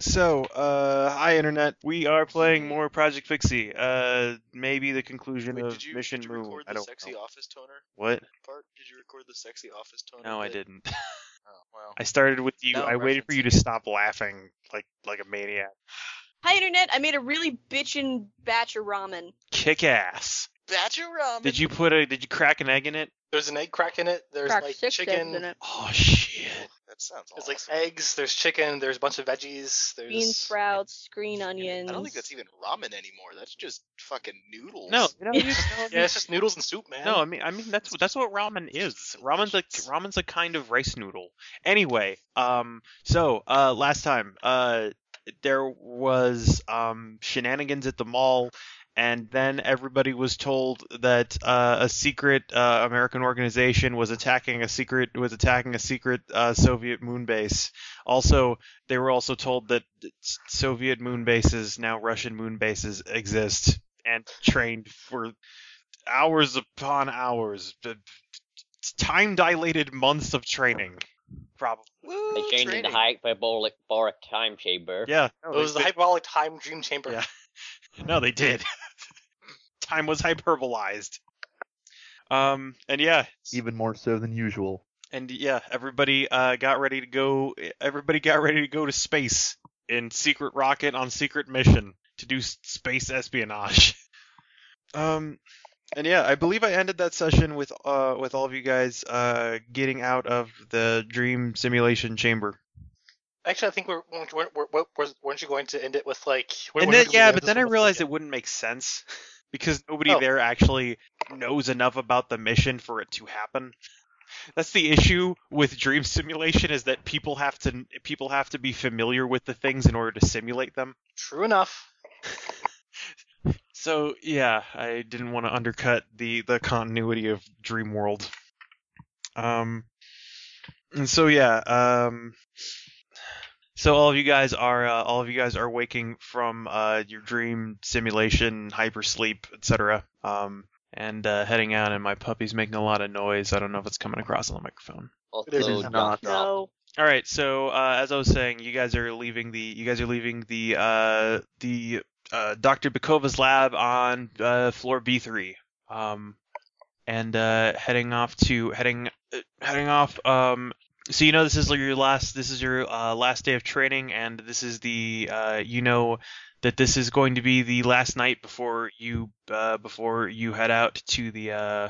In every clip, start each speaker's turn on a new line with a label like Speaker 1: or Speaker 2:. Speaker 1: So, uh, hi internet. We are playing more Project Fixie. Uh, maybe the conclusion
Speaker 2: Wait,
Speaker 1: of
Speaker 2: did you,
Speaker 1: Mission
Speaker 2: did you
Speaker 1: Moon.
Speaker 2: record
Speaker 1: I
Speaker 2: the
Speaker 1: don't
Speaker 2: sexy
Speaker 1: know.
Speaker 2: office toner
Speaker 1: What?
Speaker 2: part? Did you record the sexy office toner?
Speaker 1: No, I
Speaker 2: bit?
Speaker 1: didn't.
Speaker 2: Oh, well.
Speaker 1: I started with you.
Speaker 2: No
Speaker 1: I waited for you to
Speaker 2: reference.
Speaker 1: stop laughing like like a maniac.
Speaker 3: Hi, internet. I made a really bitchin' batch of ramen.
Speaker 1: Kick ass.
Speaker 2: Batch of ramen.
Speaker 1: Did you put a did you crack an egg in it?
Speaker 4: There's an egg crack in it. There's
Speaker 3: Cracked
Speaker 4: like
Speaker 3: six eggs
Speaker 4: chicken.
Speaker 3: in it.
Speaker 1: Oh shit.
Speaker 2: That sounds
Speaker 4: There's
Speaker 2: awesome.
Speaker 4: like eggs. There's chicken. There's a bunch of veggies. There's
Speaker 3: Bean sprouts, green onions.
Speaker 2: I don't think that's even ramen anymore. That's just fucking noodles.
Speaker 1: No, you know, you-
Speaker 4: yeah, it's just noodles and soup, man.
Speaker 1: No, I mean, I mean that's that's what ramen is. Ramen's like ramen's a kind of rice noodle. Anyway, um, so uh, last time, uh, there was um shenanigans at the mall, and then everybody was told that uh, a secret uh, American organization was attacking a secret was attacking a secret uh, Soviet moon base. Also, they were also told that s- Soviet moon bases now Russian moon bases exist and trained for hours upon hours, time dilated months of training, probably.
Speaker 2: Woo,
Speaker 5: They changed
Speaker 2: training.
Speaker 5: the hyperbolic boric time chamber.
Speaker 1: Yeah,
Speaker 4: It
Speaker 1: no,
Speaker 4: was the
Speaker 1: they,
Speaker 4: hyperbolic time dream chamber.
Speaker 1: Yeah. no, they did. time was hyperbolized. Um, and yeah,
Speaker 6: even more so than usual.
Speaker 1: and yeah, everybody uh, got ready to go. Everybody got ready to go to space in secret rocket on secret mission to do s- space espionage. Um, and yeah, I believe I ended that session with uh with all of you guys uh getting out of the dream simulation chamber.
Speaker 4: Actually, I think we're, we're, we're, we're, we're- weren't you going to end it with like? we're-
Speaker 1: and
Speaker 4: we're
Speaker 1: then
Speaker 4: gonna
Speaker 1: yeah,
Speaker 4: end
Speaker 1: but
Speaker 4: this
Speaker 1: then I
Speaker 4: with, like,
Speaker 1: realized it wouldn't make sense because nobody
Speaker 4: Oh.
Speaker 1: there actually knows enough about the mission for it to happen. That's the issue with dream simulation is that people have to people have to be familiar with the things in order to simulate them.
Speaker 4: True enough.
Speaker 1: So yeah, I didn't want to undercut the the continuity of Dream World. Um, and so yeah, um, so all of you guys are uh, all of you guys are waking from uh your dream simulation, hypersleep, etc. Um, and uh, heading out, and my puppy's making a lot of noise. I don't know if it's coming across on the microphone.
Speaker 5: Also
Speaker 6: This is
Speaker 5: dot
Speaker 6: not-
Speaker 5: dot.
Speaker 3: No.
Speaker 1: All right, so uh, as I was saying, you guys are leaving the you guys are leaving the uh, the uh, Dr. Bakova's lab on uh, floor B3, um, and uh, heading off to heading uh, heading off. Um, so you know this is your last this is your uh, last day of training, and this is the uh, you know that this is going to be the last night before you uh, before you head out to the uh,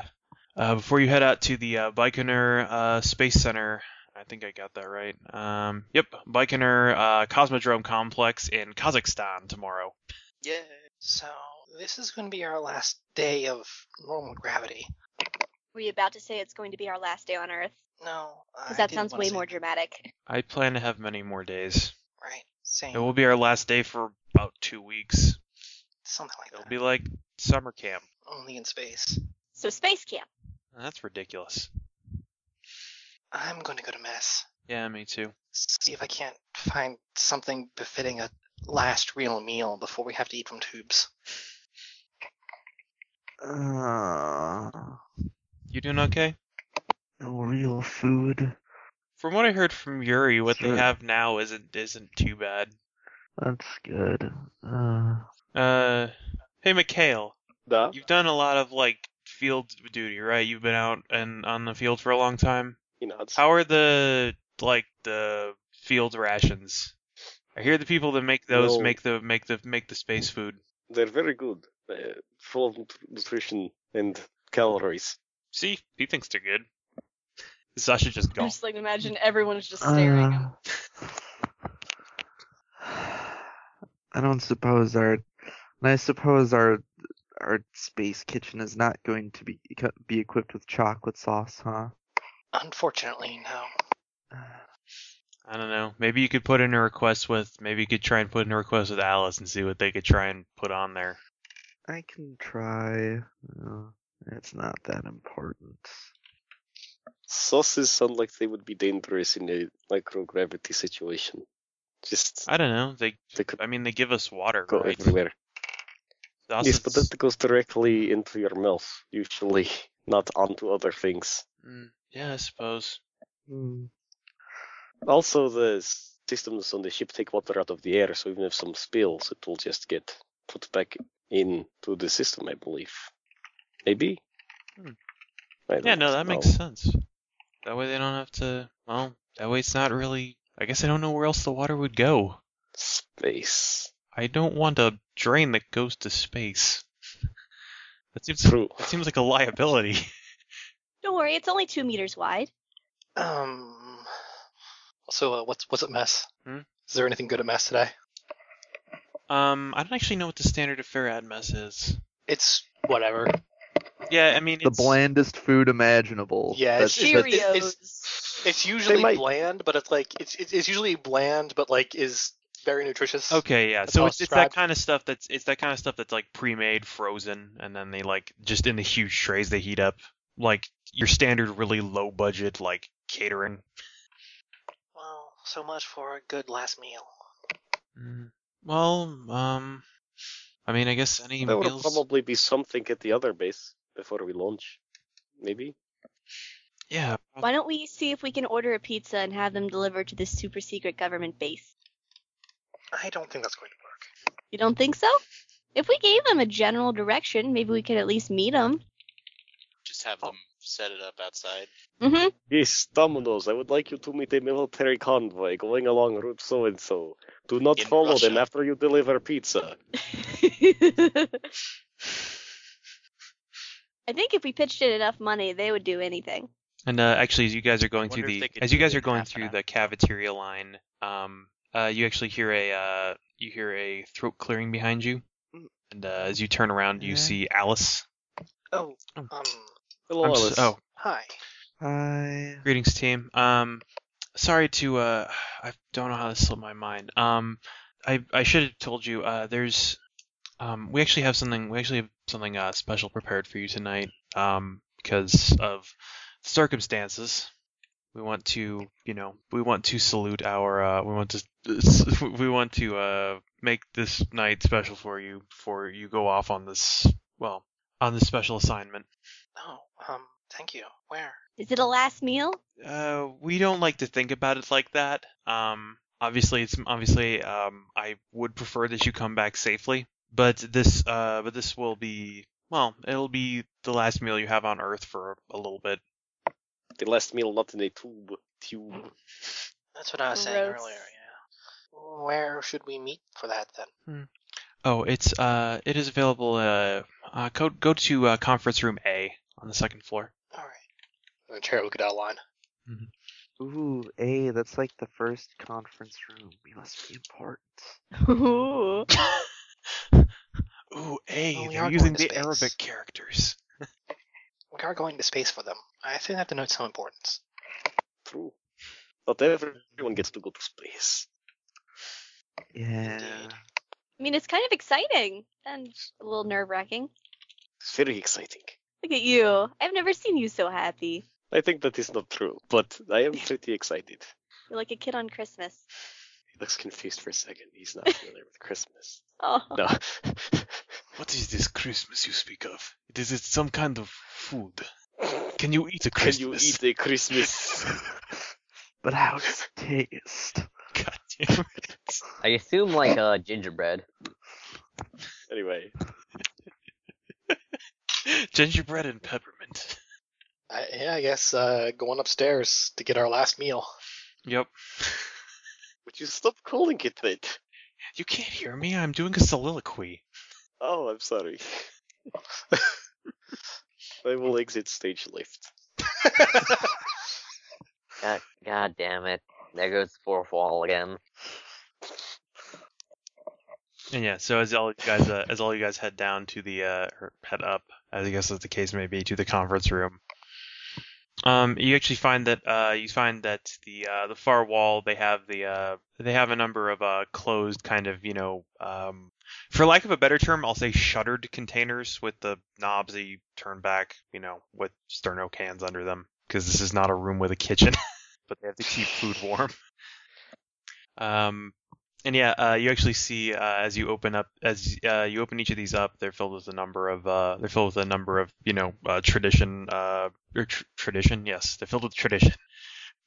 Speaker 1: uh, before you head out to the uh, Baikonur uh, Space Center. I think I got that right. Um, yep, Baikonur uh, Cosmodrome Complex in Kazakhstan tomorrow.
Speaker 2: Yeah.
Speaker 4: So this is going to be our last day of normal gravity.
Speaker 3: Were you about to say it's going to be our last day on Earth?
Speaker 4: No, I
Speaker 3: Because that
Speaker 4: didn't
Speaker 3: sounds
Speaker 4: wanna
Speaker 3: way
Speaker 4: say-
Speaker 3: more dramatic.
Speaker 1: I plan to have many more days.
Speaker 4: right. Same,
Speaker 1: It will be our last day for about two weeks.
Speaker 4: something like
Speaker 1: It'll
Speaker 4: that.
Speaker 1: be like summer camp.
Speaker 4: Only in space.
Speaker 3: So space camp.
Speaker 1: That's ridiculous.
Speaker 4: I'm going to go to mess.
Speaker 1: Yeah, me too.
Speaker 4: see if I can't find something befitting a last real meal before we have to eat from tubes.
Speaker 6: Uh,
Speaker 1: You doing okay?
Speaker 6: no real food.
Speaker 1: From what I heard from Yuri, what they
Speaker 6: Sure.
Speaker 1: have now isn't isn't too bad.
Speaker 6: That's good. Uh,
Speaker 1: Uh, hey, Mikhail,
Speaker 7: The
Speaker 1: you've done a lot of like field duty, right? You've been out and on the field for a long time.
Speaker 7: you know it's
Speaker 1: How are the like the field rations? I hear the people that make those
Speaker 7: No.
Speaker 1: make the make the make the space food.
Speaker 7: they're very good, uh, full of nut- nutrition and calories.
Speaker 1: See, he thinks they're good. Sasha just
Speaker 3: I
Speaker 1: gone.
Speaker 3: just like imagine everyone is just staring.
Speaker 6: uh, I don't suppose our, and I suppose our, our space kitchen is not going to be be equipped with chocolate sauce, huh?
Speaker 4: Unfortunately, no.
Speaker 1: I don't know. Maybe you could put in a request with maybe you could try and put in a request with Alice and see what they could try and put on there.
Speaker 6: I can try. Uh, it's not that important.
Speaker 7: Sauces sound like they would be dangerous in a microgravity situation. Just
Speaker 1: I don't know. They
Speaker 7: they could
Speaker 1: I mean they give us water,
Speaker 7: go
Speaker 1: right?
Speaker 7: everywhere.
Speaker 1: Sauce
Speaker 7: Yes, but
Speaker 1: is-
Speaker 7: that goes directly into your mouth, usually, not onto other things.
Speaker 1: Mm, Yeah, I suppose.
Speaker 6: Hmm.
Speaker 7: Also, the s- systems on the ship take water out of the air, so even if some spills, it will just get put back into the system, I believe. Maybe.
Speaker 1: Hmm.
Speaker 7: I
Speaker 1: Yeah,
Speaker 7: don't
Speaker 1: no, that
Speaker 7: know.
Speaker 1: makes sense. That way they don't have to. Well, that way it's not really. I guess I don't know where else the water would go.
Speaker 7: space.
Speaker 1: I don't want a drain that goes to space. That seems
Speaker 7: True.
Speaker 1: that seems like a liability.
Speaker 8: Don't worry, it's only two meters wide.
Speaker 9: Um. So uh, what's what's at mess?
Speaker 1: Hmm?
Speaker 9: Is there anything good at mess today?
Speaker 1: Um, I don't actually know what the standard of farad mess is.
Speaker 9: It's whatever.
Speaker 1: Yeah, I mean
Speaker 6: The
Speaker 1: it's,
Speaker 6: blandest food imaginable.
Speaker 9: Yeah, it's
Speaker 6: That's-
Speaker 9: just-
Speaker 6: that's-
Speaker 8: Cheerios.
Speaker 9: It's usually
Speaker 7: might-
Speaker 9: bland, but it's like it's it's it's usually bland, but like is very nutritious.
Speaker 1: Okay, yeah.
Speaker 9: That's
Speaker 1: So
Speaker 9: all
Speaker 1: it's, it's
Speaker 9: described.
Speaker 1: that kind of stuff that's it's that kind of stuff that's like pre-made, frozen, and then they like just in the huge trays they heat up, like your standard really low budget like catering.
Speaker 9: Well, so much for a good last meal.
Speaker 1: Mm, Well, um, I mean, I guess any
Speaker 7: There will
Speaker 1: meals.
Speaker 7: probably be something at the other base before we launch. Maybe.
Speaker 1: Yeah,
Speaker 2: Oh.
Speaker 1: prob-
Speaker 8: Why don't we see if we can order a pizza and have them delivered to this super secret government base?
Speaker 9: I don't think that's going to work.
Speaker 8: You don't think so? If we gave them a general direction, maybe we could at least meet them.
Speaker 2: Just
Speaker 1: oh.
Speaker 2: have them set it up outside.
Speaker 8: Mm-hmm.
Speaker 7: Yes, Dominoes, I would like you to meet a military convoy going along route so and so. Do not
Speaker 2: In
Speaker 7: follow them
Speaker 2: Russia.
Speaker 7: after you deliver pizza.
Speaker 8: I think if we pitched it enough money, they would do anything.
Speaker 1: and uh, actually, as you guys are going through
Speaker 10: Wonder if
Speaker 1: the
Speaker 10: they could
Speaker 1: as you
Speaker 10: do it
Speaker 1: guys
Speaker 10: in
Speaker 1: are going
Speaker 10: half an
Speaker 1: through
Speaker 10: hour.
Speaker 1: the cafeteria line, um, uh, you actually hear a uh, you hear a throat clearing behind you,
Speaker 10: Mm.
Speaker 1: and uh, as you turn around, you
Speaker 6: Yeah.
Speaker 1: see Alice.
Speaker 9: Oh,
Speaker 1: Oh.
Speaker 9: um,
Speaker 7: Hello,
Speaker 1: I'm s-
Speaker 7: Alice.
Speaker 1: oh,
Speaker 9: hi.
Speaker 6: I
Speaker 1: Greetings, team. Um, sorry to uh, I don't know how this slipped my mind. Um, I I should have told you. Uh, there's, um, we actually have something. We actually have something uh special prepared for you tonight. Um, because of circumstances, we want to, you know, we want to salute our. Uh, we want to. We want to uh make this night special for you before you go off on this. Well, on this special assignment.
Speaker 9: Oh, um, thank you. Where?
Speaker 8: Is it a last meal?
Speaker 1: Uh, we don't like to think about it like that. Um, obviously, it's obviously. Um, I would prefer that you come back safely, but this. Uh, but this will be. Well, it'll be the last meal you have on Earth for a little bit.
Speaker 7: The last meal not in a tube. Tube.
Speaker 9: That's what I was saying
Speaker 8: Gross.
Speaker 9: earlier. Yeah. Where should we meet for that then?
Speaker 1: Oh, it's. Uh, it is available. Uh, uh go go to uh, conference room A on the second floor.
Speaker 9: All right. I'm gonna try to look at outline.
Speaker 6: ooh, a that's like the first conference room. We must be important.
Speaker 8: Ooh.
Speaker 1: Ooh, A.
Speaker 9: Oh, we
Speaker 1: they're
Speaker 9: are
Speaker 1: using
Speaker 9: going to
Speaker 1: the
Speaker 9: space.
Speaker 1: Arabic characters.
Speaker 9: We are going to space for them. I think I have to note some importance.
Speaker 7: True. Not everyone gets to go to space.
Speaker 6: Yeah.
Speaker 9: Indeed.
Speaker 8: I mean, it's kind of exciting and a little nerve wracking.
Speaker 7: It's very exciting.
Speaker 8: Look at you. I've never seen you so happy.
Speaker 7: I think that is not true, but I am pretty excited.
Speaker 8: You're like a kid on Christmas.
Speaker 7: He looks confused for a second. He's not familiar with Christmas.
Speaker 8: Oh.
Speaker 7: No.
Speaker 1: What is this Christmas you speak of? It is it some kind of food? Can you eat a
Speaker 7: Can you eat a Christmas?
Speaker 6: But how does it taste?
Speaker 1: God damn it.
Speaker 5: I assume like uh gingerbread.
Speaker 7: anyway,
Speaker 1: gingerbread and peppermint.
Speaker 9: I, yeah, I guess uh, going upstairs to get our last meal.
Speaker 1: Yep.
Speaker 7: would you stop calling it that?
Speaker 1: You can't hear me. I'm doing a soliloquy.
Speaker 7: Oh, I'm sorry. I will exit stage left.
Speaker 5: God, God damn it. There goes the fourth wall again.
Speaker 1: And yeah, so as all you guys uh, as all you guys head down to the uh, or head up, as I guess as the case may be, to the conference room. Um, you actually find that uh, you find that the uh, the far wall they have the uh, they have a number of uh, closed kind of you know um, for lack of a better term I'll say shuttered containers with the knobs that you turn back you know with sterno cans under them because this is not a room with a kitchen but they have to keep food warm. Um, and yeah, uh, you actually see uh, as you open up as uh, you open each of these up, they're filled with a number of uh, they're filled with a number of you know uh, tradition uh, or tr- tradition. Yes, they're filled with tradition.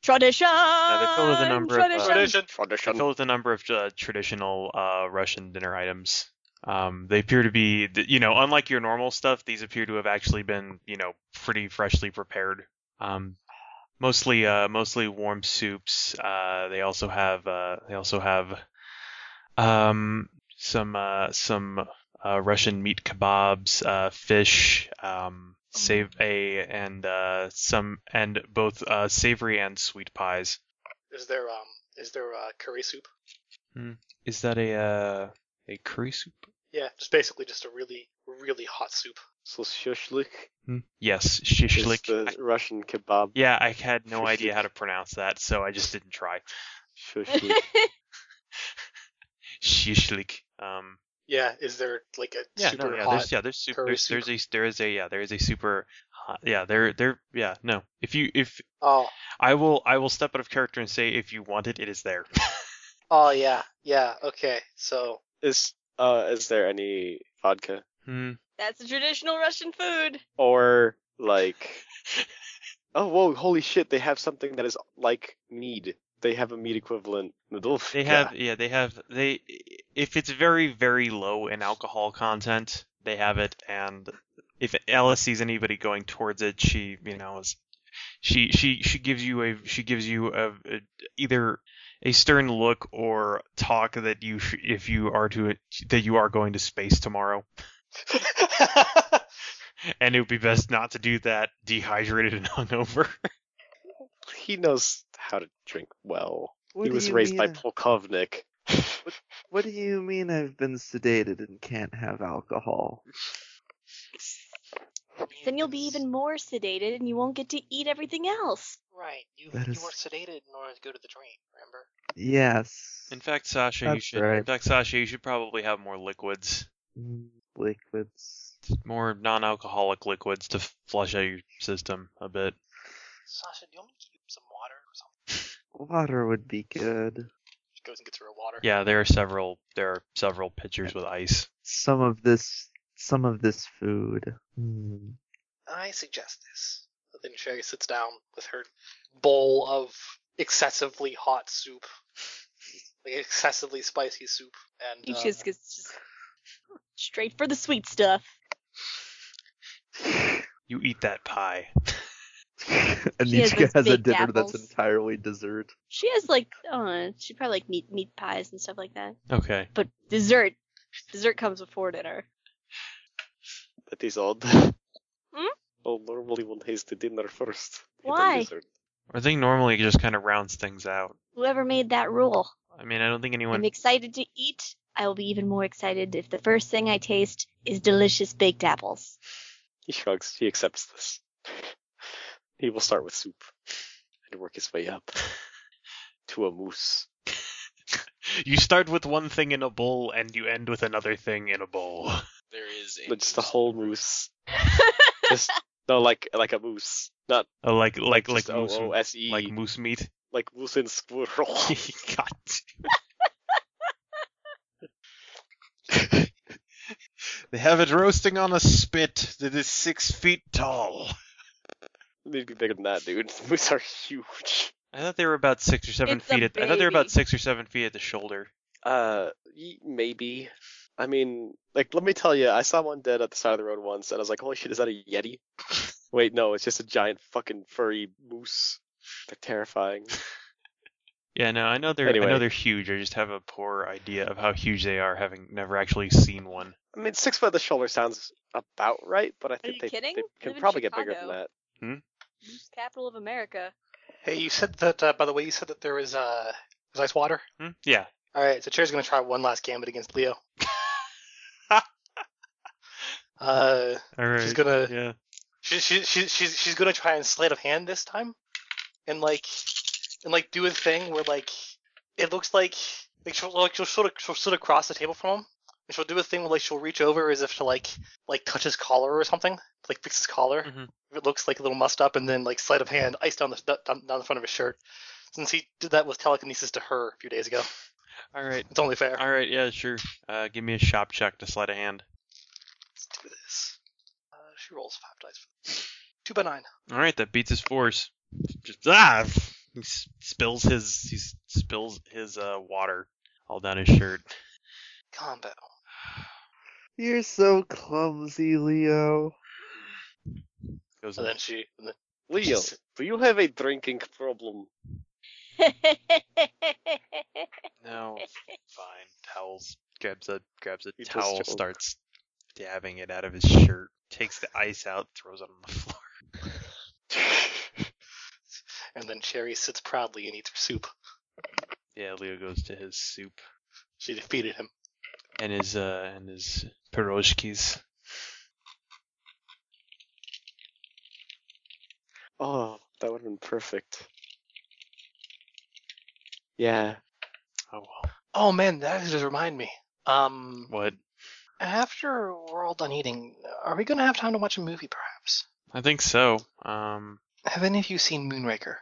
Speaker 8: Tradition.
Speaker 1: they filled with a number of, uh,
Speaker 8: tradition.
Speaker 3: Tradition.
Speaker 1: I
Speaker 7: Tradition.
Speaker 1: filled with a number of uh, traditional uh, Russian dinner items. Um, they appear to be, th- you know, unlike your normal stuff, these appear to have actually been, you know, pretty freshly prepared. Um, mostly, uh, mostly warm soups. Uh, they also have, uh, they also have um, some uh, some uh, Russian meat kebabs, uh, fish, um, save a and uh, some and both uh, savory and sweet pies.
Speaker 9: Is there um is there uh, curry soup?
Speaker 1: Hmm. Is that a uh, a curry soup?
Speaker 9: Yeah, just basically just a really really hot soup.
Speaker 7: So shishlik
Speaker 1: Hmm? Yes,
Speaker 7: is
Speaker 1: shishlik.
Speaker 7: the Russian kebab.
Speaker 1: Yeah, I had no
Speaker 7: Shishlik.
Speaker 1: idea how to pronounce that, so I just didn't try.
Speaker 7: Shishlik.
Speaker 1: Shishlik. Um,
Speaker 9: Yeah, is there like a
Speaker 1: yeah,
Speaker 9: super
Speaker 1: no, yeah,
Speaker 9: hot?
Speaker 1: there's yeah, there's super,
Speaker 9: curry
Speaker 1: there's,
Speaker 9: soup.
Speaker 1: there's a there is a yeah, there is a super hot, yeah, there there yeah, no. If you if
Speaker 9: Oh,
Speaker 1: I will I will step out of character and say if you want it, it is there.
Speaker 9: oh yeah, yeah. Okay, so
Speaker 7: Is uh is there any vodka
Speaker 1: Hmm.
Speaker 8: That's a traditional Russian food.
Speaker 7: or like Oh whoa, holy shit, they have something that is like mead. They have a mead equivalent. Nadolfka.
Speaker 1: They have yeah, they have they if it's very very low in alcohol content, they have it and if Alice sees anybody going towards it, she, you know, is she she she gives you a she gives you a, a- either a stern look or talk that you sh- if you are to that you are going to space tomorrow and it would be best not to do that dehydrated and hungover.
Speaker 7: he knows how to drink well.
Speaker 6: What
Speaker 7: he
Speaker 6: do
Speaker 7: was
Speaker 6: you
Speaker 7: raised by
Speaker 6: mean-
Speaker 7: Polkovnik.
Speaker 6: What do you mean I've been sedated and can't have alcohol?
Speaker 8: Then you'll be even more sedated and you won't get to eat everything else.
Speaker 9: right. You
Speaker 6: That
Speaker 9: you
Speaker 6: is-
Speaker 9: were sedated in order to go to the dream. Remember?
Speaker 6: Yes.
Speaker 1: In fact, Sasha, you
Speaker 6: That's
Speaker 1: should in
Speaker 6: right.
Speaker 1: fact Sasha, you should probably have more liquids.
Speaker 6: Mm, Liquids.
Speaker 1: more non-alcoholic liquids to flush out your system a bit.
Speaker 9: Sasha, do you want me to get you some water or something?
Speaker 6: Water would be good.
Speaker 9: She goes and gets her a water.
Speaker 1: Yeah, there are several there are several pitchers with ice.
Speaker 6: Some of this, some of this food. Hmm.
Speaker 9: I suggest this. But then Sherry sits down with her bowl of excessively hot soup, like excessively spicy soup, and
Speaker 8: You
Speaker 9: uh,
Speaker 8: just gets just straight for the sweet stuff.
Speaker 1: You eat that pie.
Speaker 6: and
Speaker 8: She has
Speaker 6: Nichika
Speaker 8: those
Speaker 6: has a
Speaker 8: big
Speaker 6: dinner that's
Speaker 8: apples.
Speaker 6: entirely dessert.
Speaker 8: She has like, uh, she probably like meat meat pies and stuff like that.
Speaker 1: Okay.
Speaker 8: But dessert, dessert comes before dinner.
Speaker 7: That is odd. Oh,
Speaker 8: Hmm?
Speaker 7: Well, normally one has the dinner first. and then
Speaker 8: Why?
Speaker 7: dessert.
Speaker 1: I think normally it just kind of rounds things out.
Speaker 8: Whoever made that rule,
Speaker 1: I mean, I don't think anyone.
Speaker 8: I'm excited to eat. I will be even more excited if the first thing I taste is delicious baked apples.
Speaker 7: He shrugs. He accepts this. He will start with soup and work his way up to a moose.
Speaker 1: You start with one thing in a bowl and you end with another thing in a bowl.
Speaker 3: There is a
Speaker 7: But just a whole moose. Just no, like like a moose, not
Speaker 1: Uh, like like like
Speaker 7: just
Speaker 1: moose,
Speaker 7: O O S E,
Speaker 1: like moose meat.
Speaker 7: like moose and squirrel.
Speaker 1: God. they have it roasting on a spit that is six feet tall.
Speaker 7: Need to be bigger than that, dude. Moose are huge.
Speaker 1: I thought they were about six or seven
Speaker 8: It's a
Speaker 1: feet. At, I thought they were about
Speaker 8: baby.
Speaker 1: six or seven feet at the shoulder.
Speaker 7: Uh, y- maybe. I mean, like, let me tell you, I saw one dead at the side of the road once, and I was like, "Holy shit, is that a yeti?" Wait, no, it's just a giant fucking furry moose. They're terrifying.
Speaker 1: Yeah, no, I know they're I know
Speaker 7: Anyway.
Speaker 1: they're huge. I just have a poor idea of how huge they are, having never actually seen one.
Speaker 7: I mean, six foot at the shoulder sounds about right, but I think
Speaker 8: you
Speaker 7: they,
Speaker 8: kidding?
Speaker 7: they
Speaker 8: Live
Speaker 7: can
Speaker 8: in
Speaker 7: probably get bigger than
Speaker 8: Chicago.
Speaker 7: that.
Speaker 8: Capital of America.
Speaker 9: Hey, you said that. Uh, by the way, you said that there was uh, was ice water.
Speaker 1: Hmm? Yeah.
Speaker 9: All right, so Cher's gonna try one last gambit against Leo. uh,
Speaker 1: All right.
Speaker 9: she's gonna
Speaker 1: Yeah.
Speaker 9: she, she, she, she's she's gonna try and sleight of hand this time, and like and like do a thing where like it looks like like she'll like she'll sort of she'll sit across the table from him, and she'll do a thing where like she'll reach over as if to like like touch his collar or something, like fix his collar.
Speaker 1: Mhm.
Speaker 9: If it looks like a little mussed up, and then like sleight of hand ice down the down, down the front of his shirt. Since he did that with telekinesis to her a few days ago,
Speaker 1: All right.
Speaker 9: it's only fair.
Speaker 1: All right. Yeah. Sure. Uh, give me a shop check to sleight of hand.
Speaker 9: Let's do this. Uh, she rolls five dice. Two by nine.
Speaker 1: All right. That beats his force. Just ah. He s- spills his he s- spills his uh, water all down his shirt.
Speaker 4: Combo.
Speaker 6: You're so clumsy, Leo.
Speaker 1: Goes
Speaker 4: And then she. And then,
Speaker 7: Uh, Leo, do you have a drinking problem?
Speaker 1: no, fine. Towels. Grabs a grabs a
Speaker 7: He just
Speaker 1: towel.
Speaker 7: choked.
Speaker 1: Starts dabbing it out of his shirt. Takes the ice out. Throws it on the floor.
Speaker 4: and then Cherry sits proudly and eats her soup.
Speaker 1: Yeah, Leo goes to his soup
Speaker 4: She defeated him.
Speaker 1: and his uh and his pierogies.
Speaker 7: Oh, that would have been perfect. Yeah.
Speaker 1: Oh well.
Speaker 4: Oh man, that just remind me.
Speaker 7: Mm.
Speaker 4: Um,
Speaker 1: What?
Speaker 4: after we're all done eating, are we gonna have time to watch a movie? Perhaps.
Speaker 1: I think so. Um.
Speaker 4: Have any of you seen Moonraker?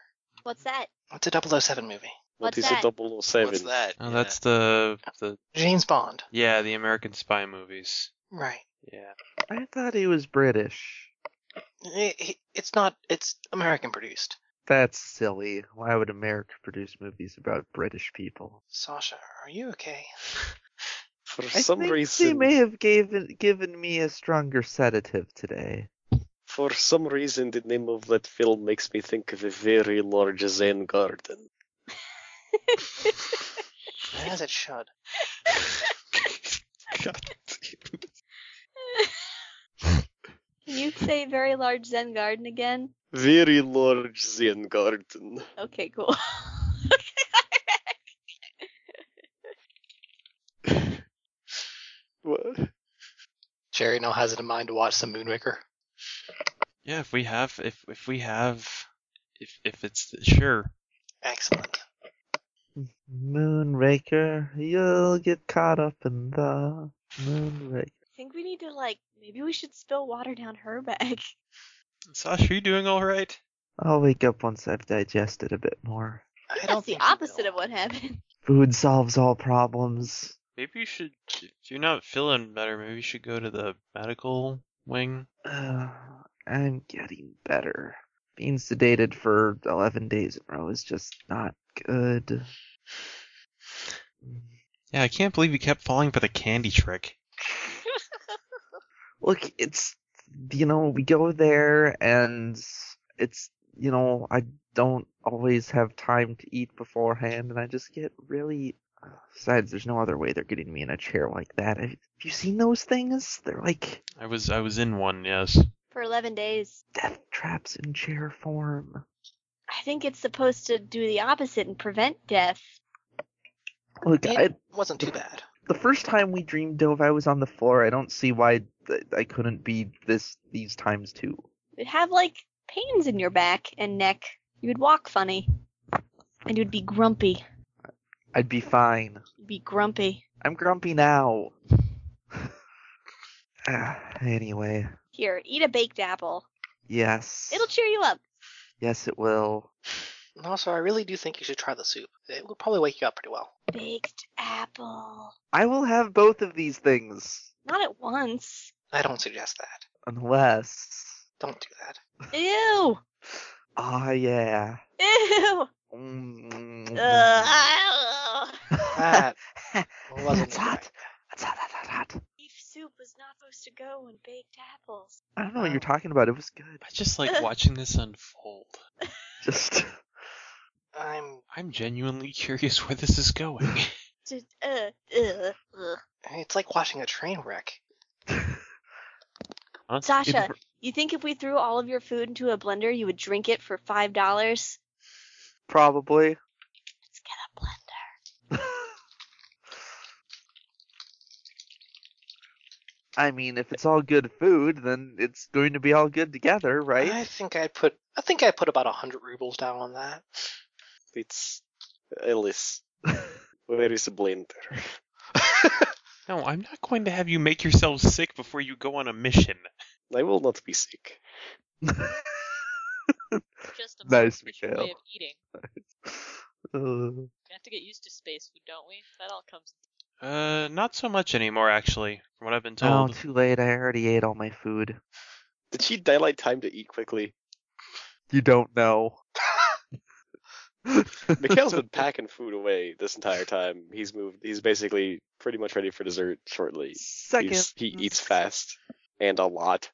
Speaker 8: What's that?
Speaker 4: It's a 007 movie.
Speaker 7: What
Speaker 8: What's
Speaker 7: is a
Speaker 8: that?
Speaker 7: double
Speaker 11: What's
Speaker 7: seven?
Speaker 11: that?
Speaker 1: oh,
Speaker 11: Yeah.
Speaker 1: That's the the
Speaker 4: James Bond.
Speaker 1: yeah the American spy movies.
Speaker 4: Right.
Speaker 1: Yeah.
Speaker 6: I thought he was British.
Speaker 4: I- I- it's not. It's American produced.
Speaker 6: That's silly. Why would America produce movies about British people?
Speaker 4: Sasha, are you okay?
Speaker 7: For
Speaker 6: I
Speaker 7: some
Speaker 6: think they
Speaker 7: reason,
Speaker 6: may have given given me a stronger sedative today.
Speaker 7: for some reason, the name of that film makes me think of a very large Zen garden.
Speaker 4: As it should.
Speaker 8: Can you say very large Zen garden again?
Speaker 7: Very large Zen garden.
Speaker 8: Okay, cool.
Speaker 7: What?
Speaker 4: Jerry now has it in mind to watch some Moonraker.
Speaker 1: Yeah, if we have, if if we have, if if it's sure.
Speaker 4: Excellent.
Speaker 6: Moonraker, you'll get caught up in the moonraker.
Speaker 8: I think we need to like maybe we should spill water down her back.
Speaker 1: Sasha, are you doing all right?
Speaker 6: I'll wake up once I've digested a bit more.
Speaker 4: I
Speaker 8: That's
Speaker 4: don't
Speaker 8: the
Speaker 4: think you
Speaker 8: opposite
Speaker 4: will.
Speaker 8: of what happened.
Speaker 6: Food solves all problems.
Speaker 1: Maybe you should. If you're not feeling better, maybe you should go to the medical wing.
Speaker 6: Uh, I'm getting better. Being sedated for 11 days in a row is just not good.
Speaker 1: Yeah, I can't believe you kept falling for the candy trick.
Speaker 6: Look, it's you know, we go there and it's you know, I don't always have time to eat beforehand and I just get really uh, besides there's no other way they're getting me in a chair like that. Have you seen those things? They're like
Speaker 1: I was I was in one. Yes.
Speaker 8: For 11 days.
Speaker 6: death traps in chair form.
Speaker 8: I think it's supposed to do the opposite and prevent death.
Speaker 6: Look, I,
Speaker 4: It wasn't too bad.
Speaker 6: the first time we dream dove, I was on the floor. I don't see why th- I couldn't be this these times too.
Speaker 8: You'd have like pains in your back and neck. You would walk funny. And you'd be grumpy.
Speaker 6: I'd be fine.
Speaker 8: You'd be grumpy.
Speaker 6: I'm grumpy now. Ah, anyway,
Speaker 8: Here, eat a baked apple.
Speaker 6: yes.
Speaker 8: It'll cheer you up.
Speaker 6: yes, it will.
Speaker 4: And also, I really do think you should try the soup. It will probably wake you up pretty well.
Speaker 8: Baked apple.
Speaker 6: I will have both of these things
Speaker 8: Not at once.
Speaker 4: I don't suggest that.
Speaker 6: unless.
Speaker 4: Don't do that.
Speaker 8: Ew.
Speaker 6: Ah, yeah.
Speaker 8: Ew.
Speaker 6: Mm.
Speaker 8: Ugh.
Speaker 4: That wasn't
Speaker 6: That's hot. That's hot, hot, hot, hot.
Speaker 8: Beef soup was not supposed to go in baked apples.
Speaker 6: I don't know what you're talking about. It was good.
Speaker 1: I just like watching this unfold.
Speaker 6: Just.
Speaker 4: I'm.
Speaker 1: I'm genuinely curious where this is going.
Speaker 8: Just, uh, uh, uh.
Speaker 4: It's like watching a train wreck.
Speaker 1: Huh?
Speaker 8: Sasha, you think if we threw all of your food into a blender, you would drink it for five dollars?
Speaker 6: Probably.
Speaker 8: Let's get a blender.
Speaker 6: I mean, if it's all good food, then it's going to be all good together,
Speaker 4: I
Speaker 6: right?
Speaker 4: think I put. I think I put about a hundred rubles down on that.
Speaker 7: It's Alice. Where is the blender?
Speaker 1: No, I'm not going to have you make yourself sick before you go on a mission.
Speaker 7: I will not be sick.
Speaker 12: Just a
Speaker 6: Nice,
Speaker 12: artificial
Speaker 6: Mikhail.
Speaker 12: way of eating.
Speaker 6: Uh,
Speaker 12: We have to get used to space food, don't we? That all comes.
Speaker 1: Uh, not so much anymore, actually, from what I've been
Speaker 6: oh,
Speaker 1: told.
Speaker 6: too late. I already ate all my food.
Speaker 7: Did she daylight time to eat quickly?
Speaker 6: You don't know.
Speaker 7: Mikhail's been packing food away this entire time. He's moved. He's basically pretty much ready for dessert shortly.
Speaker 6: Second.
Speaker 7: He's, he eats fast and a lot.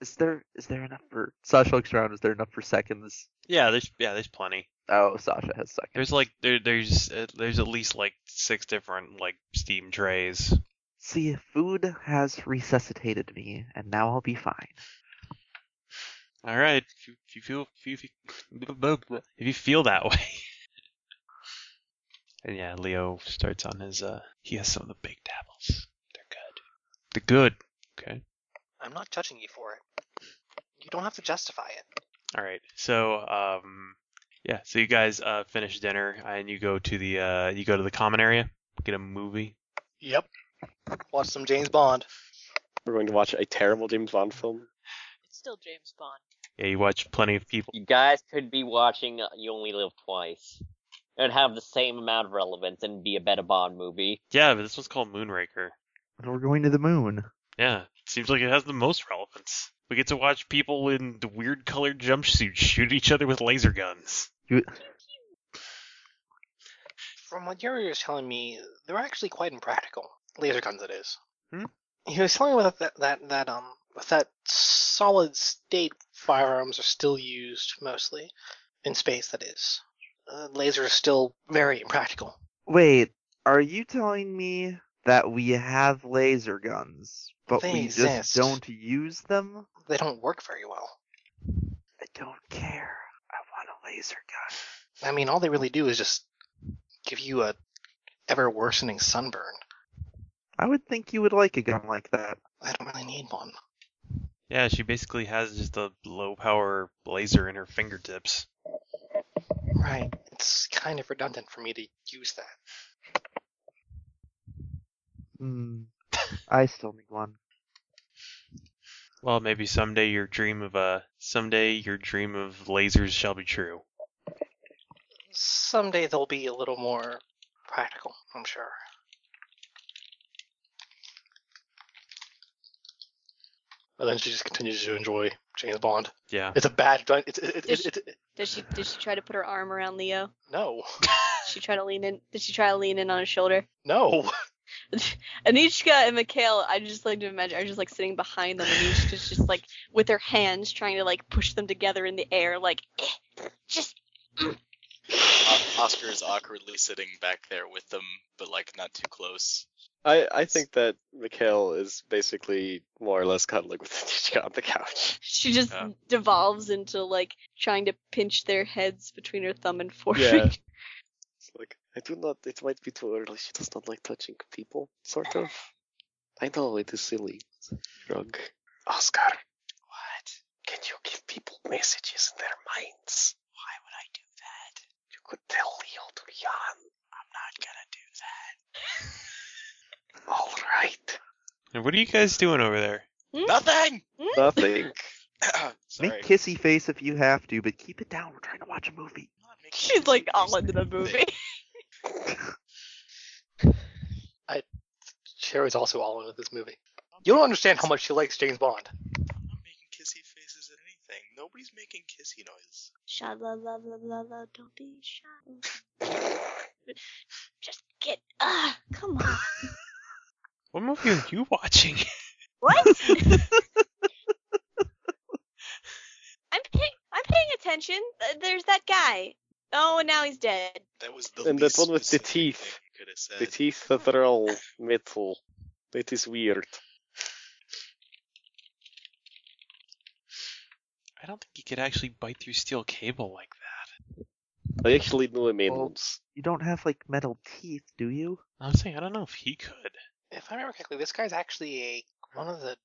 Speaker 6: Is there is there enough for Sasha looks around, is there enough for seconds?
Speaker 1: Yeah, there's yeah, there's plenty.
Speaker 6: Oh, Sasha has seconds.
Speaker 1: There's like there there's uh, there's at least like six different like steam trays.
Speaker 6: See, food has resuscitated me, and now I'll be fine.
Speaker 1: All right, if you, if you feel if you, if you- if you feel that way. And yeah, Leo starts on his uh he has some of the baked apples. They're good. They're good. Okay.
Speaker 4: I'm not judging you for it. You don't have to justify it.
Speaker 1: All right. So, um, yeah. So you guys uh, finish dinner and you go to the uh, you go to the common area, get a movie.
Speaker 4: Yep. Watch some James Bond.
Speaker 7: We're going to watch a terrible James Bond film.
Speaker 12: It's still James Bond.
Speaker 1: Yeah, you watch plenty of people.
Speaker 5: You guys could be watching uh, You Only Live Twice. It would have the same amount of relevance and be a better Bond movie.
Speaker 1: Yeah, but this one's called Moonraker.
Speaker 6: And we're going to the moon.
Speaker 1: Yeah, seems like it has the most relevance. We get to watch people in the weird colored jumpsuits shoot each other with laser guns.
Speaker 4: From what Yuri was telling me, they're actually quite impractical. Laser guns, it is.
Speaker 1: Hmm?
Speaker 4: He was telling me that that that, that um with that solid state firearms are still used mostly in space. That is, uh, laser is still very impractical.
Speaker 6: Wait, are you telling me that we have laser guns, but
Speaker 4: They
Speaker 6: we
Speaker 4: exist.
Speaker 6: just don't use them?
Speaker 4: They don't work very well.
Speaker 6: I don't care. I want a laser gun.
Speaker 4: I mean, all they really do is just give you a ever worsening sunburn.
Speaker 6: I would think you would like a gun like that.
Speaker 4: I don't really need one.
Speaker 1: Yeah, she basically has just a low power laser in her fingertips.
Speaker 4: Right. It's kind of redundant for me to use that.
Speaker 6: Hmm. I still need one.
Speaker 1: Well, maybe someday your dream of uh someday your dream of lasers shall be true.
Speaker 4: Someday they'll be a little more practical, I'm sure. And then she just continues to enjoy James Bond.
Speaker 1: Yeah.
Speaker 4: It's a bad. dun- It's it's
Speaker 3: Does
Speaker 4: it's, it's, it's
Speaker 3: Does she did she try to put her arm around Leo?
Speaker 4: no
Speaker 3: Did she try to lean in did she try to lean in on his shoulder?
Speaker 4: no.
Speaker 3: Anishka and Mikhail, I just like to imagine are just like sitting behind them. and Anishka's just like with her hands trying to like push them together in the air, like eh, just
Speaker 2: O- Oscar is awkwardly sitting back there with them, but like not too close.
Speaker 7: I, I think that Mikhail is basically more or less cuddling with Anishka on the couch.
Speaker 3: she just
Speaker 1: Yeah.
Speaker 3: devolves into like trying to pinch their heads between her thumb and forefinger.
Speaker 7: Yeah. It's like, I do not, it might be too early. She does not like touching people, sort of. I know, it is silly. Drug. Oscar. What? Can you give people messages in their minds? Why would I do that? You could tell Leo to yawn. I'm not gonna do that. Alright.
Speaker 1: And what are you guys doing over there?
Speaker 2: Nothing.
Speaker 7: Nothing.
Speaker 2: Sorry.
Speaker 6: Make kissy face if you have to, but keep it down. We're trying to watch a movie.
Speaker 2: I'm not making
Speaker 3: She's like all into the
Speaker 2: anything.
Speaker 3: movie.
Speaker 4: Sherry's also all into this movie. You don't understand how much she likes James Bond.
Speaker 2: I'm not making kissy faces at anything. Nobody's making kissy noises.
Speaker 3: Sha la la la la la, don't be shy. Just get ah, come on.
Speaker 1: What movie are you watching?
Speaker 3: What? I'm paying. I'm paying attention. Uh, There's that guy. Oh, and now he's dead.
Speaker 2: That was the
Speaker 7: And that
Speaker 2: least
Speaker 7: one with the
Speaker 2: specific
Speaker 7: teeth.
Speaker 2: thing you could have said.
Speaker 7: the teeth that are all metal. It is weird.
Speaker 1: I don't think you could actually bite through steel cable like
Speaker 7: I actually knew a man
Speaker 6: Well-
Speaker 7: once.
Speaker 6: You don't have like metal teeth, do you?
Speaker 1: that. I'm saying I don't know if he could.
Speaker 4: If I remember correctly, this guy's actually a one of the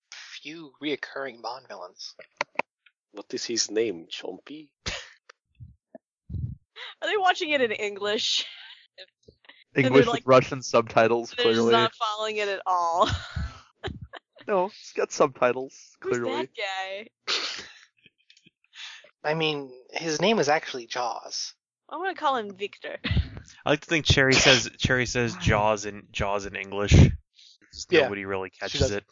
Speaker 4: few reoccurring Bond villains.
Speaker 7: What is his name? Chompy?
Speaker 3: Are they watching it in English? they're
Speaker 6: English
Speaker 3: like-
Speaker 6: with Russian subtitles,
Speaker 3: They're just
Speaker 6: clearly.
Speaker 3: not following it at all.
Speaker 6: No, it's got subtitles,
Speaker 3: Who's
Speaker 6: clearly.
Speaker 3: that guy?
Speaker 4: I mean, his name is actually Jaws.
Speaker 3: I want to call him Victor.
Speaker 1: I like to think Cherry says Cherry says Jaws in Jaws in English. Just
Speaker 4: Yeah.
Speaker 1: Nobody really
Speaker 4: She
Speaker 1: catches
Speaker 4: does.
Speaker 1: it.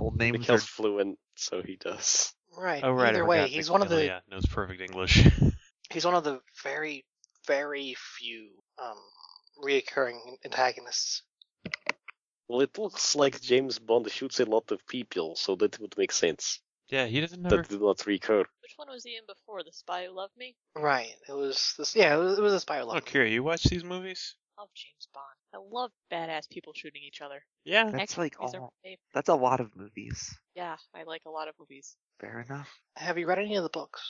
Speaker 6: Well, names are
Speaker 7: Mikhail's fluent, so he does.
Speaker 4: Right.
Speaker 1: Oh, right. I
Speaker 4: Either
Speaker 1: forgot
Speaker 4: way,
Speaker 1: Nick
Speaker 4: he's one of the
Speaker 1: Camilli, yeah, knows perfect English.
Speaker 4: he's one of the very, very few um reoccurring antagonists.
Speaker 7: Well, it looks like James Bond shoots a lot of people, so that would make sense.
Speaker 1: yeah, he doesn't never.
Speaker 7: That did not recur.
Speaker 12: Which one was he in before? The Spy Who Loved Me?
Speaker 4: Right. It was this. Yeah. It was, it was a spiral.
Speaker 1: Look here, you watch these movies?
Speaker 12: Love James Bond. I love badass people shooting each other.
Speaker 1: Yeah.
Speaker 6: That's
Speaker 12: Action
Speaker 6: like
Speaker 12: movies are
Speaker 6: all-
Speaker 12: my favorite.
Speaker 6: That's a lot of movies.
Speaker 12: Yeah, I like a lot of movies.
Speaker 6: Fair enough.
Speaker 4: Have you read any of the books?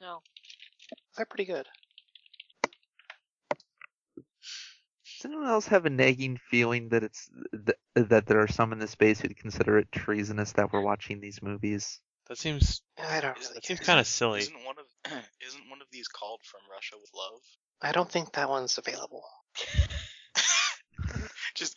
Speaker 12: No.
Speaker 4: They're pretty good.
Speaker 6: Does anyone else have a nagging feeling that it's th- that there are some in this space who'd consider it treasonous that we're watching these movies?
Speaker 1: That seems
Speaker 4: I don't
Speaker 2: Is-
Speaker 4: really.
Speaker 1: that seems
Speaker 2: Isn't-
Speaker 1: kind of silly.
Speaker 2: Isn't one of isn't one of these called From Russia with Love?
Speaker 4: I don't think that one's available.
Speaker 2: Just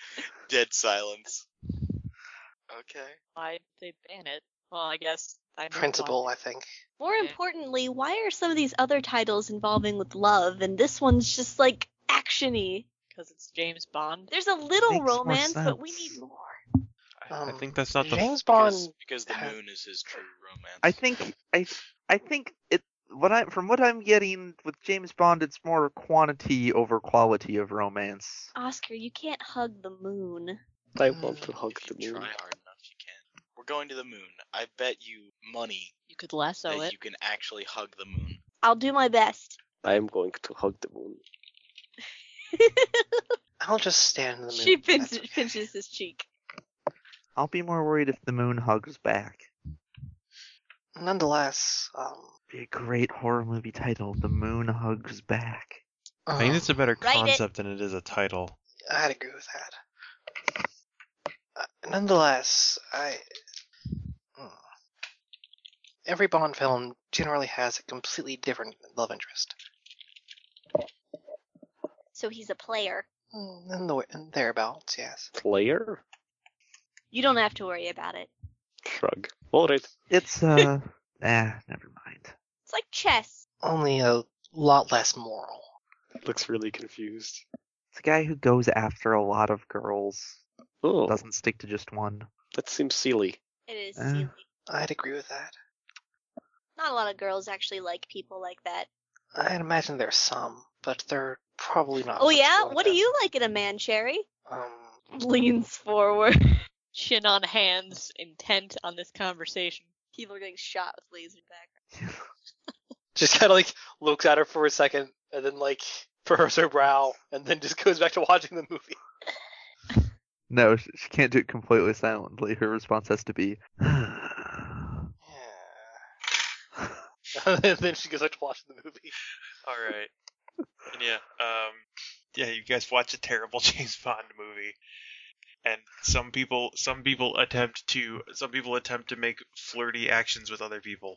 Speaker 2: dead silence. Okay.
Speaker 12: Why did they ban it? Well, I guess I know why.
Speaker 4: Principal, I think.
Speaker 8: More
Speaker 12: Yeah.
Speaker 8: importantly, why are some of these other titles involving with love and this one's just like actiony?
Speaker 12: Because it's James Bond.
Speaker 8: There's a little
Speaker 6: Makes more
Speaker 8: romance, but we
Speaker 6: sense.
Speaker 8: need more.
Speaker 1: I- I
Speaker 4: Um,
Speaker 1: think that's not the.
Speaker 4: James Bond.
Speaker 2: Because, because the
Speaker 4: has-
Speaker 2: moon is his true romance.
Speaker 6: I think I I think it what I from what I'm getting with James Bond, it's more quantity over quality of romance.
Speaker 8: Oscar, you can't hug the moon.
Speaker 7: I want to hug
Speaker 2: Mm, If
Speaker 7: the
Speaker 2: you
Speaker 7: moon.
Speaker 2: try hard enough, you can. We're going to the moon. I bet you money
Speaker 12: You could lasso
Speaker 2: that
Speaker 12: it.
Speaker 2: you can actually hug the moon.
Speaker 8: I'll do my best.
Speaker 7: I am going to hug the moon.
Speaker 4: I'll just stand in the moon.
Speaker 8: she
Speaker 4: That's
Speaker 8: pinches,
Speaker 4: okay.
Speaker 8: pinches his cheek.
Speaker 6: I'll be more worried if the moon hugs back.
Speaker 4: Nonetheless, um,
Speaker 6: Be a great horror movie title. The moon hugs back.
Speaker 2: Uh,
Speaker 1: I think
Speaker 4: um,
Speaker 1: it's a better
Speaker 8: Write it.
Speaker 1: concept than it is a title.
Speaker 4: I'd agree with that. Uh, nonetheless, I. Hmm. Every Bond film generally has a completely different love interest.
Speaker 8: So he's a player.
Speaker 4: Hmm, And, the, and thereabouts, yes.
Speaker 7: Player?
Speaker 8: You don't have to worry about it.
Speaker 7: Shrug. Alright.
Speaker 6: It's uh ah never mind.
Speaker 8: It's like chess.
Speaker 4: Only a lot less moral.
Speaker 7: Looks really confused.
Speaker 6: It's a guy who goes after a lot of girls.
Speaker 7: Oh,
Speaker 6: Doesn't stick to just one.
Speaker 7: that seems silly.
Speaker 8: It is
Speaker 6: Uh.
Speaker 8: silly.
Speaker 4: I'd agree with that.
Speaker 8: Not a lot of girls actually like people like that.
Speaker 4: I'd imagine there's some, but they're probably not.
Speaker 8: Oh
Speaker 4: much
Speaker 8: yeah,
Speaker 4: more
Speaker 8: what do
Speaker 4: than-
Speaker 8: you like in a man, Sherry?
Speaker 4: Um,
Speaker 8: Leans forward.
Speaker 12: Chin on hands, intent on this conversation.
Speaker 8: People are getting shot with laser back.
Speaker 4: just kind of like looks at her for a second and then like furrows her brow and then just goes back to watching the movie.
Speaker 6: No, she, she can't do it completely silently. Her response has to be. I
Speaker 4: and then she goes back to watching the movie.
Speaker 1: All right. And yeah. Um. Yeah, you guys watch a terrible James Bond movie, and some people, some people attempt to, some people attempt to make flirty actions with other people.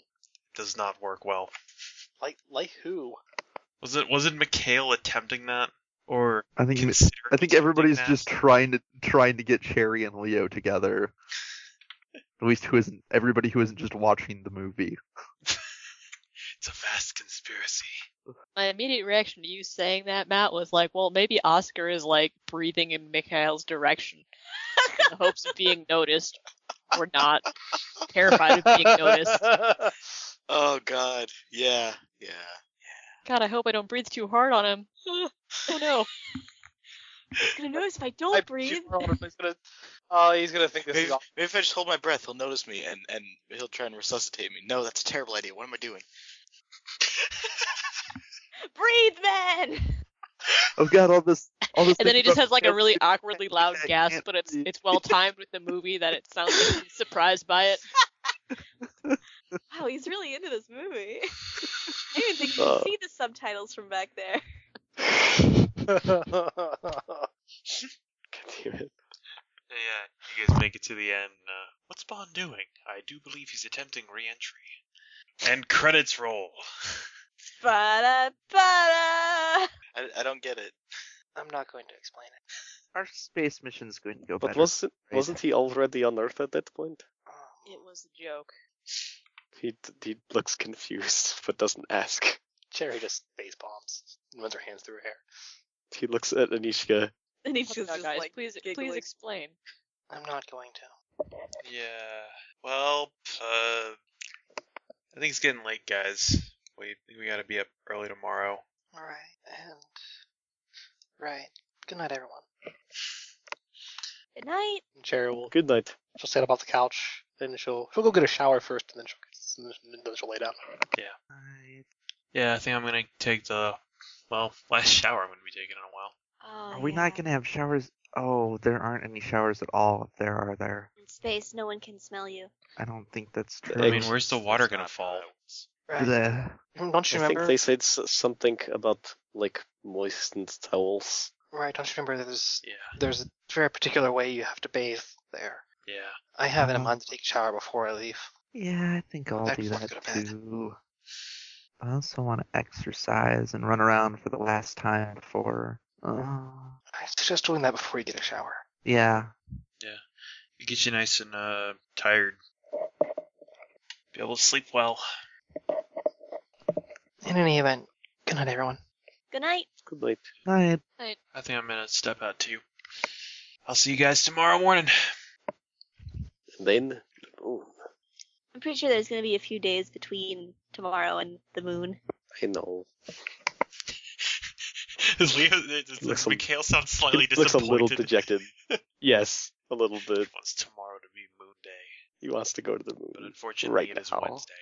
Speaker 1: It does not work well.
Speaker 4: Like like who?
Speaker 1: Was it? Was it Mikhail attempting that, or
Speaker 6: think it-
Speaker 1: considering
Speaker 6: I think
Speaker 1: attempting
Speaker 6: everybody's
Speaker 1: that?
Speaker 6: just trying to trying to get Sherry and Leo together. At least who isn't everybody who isn't just watching the movie.
Speaker 1: It's a vast conspiracy.
Speaker 12: My immediate reaction to you saying that, Matt, was like, well, maybe Oscar is like breathing in Mikhail's direction in the hopes of being noticed or not. Terrified of being noticed.
Speaker 2: Oh God. Yeah. Yeah.
Speaker 12: God, I hope I don't breathe too hard on him. oh no.
Speaker 8: He's gonna notice if I don't
Speaker 4: I
Speaker 8: breathe.
Speaker 4: He's gonna, oh, he's gonna think this
Speaker 2: Maybe,
Speaker 4: is all.
Speaker 2: maybe if I just hold my breath, he'll notice me and, and he'll try and resuscitate me. No, that's a terrible idea. What am I doing?
Speaker 8: breathe, man.
Speaker 6: I've got "Oh all this all this.
Speaker 12: And
Speaker 6: thinking
Speaker 12: then he just
Speaker 6: about
Speaker 12: has like a
Speaker 6: Mikhail
Speaker 12: really
Speaker 6: Sherry.
Speaker 12: awkwardly loud
Speaker 6: I
Speaker 12: gasp,
Speaker 6: can't
Speaker 12: but it's
Speaker 6: breathe.
Speaker 12: it's well timed with the movie that it sounds like he's surprised by it.
Speaker 8: Wow, he's really into this movie. I didn't think you
Speaker 7: Uh.
Speaker 8: could see the subtitles from back there.
Speaker 7: God damn it.
Speaker 1: Yeah, you guys make it to the end. Uh, what's Bond doing? I do believe he's attempting re-entry. And credits roll.
Speaker 8: Ba-da, ba-da.
Speaker 2: I, I don't get it.
Speaker 4: I'm not going to explain it.
Speaker 6: Our space mission's going to go
Speaker 7: But
Speaker 6: better.
Speaker 7: wasn't
Speaker 6: Right.
Speaker 7: wasn't he already on Earth at that point?
Speaker 4: Um,
Speaker 12: It was a joke.
Speaker 7: He he looks confused but doesn't ask.
Speaker 4: Cherry just face bombs and runs her hands through her hair.
Speaker 7: He looks at Anishka.
Speaker 8: And he's
Speaker 12: What's
Speaker 8: just,
Speaker 12: up,
Speaker 8: just
Speaker 12: guys?
Speaker 8: like,
Speaker 12: please, please
Speaker 8: giggling.
Speaker 12: explain.
Speaker 4: I'm not going to.
Speaker 1: Yeah. Well, uh, I think it's getting late, guys. We we gotta be up early tomorrow.
Speaker 9: All right, and right. Good night, everyone.
Speaker 8: Good night.
Speaker 9: Jerry will
Speaker 7: Good night.
Speaker 9: she'll stand up off the couch, then she'll she'll go get a shower first, and then she'll and then she'll lay down.
Speaker 6: I-
Speaker 1: Yeah, I think I'm gonna take the well last shower I'm gonna be taking in a while.
Speaker 8: Oh,
Speaker 6: Are we not
Speaker 8: yeah.
Speaker 6: gonna have showers? Oh, there aren't any showers at all. If there are there,
Speaker 8: In space, no one can smell you.
Speaker 6: I don't think that's
Speaker 7: The
Speaker 6: true.
Speaker 1: I
Speaker 7: Eggs.
Speaker 1: mean, where's the water gonna fall?
Speaker 6: Bleh.
Speaker 9: Don't you
Speaker 7: I think
Speaker 9: remember?
Speaker 7: they said s- something about like moistened towels.
Speaker 9: Right. Don't you remember? that There's
Speaker 1: Yeah,
Speaker 9: there's a very particular way you have to bathe there.
Speaker 1: yeah.
Speaker 9: I have it in
Speaker 8: Mm-hmm.
Speaker 6: Uh-huh.
Speaker 9: mind to take a shower before I leave.
Speaker 6: Yeah, I think I'll
Speaker 9: I
Speaker 6: do
Speaker 9: just wanna
Speaker 6: that
Speaker 9: go to bed.
Speaker 6: too. I also want to exercise and run around for the last time before. Uh,
Speaker 9: I suggest doing that before you get a shower.
Speaker 6: yeah,
Speaker 1: It gets you nice and uh tired. Be able to sleep well.
Speaker 9: In any event, good night, everyone.
Speaker 8: Good night.
Speaker 7: Good night.
Speaker 6: I
Speaker 1: I think I'm gonna step out too. I'll see you guys tomorrow morning.
Speaker 7: And then, boom.
Speaker 8: I'm pretty sure there's gonna be a few days between tomorrow and the moon.
Speaker 7: I know.
Speaker 1: Leo, it- it-
Speaker 7: Looks a-
Speaker 1: Mikhail sounds slightly
Speaker 7: He looks a
Speaker 1: disappointed.
Speaker 7: little dejected. yes, a little
Speaker 1: He
Speaker 7: bit.
Speaker 1: wants tomorrow to be Moon Day,
Speaker 7: He wants to go to the
Speaker 1: but
Speaker 7: moon.
Speaker 1: unfortunately,
Speaker 7: Right
Speaker 1: it is
Speaker 7: now.
Speaker 1: Wednesday.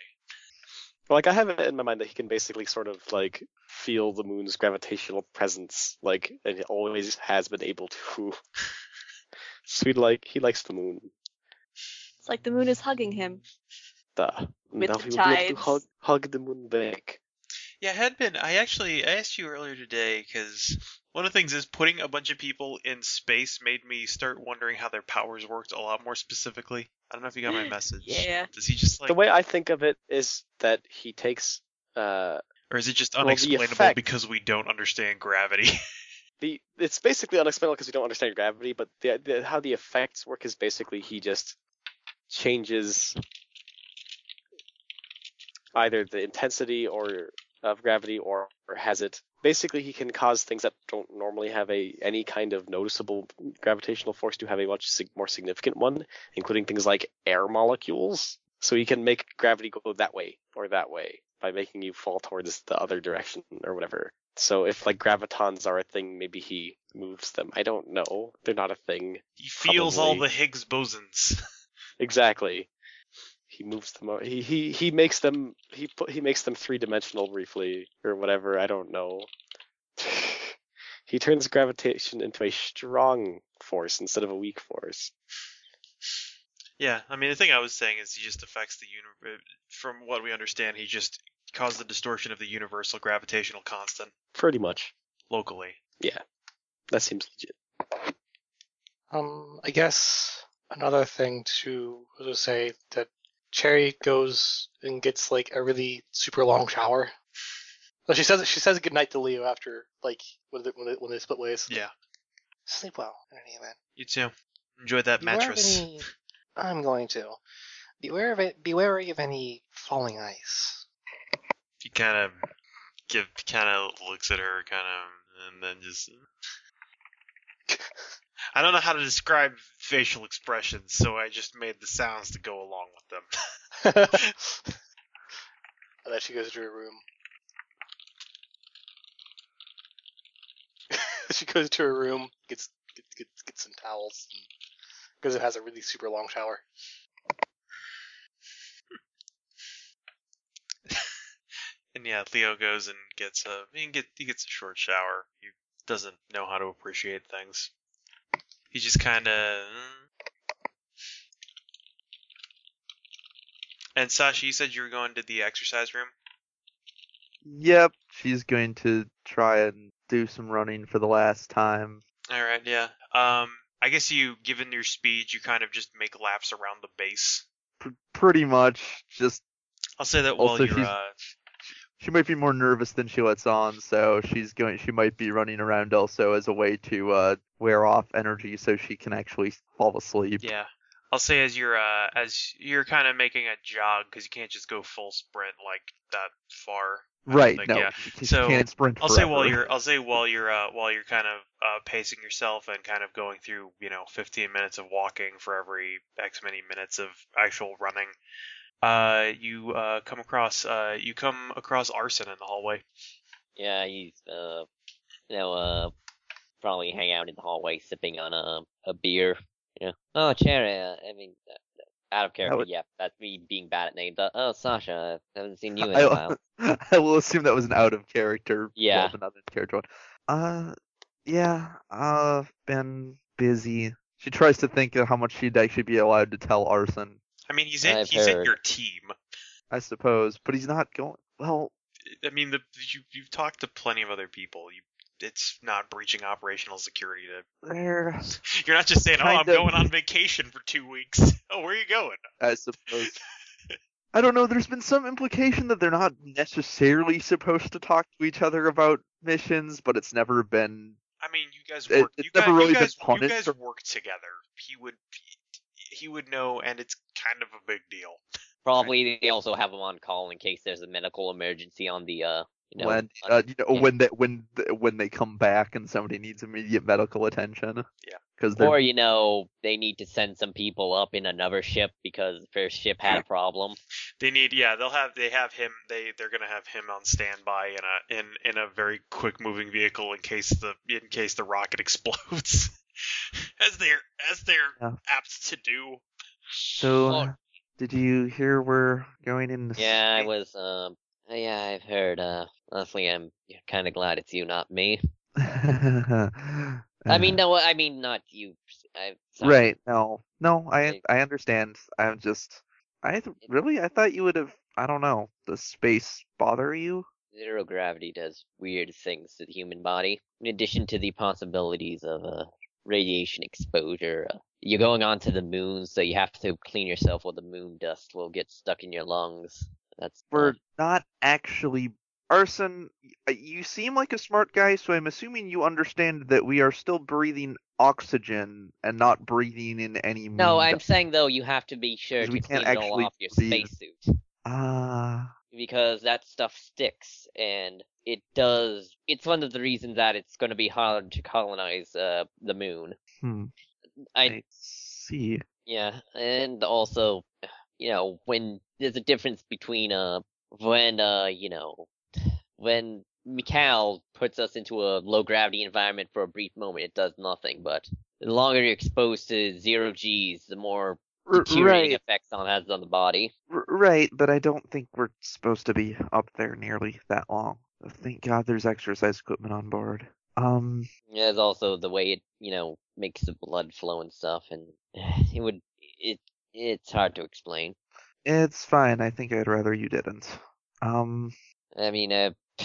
Speaker 7: Like I have it in my mind that he can basically sort of like feel the moon's gravitational presence, like and he always has been able to. so he like he likes the moon.
Speaker 8: It's like the moon is hugging him.
Speaker 7: Duh.
Speaker 8: With
Speaker 7: now
Speaker 8: the
Speaker 7: he will be able to
Speaker 8: tides.
Speaker 7: hug, hug the moon back.
Speaker 1: Yeah, I had been. I actually I asked you earlier today because one of the things is putting a bunch of people in space made me start wondering how their powers worked a lot more specifically. I don't know if you got my message.
Speaker 8: Yeah.
Speaker 1: Does he just like,
Speaker 7: the way I think of it is that he takes uh
Speaker 1: or is it just
Speaker 7: well, the
Speaker 1: unexplainable
Speaker 7: effect-
Speaker 1: because we don't understand gravity?
Speaker 7: the it's basically unexplainable because we don't understand gravity, but the, the how the effects work is basically he just changes either the intensity or of gravity or, or has it basically he can cause things that don't normally have a any kind of noticeable gravitational force to have a much sig- more significant one including things like air molecules so he can make gravity go that way or that way by making you fall towards the other direction or whatever so if like gravitons are a thing, maybe he moves them. I don't know. They're not a thing.
Speaker 1: he feels all
Speaker 7: Probably.
Speaker 1: the Higgs bosons.
Speaker 7: Exactly. He moves them. o- He he he makes them. He put he makes them three dimensional briefly or whatever. I don't know. he turns gravitation into a strong force instead of a weak force.
Speaker 1: Yeah, I mean the thing I was saying is he just affects the universe. From what we understand, he just caused the distortion of the universal gravitational constant
Speaker 7: Pretty much.
Speaker 1: locally.
Speaker 7: That seems legit.
Speaker 9: Um, I guess another thing to to say that Cherry goes and gets like a really super long shower. So she says she says goodnight to Leo after like when they, when they, when they split ways.
Speaker 1: Yeah.
Speaker 9: Sleep well in any event.
Speaker 1: You too. Enjoy that
Speaker 9: Beware of
Speaker 1: mattress.
Speaker 9: any- I'm going to. Beware of it. Be wary of any falling ice.
Speaker 1: He kind of give kind of looks at her kind of and then just I don't know how to describe facial expressions, so I just made the sounds to go along with them.
Speaker 9: and then she goes to her room. she goes to her room, gets gets gets, gets some towels, because it has a really super long shower.
Speaker 1: And yeah, Theo goes and gets a he get he gets a short shower. He doesn't know how to appreciate things. He just kind of And Sasha, you said you were going to the exercise room.
Speaker 6: Yep, she's going to try and do some running for the last time.
Speaker 1: All right, yeah. Um, I guess you, given your speed, you kind of just make laps around the base.
Speaker 6: P- pretty much, just
Speaker 1: I'll say that
Speaker 6: Also,
Speaker 1: while you're.
Speaker 6: she's-
Speaker 1: Uh,
Speaker 6: she might be more nervous than she lets on, so she's going. She might be running around also as a way to uh, wear off energy so she can actually fall asleep.
Speaker 1: yeah, I'll say as you're uh, as you're kind of making a jog because you can't just go full sprint like that far. I don't
Speaker 6: Right.
Speaker 1: think,
Speaker 6: No.
Speaker 1: yeah.
Speaker 6: She
Speaker 1: So,
Speaker 6: can't sprint.
Speaker 1: I'll say while
Speaker 6: forever.
Speaker 1: you're I'll say while you're uh, while you're kind of uh, pacing yourself and kind of going through you know 15 minutes of walking for every X many minutes of actual running,
Speaker 4: uh, you uh, come across uh, you come across arson in the hallway.
Speaker 5: Yeah, he's uh, you know, uh, probably hang out in the hallway sipping on um, a a beer. You know, oh Cherry, uh, I mean, uh, out of character.
Speaker 6: would-
Speaker 5: Yeah, that's me being bad at names. Uh, oh Sasha, I haven't seen you in
Speaker 6: I-
Speaker 5: a while.
Speaker 6: I will assume that was an out of character.
Speaker 5: Yeah.
Speaker 6: Well, another character one. Uh, yeah, I've been busy. She tries to think of how much she'd actually be allowed to tell Arson,
Speaker 4: I mean, he's in
Speaker 5: I've
Speaker 4: he's in
Speaker 5: heard.
Speaker 4: your team.
Speaker 6: I suppose, but he's not going. Well,
Speaker 4: I mean, the, you you've talked to plenty of other people. You, it's not breaching operational security to.
Speaker 6: there.
Speaker 4: You're not just saying, "Oh, I'm
Speaker 6: Kind of.
Speaker 4: going on vacation for two weeks." Oh, where are you going?
Speaker 6: I suppose. I don't know. There's been some implication that they're not necessarily supposed to talk to each other about missions, but it's never been.
Speaker 4: I mean, you guys
Speaker 6: It-
Speaker 4: work.
Speaker 6: it's
Speaker 4: you guys,
Speaker 6: never really
Speaker 4: you
Speaker 6: been
Speaker 4: guys, you
Speaker 6: punished
Speaker 4: guys
Speaker 6: or-
Speaker 4: work together. He would he would know, and it's kind of a big deal.
Speaker 5: Probably they also have him on call in case there's a medical emergency on the uh, you know,
Speaker 6: when
Speaker 5: on-
Speaker 6: uh, you know,
Speaker 5: yeah.
Speaker 6: when they when th- when they come back and somebody needs immediate medical attention.
Speaker 4: Yeah.
Speaker 6: Because they're
Speaker 5: or you know they need to send some people up in another ship because the first ship had a problem.
Speaker 4: They need, yeah, they'll have they have him. They they're gonna have him on standby in a in in a very quick moving vehicle in case the in case the rocket explodes, as they're as they're
Speaker 6: Yeah.
Speaker 4: apt to do.
Speaker 6: So,
Speaker 5: Well-
Speaker 6: uh, did you hear we're going in? the
Speaker 5: Yeah, I
Speaker 6: state?
Speaker 5: was. Um, yeah, I've heard. Uh, honestly, I'm kind of glad it's you, not me. I mean, no, I mean not you. I, sorry.
Speaker 6: Uh. right? No, no, I
Speaker 5: Like-
Speaker 6: I understand. I'm just, I th- really, I thought you would have. I don't know. Does space bother you?
Speaker 5: Zero gravity does weird things to the human body. In addition to the possibilities of uh, radiation exposure, uh, you're going on to the moon, so you have to clean yourself, or the moon dust will get stuck in your lungs. That's uh,
Speaker 6: We're not actually. Arson, y- uh, you seem like a smart guy, so I'm assuming you understand that we are still breathing oxygen and not breathing in any.
Speaker 5: No,
Speaker 6: moon
Speaker 5: I'm
Speaker 6: dust.
Speaker 5: saying though you have to be sure
Speaker 6: 'Cause
Speaker 5: to
Speaker 6: Mm, we
Speaker 5: clean
Speaker 6: can't
Speaker 5: it all
Speaker 6: actually
Speaker 5: off your
Speaker 6: breathe.
Speaker 5: spacesuit.
Speaker 6: Ah,
Speaker 5: because that stuff sticks and it does it's one of the reasons that it's going to be hard to colonize uh, the moon
Speaker 6: hmm.
Speaker 5: I-
Speaker 6: I see.
Speaker 5: yeah and also you know when there's a difference between uh when uh you know when Mikal puts us into a low gravity environment for a brief moment it does nothing but the longer you're exposed to zero g's the more
Speaker 6: R-
Speaker 5: deteriorating effects on has on the body
Speaker 6: R- Right, but I don't think we're supposed to be up there nearly that long. Thank God there's exercise equipment on board. Um,
Speaker 5: There's also the way it, you know, makes the blood flow and stuff, and it would it it's hard to explain.
Speaker 6: it's fine. I think I'd rather you didn't. Um,
Speaker 5: I mean, uh,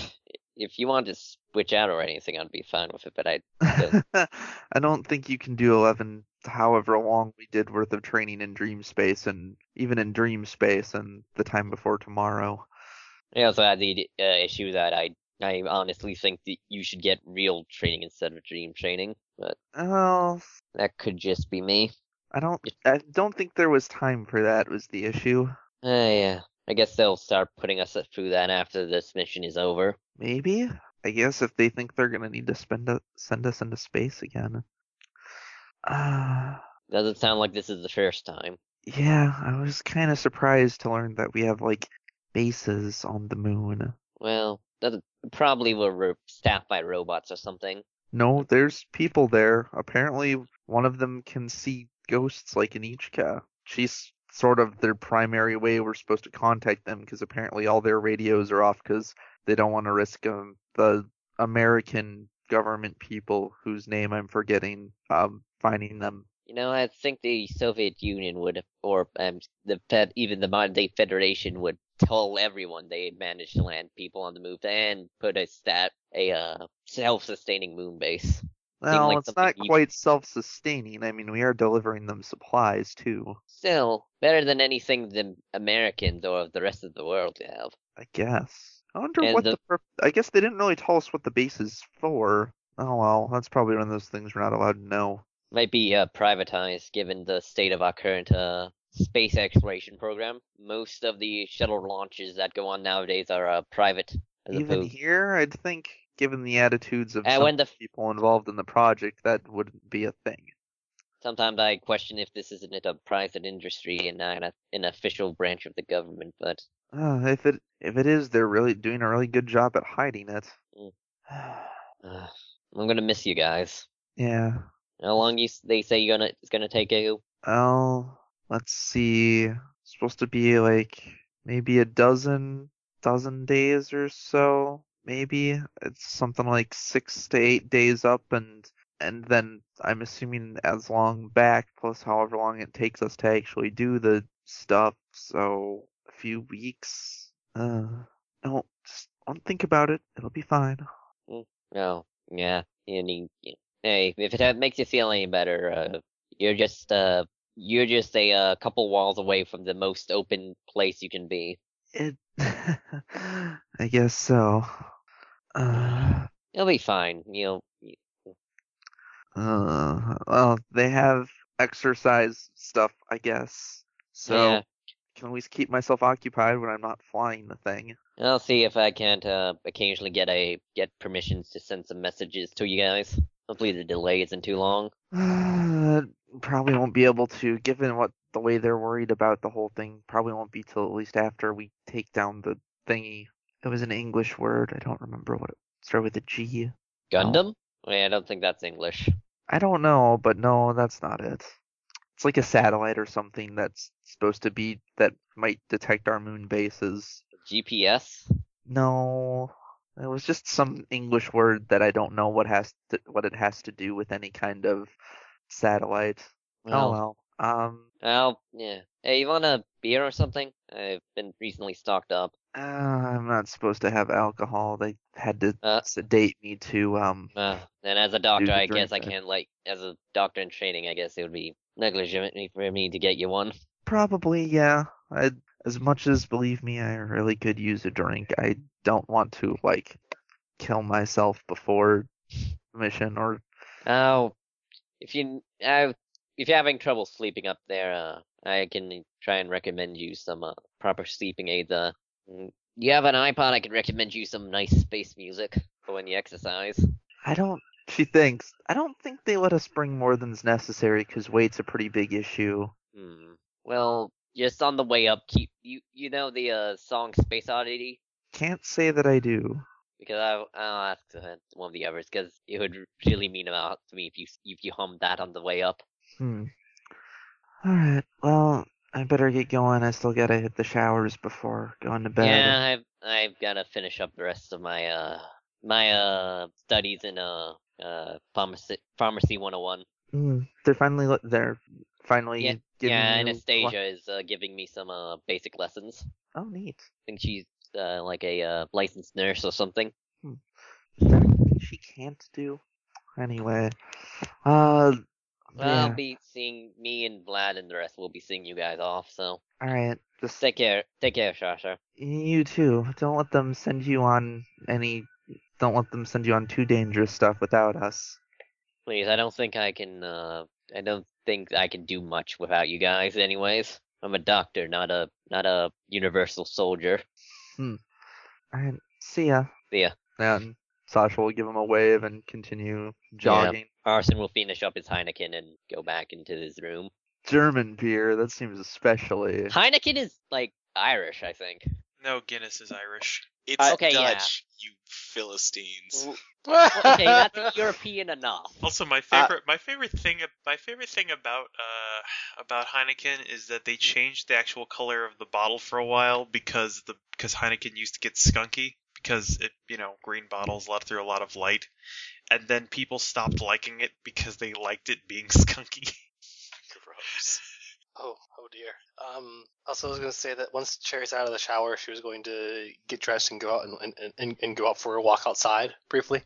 Speaker 5: if you want to switch out or anything, I'd be fine with it. But I Yes.
Speaker 6: I don't think you can do 11 however long we did worth of training in dream space and even in dream space and the time before tomorrow.
Speaker 5: I also had the uh, issue that I I honestly think that you should get real training instead of dream training, but
Speaker 6: Oh,
Speaker 5: that could just be me.
Speaker 6: I don't I don't think there was time for that was the issue.
Speaker 5: Uh, yeah, I guess they'll start putting us through that after this mission is over.
Speaker 6: Maybe. I guess if they think they're gonna need to spend u- send us into space again. Uh,
Speaker 5: Doesn't sound like this is the first time.
Speaker 6: yeah, I was kind of surprised to learn that we have like bases on the moon.
Speaker 5: Well, doesn't probably were ro- staffed by robots or something.
Speaker 6: No, there's people there. Apparently, one of them can see ghosts like in Ichika. She's sort of their primary way we're supposed to contact them because apparently all their radios are off because they don't want to risk um, the American government people whose name I'm forgetting um, finding them.
Speaker 5: You know, I think the Soviet Union would, or um, the Fed, even the modern day Federation would tell everyone they had managed to land people on the moon and put a stat, a uh, self-sustaining moon base.
Speaker 6: Well,
Speaker 5: like
Speaker 6: it's
Speaker 5: something
Speaker 6: not
Speaker 5: you-
Speaker 6: quite self-sustaining. I mean, we are delivering them supplies too,
Speaker 5: Still, better than anything the Americans or the rest of the world have.
Speaker 6: I guess. I wonder
Speaker 5: And
Speaker 6: what
Speaker 5: the-
Speaker 6: the. pur- I guess they didn't really tell us what the base is for. Oh well, that's probably one of those things we're not allowed to know.
Speaker 5: Might be uh, privatized given the state of our current uh, space exploration program. Most of the shuttle launches that go on nowadays are uh, private. As
Speaker 6: Even
Speaker 5: opposed-
Speaker 6: here, I'd think, given the attitudes of
Speaker 5: Uh,
Speaker 6: some
Speaker 5: when the
Speaker 6: people involved in the project, that wouldn't be a thing.
Speaker 5: Sometimes I question if this isn't a private industry and not a, an official branch of the government, but
Speaker 6: Uh, if it if it is, they're really doing a really good job at hiding it.
Speaker 5: Mm. uh, I'm gonna miss you guys.
Speaker 6: yeah.
Speaker 5: How long you s- they say you're gonna it's gonna take you?
Speaker 6: Well, let's see. It's supposed to be like maybe a dozen dozen days or so. Maybe it's something like six to eight days up, and and then I'm assuming as long back plus however long it takes us to actually do the stuff. So a few weeks. Uh, no, just don't think about it. It'll be fine.
Speaker 5: No, Oh, yeah. You need, hey, if it ha- makes you feel any better, uh, you're just uh, you're just a uh, couple walls away from the most open place you can be.
Speaker 6: It. I guess so. Uh,
Speaker 5: It'll be fine. You'll
Speaker 6: Uh, well, they have exercise stuff, I guess. So
Speaker 5: Yeah.
Speaker 6: can always keep myself occupied when I'm not flying the thing.
Speaker 5: I'll see if I can't uh, occasionally get a get permissions to send some messages to you guys. Hopefully the delay isn't too long.
Speaker 6: probably won't be able to, given what the way they're worried about the whole thing. Probably won't be till at least after we take down the thingy. It was an English word. I don't remember what it started with a G. Oh,
Speaker 5: Gundam? Wait, I don't think that's English.
Speaker 6: I don't know, but no, that's not it. It's like a satellite or something that's supposed to be that might detect our moon bases.
Speaker 5: GPS?
Speaker 6: No, it was just some English word that I don't know what has to, what it has to do with any kind of satellite. oh well. Um.
Speaker 5: I'll yeah. Hey, you want a beer or something? I've been recently stocked up.
Speaker 6: Uh, I'm not supposed to have alcohol. They had to
Speaker 5: Uh.
Speaker 6: sedate me to um.
Speaker 5: Uh, and as a doctor,
Speaker 6: Use a
Speaker 5: I guess I
Speaker 6: drink, uh.
Speaker 5: can't like as a doctor in training, I guess it would be negligent for me to get you one.
Speaker 6: Probably yeah. I as much as believe me, I really could use a drink. I don't want to like kill myself before mission or
Speaker 5: Oh, if you uh, if you're having trouble sleeping up there, uh, I can try and recommend you some uh, proper sleeping aids. Uh, Mm, you have an iPod, I can recommend you some nice space music for when you exercise.
Speaker 6: I don't. She thinks. I don't think they let us bring more than's necessary because weight's a pretty big issue.
Speaker 5: Hmm. Well, just on the way up, keep you you know the uh, song Space Oddity.
Speaker 6: Can't say that I do.
Speaker 5: Because I, I'll ask uh, one of the others, because it would really mean a lot to me if you if you hummed that on the way up.
Speaker 6: Hmm. All right. Well, I better get going. I still gotta hit the showers before going to bed.
Speaker 5: Yeah, I've I've gotta finish up the rest of my uh my uh studies in uh uh pharmacy pharmacy 101.
Speaker 6: Hmm. They're finally. let- They're finally.
Speaker 5: Yeah-
Speaker 6: giving
Speaker 5: yeah,
Speaker 6: you-
Speaker 5: Anastasia is uh, giving me some uh basic lessons. I
Speaker 6: Oh, neat.
Speaker 5: think she's uh, like a uh, licensed nurse or something.
Speaker 6: Hmm. Is there anything she can't do? Anyway. Uh.
Speaker 5: Well,
Speaker 6: yeah.
Speaker 5: I'll be seeing me and Vlad and the rest. will be seeing you guys off. So
Speaker 6: All right. Just
Speaker 5: take care, take care, Shasha.
Speaker 6: You too. Don't let them send you on any. Don't let them send you on too dangerous stuff without us.
Speaker 5: Please, I don't think I can. Uh, I don't think I can do much without you guys. Anyways, I'm a doctor, not a not a universal soldier.
Speaker 6: Hmm. Alright, see ya.
Speaker 5: See ya.
Speaker 6: And Sasha will give him a wave and continue jogging.
Speaker 5: Arson will finish up his Heineken and go back into his room.
Speaker 6: German beer, that seems especially.
Speaker 5: Heineken is like Irish, I think.
Speaker 4: No, Guinness is Irish.
Speaker 2: It's
Speaker 5: I- okay, yeah.
Speaker 2: Dutch, you Philistines.
Speaker 5: Okay, that's European enough.
Speaker 4: Also, my favorite, my favorite thing, my favorite thing about uh about Heineken is that they changed the actual color of the bottle for a while because the because Heineken used to get skunky because it you know green bottles let through a lot of light, and then people stopped liking it because they liked it being skunky.
Speaker 2: Gross.
Speaker 9: Oh, oh dear. Um, also, I was going to say that once Cherry's out of the shower, she was going to get dressed and go out and, and, and, and go out for a walk outside briefly.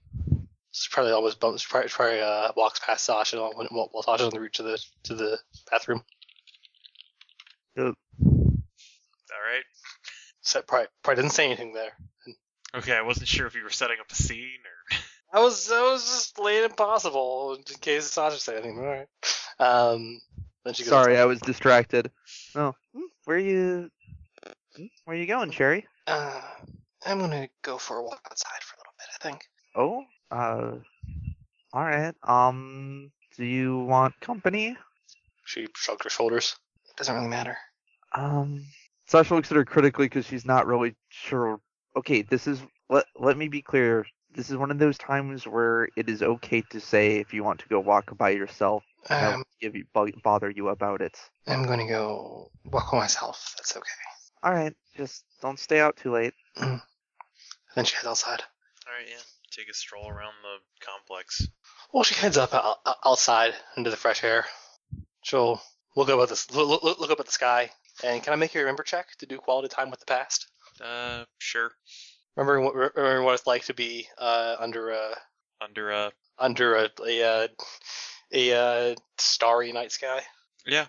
Speaker 9: She probably almost bumps. She probably, she probably uh, walks past Sasha when, while, while Sasha's on the route to the to the bathroom.
Speaker 4: All right.
Speaker 9: So probably probably didn't say anything there.
Speaker 4: Okay, I wasn't sure if you were setting up a scene or.
Speaker 9: I was I was just laying impossible in case Sasha said anything. All right. Um, then she goes.
Speaker 6: Sorry, I was distracted. No. Hmm, Where you. hmm, Where you going, Cherry?
Speaker 9: Uh, I'm gonna go for a walk outside for a little bit. I think.
Speaker 6: Oh? Uh. Alright. Um. Do you want company?
Speaker 9: She shrugged her shoulders. Doesn't really matter.
Speaker 6: Um, Sasha looks at her critically because she's not really sure. Okay, this is let let me be clear. This is one of those times where it is okay to say if you want to go walk by yourself. and I
Speaker 9: Um,
Speaker 6: won't give you bo- bother you about it.
Speaker 9: I'm gonna go walk on myself. That's okay. Mm.
Speaker 6: All right, just don't stay out too late.
Speaker 9: Then she heads outside.
Speaker 1: All right, yeah. Take a stroll around the complex.
Speaker 9: Well, she heads up o- o- outside into the fresh air. She'll look up at the look, look, look up at the sky. And can I make you a remember check to do quality time with the past?
Speaker 1: Uh, sure.
Speaker 9: Remembering what, remembering what it's like to be uh, under a
Speaker 1: Under uh,
Speaker 9: under a a, uh, a, uh starry night sky.
Speaker 1: Yeah.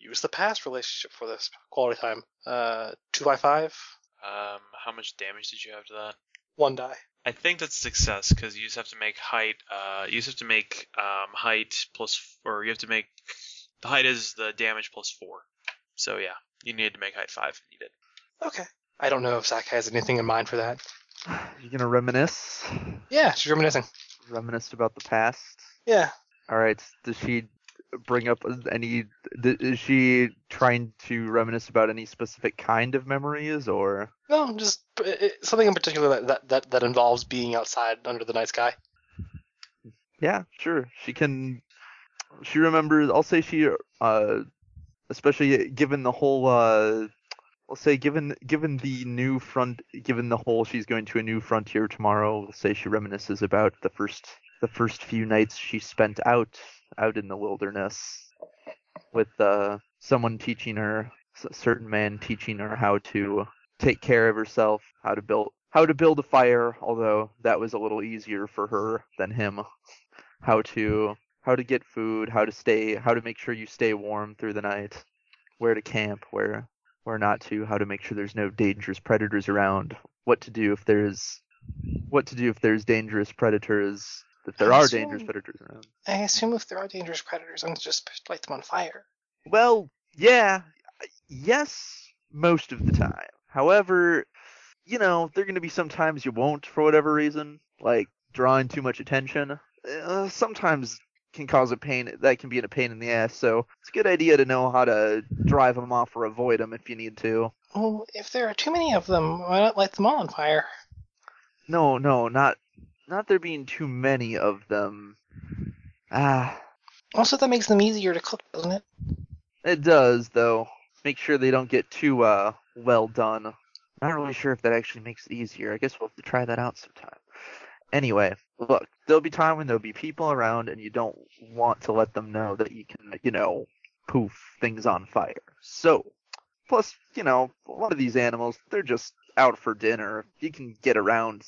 Speaker 9: Use the past relationship for this quality time. Uh, two by five,
Speaker 1: um, how much damage did you have to that?
Speaker 9: one die.
Speaker 1: I think that's success because you just have to make height. Uh, you just have to make um height plus, or you have to make the height is the damage plus four. So yeah, you needed to make height five. You did.
Speaker 9: Okay. I don't know if Zach has anything in mind for that.
Speaker 6: You're gonna reminisce,
Speaker 9: Yeah, she's reminiscing.
Speaker 6: reminisce about the past.
Speaker 9: Yeah.
Speaker 6: All right. Does she bring up any? th- Is she trying to reminisce about any specific kind of memories, or
Speaker 9: No, just uh, uh, something in particular that, that, that, that involves being outside under the night sky.
Speaker 6: yeah, sure, she can. She remembers. I'll say she, uh, especially given the whole, uh, I'll say given given the new front, given the whole, she's going to a new frontier tomorrow. Let's say she reminisces about the first the first few nights she spent out out in the wilderness with uh, someone teaching her, a certain man teaching her how to take care of herself, how to build how to build a fire, although that was a little easier for her than him. How to how to get food, how to stay, how to make sure you stay warm through the night, where to camp, where where not to, how to make sure there's no dangerous predators around, what to do if there's what to do if there's dangerous predators, if there are dangerous
Speaker 9: Awesome.
Speaker 6: predators around.
Speaker 9: I assume if there are dangerous predators, I'm just light them on fire.
Speaker 6: Well, yeah, yes, most of the time. However, you know, there are going to be some times you won't for whatever reason, like drawing too much attention. Uh, sometimes can cause a pain that can be a pain in the ass. So it's a good idea to know how to drive them off or avoid them if you need to.
Speaker 9: Well, if there are too many of them, why not light them all on fire?
Speaker 6: No, no, not not there being too many of them. Ah,
Speaker 9: Also, that makes them easier to cook, doesn't it?
Speaker 6: It does, though. Make sure they don't get too uh well done. Not really sure if that actually makes it easier. I guess we'll have to try that out sometime. Anyway, look, there'll be time when there'll be people around, and you don't want to let them know that you can, you know, poof things on fire. So, plus, you know, a lot of these animals, they're just out for dinner. You can get around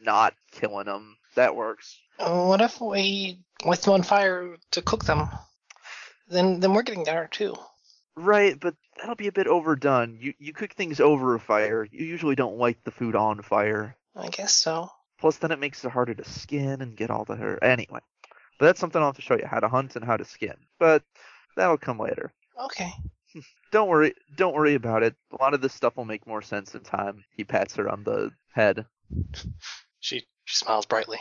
Speaker 6: not killing them. That works.
Speaker 9: Uh, What if we light them on fire to cook them? Then, then we're getting there too.
Speaker 6: Right, but that'll be a bit overdone. You you cook things over a fire. You usually don't like the food on fire.
Speaker 9: I guess so.
Speaker 6: Plus, then it makes it harder to skin and get all the her. Anyway, but that's something I'll have to show you how to hunt and how to skin. But that'll come later.
Speaker 9: Okay.
Speaker 6: Don't worry. Don't worry about it. A lot of this stuff will make more sense in time. He pats her on the head.
Speaker 9: She, she smiles brightly.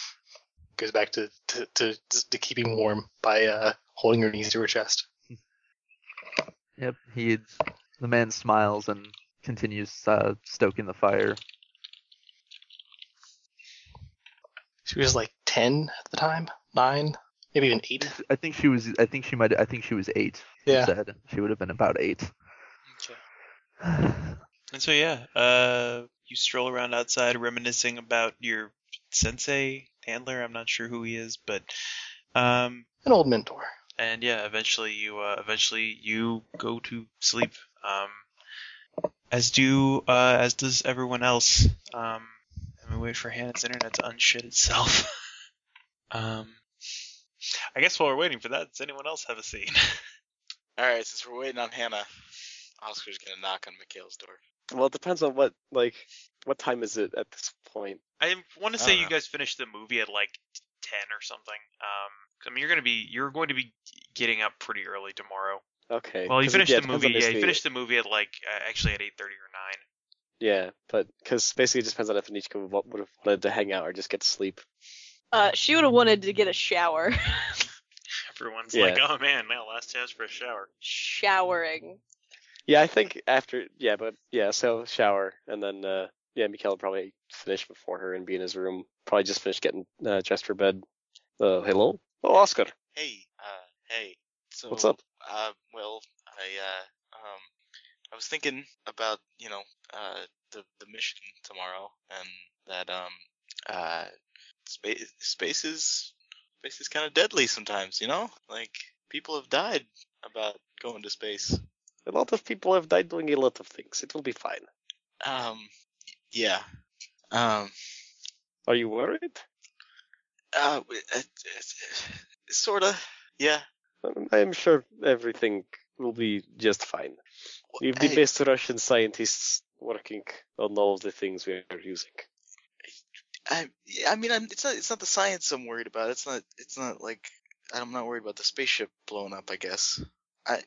Speaker 9: Goes back to, to, to, to keeping warm by uh, holding her knees to her chest.
Speaker 6: Yep. He the man smiles and continues uh, stoking the fire.
Speaker 9: She was like 10 at the time, 9, maybe even 8.
Speaker 6: I think she was. I think she might. I think she was eight. he
Speaker 9: Yeah.
Speaker 6: Said she would have been about eight.
Speaker 1: Okay. And so yeah, uh, you stroll around outside, reminiscing about your sensei handler. I'm not sure who he is, but um,
Speaker 9: An old mentor.
Speaker 1: and yeah, eventually you uh, eventually you go to sleep. Um, as do uh, as does everyone else. Um, and we wait for Hannah's internet to unshit itself. um, I guess while we're waiting for that, does anyone else have a scene?
Speaker 2: All right, since we're waiting on Hannah, Oscar's gonna knock on Mikhail's door.
Speaker 7: Well, it depends on what like what time is it at this point.
Speaker 1: I want to
Speaker 2: I
Speaker 1: say
Speaker 2: don't
Speaker 1: you
Speaker 2: know.
Speaker 1: guys finished the movie at like ten or something. Um, I mean, you're gonna be you're going to be getting up pretty early tomorrow.
Speaker 7: Okay.
Speaker 1: Well, you
Speaker 7: 'cause it-
Speaker 1: finished
Speaker 7: yeah, it
Speaker 1: the
Speaker 7: depends
Speaker 1: movie.
Speaker 7: on
Speaker 1: Yeah,
Speaker 7: if
Speaker 1: you
Speaker 7: we-
Speaker 1: finished the movie at like uh, actually at eight thirty or nine.
Speaker 7: Yeah, but because basically it just depends on if Anichka would have wanted to hang out or just get to sleep.
Speaker 3: Uh, she would have wanted to get a shower.
Speaker 1: Everyone's
Speaker 7: Yeah.
Speaker 1: like, oh man, now last chance for a shower.
Speaker 3: Showering.
Speaker 7: Yeah, I think after yeah, but yeah, so shower and then uh yeah, Mikhail will probably finish before her and be in his room. Probably just finish getting uh, dressed for bed. Uh, hello? Oh, Oscar.
Speaker 2: Hey, uh, hey. So,
Speaker 7: What's up?
Speaker 2: Uh, well, I, uh, um, I was thinking about, you know, uh, the, the mission tomorrow and that, um, uh, space, space is, space is kind of deadly sometimes, you know? Like, people have died about going to space.
Speaker 7: A lot of people have died doing a lot of things. It will be fine.
Speaker 2: Um, yeah. Um,
Speaker 7: Are you worried?
Speaker 2: uh, sort of, yeah.
Speaker 7: I'm- I'm sure everything will be just fine. We have the
Speaker 2: Hey.
Speaker 7: best Russian scientists working on all of the things we are using.
Speaker 2: I, yeah, I mean, I'm, it's not, it's not the science I'm worried about. It's not, it's not like I'm not worried about the spaceship blowing up. I guess. I,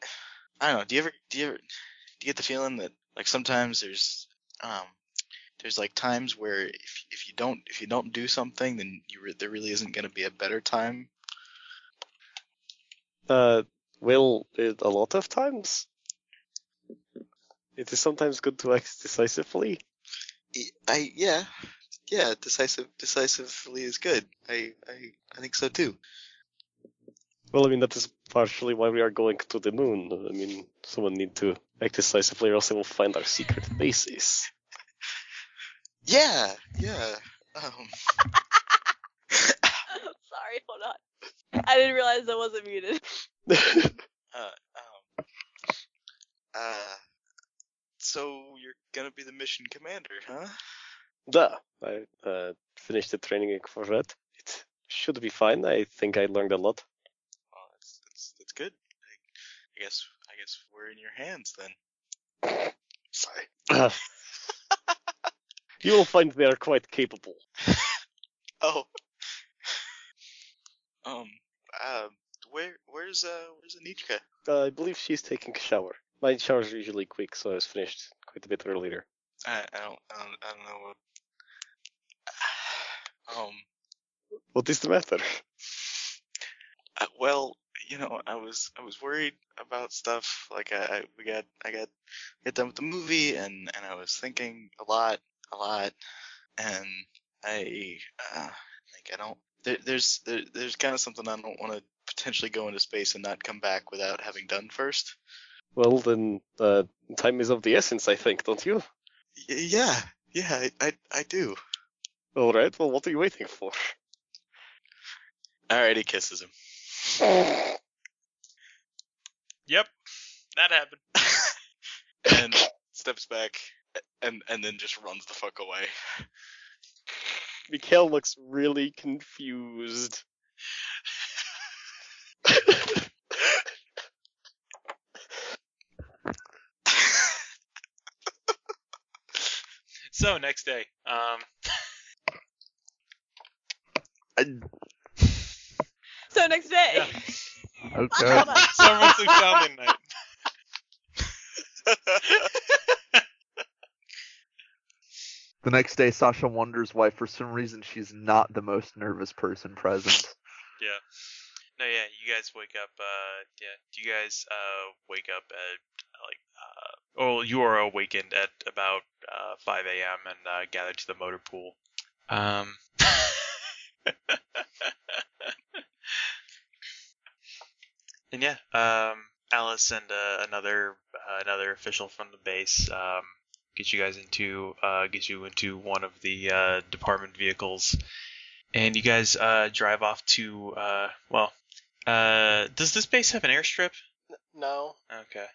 Speaker 2: I don't know. Do you ever, do you ever, do you get the feeling that like sometimes there's, um, there's like times where if if you don't if you don't do something, then you re- there really isn't going to be a better time.
Speaker 7: Uh, well, it, a lot of times. It is sometimes good to act decisively.
Speaker 2: I- I yeah, yeah. Decisive, decisively is good. I I I think so too.
Speaker 7: Well, I mean, that is partially why we are going to the moon. I mean, someone need to act decisively or else they will find our secret bases.
Speaker 2: Yeah, yeah. Um,
Speaker 3: Sorry, hold on. I didn't realize I wasn't muted.
Speaker 2: Uh, um, uh, so you're gonna be the mission commander, huh?
Speaker 7: Duh! I uh, finished the training for that. It should be fine. I think I learned a lot.
Speaker 2: Well, that's that's that's good. I, I guess I guess we're in your hands then.
Speaker 7: Sorry. you will find they are quite capable.
Speaker 2: Oh. um. Uh. Where where's uh where's Anichka?
Speaker 7: Uh, I believe she's taking a shower. My showers are usually quick, so I was finished quite a bit earlier.
Speaker 2: I I don't I don't, I don't know. What... um.
Speaker 7: What is the matter?
Speaker 2: Uh, well, you know, I was I was worried about stuff. Like I, I we got I got get done with the movie, and and I was thinking a lot, a lot, and I uh, like I don't. There, there's there, there's kind of something I don't want to potentially go into space and not come back without having done first.
Speaker 7: Well, then, uh, time is of the essence, I think, don't you?
Speaker 2: Y- yeah, yeah, I I, I do.
Speaker 7: All right. Well, what are you waiting for?
Speaker 2: Alright, he kisses him.
Speaker 1: Yep, that happened.
Speaker 2: and steps back, and and then just runs the fuck away.
Speaker 7: Mikhail looks really confused.
Speaker 1: So next day, um,
Speaker 3: So next day.
Speaker 1: Yeah.
Speaker 6: Okay.
Speaker 3: Hold on.
Speaker 1: summer sleep Salmon night.
Speaker 6: The next day, Sasha wonders why, for some reason, she's not the most nervous person present.
Speaker 1: Yeah. No, yeah. You guys wake up. Uh, yeah. Do you guys uh wake up at like uh? Oh, you are awakened at about uh 5 a.m. and uh, gather to the motor pool. Um. and yeah, um, Alice and uh, another uh, another official from the base um gets you guys into uh gets you into one of the uh department vehicles and you guys uh, drive off to uh, well. Uh, does this base have an airstrip?
Speaker 9: No,
Speaker 1: Okay,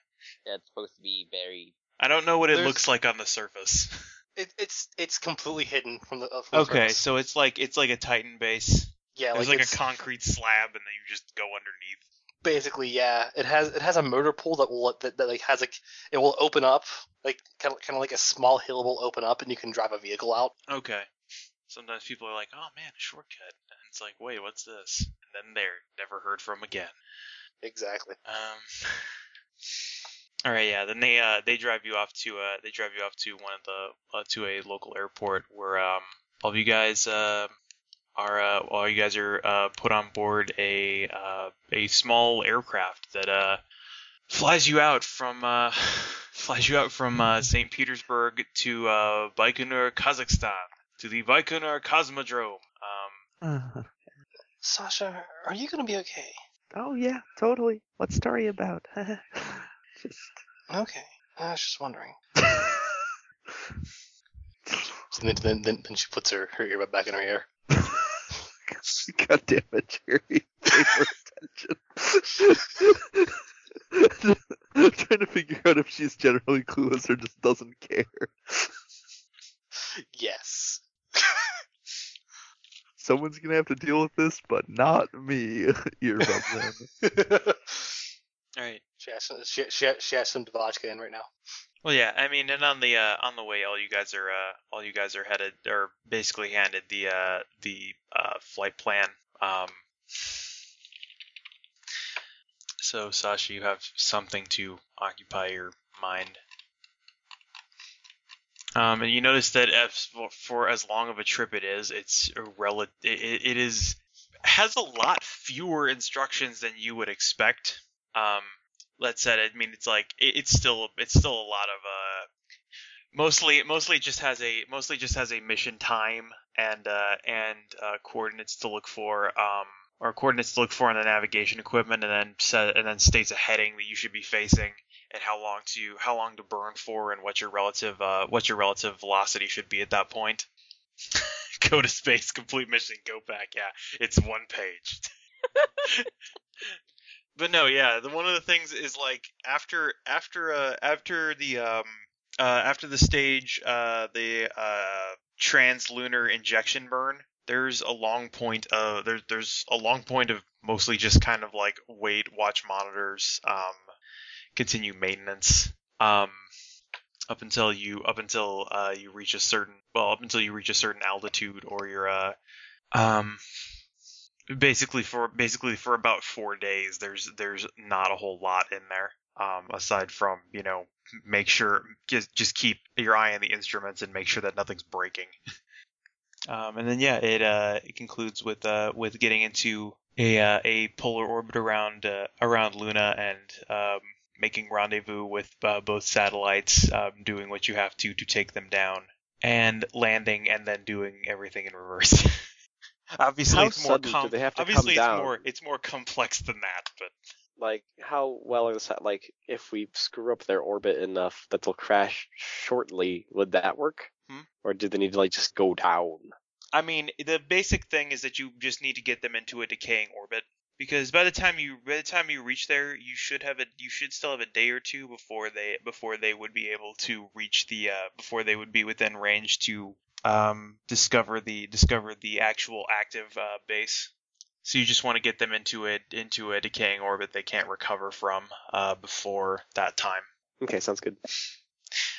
Speaker 5: That's supposed to be very.
Speaker 1: I don't know what it
Speaker 9: There's-
Speaker 1: looks like on the surface.
Speaker 9: it, it's it's completely hidden from the. Uh, from the
Speaker 1: okay,
Speaker 9: surface.
Speaker 1: so it's like it's like a Titan base.
Speaker 9: yeah,
Speaker 1: There's
Speaker 9: like,
Speaker 1: like a
Speaker 9: it's-
Speaker 1: concrete slab, and then you just go underneath.
Speaker 9: basically yeah it has it has a motor pool that will that, that like has like it will open up like kind of kind of like a small hill will open up and you can drive a vehicle out
Speaker 1: Okay. Sometimes people are like, "Oh man, a shortcut," and it's like, "Wait, what's this?" And then they're never heard from again.
Speaker 9: exactly
Speaker 1: Um. All right, yeah. Then they uh they drive you off to uh they drive you off to one of the uh, to a local airport where um all of um, you guys uh are uh all you guys are uh put on board a uh a small aircraft that uh, flies you out from uh, flies you out from uh, St. Petersburg to uh, Baikonur, Kazakhstan, to the Baikonur Cosmodrome. Um,
Speaker 6: Uh,
Speaker 9: Sasha, are you gonna be okay?
Speaker 6: oh yeah, totally. What story about? Just
Speaker 9: Okay. I was just wondering. So then, then, then, then she puts her, her earbud back in her ear.
Speaker 6: God damn it, Jerry. Pay more attention. I'm trying to figure out if she's generally clueless or just doesn't care.
Speaker 9: Yes.
Speaker 6: Someone's gonna have to deal with this, but not me. Earbuds in.
Speaker 1: all right.
Speaker 9: she has some, she, she, she has some vodka in right now.
Speaker 1: Well, yeah. I mean, and on the uh, on the way, all you guys are uh, all you guys are headed or basically handed the uh, the uh, flight plan. Um, so, Sasha, you have something to occupy your mind. Um, and you notice that as, for as long of a trip it is, it's a rel- it, it it is has a lot fewer instructions than you would expect. Um, let's say I mean it's like it, it's still it's still a lot of uh mostly mostly it just has a mostly just has a mission time and uh and uh coordinates to look for um or coordinates to look for on the navigation equipment and then set and then states a heading that you should be facing and how long to how long to burn for and what your relative uh what your relative velocity should be at that point. go to space, complete mission, go back. Yeah, it's one page. but no, yeah, the one of the things is like after after uh after the um uh after the stage uh the uh translunar injection burn, there's a long point of there's there's a long point of mostly just kind of like wait, watch monitors, um continue maintenance. Um up until you up until uh you reach a certain well up until you reach a certain altitude or your uh um basically for basically for about four days there's there's not a whole lot in there um aside from you know make sure just just keep your eye on the instruments and make sure that nothing's breaking um and then yeah it uh it concludes with uh with getting into a uh, a polar orbit around uh, around luna and um making rendezvous with uh, both satellites um doing what you have to to take them down and landing and then doing everything in reverse obviously
Speaker 7: How
Speaker 1: it's more
Speaker 7: sudden do
Speaker 1: com-
Speaker 7: they have to
Speaker 1: obviously
Speaker 7: come
Speaker 1: it's
Speaker 7: down?
Speaker 1: more it's more complex than that but
Speaker 7: Like, how well are the sat- like if we screw up their orbit enough that they'll crash shortly? Would that work?
Speaker 1: Hmm?
Speaker 7: Or do they need to like just go down?
Speaker 1: I mean, the basic thing is that you just need to get them into a decaying orbit because by the time you by the time you reach there, you should have a you should still have a day or two before they before they would be able to reach the uh, before they would be within range to um, discover the discover the actual active uh, base. So you just want to get them into it into a decaying orbit they can't recover from uh, before that time
Speaker 7: Okay, sounds good.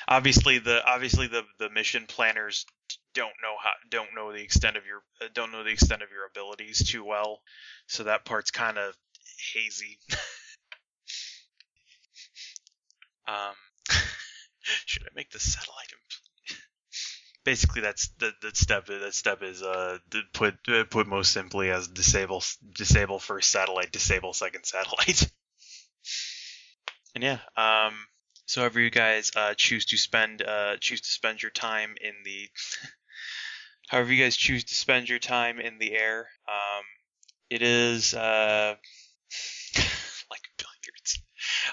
Speaker 1: obviously the obviously the the mission planners don't know how don't know the extent of your uh, don't know the extent of your abilities too well so that part's kind of hazy um should i make the satellite imp- basically that's the that step that step is uh d- put uh, put most simply as disable s- disable first satellite disable second satellite and yeah um so however you guys uh, choose to spend uh, choose to spend your time in the however you guys choose to spend your time in the air, um, it is uh, like billiards.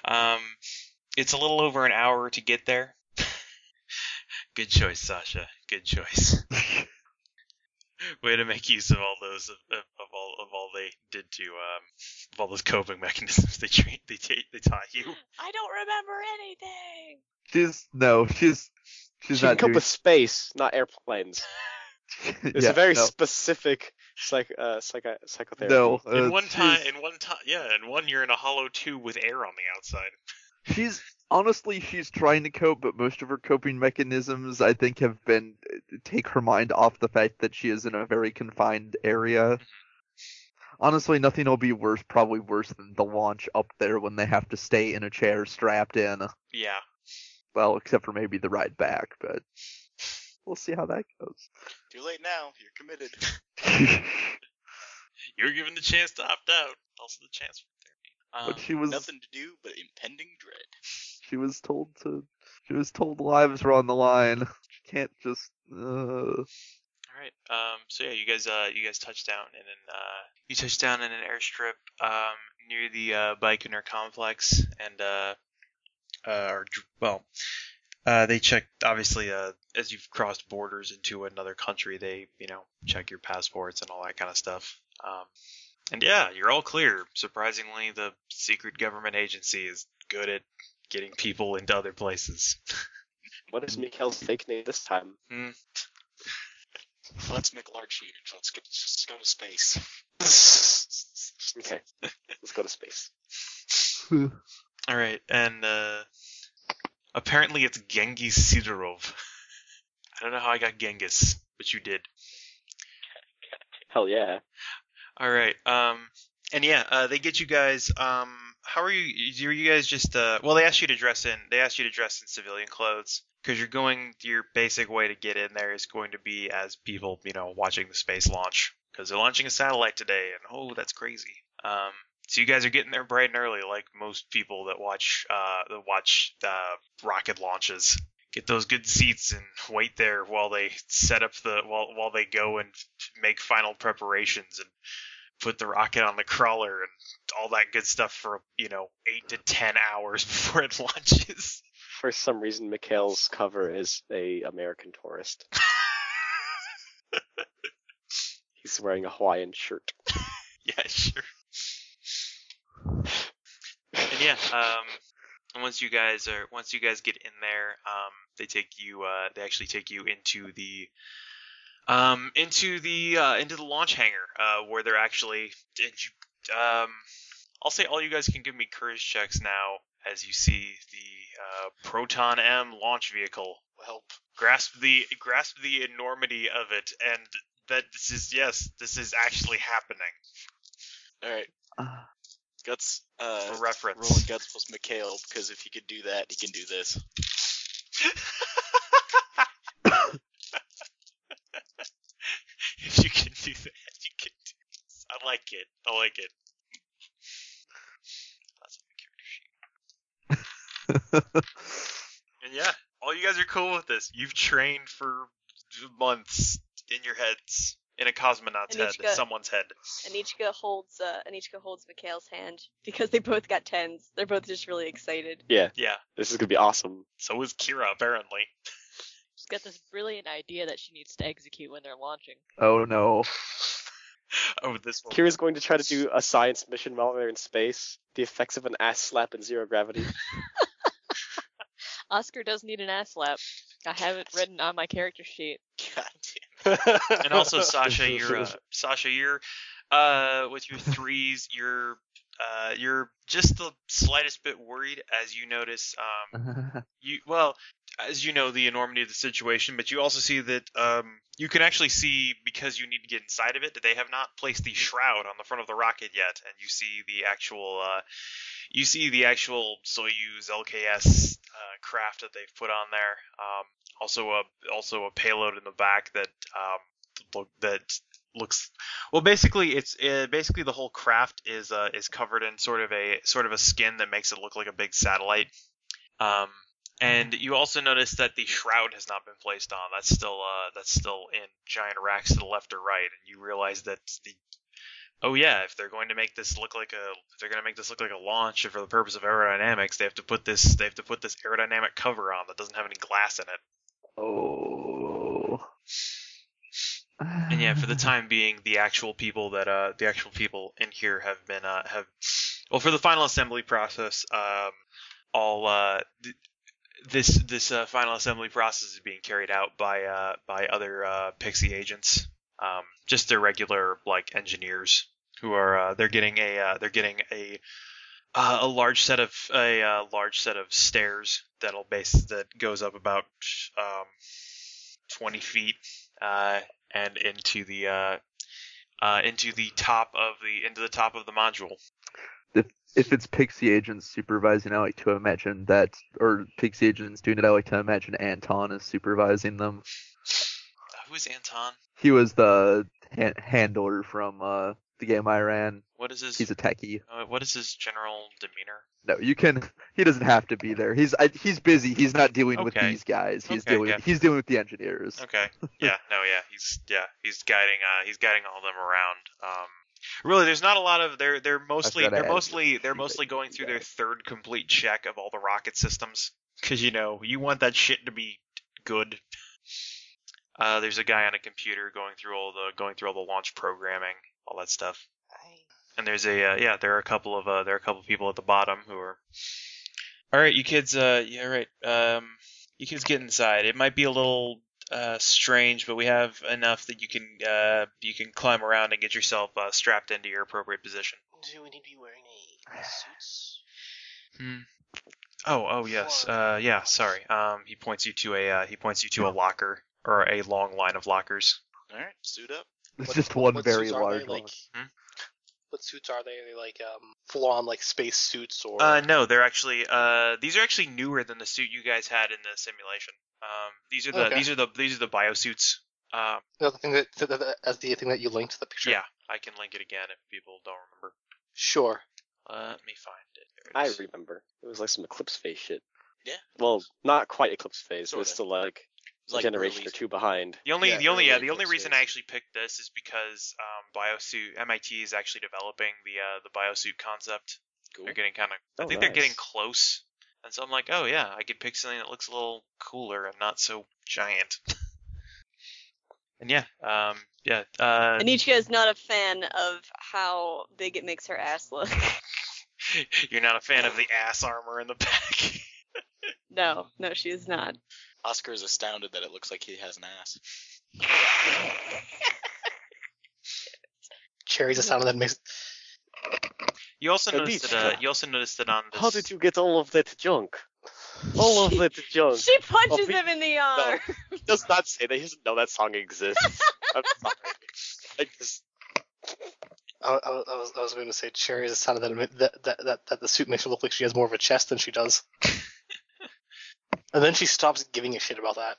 Speaker 1: Um, it's a little over an hour to get there. Good choice, Sasha. Good choice. Way to make use of all those of, of, of all of all they did to um, of all those coping mechanisms they trained they ta- they taught you.
Speaker 13: I don't remember anything.
Speaker 6: She's no, she's she's
Speaker 7: she can
Speaker 6: not
Speaker 7: come
Speaker 6: doing.
Speaker 7: with space, not airplanes. It's
Speaker 6: yeah,
Speaker 7: a very
Speaker 6: no,
Speaker 7: specific psych uh psychi psychotherapy.
Speaker 6: no. uh,
Speaker 1: in one time,
Speaker 6: she's-
Speaker 1: in one time, yeah, in one you're in a hollow tube with air on the outside.
Speaker 6: She's honestly she's trying to cope, but most of her coping mechanisms I think have been uh, take her mind off the fact that she is in a very confined area. Honestly, nothing will be worse, probably worse than the launch up there when they have to stay in a chair strapped in.
Speaker 1: Yeah,
Speaker 6: Well, except for maybe the ride back, but we'll see how that goes.
Speaker 2: Too late now. You're committed. You're given the chance to opt out, also the chance for therapy.
Speaker 6: But
Speaker 2: Um,
Speaker 6: she was-
Speaker 2: nothing to do but impending dread.
Speaker 6: She was told to. She was told lives were on the line. She can't just. Uh,
Speaker 1: All right. Um, so yeah, you guys, uh, you guys touched down in an, uh, you touched down in an airstrip um, near the uh, Baikonur complex, and uh, uh, or, dr- well, uh, they check obviously uh, as you've crossed borders into another country, they you know check your passports and all that kind of stuff. Um, and yeah, you're all clear. Surprisingly, the secret government agency is good at getting people into other places.
Speaker 7: What is Mikhail's fake name this time?
Speaker 1: Hmm.
Speaker 2: Let's make large huge. Let's get, just go to space.
Speaker 7: Okay, let's go to space.
Speaker 1: All right, and uh, apparently it's Genghis Sidorov. I don't know how I got Genghis, but you did.
Speaker 7: Hell yeah.
Speaker 1: All right, um, and yeah, uh, they get you guys. Um, how are you? Are you guys just? Uh, well, they asked you to dress in. They asked you to dress in civilian clothes because you're going. Your basic way to get in there is going to be as people, you know, watching the space launch because they're launching a satellite today, and oh, that's crazy. Um, so you guys are getting there bright and early, like most people that watch uh, that watch uh, rocket launches. Get those good seats and wait there while they set up the while while they go and make final preparations and put the rocket on the crawler and all that good stuff for you know eight to ten hours before it launches.
Speaker 7: For some reason, Mikhail's cover is a American tourist. He's wearing a Hawaiian shirt.
Speaker 1: yeah, sure. And yeah, um, and once you guys are once you guys get in there, um, they take you uh, they actually take you into the um into the uh, into the launch hangar uh, where they're actually did you um I'll say all you guys can give me courage checks now as you see the uh, Proton M launch vehicle
Speaker 2: Help.
Speaker 1: grasp the grasp the enormity of it and that this is yes this is actually happening
Speaker 2: All right, guts. Uh,
Speaker 1: for reference
Speaker 2: rolling guts plus Mikhail because if he could do that, he can do this.
Speaker 1: if you can do that you can do this. i like it i like it That's my character sheet. and yeah all you guys are cool with this you've trained for months in your heads in a cosmonaut's
Speaker 3: And
Speaker 1: head
Speaker 3: each got-
Speaker 1: someone's head
Speaker 3: Anichka holds uh, Anichka holds Mikhail's hand because they both got tens. They're both just really excited.
Speaker 1: yeah
Speaker 7: This is gonna be awesome.
Speaker 1: so is kira apparently
Speaker 12: She's got this brilliant idea that she needs to execute when they're launching.
Speaker 6: oh no.
Speaker 1: oh this one
Speaker 7: Kira's going to try to do a science mission while they're in space. The effects of an ass slap in zero gravity.
Speaker 12: Oscar does need an ass slap. I have it written on my character sheet.
Speaker 2: God damn.
Speaker 1: and also Sasha, you're uh, Sasha, you're uh, with your threes, you're uh, you're just the slightest bit worried as you notice um, you well as you know the enormity of the situation but you also see that um, you can actually see because you need to get inside of it that they have not placed the shroud on the front of the rocket yet and you see the actual uh, you see the actual soyuz lks uh, craft that they've put on there um, also a also a payload in the back that um, look that looks well basically it's uh, basically the whole craft is uh, is covered in sort of a sort of a skin that makes it look like a big satellite um, and you also notice that the shroud has not been placed on. That's still uh, that's still in giant racks to the left or right, and you realize that the oh yeah, if they're going to make this look like a if they're going to make this look like a launch for the purpose of aerodynamics, they have to put this they have to put this aerodynamic cover on that doesn't have any glass in it.
Speaker 6: oh.
Speaker 1: And yeah, for
Speaker 12: Ah.
Speaker 1: the time being, the actual people that uh the actual people in here have been uh have well for the final assembly process um all uh th- this this uh, final assembly process is being carried out by uh by other uh Pixie agents um just their regular like engineers who are uh, they're getting a uh, they're getting a uh, a large set of a uh, large set of stairs that'll base that goes up about um 20 feet uh and into the uh, uh, into the top of the into the top of the module.
Speaker 6: If it's Pixie agents supervising, I like to imagine that, or Pixie agents doing it, I like to imagine Anton is supervising them.
Speaker 1: Uh, who's Anton?
Speaker 6: He was the ha- handler from uh, the game I ran.
Speaker 1: What is his
Speaker 6: He's a techie.
Speaker 1: uh, what is his general demeanor?
Speaker 6: No, you can. He doesn't have to be there. He's I, he's busy. He's not dealing with
Speaker 1: Okay.
Speaker 6: these guys. He's
Speaker 1: Okay,
Speaker 6: dealing.
Speaker 1: yeah.
Speaker 6: He's dealing with the engineers.
Speaker 1: Okay. Yeah. No. Yeah. He's yeah. He's guiding. Uh. He's guiding all of them around. Um. Really, there's not a lot of they're they're mostly
Speaker 6: gotta
Speaker 1: they're
Speaker 6: add
Speaker 1: mostly they're
Speaker 6: feedback
Speaker 1: mostly
Speaker 6: to
Speaker 1: going
Speaker 6: you
Speaker 1: through their
Speaker 6: guys.
Speaker 1: third complete check of all the rocket systems because you know you want that shit to be good. Uh, there's a guy on a computer going through all the going through all the launch programming, all that stuff. And there's a uh, yeah, there are a couple of uh, there are a couple of people at the bottom who are. All right, you kids. Uh, yeah, all right. Um, you kids get inside. It might be a little uh, strange, but we have enough that you can uh, you can climb around and get yourself uh, strapped into your appropriate position.
Speaker 9: Do we need to be wearing any suits?
Speaker 1: Oh, oh yes.
Speaker 9: Fuck.
Speaker 1: Uh, yeah. Sorry. Um, he points you to a uh, he points you to a locker or a long line of lockers.
Speaker 2: All right, suit up.
Speaker 6: It's
Speaker 9: What-
Speaker 6: just one
Speaker 9: what
Speaker 6: very
Speaker 9: suits are they,
Speaker 6: large
Speaker 9: like-
Speaker 6: one.
Speaker 1: Hmm?
Speaker 9: What suits are they? Are they like um, full on like space suits or?
Speaker 1: Uh, no, they're actually uh, these are actually newer than the suit you guys had in the simulation. Um, these are the
Speaker 9: Okay.
Speaker 1: these are the these are the biosuits. Um,
Speaker 9: Is that the thing that, that, that, as the thing that you linked to the picture.
Speaker 1: Yeah, I can link it again if people don't remember.
Speaker 9: Sure.
Speaker 1: Let me find it. There it
Speaker 7: I
Speaker 1: is.
Speaker 7: remember. It was like some eclipse phase shit.
Speaker 2: Yeah.
Speaker 7: Well, not quite eclipse phase. It was
Speaker 2: Sorta.
Speaker 7: still like
Speaker 2: It's
Speaker 7: a generation or
Speaker 2: release-
Speaker 7: two behind.
Speaker 1: The only,
Speaker 2: Yeah,
Speaker 1: the only,
Speaker 2: early
Speaker 1: yeah, the only
Speaker 2: Eclipse
Speaker 1: reason
Speaker 2: phase.
Speaker 1: I actually picked this is because um, biosuit MIT is actually developing the uh, the biosuit concept.
Speaker 2: Cool.
Speaker 1: They're getting kind of, I
Speaker 7: Oh,
Speaker 1: think they're getting
Speaker 7: nice.
Speaker 1: close, and so I'm like, oh yeah, I could pick something that looks a little cooler and not so giant. and yeah, um, yeah, uh,
Speaker 8: Anichka is not a fan of how big it makes her ass look.
Speaker 1: you're not a fan of the ass armor in the back.
Speaker 8: no, no, she is not.
Speaker 2: Oscar is astounded that it looks like he has an ass.
Speaker 9: Cherry's the sound that makes.
Speaker 1: you also
Speaker 7: At
Speaker 1: noticed
Speaker 7: least,
Speaker 1: that. Uh,
Speaker 7: uh,
Speaker 1: you also noticed that on this.
Speaker 7: How did you get all of that junk? All of that junk.
Speaker 8: She punches
Speaker 7: Oh, we-
Speaker 8: him in the arm.
Speaker 7: He does not say that. He doesn't know that song exists. I'm sorry. I just
Speaker 9: I, I, I was I was going to say Cherry's the sound that, ma- that that that that the suit makes her look like she has more of a chest than she does. and then she stops giving a shit about that.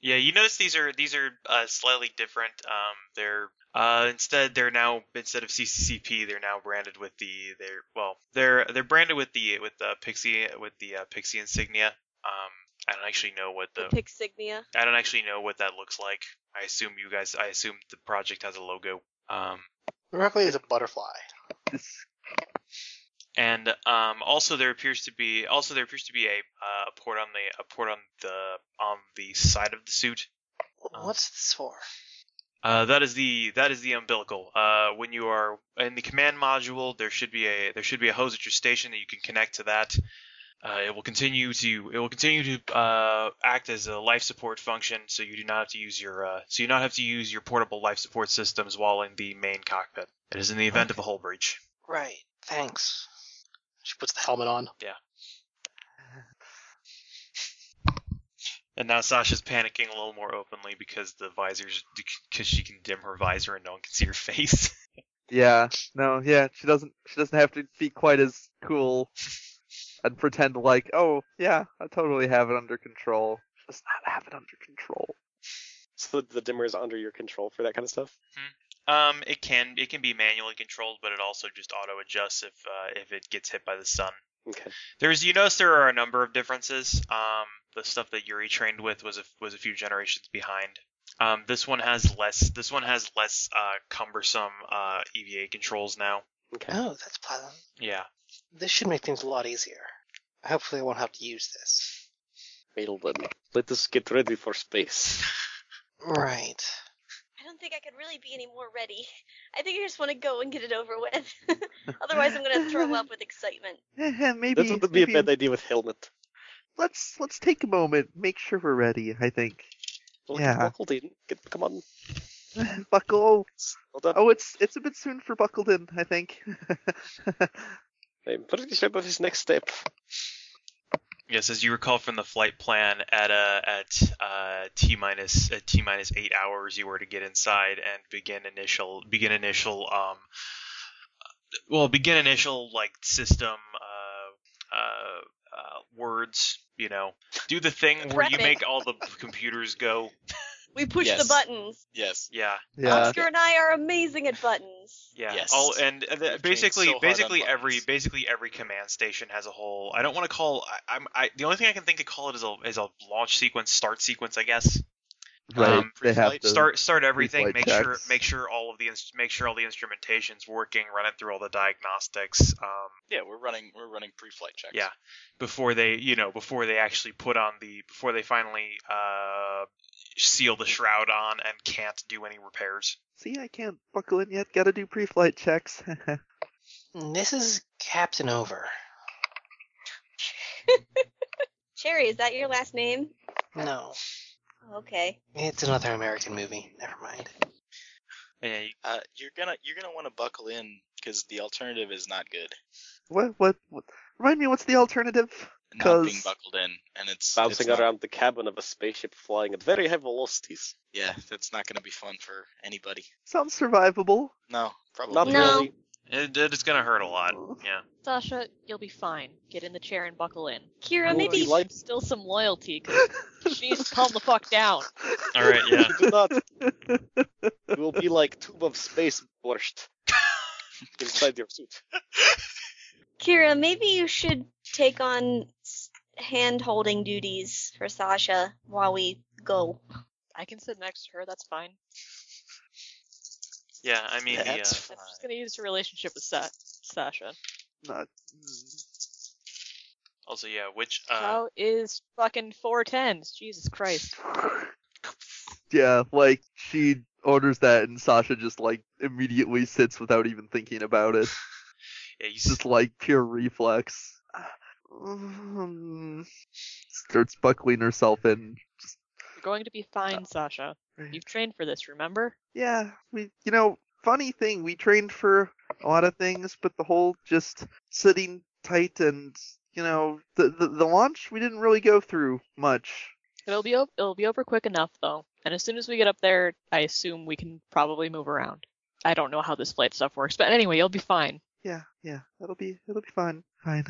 Speaker 1: Yeah, you notice these are these are uh, slightly different. Um, they're uh, instead they're now instead of CCCP they're now branded with the they're well they're they're branded with the with the pixie with the uh, pixie insignia. Um, I don't actually know what the
Speaker 8: Pixignia.
Speaker 1: I don't actually know what that looks like. I assume you guys I assume the project has a logo. Um,
Speaker 9: Luckily, it's a butterfly.
Speaker 6: This-
Speaker 1: and um, also there appears to be also there appears to be a, uh, a port on the a port on the on the side of the suit. Um,
Speaker 9: What's this for?
Speaker 1: Uh, that is the that is the umbilical. Uh, when you are in the command module, there should be a there should be a hose at your station that you can connect to that. Uh, it will continue to it will continue to uh, act as a life support function, so you do not have to use your uh, so you do not have to use your portable life support systems while in the main cockpit. It is in the event of a hull breach.
Speaker 9: Right. Thanks. She puts the helmet on.
Speaker 1: And now Sasha's panicking a little more openly because the visors because she can dim her visor and no one can see her face.
Speaker 6: Yeah. No. Yeah. She doesn't. She doesn't have to be quite as cool and pretend like, oh yeah, I totally have it under control. She does not have it under control.
Speaker 7: so the, the dimmer is under your control for that kind of stuff.
Speaker 1: Um, it can it can be manually controlled, but it also just auto adjusts if uh, if it gets hit by the sun.
Speaker 7: Okay.
Speaker 1: There's you notice there are a number of differences. Um, the stuff that Yuri trained with was a, was a few generations behind. Um, this one has less this one has less uh, cumbersome uh, EVA controls now.
Speaker 7: Okay.
Speaker 9: Oh, that's pleasant.
Speaker 1: Yeah.
Speaker 9: This should make things a lot easier. Hopefully, I won't have to use this.
Speaker 7: Well, then, let us get ready for space.
Speaker 9: Right.
Speaker 8: I don't think I could really be any more ready. I think I just want to go and get it over with. Otherwise, I'm going to throw up with excitement.
Speaker 6: maybe.
Speaker 7: That would be a
Speaker 6: maybe-
Speaker 7: bad idea with helmet.
Speaker 6: Let's let's take a moment, make sure we're ready. I think.
Speaker 7: Well,
Speaker 6: Yeah.
Speaker 7: Get buckled in. Get, come on.
Speaker 6: Buckle.
Speaker 7: Hold up.
Speaker 6: Oh, it's it's a bit soon for buckled in. I think.
Speaker 7: I'm pretty sure that is next step.
Speaker 1: Yes, as you recall from the flight plan, at uh, at uh, t minus at t minus eight hours, you were to get inside and begin initial begin initial um, well begin initial like system uh, uh, uh, words. You know, do the thing where you
Speaker 8: Prepping.
Speaker 1: make all the computers go.
Speaker 8: We push the
Speaker 2: Yes.
Speaker 8: buttons.
Speaker 2: Yes.
Speaker 1: Yeah.
Speaker 7: Yeah.
Speaker 8: Oscar and I are amazing at buttons.
Speaker 1: Yeah.
Speaker 2: Yes.
Speaker 1: All and uh, the,
Speaker 2: trained
Speaker 1: basically,
Speaker 2: so hard on
Speaker 1: basically every
Speaker 2: buttons.
Speaker 1: basically every command station has a whole. I don't want to call. I, I'm. I the only thing I can think to call it is a is a launch sequence, start sequence, I guess.
Speaker 6: Right.
Speaker 1: Um,
Speaker 6: they have
Speaker 2: pre-flight
Speaker 6: to
Speaker 1: start start everything.
Speaker 6: pre-flight
Speaker 1: Make sure
Speaker 6: checks.
Speaker 1: make sure all of the ins- make sure all the instrumentation's working. Run it through all the diagnostics. Um,
Speaker 2: Yeah, we're running we're running pre-flight checks.
Speaker 1: Yeah. before they you know before they actually put on the before they finally uh seal the shroud on and can't do any repairs.
Speaker 6: See, I can't buckle in yet. Gotta do pre-flight checks.
Speaker 4: This is Captain Over.
Speaker 8: Cherry, is that your last name?
Speaker 4: No,
Speaker 8: Okay.
Speaker 4: it's another American movie. Never mind.
Speaker 1: And you-
Speaker 2: Uh, you're gonna you're gonna want to buckle in because the alternative is not good.
Speaker 6: what, what? What? Remind me, what's the alternative?
Speaker 2: Not being
Speaker 6: 'Cause-
Speaker 2: buckled in, and it's it's
Speaker 7: Bouncing
Speaker 2: not-
Speaker 7: around the cabin of a spaceship flying at very high velocities.
Speaker 2: Yeah, that's not gonna be fun for anybody.
Speaker 6: Sounds survivable.
Speaker 2: No, probably.
Speaker 7: Not
Speaker 8: No.
Speaker 7: really.
Speaker 1: it, it's gonna hurt a lot. Yeah.
Speaker 12: Sasha, you'll be fine. Get in the chair and buckle in.
Speaker 8: Kira,
Speaker 7: Well,
Speaker 8: maybe
Speaker 7: you like-
Speaker 12: Still some loyalty, 'cause she needs to calm the fuck down.
Speaker 1: All right. Yeah.
Speaker 7: You do not. You will be like tube of space borscht inside your suit.
Speaker 8: Kira, maybe you should take on hand holding duties for Sasha while we go.
Speaker 12: I can sit next to her. That's fine.
Speaker 1: Yeah. I mean. the,
Speaker 2: That's
Speaker 1: uh,
Speaker 12: That's just
Speaker 2: fine.
Speaker 12: gonna use her relationship with Sa- Sasha.
Speaker 6: Not.
Speaker 1: Also, yeah, which uh,
Speaker 12: How is fucking four tens? Jesus Christ.
Speaker 6: Yeah, like she orders that, and Sasha just like immediately sits without even thinking about it.
Speaker 1: yeah, you,
Speaker 6: It's just like pure reflex. Um, Starts buckling herself in.
Speaker 12: You're going to be
Speaker 6: Oh,
Speaker 12: fine, Sasha. You've trained for this, remember?
Speaker 6: Yeah, we, you know, funny thing, we trained for a lot of things, but the whole just sitting tight and, you know, the the, the launch we didn't really go through much.
Speaker 12: It'll be o- it'll be over quick enough though. And as soon as we get up there, I assume we can probably move around. I don't know how this flight stuff works, but anyway, you'll be fine.
Speaker 6: Yeah, yeah, it'll be it'll be fine. Fine.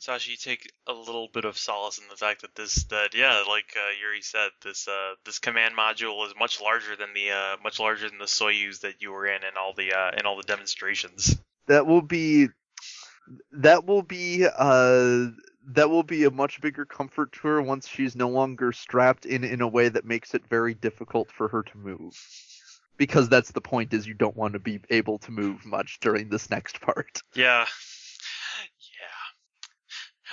Speaker 1: Sasha, you take a little bit of solace in the fact that this, that yeah, like uh, Yuri said, this uh, this command module is much larger than the uh, much larger than the Soyuz that you were in and all the uh, and all the demonstrations.
Speaker 6: That will be that will be uh that will be a much bigger comfort to her once she's no longer strapped in in a way that makes it very difficult for her to move. Because that's the point is you don't want to be able to move much during this next part.
Speaker 1: Yeah, yeah.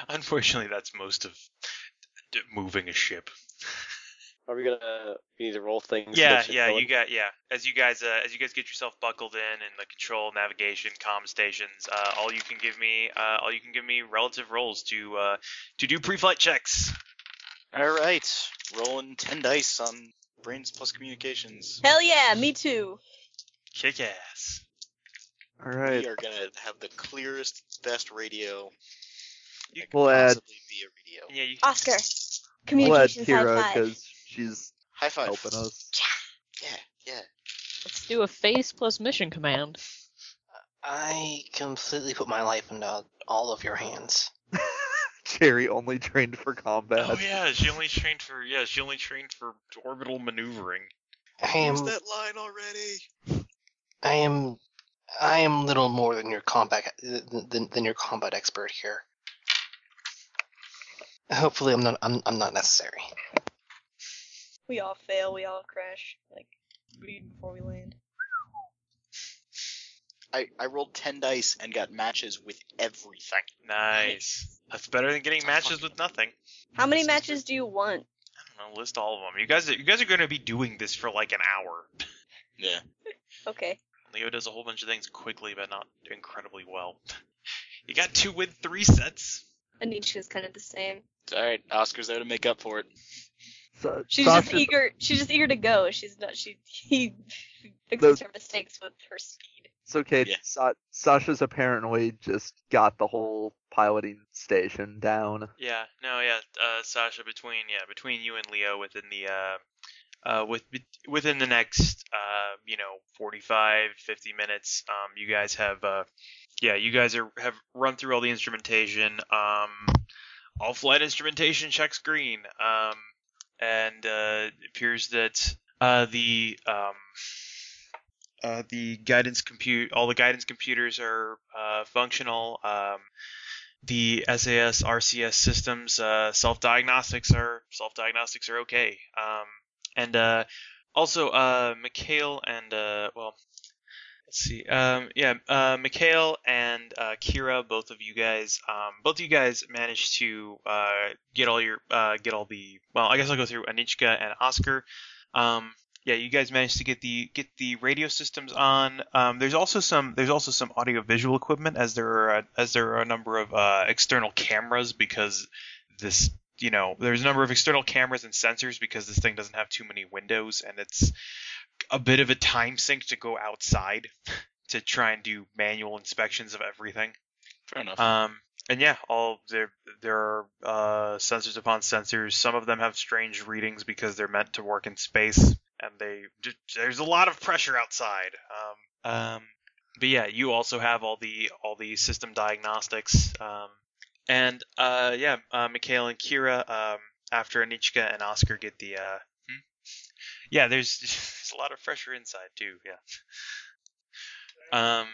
Speaker 1: Unfortunately, that's most of d- moving a ship.
Speaker 7: Are we gonna? We need to roll things.
Speaker 1: Yeah,
Speaker 7: make sure
Speaker 1: yeah,
Speaker 7: no one-
Speaker 1: you got yeah. As you guys uh, as you guys get yourself buckled in and the control, navigation, comm stations, uh, all you can give me uh, all you can give me relative rolls to uh, to do pre-flight checks.
Speaker 2: All right, rolling ten dice on brains plus communications.
Speaker 8: Hell yeah, me too.
Speaker 1: Kick ass.
Speaker 6: All right.
Speaker 2: We are gonna have the clearest, best radio.
Speaker 1: You-
Speaker 2: that could
Speaker 6: We'll add-
Speaker 2: possibly be a radio.
Speaker 1: Yeah, you,
Speaker 8: Oscar,
Speaker 6: We'll add
Speaker 8: communications
Speaker 6: Kira
Speaker 8: high five.
Speaker 6: because she's
Speaker 2: High five.
Speaker 6: helping us.
Speaker 2: Yeah, yeah.
Speaker 12: Let's do a face plus mission command.
Speaker 4: I completely put my life into all of your hands.
Speaker 6: Cherry only trained for combat.
Speaker 1: Oh yeah, she only trained for yeah, she only trained for orbital maneuvering.
Speaker 4: I am.
Speaker 2: Use that line already.
Speaker 4: I am. I am little more than your combat than, than- than your combat expert here. Hopefully, I'm not. I'm, I'm not necessary.
Speaker 8: We all fail, we all crash, like bleed before we land.
Speaker 2: I, I rolled ten dice and got matches with everything.
Speaker 1: Nice. That's better than getting matches with nothing.
Speaker 8: How many matches do you want?
Speaker 1: I don't know, list all of them. You guys, you guys are going to be doing this for like an hour.
Speaker 2: Yeah.
Speaker 8: Okay.
Speaker 1: Leo does a whole bunch of things quickly, but not incredibly well. You got two with three sets.
Speaker 8: Anishka's kind of the same.
Speaker 2: All right, Oscar's there to make up for it.
Speaker 6: So,
Speaker 8: She's
Speaker 6: Sasha,
Speaker 8: just eager. She's just eager to go. She's not. She he
Speaker 6: Those-
Speaker 8: fixes her mistakes with her speed.
Speaker 6: It's okay.
Speaker 2: Yeah.
Speaker 6: Sa- Sasha's apparently just got the whole piloting station down.
Speaker 1: Yeah, no, yeah, uh, Sasha, between yeah, between you and Leo, within the uh, uh, with within the next uh, you know, 45, 50 minutes, um, you guys have uh, yeah, you guys are have run through all the instrumentation, um, all flight instrumentation checks green, um, and uh, it appears that uh, the um, uh, the guidance compute all the guidance computers are uh, functional. Um, the SAS RCS systems uh, self diagnostics are self diagnostics are okay. Um, and uh, also uh, Mikhail and uh, well, let's see. Um, yeah, uh, Mikhail and uh, Kira, both of you guys, um, both of you guys managed to uh, get all your uh, get all the. Well, I guess I'll go through Anichka and Oscar. Um, yeah, you guys managed to get the get the radio systems on. Um, there's also some there's also some audio visual equipment as there are a, as there are a number of uh, external cameras because this you know there's a number of external cameras and sensors because this thing doesn't have too many windows and it's a bit of a time sink to go outside to try and do manual inspections of everything.
Speaker 2: Fair enough.
Speaker 1: Um, and yeah, all there there are uh, sensors upon sensors. Some of them have strange readings because they're meant to work in space, and they just, there's a lot of pressure outside. Um, um, but yeah, you also have all the all the system diagnostics. Um, and uh, yeah, uh, Mikhail and Kira. Um, after Anichka and Oscar get the uh, hmm? yeah, there's, there's a lot of pressure inside too. Yeah. Um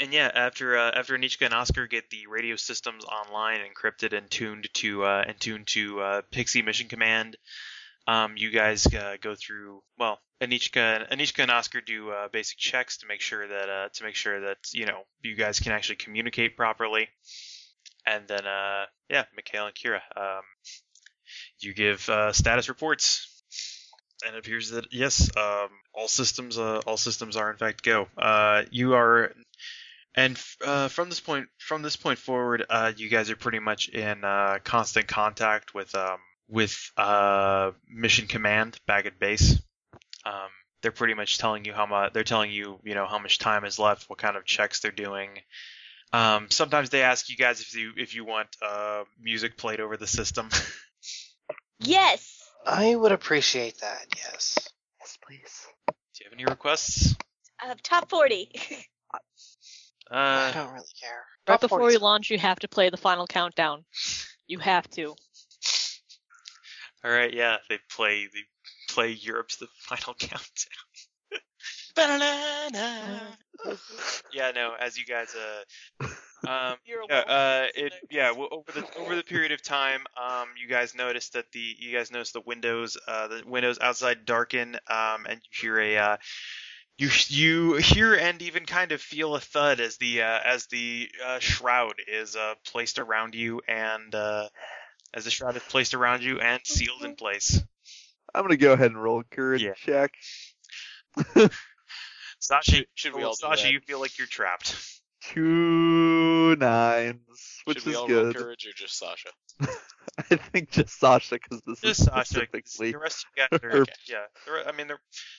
Speaker 1: and yeah, after uh, after Anichka and Oscar get the radio systems online, encrypted and tuned to uh, and tuned to uh, Pixie Mission Command, um, you guys uh, go through. Well, Anichka and Anichka and Oscar do uh, basic checks to make sure that uh, to make sure that you know you guys can actually communicate properly. And then uh, yeah, Mikhail and Kira, um, you give uh, status reports. And it appears that yes, um, all systems uh, all systems are in fact go. Uh, you are and f- uh, from this point, from this point forward, uh, you guys are pretty much in uh, constant contact with um, with uh, Mission Command back at base. Um, they're pretty much telling you how much they're telling you, you know, how much time is left, what kind of checks they're doing. Um, sometimes they ask you guys if you if you want uh, music played over the system.
Speaker 8: Yes.
Speaker 4: I would appreciate that. Yes.
Speaker 6: Yes, please.
Speaker 1: Do you have any requests?
Speaker 8: Uh, top 40.
Speaker 4: I
Speaker 1: Uh,
Speaker 4: don't really care.
Speaker 12: Right
Speaker 4: Top
Speaker 12: before
Speaker 4: 40
Speaker 12: we launch, you have to play the final countdown. You have to.
Speaker 1: all right, yeah, they play they play Europe's the final count.
Speaker 2: Ba-da-da-da.
Speaker 1: yeah, no, as you guys uh um
Speaker 8: You're
Speaker 1: yeah, uh it yeah, well, over the over the period of time, um you guys notice that the you guys notice the windows uh the windows outside darken um and you hear a uh you you hear and even kind of feel a thud as the uh as the uh, shroud is uh placed around you and uh as the shroud is placed around you and sealed in place.
Speaker 6: I'm gonna go ahead and roll a courage
Speaker 1: Yeah.
Speaker 6: check.
Speaker 1: Sasha,
Speaker 7: should we all do
Speaker 1: Sasha,
Speaker 7: that?
Speaker 1: you feel like you're trapped.
Speaker 6: Two nines, which
Speaker 7: Should we
Speaker 6: is
Speaker 7: all roll
Speaker 6: good.
Speaker 7: courage or just Sasha?
Speaker 6: I think just Sasha, because this
Speaker 1: just
Speaker 6: is
Speaker 1: Sasha. 'cause
Speaker 6: specifically.
Speaker 1: The rest of you guys are,
Speaker 6: her-
Speaker 1: yeah. the re- I mean, the,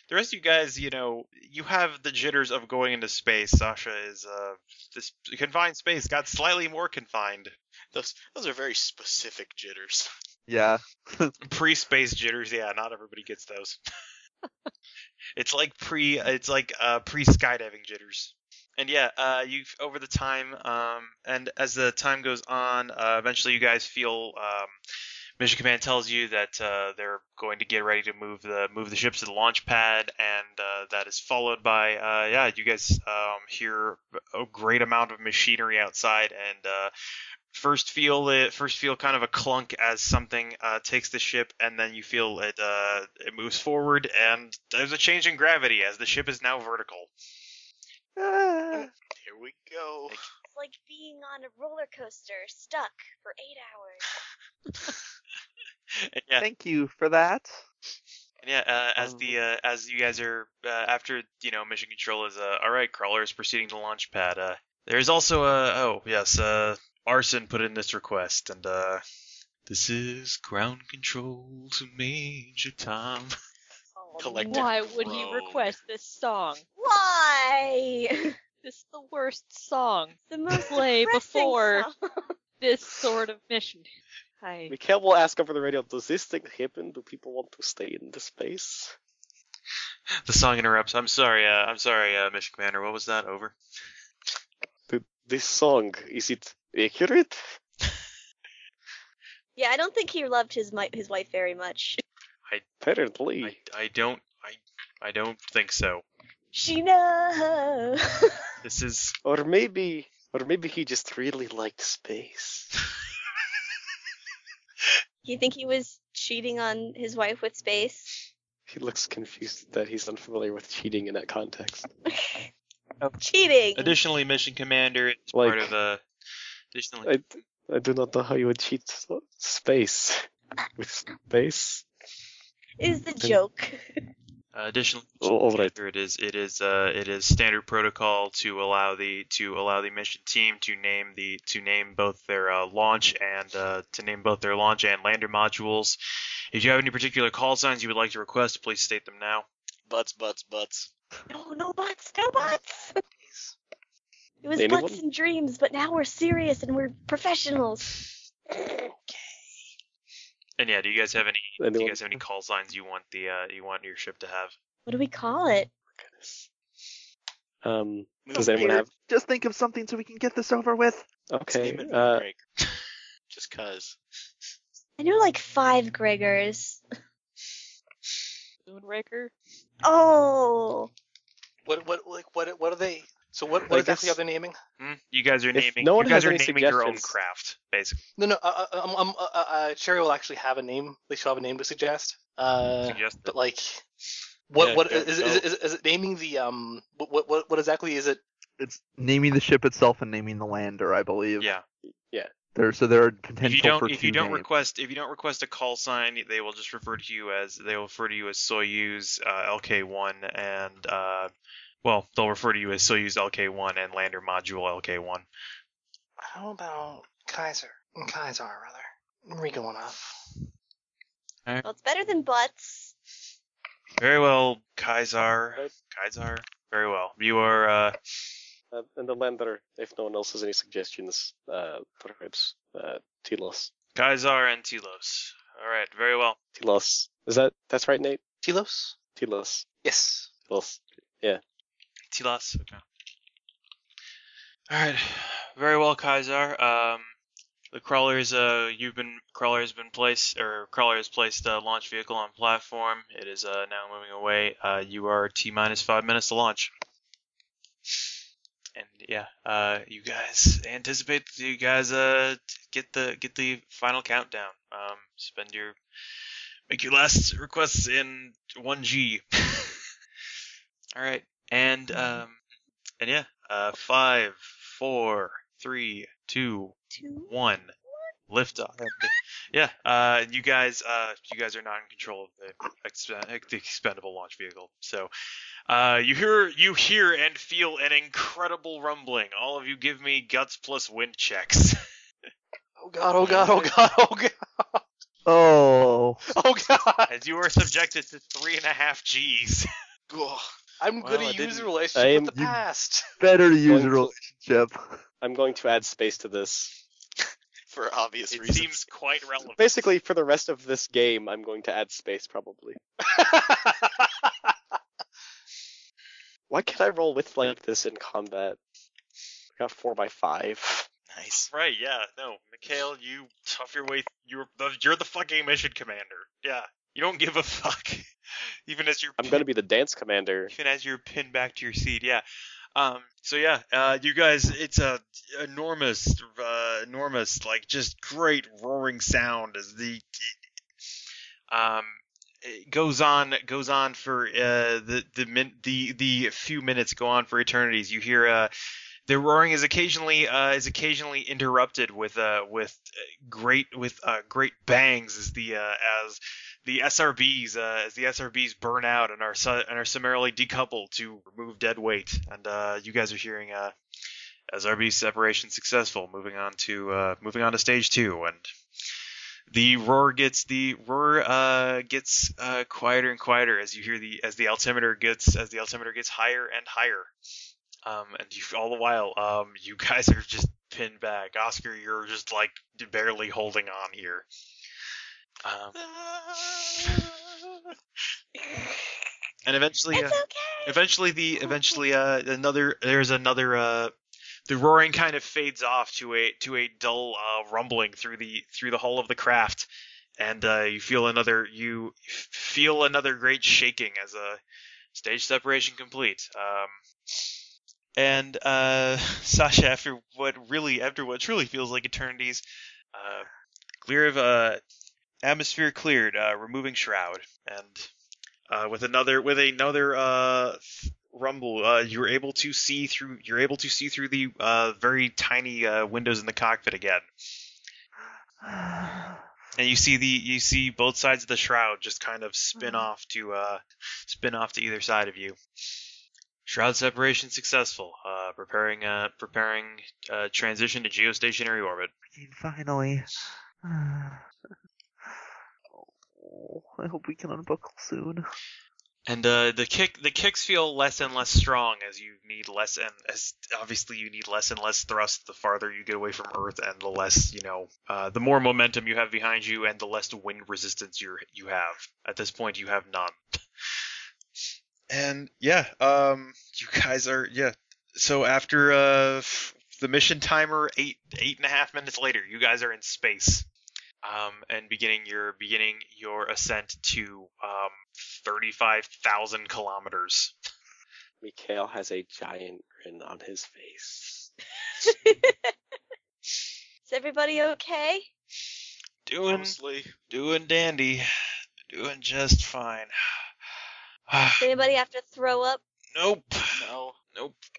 Speaker 1: the rest of you guys, you know, you have the jitters of going into space. Sasha is uh, this confined space got slightly more confined.
Speaker 2: Those those are very specific jitters.
Speaker 6: Yeah.
Speaker 1: Pre-space jitters, yeah. Not everybody gets those. it's like pre, it's like uh, pre-skydiving jitters. And yeah, uh, you over the time, um, and as the time goes on, uh, eventually you guys feel um, Mission Command tells you that uh, they're going to get ready to move the move the ships to the launch pad, and uh, that is followed by uh, yeah, you guys um, hear a great amount of machinery outside, and uh, first feel it first feel kind of a clunk as something uh, takes the ship, and then you feel it uh, it moves forward, and there's a change in gravity as the ship is now vertical.
Speaker 6: Ah.
Speaker 2: Here we go.
Speaker 8: It's like being on a roller coaster stuck for eight hours.
Speaker 1: And yeah,
Speaker 6: Thank you for that.
Speaker 1: And yeah, uh, as
Speaker 6: Um,
Speaker 1: the uh, as you guys are uh, after you know mission control is uh, all right, crawler is proceeding to launch pad. Uh, there's also uh oh yes uh arson put in this request and uh this is ground control to Major Tom.
Speaker 8: Oh,
Speaker 2: Collective
Speaker 8: no.
Speaker 12: Why would he
Speaker 2: groan.
Speaker 12: request this song?
Speaker 8: Why?
Speaker 12: This is the worst song.
Speaker 8: the most
Speaker 12: Play
Speaker 8: depressing
Speaker 12: before
Speaker 8: song.
Speaker 12: this sort of mission. I
Speaker 7: Mikhail will ask over the radio, does this thing happen? Do people want to stay in the space?
Speaker 1: The song interrupts. I'm sorry. Uh, I'm sorry, uh, Mission Commander. What was that? Over.
Speaker 7: Th- This song, is it accurate?
Speaker 8: Yeah, I don't think he loved his mi- his wife very much.
Speaker 7: Apparently.
Speaker 14: I, I don't I I don't think so.
Speaker 8: Sheena.
Speaker 14: This is
Speaker 7: Or maybe, or maybe he just really liked space.
Speaker 8: you think he was cheating on his wife with space?
Speaker 7: He looks confused that he's unfamiliar with cheating in that context.
Speaker 8: Cheating.
Speaker 1: Additionally, mission commander is
Speaker 7: Like-
Speaker 1: part of a. Additionally,
Speaker 7: I, I do not know how you would cheat s- space with space.
Speaker 8: is the joke.
Speaker 1: uh, additionally,
Speaker 7: Oh, all right.
Speaker 1: it is it is uh it is standard protocol to allow the to allow the mission team to name the to name both their uh, launch and uh, to name both their launch and lander modules. If you have any particular call signs you would like to request, please state them now.
Speaker 2: Butts, butts, butts.
Speaker 8: No, Oh, no butts, no butts. It was
Speaker 7: Anyone?
Speaker 8: butts and dreams, but now we're serious and we're professionals.
Speaker 1: And yeah, do you guys have any do you
Speaker 7: Anyone?
Speaker 1: guys have any call signs you want the uh, you want your ship to have?
Speaker 8: What do we call it?
Speaker 7: Um,
Speaker 2: Move
Speaker 7: does anyone
Speaker 2: here.
Speaker 7: have?
Speaker 6: Just think of something so we can get this over with.
Speaker 2: Just
Speaker 7: Okay.
Speaker 2: name it
Speaker 7: Uh,
Speaker 2: Windbreak. Just cause.
Speaker 8: I know like five Gregors.
Speaker 12: Moonraker.
Speaker 8: Oh,
Speaker 9: What what like what what are they? So what
Speaker 7: I
Speaker 9: what exactly
Speaker 7: guess-
Speaker 9: are they naming?
Speaker 1: Hmm? You guys are
Speaker 7: If
Speaker 1: naming
Speaker 7: no one
Speaker 1: you guys
Speaker 7: has
Speaker 1: are
Speaker 7: any
Speaker 1: naming your own
Speaker 7: suggestions-
Speaker 1: craft basically.
Speaker 9: No no. Uh, uh, um, um, uh, uh, uh, Cherry will actually have a name. They should have a name to suggest. Uh,
Speaker 1: Suggest that-
Speaker 9: but like, what
Speaker 2: Yeah,
Speaker 9: what
Speaker 2: go-
Speaker 9: is, is,
Speaker 2: go.
Speaker 9: is, is it naming the um what what- what what exactly is it?
Speaker 6: It's naming the ship itself and naming the lander, I believe.
Speaker 1: yeah.
Speaker 6: There, so there are
Speaker 1: If
Speaker 6: potential
Speaker 1: you
Speaker 6: for
Speaker 1: don't if
Speaker 6: two
Speaker 1: you don't
Speaker 6: names.
Speaker 1: request if you don't request a call sign, they will just refer to you as they will refer to you as Soyuz uh, LK1 and uh, well, they'll refer to you as Soyuz LK1 and Lander Module LK1.
Speaker 9: How about Kaiser? Kaiser rather. Regal enough.
Speaker 8: well, it's better than butts.
Speaker 1: Very well, Kaisar.
Speaker 7: Right.
Speaker 1: Kaisar. Very well. You are uh,
Speaker 7: uh, and the lander, if no one else has any suggestions, uh, perhaps uh, Telos.
Speaker 1: Kaisar and Telos. All right. Very well.
Speaker 7: Telos. Is that that's right, Nate?
Speaker 9: Telos.
Speaker 7: Telos.
Speaker 9: Yes.
Speaker 7: Telos.
Speaker 1: Telos. Okay. All right. Very well, Kaisar. Um, the crawler's uh, you've been crawler has been placed or crawler has placed uh, launch vehicle on platform. It is uh, now moving away. Uh, you are t minus five minutes to launch. And yeah, uh, you guys anticipate you guys uh t- get the get the final countdown. Um, spend your make your last requests in one G. All right. And um and yeah, uh five, four, three, two,
Speaker 8: Two.
Speaker 1: one, lift off. Yeah, uh you guys uh you guys are not in control of the, exp- the expendable launch vehicle. So uh you hear you hear and feel an incredible rumbling. All of you give me guts plus wind checks.
Speaker 9: Oh god, oh god, oh god, oh god,
Speaker 6: Oh,
Speaker 9: oh god.
Speaker 1: As you are subjected to three and a half G's.
Speaker 2: Ugh.
Speaker 9: I'm
Speaker 2: Well,
Speaker 9: gonna
Speaker 2: I
Speaker 9: use
Speaker 2: didn't-
Speaker 9: a relationship
Speaker 7: I'm-
Speaker 9: with the
Speaker 6: you-
Speaker 9: past.
Speaker 6: better use a
Speaker 7: Going to-
Speaker 6: relationship.
Speaker 7: I'm going to add space to this.
Speaker 2: For obvious
Speaker 1: It
Speaker 2: reasons.
Speaker 1: seems quite relevant.
Speaker 7: Basically, for the rest of this game, I'm going to add space probably. Why can't I roll with like this in combat? I got four by five.
Speaker 2: Nice.
Speaker 1: Right, yeah, no, Mikhail, you tough your way. You're the you're the fucking mission commander. Yeah, you don't give a fuck, even as you're
Speaker 7: I'm gonna be the dance commander.
Speaker 1: even as you're pinned back to your seat. Yeah. Um. So yeah, uh, you guys, it's a enormous, uh, enormous, like just great roaring sound as the um it goes on goes on for uh the the min the the few minutes go on for eternities. You hear uh the roaring is occasionally uh is occasionally interrupted with uh with uh, great with uh great bangs as the uh as the SRBs uh as the SRBs burn out and are su- and are summarily decoupled to remove dead weight. And uh you guys are hearing uh SRB separation successful. Moving on to uh moving on to stage two and the roar gets the roar uh, gets uh, quieter and quieter as you hear the as the altimeter gets as the altimeter gets higher and higher. Um, and you, all the while, um, you guys are just pinned back. Oscar, you're just like barely holding on here. Um, and eventually, uh,
Speaker 8: It's okay.
Speaker 1: eventually the eventually uh another there's another uh the roaring kind of fades off to a to a dull uh rumbling through the through the hull of the craft and uh, you feel another you f- feel another great shaking as a stage separation complete. Um, and uh, Sasha, after what really after what really feels like eternities, uh, clear of uh, atmosphere cleared, uh, removing shroud, and uh, with another with another uh, th- rumble, uh, you're able to see through you're able to see through the uh, very tiny uh, windows in the cockpit again and you see the you see both sides of the shroud just kind of spin off to uh spin off to either side of you. Shroud separation successful. Uh, preparing uh preparing uh transition to geostationary orbit.
Speaker 6: Finally. oh, I hope we can unbuckle soon.
Speaker 1: And uh, the kick the kicks feel less and less strong as you need less and as obviously you need less and less thrust the farther you get away from Earth and the less you know uh, the more momentum you have behind you and the less wind resistance you you have. At this point, you have none. And yeah, um, you guys are yeah. So after uh, f- the mission timer, eight eight and a half minutes later, you guys are in space, um, and beginning your beginning your ascent to um, thirty five thousand kilometers.
Speaker 7: Mikhail has a giant grin on his face.
Speaker 8: Is everybody okay?
Speaker 4: Doing
Speaker 2: Mostly.
Speaker 4: doing dandy, doing just fine.
Speaker 8: Does anybody have to throw up?
Speaker 4: nope.
Speaker 2: No.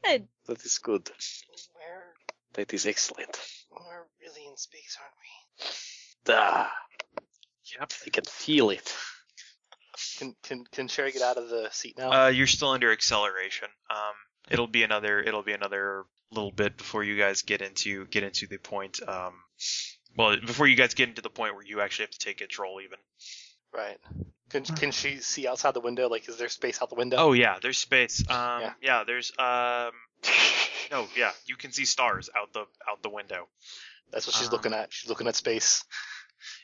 Speaker 8: Good.
Speaker 7: That is good.
Speaker 9: We're
Speaker 7: That is excellent.
Speaker 9: we're really in space, aren't we?
Speaker 7: Ah,
Speaker 1: Yep.
Speaker 7: I can feel it.
Speaker 9: Can can can Sherry get out of the seat now?
Speaker 1: Uh, you're still under acceleration. Um, it'll be another it'll be another little bit before you guys get into get into the point. Um, well, before you guys get into the point where you actually have to take control, even.
Speaker 9: right. Can can she see outside the window? Like, is there space out the window?
Speaker 1: Oh yeah, there's space. Um,
Speaker 9: Yeah.
Speaker 1: yeah. there's um, no, yeah, you can see stars out the out the window.
Speaker 9: That's what she's
Speaker 1: um,
Speaker 9: looking at. She's looking at space.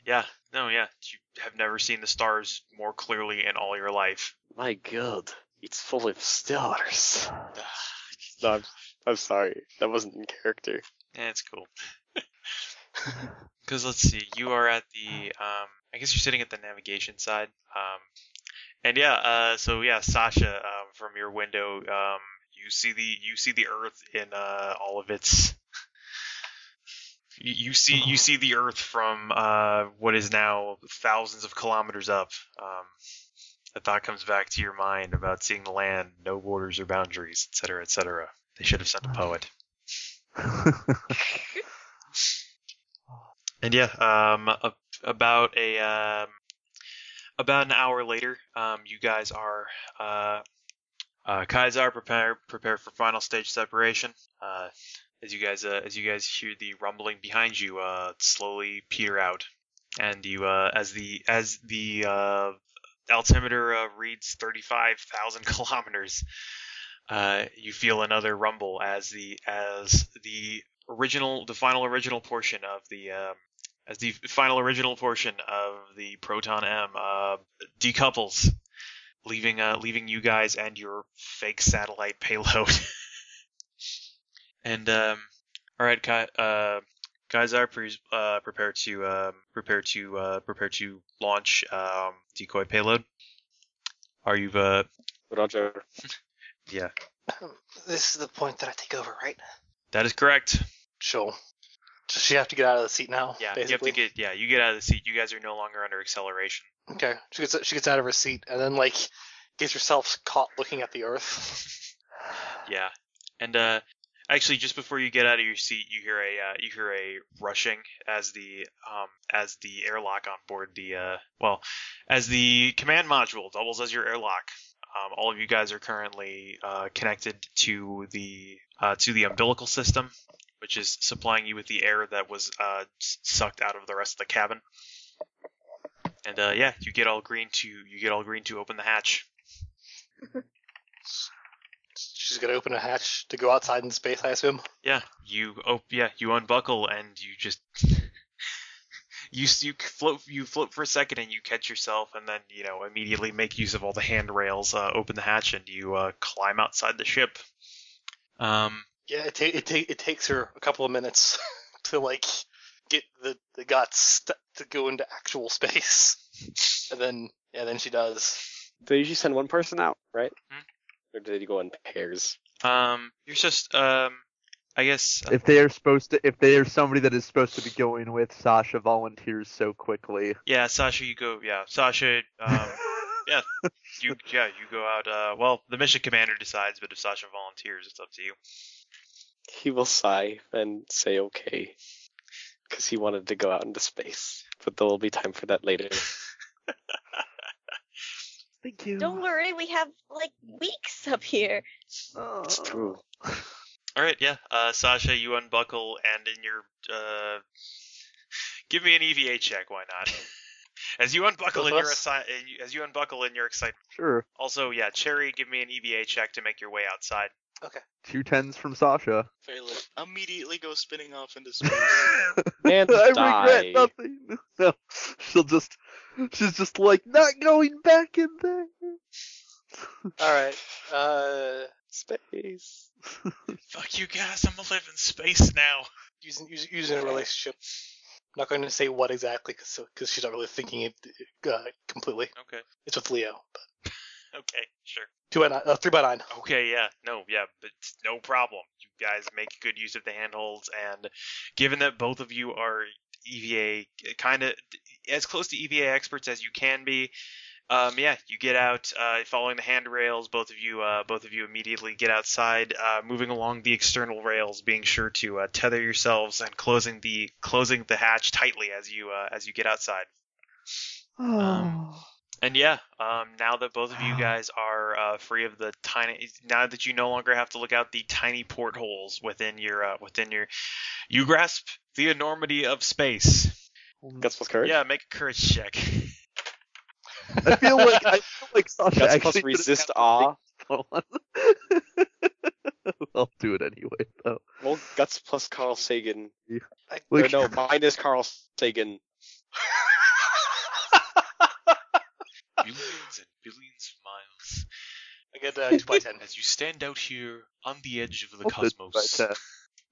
Speaker 1: Yeah, no, yeah, you have never seen the stars more clearly in all your life.
Speaker 7: My god, it's full of stars. no, I'm, I'm sorry. That wasn't in character.
Speaker 1: Yeah, it's cool. Because let's see, you are at the, um, I guess you're sitting at the navigation side. Um, and yeah, uh, so yeah, Sasha, um, from your window, um, you see the you see the Earth in uh, all of its. You you see you see the Earth from uh, what is now thousands of kilometers up. Um, the thought comes back to your mind about seeing the land, no borders or boundaries, etc., etc. They should have sent a poet. And yeah, um, a, about a um, about an hour later, um, you guys are uh, uh, Kaiser prepare prepare for final stage separation. Uh, as you guys uh, as you guys hear the rumbling behind you, uh, slowly peter out, and you uh, as the as the uh, altimeter uh, reads thirty five thousand kilometers. Uh, you feel another rumble as the as the original the final original portion of the um, as the final original portion of the Proton M uh, decouples, leaving uh, leaving you guys and your fake satellite payload. and um, all right, Kai, uh, guys are pre- uh, prepare to um, prepare to uh, prepare to launch um, decoy payload. Are you uh,
Speaker 7: Roger.
Speaker 9: this is the point that I take over, right?
Speaker 1: that is correct.
Speaker 9: Sure. Does she have to get out of the seat now?
Speaker 1: Yeah,
Speaker 9: basically?
Speaker 1: you have to get yeah, you get out of the seat. You guys are no longer under acceleration.
Speaker 9: Okay, she gets she gets out of her seat and then like gets herself caught looking at the earth.
Speaker 1: Yeah, and uh, actually, just before you get out of your seat, you hear a uh, you hear a rushing as the um as the airlock on board the uh well as the command module doubles as your airlock. Um, all of you guys are currently uh, connected to the uh, to the umbilical system, which is supplying you with the air that was uh, s- sucked out of the rest of the cabin. And uh, yeah, you get all green to you get all green to open the hatch.
Speaker 9: She's gonna open a hatch to go outside in space, I assume.
Speaker 1: Yeah, you oh yeah, you unbuckle and you just you s- you float you float for a second and you catch yourself and then you know immediately make use of all the handrails, uh, open the hatch and you uh, climb outside the ship. Um,
Speaker 9: Yeah, it ta- it, ta- it takes her a couple of minutes to like get the the guts to- to go into actual space, and then yeah, then she does.
Speaker 7: They usually send one person out, right?
Speaker 1: Mhm.
Speaker 7: Or do they go in pairs?
Speaker 1: Um, you're just um, I guess uh,
Speaker 6: If they're supposed to, if they're somebody that is supposed to be going with, Sasha volunteers so quickly.
Speaker 1: yeah, Sasha, you go. Yeah, Sasha. Um, you yeah, you go out. Uh, well, the mission commander decides, but if Sasha volunteers, it's up to you.
Speaker 7: He will sigh and say okay, because he wanted to go out into space. But there will be time for that later.
Speaker 6: Thank you.
Speaker 8: Don't worry, we have like weeks up here.
Speaker 6: Oh,
Speaker 7: It's true.
Speaker 1: All right, yeah. Uh, Sasha, you unbuckle and in your uh, give me an EVA check. Why not? As you unbuckle in your
Speaker 9: Plus.
Speaker 1: assi- as you unbuckle in your excitement.
Speaker 6: Sure.
Speaker 1: Also, yeah, Cherry, give me an EVA check to make your way outside.
Speaker 6: Two tens from Sasha.
Speaker 2: Fairly- immediately go spinning off into space.
Speaker 7: And
Speaker 6: I
Speaker 7: die.
Speaker 6: regret nothing. No, she'll just, she's just like not going back in there.
Speaker 9: All right. Uh,
Speaker 7: Space.
Speaker 1: Fuck you guys! I'm gonna live in space now.
Speaker 9: using using, using a relationship. I'm not going to say what exactly because she's not really thinking it uh, completely.
Speaker 1: Okay.
Speaker 9: It's with Leo. But
Speaker 1: Okay. Sure.
Speaker 9: two by nine, uh, three by nine.
Speaker 1: Okay, yeah, no, yeah, but it's no problem. You guys make good use of the handholds, and given that both of you are E EVA, kind of as close to EVA experts as you can be, um, yeah, you get out, uh, following the handrails. Both of you, uh, both of you immediately get outside, uh, moving along the external rails, being sure to uh, tether yourselves and closing the closing the hatch tightly as you uh, as you get outside.
Speaker 6: Oh.
Speaker 1: And yeah, um, now that both of you guys are uh, free of the tiny, now that you no longer have to look out the tiny portholes within your uh, within your, you grasp the enormity of space.
Speaker 7: Guts plus courage.
Speaker 1: Yeah, make a courage check.
Speaker 6: I feel like I feel like Sasha
Speaker 7: Guts
Speaker 6: actually
Speaker 7: plus
Speaker 6: didn't have
Speaker 7: resist
Speaker 6: to
Speaker 7: awe.
Speaker 6: think about it. I'll do it anyway, though.
Speaker 7: Well, guts plus Carl Sagan.
Speaker 6: Like,
Speaker 7: or no, minus Carl Sagan.
Speaker 1: billions and billions of miles
Speaker 9: I get uh, two by ten.
Speaker 1: as you stand out here on the edge of the
Speaker 6: also By 10.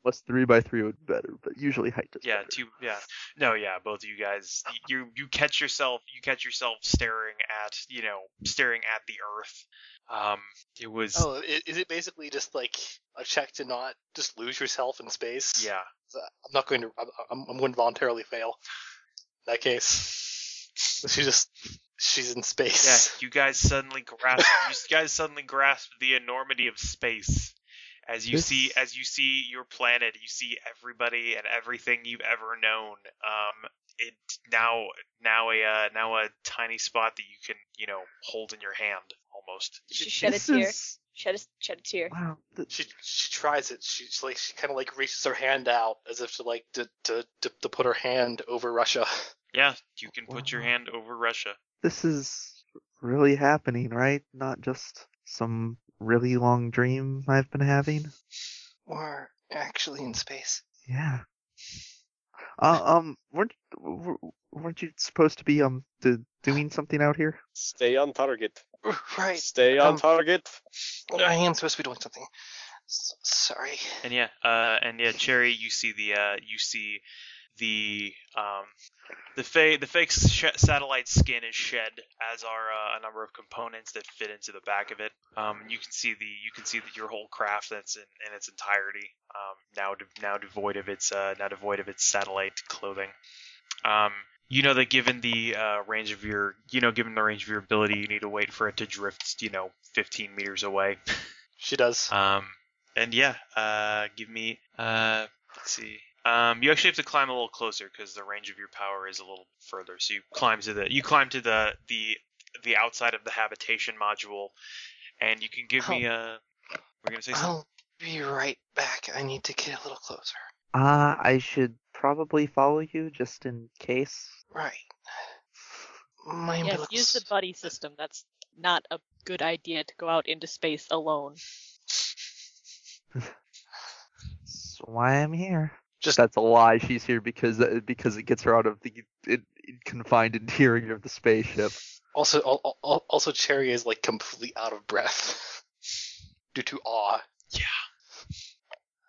Speaker 6: Plus three by three would be better, but usually height is
Speaker 1: Yeah,
Speaker 6: better.
Speaker 1: two. Yeah, no, yeah. Both of you guys, you you catch yourself, you catch yourself staring at, you know, staring at the Earth. Um, it was.
Speaker 9: Oh, i- is it basically just like a check to not just lose yourself in space?
Speaker 1: Yeah.
Speaker 9: So I'm not going to. I'm, I'm, I'm going to voluntarily fail. In that case, she just she's in
Speaker 1: Yeah,
Speaker 9: space.
Speaker 1: you guys suddenly grasp. you guys suddenly grasp the enormity of space. As you
Speaker 6: This-
Speaker 1: see, as you see your planet, you see everybody and everything you've ever known. Um, it now now a uh, now a tiny spot that you can you know hold in your hand almost.
Speaker 8: She shed a
Speaker 6: This
Speaker 8: tear.
Speaker 6: is-
Speaker 8: Shed a shed a tear.
Speaker 6: Wow. th-
Speaker 9: She she tries it. She she, like she kind of like reaches her hand out as if to like to to to, to put her hand over Russia.
Speaker 1: Yeah, you can put your
Speaker 6: Wow.
Speaker 1: hand over Russia.
Speaker 6: This is really happening, right? Not just some really long dream I've been having.
Speaker 9: We're actually in space.
Speaker 6: Yeah. Uh, um, weren't w- w- weren't you supposed to be um d doing something out here?
Speaker 7: Stay on target.
Speaker 9: Right.
Speaker 7: Stay on
Speaker 9: Um,
Speaker 7: target.
Speaker 9: I am supposed to be doing something. S- sorry.
Speaker 1: And yeah, uh, and yeah, Cherry, you see the uh, you see the um, the fake the fake sh- satellite skin is shed, as are uh, a number of components that fit into the back of it. Um, you can see the you can see that your whole craft that's in, in its entirety um, now de- now devoid of its uh, now devoid of its satellite clothing. Um, you know that given the uh, range of your you know given the range of your ability, you need to wait for it to drift you know 15 meters away.
Speaker 9: She does.
Speaker 1: Um, and yeah, uh, give me. Uh, let's see. Um, you actually have to climb a little closer because the range of your power is a little further. So you climb to the you climb to the the the outside of the habitation module, and you can give me a. We're gonna say something.
Speaker 9: I'll be right back. I need to get a little closer.
Speaker 6: Uh, I should probably follow you just in case.
Speaker 9: Right. My
Speaker 12: Yes,
Speaker 9: ambulance.
Speaker 12: use the buddy system. That's not a good idea to go out into space alone.
Speaker 6: That's why I'm here.
Speaker 9: Just-
Speaker 6: that's a lie. She's here because uh, because it gets her out of the in, in confined interior of the spaceship.
Speaker 9: Also, al- al- also, Cherry is like complete out of breath due to awe.
Speaker 1: Yeah.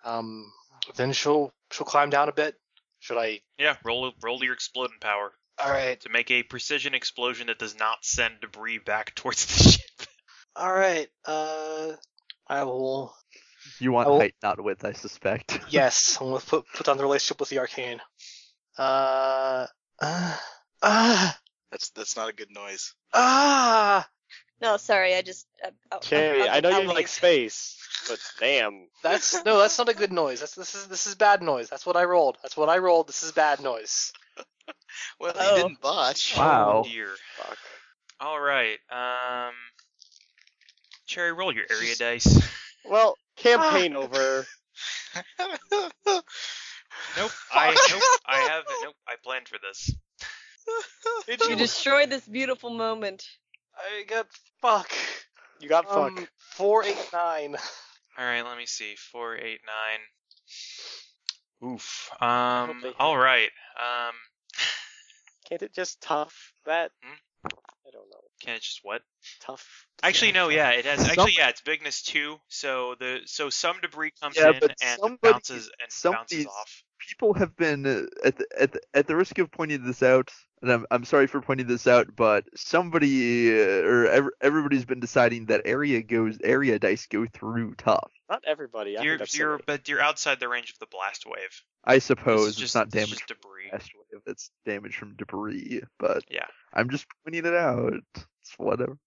Speaker 9: Um. Then she'll she'll climb down a bit. Should I?
Speaker 1: Yeah, roll roll your exploding power
Speaker 9: All right.
Speaker 1: to make a precision explosion that does not send debris back towards the ship.
Speaker 9: All right. Uh, I will.
Speaker 6: You want
Speaker 9: I will-
Speaker 6: height, not width, I suspect.
Speaker 9: Yes, I'm gonna put put on the relationship with the arcane. Uh, uh, ah,
Speaker 2: That's that's not a good noise.
Speaker 9: ah.
Speaker 8: No, sorry, I just. I, I,
Speaker 7: Oh, Okay,
Speaker 8: I'll-
Speaker 7: I know
Speaker 8: I'll
Speaker 7: you like
Speaker 8: leave.
Speaker 7: space, but damn.
Speaker 9: That's no, that's not a good noise. That's this is this is bad noise. That's what I rolled. That's what I rolled. This is bad noise.
Speaker 2: Well,
Speaker 8: Oh.
Speaker 2: you didn't botch.
Speaker 6: Wow.
Speaker 1: Dear.
Speaker 7: Fuck.
Speaker 1: All right. Um, Cherry, roll your area dice.
Speaker 7: Well, campaign over.
Speaker 1: Nope. I nope. I have nope. I planned for this.
Speaker 7: Did
Speaker 8: You destroyed this beautiful moment.
Speaker 9: I got fuck.
Speaker 7: You got
Speaker 9: Um,
Speaker 7: fuck.
Speaker 9: Four eight nine.
Speaker 1: All right. Let me see. Four, eight, nine. Oof.
Speaker 7: hope they
Speaker 1: Um.
Speaker 7: hit.
Speaker 1: All right. Um.
Speaker 7: Can't it just tough that?
Speaker 1: Hmm?
Speaker 7: I don't know.
Speaker 1: Can it just what?
Speaker 7: Tough.
Speaker 1: Actually, no. Yeah, it has.
Speaker 6: Some-
Speaker 1: Actually, yeah, it's bigness two. So the so some debris comes
Speaker 6: Yeah,
Speaker 1: in
Speaker 6: but
Speaker 1: and
Speaker 6: somebody-
Speaker 1: bounces and bounces
Speaker 6: somebody's-
Speaker 1: off.
Speaker 6: people have been uh, at the, at the, at the risk of pointing this out, and I'm I'm sorry for pointing this out, but somebody uh, or ev- everybody's been deciding that area goes area dice go through tough.
Speaker 7: Not everybody. I
Speaker 1: You're
Speaker 7: think that's
Speaker 1: you're
Speaker 7: silly.
Speaker 1: but you're outside the range of the blast wave. This
Speaker 6: I
Speaker 1: is
Speaker 6: suppose it's
Speaker 1: just,
Speaker 6: not
Speaker 1: this is
Speaker 6: damage
Speaker 1: just debris.
Speaker 6: from blast wave, it's damage from debris, but
Speaker 1: Yeah.
Speaker 6: I'm just pointing it out. It's whatever.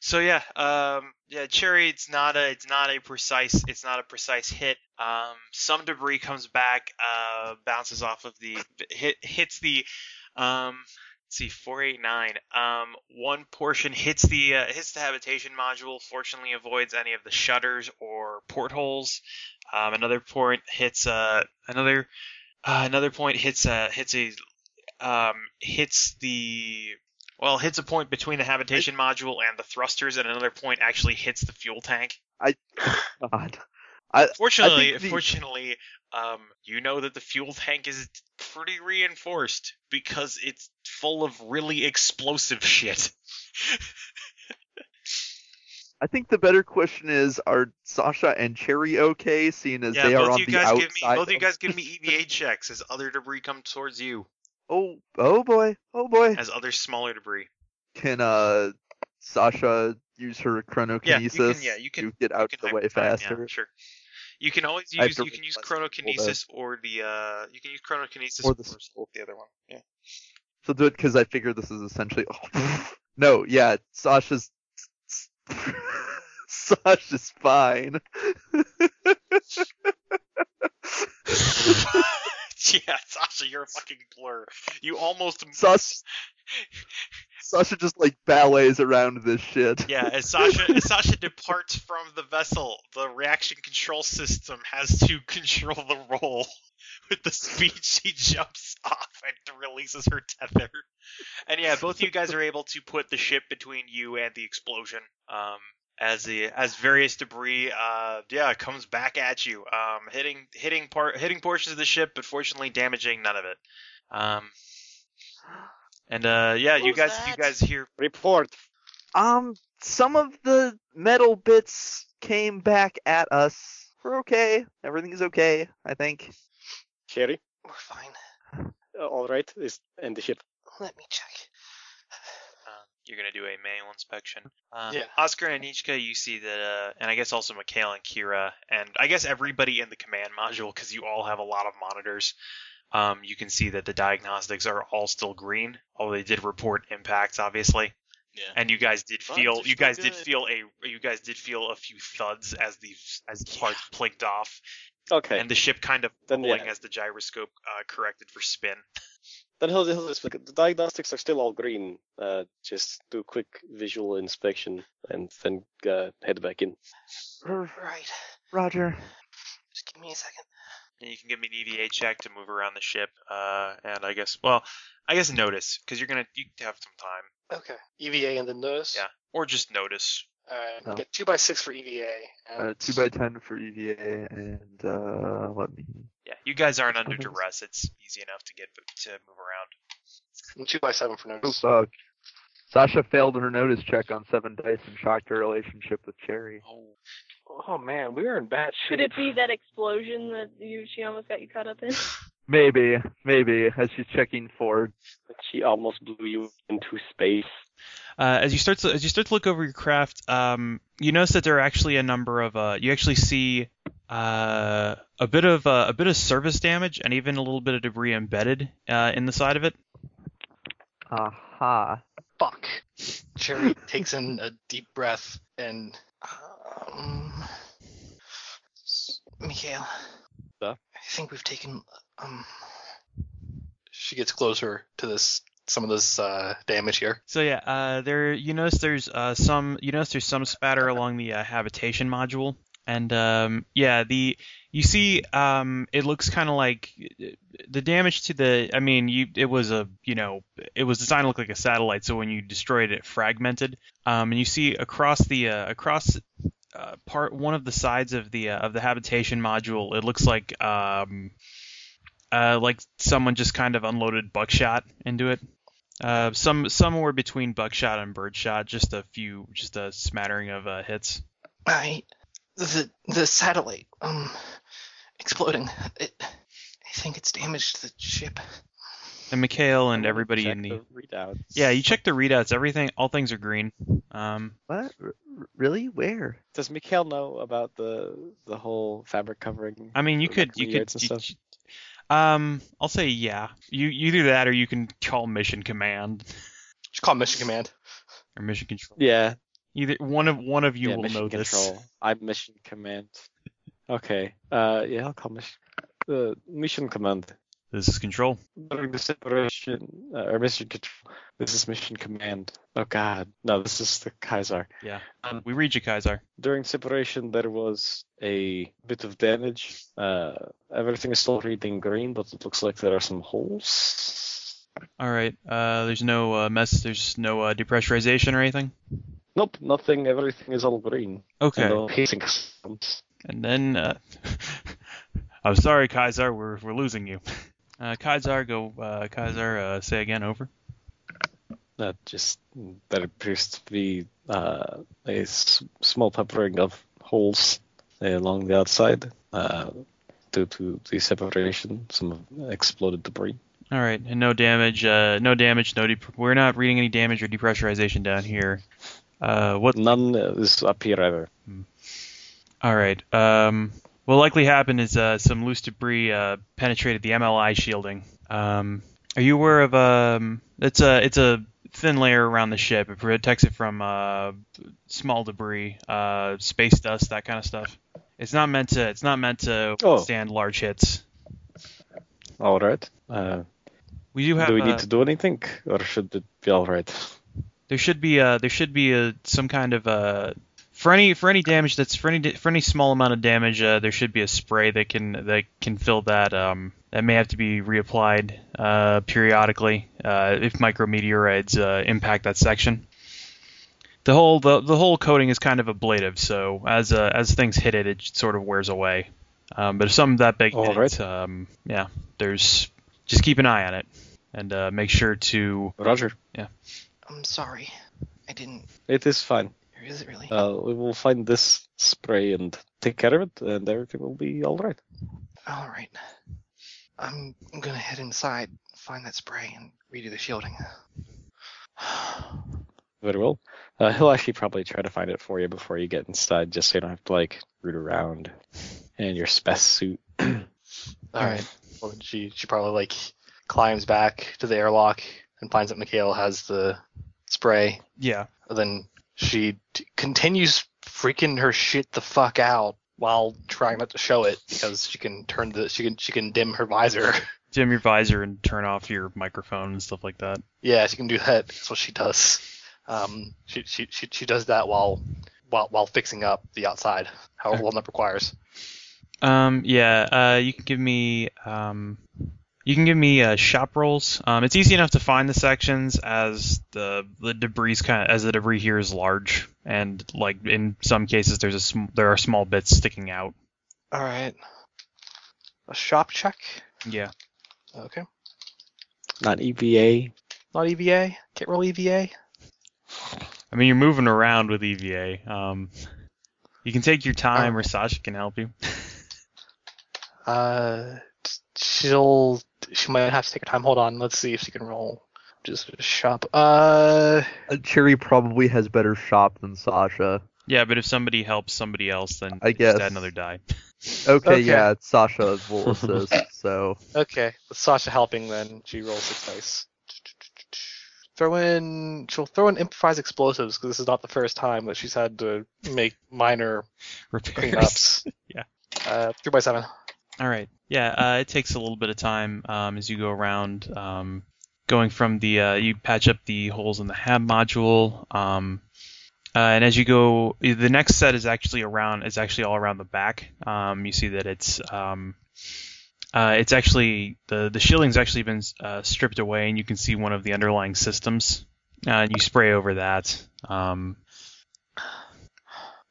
Speaker 1: So yeah, um, yeah, cherry. It's not a, it's not a precise, it's not a precise hit. Um, some debris comes back, uh, bounces off of the, hit, hits the, um, let's see, four eight nine. Um, one portion hits the, uh, hits the habitation module. Fortunately, avoids any of the shutters or portholes. Um, another point hits, uh, another, uh, another point hits, uh, hits a, um, hits the well, it hits a point between the habitation module and the thrusters, and another point actually hits the fuel tank.
Speaker 6: God.
Speaker 1: Fortunately,
Speaker 6: the-
Speaker 1: fortunately, um, you know that the fuel tank is pretty reinforced because it's full of really explosive shit.
Speaker 6: I think the better question is: Are Sasha and Cherry okay, seeing as
Speaker 1: yeah,
Speaker 6: they
Speaker 1: both
Speaker 6: are on
Speaker 1: you
Speaker 6: the
Speaker 1: guys
Speaker 6: outside?
Speaker 1: give me both you
Speaker 6: of-
Speaker 1: guys give me EVA checks as other debris comes towards you,
Speaker 6: Oh, oh boy, oh boy.
Speaker 1: as other smaller debris.
Speaker 6: Can uh Sasha use her
Speaker 1: Yeah, you
Speaker 6: chronokinesis
Speaker 1: can. Yeah, you can.
Speaker 6: to get out
Speaker 1: you
Speaker 6: of
Speaker 1: can
Speaker 6: the way
Speaker 1: hyper time, yeah,
Speaker 6: faster?
Speaker 1: sure. You can always
Speaker 6: I have
Speaker 1: use
Speaker 6: to
Speaker 1: you can
Speaker 6: roll
Speaker 1: use
Speaker 6: less to roll
Speaker 1: chronokinesis or the uh you can use chronokinesis
Speaker 6: Or the
Speaker 1: or roll the other one. Yeah.
Speaker 6: She'll do it because I figure this is essentially. oh, no, yeah, Sasha's Sasha's fine.
Speaker 1: yeah, Sasha, you're a fucking blur. You almost
Speaker 6: Sas- Sasha just like ballets around this shit.
Speaker 1: Yeah, as Sasha as Sasha departs from the vessel, the reaction control system has to control the roll. With the speed she jumps off and releases her tether. And yeah, both of you guys are able to put the ship between you and the explosion. Um as the as various debris uh yeah comes back at you um hitting hitting part hitting portions of the ship but fortunately damaging none of it um and uh yeah
Speaker 8: What
Speaker 1: you
Speaker 8: was
Speaker 1: guys you
Speaker 8: that?
Speaker 1: guys hear
Speaker 7: Report.
Speaker 6: Um, some of the metal bits came back at us. We're okay. Everything's okay. I think.
Speaker 7: Cherry.
Speaker 9: We're fine.
Speaker 7: Uh, all right. Is end the ship.
Speaker 9: Let me check.
Speaker 1: Um, you're gonna do a manual inspection. Um,
Speaker 9: Yeah.
Speaker 1: Oscar and Anichka, you see that, uh, and I guess also Mikhail and Kira, and I guess everybody in the command module, because you all have a lot of monitors. Um, you can see that the diagnostics are all still green, although they did report impacts, obviously.
Speaker 2: Yeah.
Speaker 1: And you guys did
Speaker 2: Bugs
Speaker 1: feel,
Speaker 2: are
Speaker 1: you
Speaker 2: still
Speaker 1: guys did
Speaker 2: good.
Speaker 1: feel a, you guys did feel a few thuds as the as parts plinked off,
Speaker 7: Okay.
Speaker 1: and the ship kind of
Speaker 7: Then,
Speaker 1: rolling
Speaker 7: yeah.
Speaker 1: as the gyroscope uh, corrected for spin.
Speaker 7: Then he'll, he'll just look at- the diagnostics are still all green. Uh, just do a quick visual inspection and then uh, head back in.
Speaker 6: R-
Speaker 9: Right.
Speaker 6: Roger.
Speaker 9: Just give me a second.
Speaker 1: and you can give me an EVA check to move around the ship. Uh, and I guess, well, I guess notice because you're gonna you have some time,
Speaker 9: Okay. EVA and then nurse.
Speaker 1: Yeah. or just notice.
Speaker 9: All right.
Speaker 6: No.
Speaker 9: Get two by six for E EVA. And
Speaker 6: Uh, two by ten for EVA, and uh, let me.
Speaker 1: Yeah, you guys aren't under
Speaker 6: Okay.
Speaker 1: duress. It's easy enough to get to move around.
Speaker 9: and two by seven for
Speaker 6: Oh,
Speaker 9: nurse.
Speaker 6: fuck. Sasha failed her notice check on seven dice and shocked her relationship with Cherry.
Speaker 1: Oh,
Speaker 15: Oh man, we were in bad
Speaker 8: Could
Speaker 15: shape.
Speaker 8: it be that explosion that you she almost got you caught up in?
Speaker 6: Maybe, maybe, as she's checking for.
Speaker 7: She almost blew you into space.
Speaker 1: Uh, as you start to as you start to look over your craft, um, you notice that there are actually a number of uh, you actually see uh, a bit of uh, a bit of surface damage and even a little bit of debris embedded uh, in the side of it.
Speaker 6: Aha.
Speaker 9: Fuck. Cherry takes in a deep breath and. Um, Mikhail.
Speaker 7: Huh?
Speaker 9: I think we've taken. Um, she gets closer to this some of this uh, damage here.
Speaker 1: So yeah, uh, there you notice there's uh, some you notice there's some spatter along the uh, habitation module, and um, yeah, the you see um, it looks kind of like the damage to the I mean you it was a you know it was designed to look like a satellite, so when you destroyed it, it fragmented, um, and you see across the uh, across uh, part one of the sides of the uh, of the habitation module, it looks like um, uh, like someone just kind of unloaded buckshot into it. Uh, some somewhere between buckshot and birdshot, just a few, just a smattering of uh, hits.
Speaker 9: I the the satellite um exploding. It, I think it's damaged the ship.
Speaker 1: And Mikhail and
Speaker 7: Check
Speaker 1: everybody in the,
Speaker 7: readouts.
Speaker 1: yeah, you check the readouts. Everything, all things are green. Um,
Speaker 6: What? R- r- really? Where?
Speaker 7: Does Mikhail know about the the whole fabric covering?
Speaker 1: I mean, you
Speaker 7: Like
Speaker 1: could you could.
Speaker 7: weirds and
Speaker 1: you-
Speaker 7: stuff?
Speaker 1: you- um, I'll say yeah. You you do that, or you can call mission command
Speaker 9: Just call mission command.
Speaker 1: or mission control.
Speaker 7: Yeah.
Speaker 1: Either one of one of you
Speaker 7: yeah,
Speaker 1: will
Speaker 7: mission
Speaker 1: know
Speaker 7: control.
Speaker 1: this.
Speaker 7: I'm mission command. Okay. Uh, yeah, I'll call mission. Uh, mission command.
Speaker 1: This is control.
Speaker 7: During the separation uh, or mission control. This is mission command. Oh God. No, this is the Kaiser.
Speaker 1: Yeah.
Speaker 7: Um,
Speaker 1: We read you, Kaiser.
Speaker 7: during separation there was a bit of damage. Uh, everything is still reading green, but it looks like there are some holes.
Speaker 1: All right. Uh, there's no uh, mess. There's no uh, depressurization or anything.
Speaker 7: Nope, nothing. Everything is all green.
Speaker 1: Okay.
Speaker 7: And the casing sounds.
Speaker 1: And then, uh, I'm sorry, Kaiser, we're we're losing you. Uh, Kaiser, go. Uh, Kaiser, uh, say again. Over.
Speaker 7: That just there appears to be uh, a s- small peppering of holes along the outside uh, due to the separation, some exploded debris.
Speaker 1: All right, and no damage. Uh, no damage. No. Dep- we're not reading any damage or depressurization down here. Uh, what? Hmm.
Speaker 7: None is up here ever.
Speaker 1: All right. Um, what likely happened is uh, some loose debris uh, penetrated the MLI shielding. Um, are you aware of? Um, it's a it's a thin layer around the ship. It protects it from uh, small debris, uh, space dust, that kind of stuff. It's not meant to. It's not meant to
Speaker 7: Oh.
Speaker 1: withstand large hits.
Speaker 7: All right. Uh,
Speaker 1: We do have.
Speaker 7: do we
Speaker 1: uh,
Speaker 7: need to do anything, or should it be all right?
Speaker 1: There should be uh there should be a some kind of uh for any for any damage that's for any da- for any small amount of damage uh, there should be a spray that can that can fill that um that may have to be reapplied uh periodically uh if micrometeorites uh, impact that section. The whole the, the whole coating is kind of ablative, so as uh, as things hit it, it sort of wears away. Um, but if something that big,
Speaker 7: All
Speaker 1: hit it, um, yeah, there's just keep an eye on it and uh, make sure to
Speaker 7: Roger.
Speaker 9: I'm sorry. I didn't.
Speaker 7: It is fine.
Speaker 9: Or is it really?
Speaker 7: Uh, we will find this spray and take care of it, and everything will be all right.
Speaker 9: All right. I'm gonna head inside, find that spray, and redo the shielding.
Speaker 7: Very well. Uh, he'll actually probably try to find it for you before you get inside, just so you don't have to like root around in your spec suit.
Speaker 9: All right. Well, she she probably like climbs back to the airlock and finds that Mikhail has the spray.
Speaker 1: Yeah.
Speaker 9: Then she t- continues freaking her shit the fuck out while trying not to show it because she can turn the she can she can dim her visor.
Speaker 1: Dim your visor and turn off your microphone and stuff like that.
Speaker 9: Yeah, she can do that. That's what she does. Um, she she she, she does that while while while fixing up the outside, however long that requires.
Speaker 1: Um, yeah. Uh, you can give me um, you can give me uh, shop rolls. Um, it's easy enough to find the sections as the the debris kind of as the debris here is large and like in some cases there's a sm- there are small bits sticking out.
Speaker 9: All right. A shop check.
Speaker 1: Yeah.
Speaker 9: Okay.
Speaker 7: Not EVA.
Speaker 9: Not EVA. Can't roll E EVA.
Speaker 1: I mean you're moving around with EVA. Um, you can take your time, or Sasha can help you.
Speaker 9: Uh, she'll she might have to take her time. Hold on, let's see if she can roll. Just shop. Uh,
Speaker 6: Uh, Cherry probably has better shop than Sasha.
Speaker 1: Yeah, but if somebody helps somebody else, then
Speaker 6: I
Speaker 1: just
Speaker 6: guess.
Speaker 1: add another die.
Speaker 6: Okay,
Speaker 9: Okay.
Speaker 6: yeah, Sasha will assist. so
Speaker 9: okay. With Sasha helping, then she rolls six dice. Throw in. She'll throw in improvised explosives because this is not the first time that she's had to make minor
Speaker 1: Repairs.
Speaker 9: cleanups.
Speaker 1: Yeah.
Speaker 9: Uh, three by seven.
Speaker 1: All right. Yeah, uh, it takes a little bit of time um, as you go around, um, going from the uh, you patch up the holes in the HAB module, um, uh, and as you go, the next set is actually around is actually all around the back. Um, you see that it's um, uh, it's actually the the shilling's actually been uh, stripped away, and you can see one of the underlying systems. Uh, and you spray over that. Um,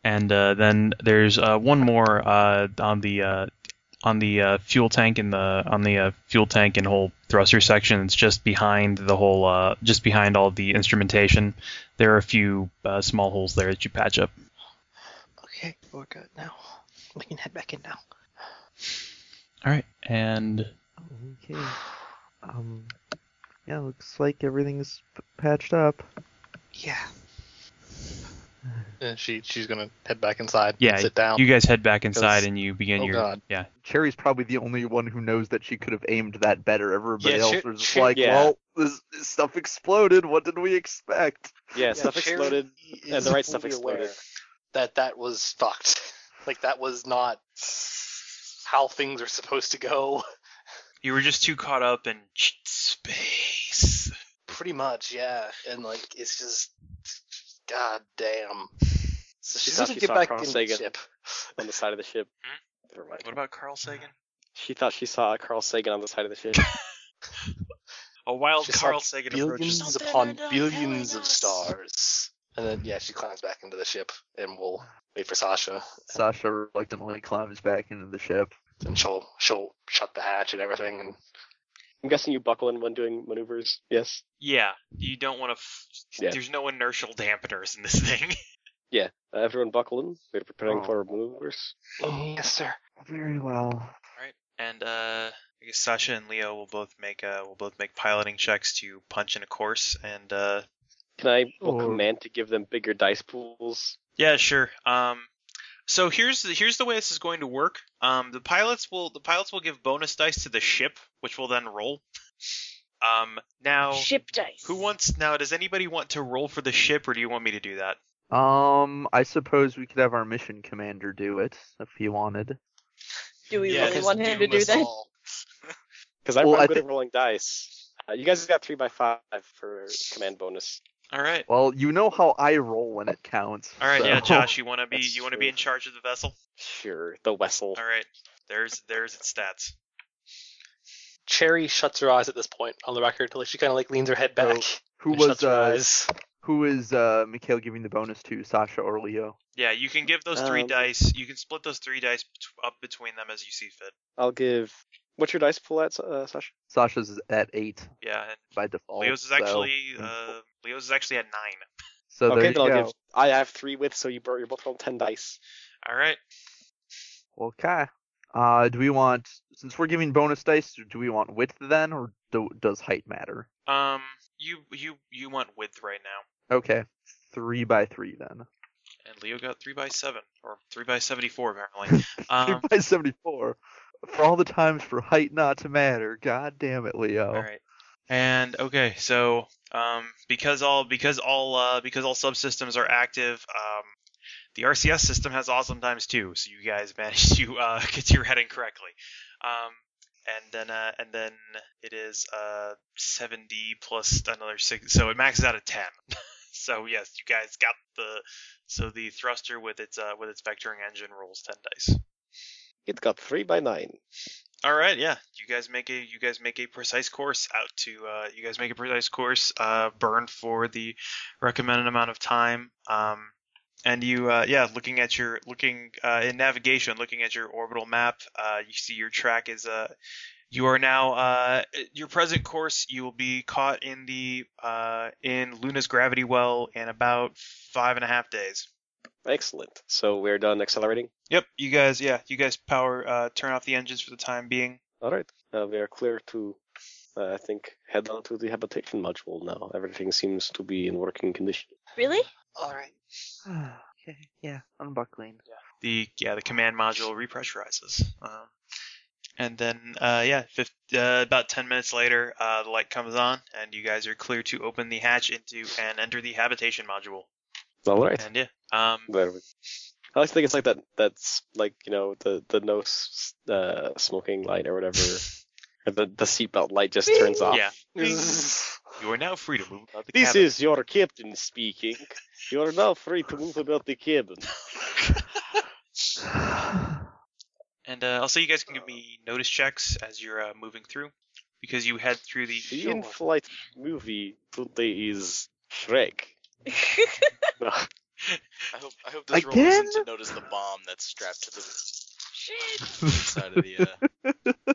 Speaker 1: and uh, then there's uh, one more uh, on the uh, on the uh, fuel tank and the on the uh, fuel tank and whole thruster section. It's just behind the whole, uh, just behind all the instrumentation. There are a few uh, small holes there that you patch up.
Speaker 9: Okay, we're good now. We can head back in now.
Speaker 1: All right, and
Speaker 6: okay, um, yeah, looks like everything's p- patched up.
Speaker 9: Yeah. And she she's gonna head back inside.
Speaker 1: Yeah,
Speaker 9: Sit down.
Speaker 1: you guys head back inside
Speaker 9: Because-
Speaker 1: and you begin
Speaker 9: oh
Speaker 1: your
Speaker 9: God.
Speaker 1: yeah.
Speaker 6: Cherry's probably the only one who knows that she could have aimed that better. Everybody
Speaker 9: Yeah,
Speaker 6: else
Speaker 9: Cher-
Speaker 6: was just
Speaker 9: Cher-
Speaker 6: like,
Speaker 7: yeah.
Speaker 6: well, this, this stuff exploded. What did we expect?
Speaker 7: Yeah, stuff exploded.
Speaker 9: Cherry
Speaker 7: yeah, the
Speaker 9: is
Speaker 7: right stuff
Speaker 9: fully
Speaker 7: exploded.
Speaker 9: aware That that was fucked. Like that was not how things are supposed to go.
Speaker 1: You were just too caught up in space.
Speaker 9: Pretty much, yeah. And like it's just, god damn. So she's
Speaker 7: thought
Speaker 9: gonna
Speaker 7: she
Speaker 9: get
Speaker 7: saw
Speaker 9: back
Speaker 7: Carl
Speaker 9: in the
Speaker 7: Sagan.
Speaker 9: ship.
Speaker 7: on the side of the ship. Never mind.
Speaker 1: Hmm? What about Carl Sagan?
Speaker 7: She thought she saw Carl Sagan on the side of the ship.
Speaker 1: A wild
Speaker 9: Just
Speaker 1: Carl
Speaker 9: like
Speaker 1: Sagan approaches.
Speaker 9: Billions upon billions of stars. And then yeah, she climbs back into the ship, and we'll wait for Sasha.
Speaker 6: Sasha reluctantly climbs back into the ship.
Speaker 9: and she'll she'll shut the hatch and everything and
Speaker 7: I'm guessing you buckle in when doing maneuvers. Yes.
Speaker 1: Yeah, you don't want to. F-
Speaker 7: Yeah.
Speaker 1: There's no inertial dampeners in this thing.
Speaker 7: Uh, everyone buckle in. We're preparing
Speaker 6: Oh.
Speaker 7: for maneuvers.
Speaker 9: yes sir
Speaker 6: Mm-hmm. Very well.
Speaker 1: All right, and uh, I guess Sasha and Leo will both make uh, will both make piloting checks to punch in a course, and uh,
Speaker 7: Can I will
Speaker 6: Or-
Speaker 7: command to give them bigger dice pools?
Speaker 1: yeah, sure. Um, so here's the, here's the way this is going to work. Um, the pilots will the pilots will give bonus dice to the ship, which will then roll. Um, now
Speaker 8: Ship dice.
Speaker 1: who wants now? Does anybody want to roll for the ship, or do you want me to do that?
Speaker 6: Um, I suppose we could have our mission commander do it if he wanted.
Speaker 8: Do we
Speaker 1: Yeah,
Speaker 8: really
Speaker 1: because
Speaker 8: want him to do
Speaker 1: us
Speaker 8: that?
Speaker 7: Because I'm,
Speaker 6: Well,
Speaker 7: I'm
Speaker 6: I
Speaker 7: good
Speaker 6: thi-
Speaker 7: at rolling dice. Uh, you guys got three by five for command bonus.
Speaker 1: All right,
Speaker 6: Well, you know how I roll when it counts.
Speaker 1: all right, yeah,
Speaker 6: so-
Speaker 1: Josh, you want to be
Speaker 7: That's
Speaker 1: you want to be
Speaker 7: true.
Speaker 1: in charge of the vessel?
Speaker 7: Sure, the vessel.
Speaker 1: All right, there's there's its stats.
Speaker 9: cherry shuts her eyes at this point on the record like she kind of like leans her head
Speaker 6: Oh,
Speaker 9: back
Speaker 6: Who
Speaker 9: and
Speaker 6: was
Speaker 9: shuts her
Speaker 6: uh,
Speaker 9: eyes.
Speaker 6: who is uh Mikhail giving the bonus to Sasha or Leo?
Speaker 1: Yeah, you can give those three
Speaker 7: Um,
Speaker 1: dice. You can split those three dice bet- up between them as you see fit.
Speaker 7: I'll give. What's your dice pool at, uh, Sasha?
Speaker 6: Sasha's is at eight
Speaker 1: Yeah, and
Speaker 6: by default.
Speaker 1: Leo's is
Speaker 6: so-
Speaker 1: actually uh, Leo's is actually at nine.
Speaker 6: So, there
Speaker 7: okay,
Speaker 6: you
Speaker 7: then I'll
Speaker 6: go.
Speaker 7: give. I have three with, so you bur- you're both rolling ten dice.
Speaker 1: All right.
Speaker 6: Okay. Uh, do we want since we're giving bonus dice, do we want width then, or do, does height matter?
Speaker 1: Um, you you you want width right now,
Speaker 6: Okay, three by three then.
Speaker 1: and Leo got three by seven or three by seventy four apparently. Um,
Speaker 6: three by seventy-four. For all the times for height not to matter. God damn it, Leo.
Speaker 1: all right. And okay, so um, because all because all uh, because all subsystems are active, um, the RCS system has awesome times too. So you guys managed to uh, get your heading correctly. Um, and then uh, and then it is uh, 7D plus another six, so it maxes out at 10. so yes, you guys got the so the thruster with its uh, with its vectoring engine rolls 10 dice.
Speaker 7: It got three by nine.
Speaker 1: All right, yeah. You guys make a you guys make a precise course out to uh, you guys make a precise course uh, burn for the recommended amount of time. Um, and you uh, yeah, looking at your looking uh, in navigation, looking at your orbital map, uh, you see your track is uh you are now uh your present course. You will be caught in the uh in Luna's gravity well in about five and a half days.
Speaker 7: Excellent. So we're done accelerating.
Speaker 1: Yep, you guys yeah you guys power uh, turn off the engines for the time being.
Speaker 7: All right. Uh, we are clear to, uh, I think, head on to the habitation module now. Everything seems to be in working condition.
Speaker 8: Really?
Speaker 9: All right.
Speaker 6: Ah, okay, yeah, unbuckling.
Speaker 1: the yeah the command module repressurizes. Um, and then uh, yeah, fif- uh, about ten minutes later, uh, the light comes on, and you guys are clear to open the hatch into and enter the habitation module.
Speaker 7: All right.
Speaker 1: And yeah, um,
Speaker 7: There we I always think it's like that. That's like you know the the no s- uh, smoking light or whatever. or the the seatbelt light just turns off.
Speaker 1: yeah,
Speaker 7: this
Speaker 1: you are now free to move about the cabin.
Speaker 7: is your captain speaking. You are now free to move about the cabin.
Speaker 1: And uh, also, you guys can give me notice checks as you're uh, moving through, because you head through the.
Speaker 7: The in-flight movie today is Shrek. No.
Speaker 2: I hope I hope this roll
Speaker 6: Again?
Speaker 2: isn't to notice the bomb that's strapped to the
Speaker 8: Shit.
Speaker 2: side of the. Uh...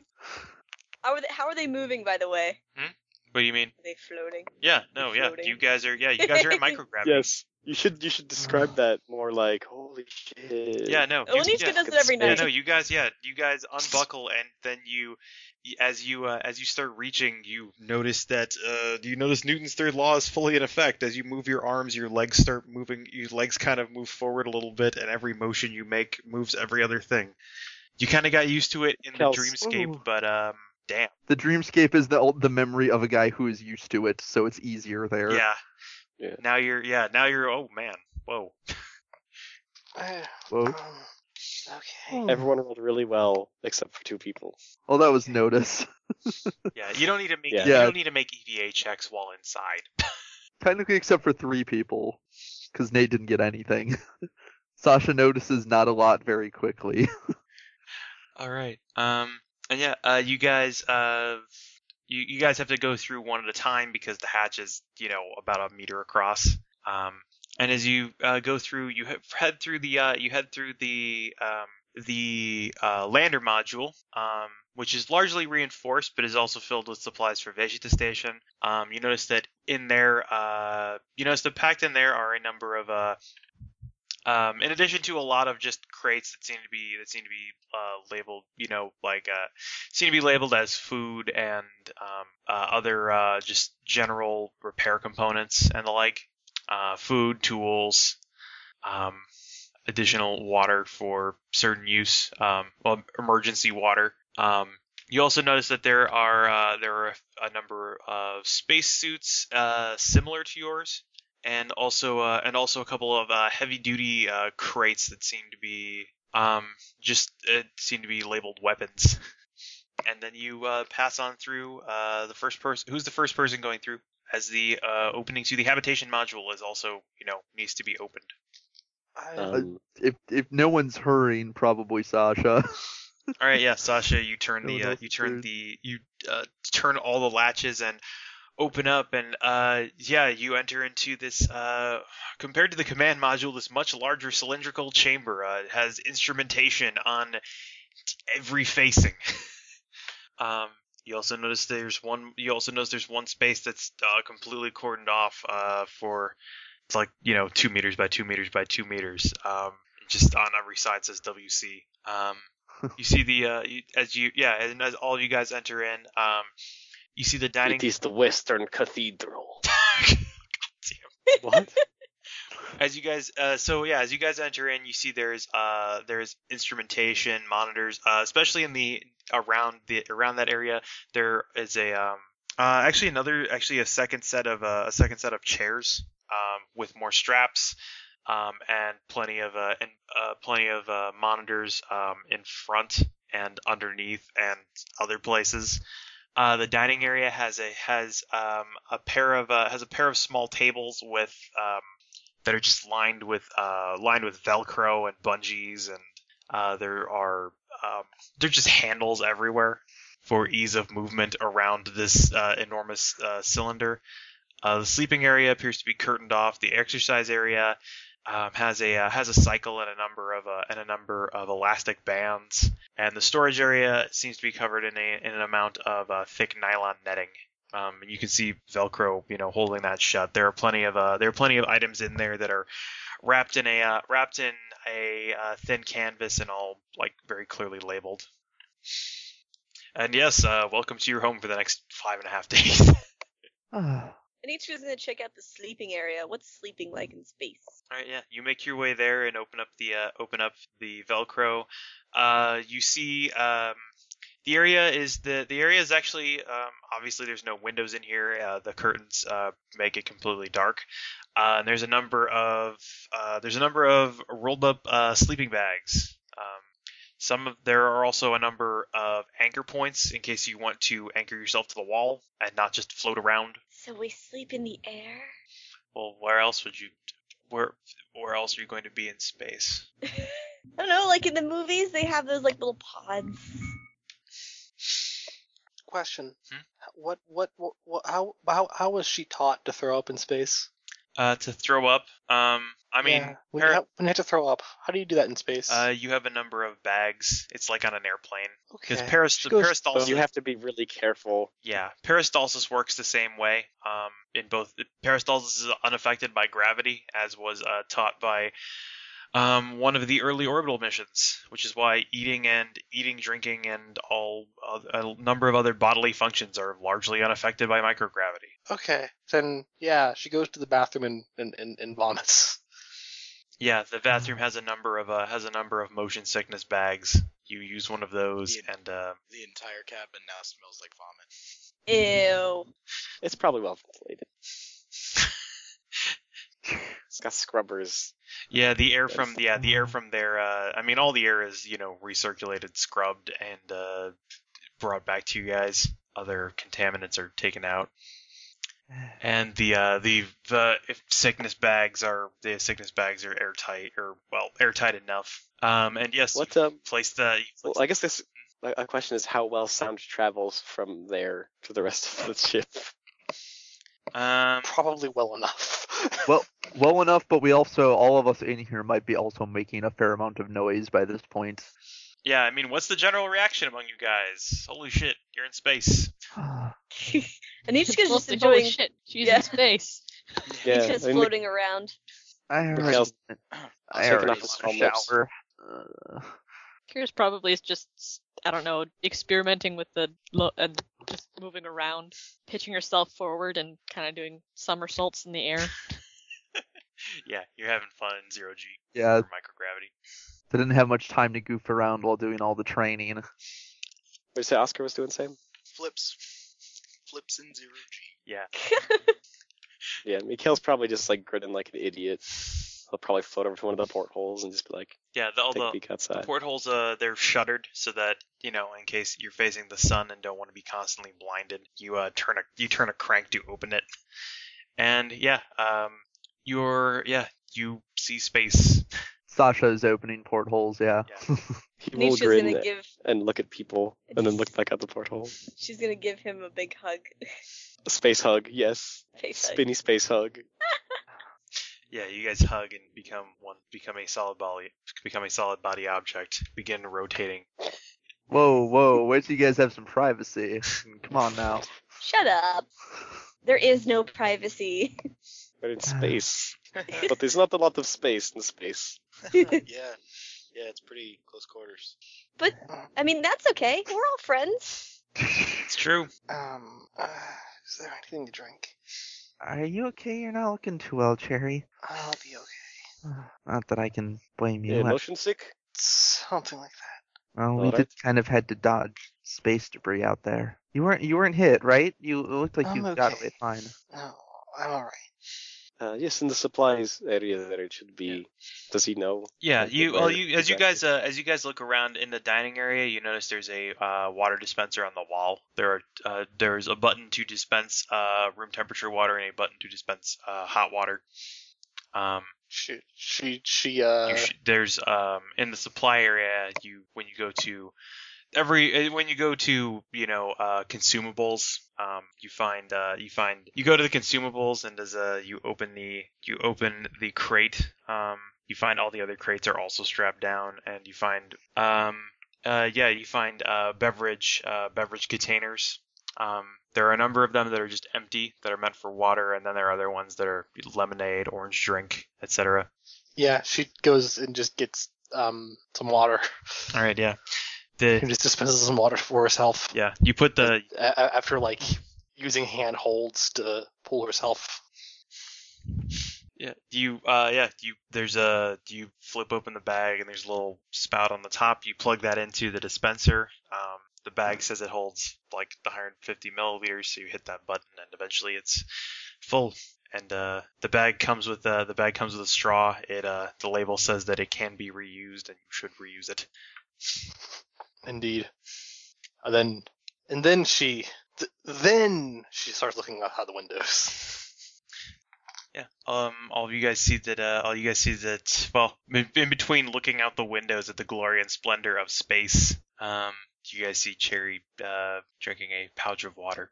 Speaker 8: How are they, how are they moving, by the way?
Speaker 9: Hmm?
Speaker 1: What do you mean?
Speaker 8: Are they floating?
Speaker 1: Yeah, no, yeah.
Speaker 8: Floating.
Speaker 1: You guys are yeah, you guys are in microgravity.
Speaker 7: Yes, you should you should describe that more like holy shit.
Speaker 1: Yeah, no. you-
Speaker 8: Onishka
Speaker 1: yeah.
Speaker 8: does it every
Speaker 1: Yeah,
Speaker 8: night.
Speaker 1: no, you guys, yeah, you guys unbuckle, and then you, as you uh, as you start reaching, you notice that uh, you notice Newton's third law is fully in effect. As you move your arms, your legs start moving. Your legs kind of move forward a little bit, and every motion you make moves every other thing. You kind of got used to it in the
Speaker 7: Kels.
Speaker 1: dreamscape,
Speaker 6: Ooh.
Speaker 1: but um, damn,
Speaker 15: The dreamscape is the the memory of a guy who is used to it, so it's easier there.
Speaker 1: yeah.
Speaker 7: Yeah.
Speaker 1: Now you're, yeah, now you're. Oh man, whoa.
Speaker 9: Uh,
Speaker 15: Whoa.
Speaker 9: um, okay.
Speaker 7: Everyone rolled really well except for two people.
Speaker 15: Well, that was notice.
Speaker 1: Yeah, you don't need to make
Speaker 7: Yeah.
Speaker 1: you
Speaker 15: Yeah.
Speaker 1: don't need to make E EVA checks while inside.
Speaker 15: Technically, except for three people, because Nate didn't get anything. Sasha notices not a lot very quickly.
Speaker 1: All right. Um, and yeah, uh, you guys, uh, you you guys have to go through one at a time because the hatch is, you know, about a meter across. Um, and as you uh, go through, you have head through the uh, you head through the um, the uh, lander module, um, which is largely reinforced, but is also filled with supplies for Vegeta Station. Um, you notice that in there, uh, you notice that packed in there are a number of uh, um, in addition to a lot of just crates that seem to be that seem to be uh, labeled, you know, like uh, seem to be labeled as food and um, uh, other uh, just general repair components and the like, uh, food, tools, um, additional water for certain use, um, well, emergency water. Um, you also notice that there are uh, there are a number of spacesuits uh, similar to yours and also uh, and also a couple of uh, heavy duty uh, crates that seem to be um, just uh, seem to be labeled weapons. And then you uh, pass on through uh, the first person. Who's the first person going through? As the uh, opening to the habitation module is also you know needs to be opened.
Speaker 9: I,
Speaker 7: Um,
Speaker 15: Uh, If if no one's hurrying, probably Sasha.
Speaker 1: All right, yeah, Sasha, you turn
Speaker 15: That
Speaker 1: the
Speaker 15: was
Speaker 1: uh,
Speaker 15: awesome,
Speaker 1: you turn
Speaker 15: dude.
Speaker 1: the you uh, turn all the latches and open up and uh yeah, you enter into this uh compared to the command module, this much larger cylindrical chamber. Uh, it has instrumentation on every facing. um you also notice there's one you also notice there's one space that's uh, completely cordoned off uh for it's like, you know, 2 meters by 2 meters by 2 meters. Um just on every side says WC. Um you see the uh, you, as you yeah, and as all you guys enter in, um, you see the dining.
Speaker 7: it is the Western Cathedral.
Speaker 8: What?
Speaker 1: As you guys, uh, so yeah, as you guys enter in, you see there's uh there's instrumentation, monitors, uh, especially in the around the around that area. There is a um uh actually another actually a second set of uh, a second set of chairs um with more straps. Um, and plenty of uh, and uh, plenty of uh, monitors um, in front and underneath and other places. Uh, the dining area has a has um, a pair of uh, has a pair of small tables with um, that are just lined with uh, lined with Velcro and bungees, and uh, there are um, there's just handles everywhere for ease of movement around this uh, enormous uh, cylinder. Uh, the sleeping area appears to be curtained off. The exercise area um, has a uh, has a cycle and a number of uh, and a number of elastic bands, and the storage area seems to be covered in a in an amount of uh, thick nylon netting. Um, and you can see Velcro, you know, holding that shut. There are plenty of uh, there are plenty of items in there that are wrapped in a uh, wrapped in a uh, thin canvas and all like very clearly labeled. And yes, uh, welcome to your home for the next five and a half days.
Speaker 15: All
Speaker 8: Anichka's gonna check out the sleeping area. What's sleeping like in space?
Speaker 1: All right, yeah. You make your way there and open up the uh, open up the Velcro. Uh, you see um, the area is the the area is actually um, obviously there's no windows in here. Uh, the curtains uh, make it completely dark. Uh, and there's a number of uh, there's a number of rolled up uh, sleeping bags. Um, some of there are also a number of anchor points in case you want to anchor yourself to the wall and not just float around.
Speaker 8: So we sleep in the air?
Speaker 1: Well, where else would you? Where where else are you going to be in space?
Speaker 8: I don't know, like in the movies, they have those like little pods.
Speaker 9: Question:
Speaker 1: Hmm?
Speaker 9: what, what, what, what, how, how, how was she taught to throw up in space?
Speaker 1: Uh, to throw up. Um, I mean,
Speaker 9: Yeah, when, you
Speaker 1: Eric-
Speaker 9: have, when you have to throw up, how do you do that in space?
Speaker 1: uh, you have a number of bags. It's like on an airplane because
Speaker 9: okay.
Speaker 1: Paris-
Speaker 9: She goes-
Speaker 7: So
Speaker 1: peristalsis.
Speaker 7: you have to be really careful.
Speaker 1: yeah, peristalsis works the same way. Um, in both peristalsis is unaffected by gravity, as was uh, taught by um, one of the early orbital missions, which is why eating and eating, drinking, and all uh, a number of other bodily functions are largely unaffected by microgravity.
Speaker 9: okay, then yeah, she goes to the bathroom and and, and, and vomits.
Speaker 1: Yeah, the bathroom has a number of uh, has a number of motion sickness bags. You use one of those,
Speaker 2: Yeah.
Speaker 1: and uh,
Speaker 2: The entire cabin now smells like vomit.
Speaker 8: Ew.
Speaker 7: It's probably well ventilated. it's got scrubbers.
Speaker 1: yeah, the air from
Speaker 7: Yes.
Speaker 1: yeah the air from there. Uh, I mean, all the air is you know recirculated, scrubbed, and uh, brought back to you guys. Other contaminants are taken out, and the uh, the the if sickness bags are the sickness bags are airtight or well airtight enough. Um, and yes,
Speaker 7: What um?
Speaker 1: place the
Speaker 7: Well, I guess this a a question is how well sound travels from there to the rest of the ship.
Speaker 1: um
Speaker 9: Probably well enough.
Speaker 15: Well- Well enough, but we also all of us in here might be also making a fair amount of noise by this point.
Speaker 1: yeah. I mean, what's the general reaction among you guys? Holy shit, you're in space.
Speaker 8: Anichka's just
Speaker 12: Mostly, holy
Speaker 8: enjoying.
Speaker 12: shit. She's
Speaker 8: Yeah.
Speaker 12: in space.
Speaker 7: Yeah,
Speaker 8: Anichka's
Speaker 7: I mean,
Speaker 8: floating around.
Speaker 6: I already,
Speaker 7: Mikhail's-
Speaker 6: I
Speaker 7: taking
Speaker 6: already
Speaker 7: off his
Speaker 6: took a
Speaker 7: helmet.
Speaker 6: shower. Uh,
Speaker 12: Kira's probably is just I don't know experimenting with the lo- and just moving around, pitching herself forward and kind of doing somersaults in the air.
Speaker 1: Yeah, you're having fun in zero G.
Speaker 15: Yeah,
Speaker 1: or microgravity.
Speaker 15: they didn't have much time to goof around while doing all the training.
Speaker 7: Would you say Oscar was doing the same?
Speaker 2: Flips. Flips in zero G.
Speaker 1: Yeah.
Speaker 7: Yeah, Mikhail's probably just like grinning like an idiot. He'll probably float over to one of the portholes and just be like,
Speaker 1: Yeah, the, all
Speaker 7: take a
Speaker 1: the,
Speaker 7: peek
Speaker 1: the
Speaker 7: outside.
Speaker 1: portholes uh they're shuttered so that, you know, in case you're facing the sun and don't want to be constantly blinded, you uh turn a you turn a crank to open it. And yeah, um you're yeah, you see space.
Speaker 15: Sasha's opening portholes, yeah.
Speaker 7: He will
Speaker 8: Anichka's
Speaker 7: grin
Speaker 8: gonna give.
Speaker 7: and look at people and then look back at the porthole.
Speaker 8: She's gonna give him a big hug.
Speaker 7: A space hug, yes.
Speaker 8: Face hug.
Speaker 7: Spinny space hug.
Speaker 1: Yeah, you guys hug and become one become a solid body become a solid body object. Begin rotating.
Speaker 15: Whoa, whoa, wait till you guys have some privacy. Come on now.
Speaker 8: Shut up. There is no privacy.
Speaker 7: We're in space. but there's not a lot of space in space.
Speaker 2: yeah. Yeah, it's pretty close quarters.
Speaker 8: I mean, that's okay. We're all friends.
Speaker 1: It's true.
Speaker 9: um, uh, is there anything to drink?
Speaker 6: are you okay? You're not looking too well, Cherry.
Speaker 9: I'll be okay.
Speaker 6: Not that I can blame you.
Speaker 7: Yeah,
Speaker 6: I-
Speaker 7: motion sick?
Speaker 9: Something like that.
Speaker 6: Well, we
Speaker 7: Alright.
Speaker 6: did kind of had to dodge space debris out there. You weren't you weren't hit, right? You it looked like you
Speaker 9: I'm
Speaker 6: got
Speaker 9: okay.
Speaker 6: away fine.
Speaker 9: No, I'm alright.
Speaker 7: Uh, yes, in the supplies area there it should be. Does he know?
Speaker 1: Yeah,
Speaker 7: Like,
Speaker 1: you
Speaker 7: where
Speaker 1: well you as you
Speaker 7: exactly?
Speaker 1: guys uh, as you guys look around in the dining area, you notice there's a uh, water dispenser on the wall. There are uh, there's a button to dispense uh, room temperature water and a button to dispense uh, hot water. Um,
Speaker 9: She, she, she. Uh,
Speaker 1: you sh- there's um in the supply area you when you go to every eh, when you go to you know uh consumables um you find uh you find you go to the consumables and as uh you open the you open the crate um you find all the other crates are also strapped down and you find um uh yeah you find uh beverage uh beverage containers um there are a number of them that are just empty that are meant for water and then there are other ones that are lemonade orange drink etc
Speaker 9: yeah, she goes and just gets um some water.
Speaker 1: All right, yeah.
Speaker 9: Who
Speaker 1: The
Speaker 9: just dispenses some water for herself
Speaker 1: yeah, you put the
Speaker 9: a- a- after like using handholds to pull herself.
Speaker 1: yeah. Do you uh yeah? Do you there's a do you flip open the bag and there's a little spout on the top. You plug that into the dispenser. Um, the bag says it holds like 150 milliliters, so you hit that button and eventually it's full. And uh, the bag comes with uh, the bag comes with a straw. It uh, the label says that it can be reused and you should reuse it.
Speaker 9: Indeed. And then, and then she, th- then she starts looking out the windows.
Speaker 1: Yeah. Um. All of you guys see that. Uh, all you guys see that. Well, in in between looking out the windows at the glory and splendor of space, um, you guys see Cherry uh, drinking a pouch of water.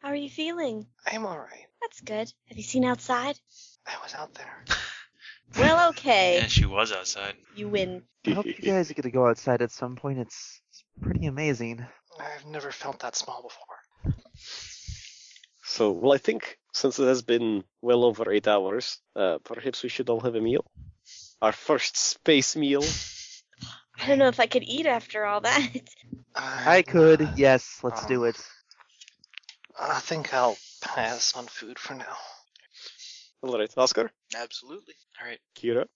Speaker 8: How are you feeling?
Speaker 9: I'm all right.
Speaker 8: That's good. Have you seen outside?
Speaker 9: I was out there.
Speaker 8: Well, okay.
Speaker 1: Yeah, she was outside.
Speaker 8: You win.
Speaker 6: I hope you guys get to go outside at some point. It's, it's pretty amazing.
Speaker 9: I've never felt that small before.
Speaker 7: So, well, I think since it has been well over eight hours, uh, perhaps we should all have a meal. Our first space meal.
Speaker 8: I don't know if I could eat after all that.
Speaker 6: I could. Yes, let's
Speaker 9: Um,
Speaker 6: do it.
Speaker 9: I think I'll pass on food for now.
Speaker 7: All right, Oscar,
Speaker 2: Absolutely.
Speaker 1: All right.
Speaker 7: Kira.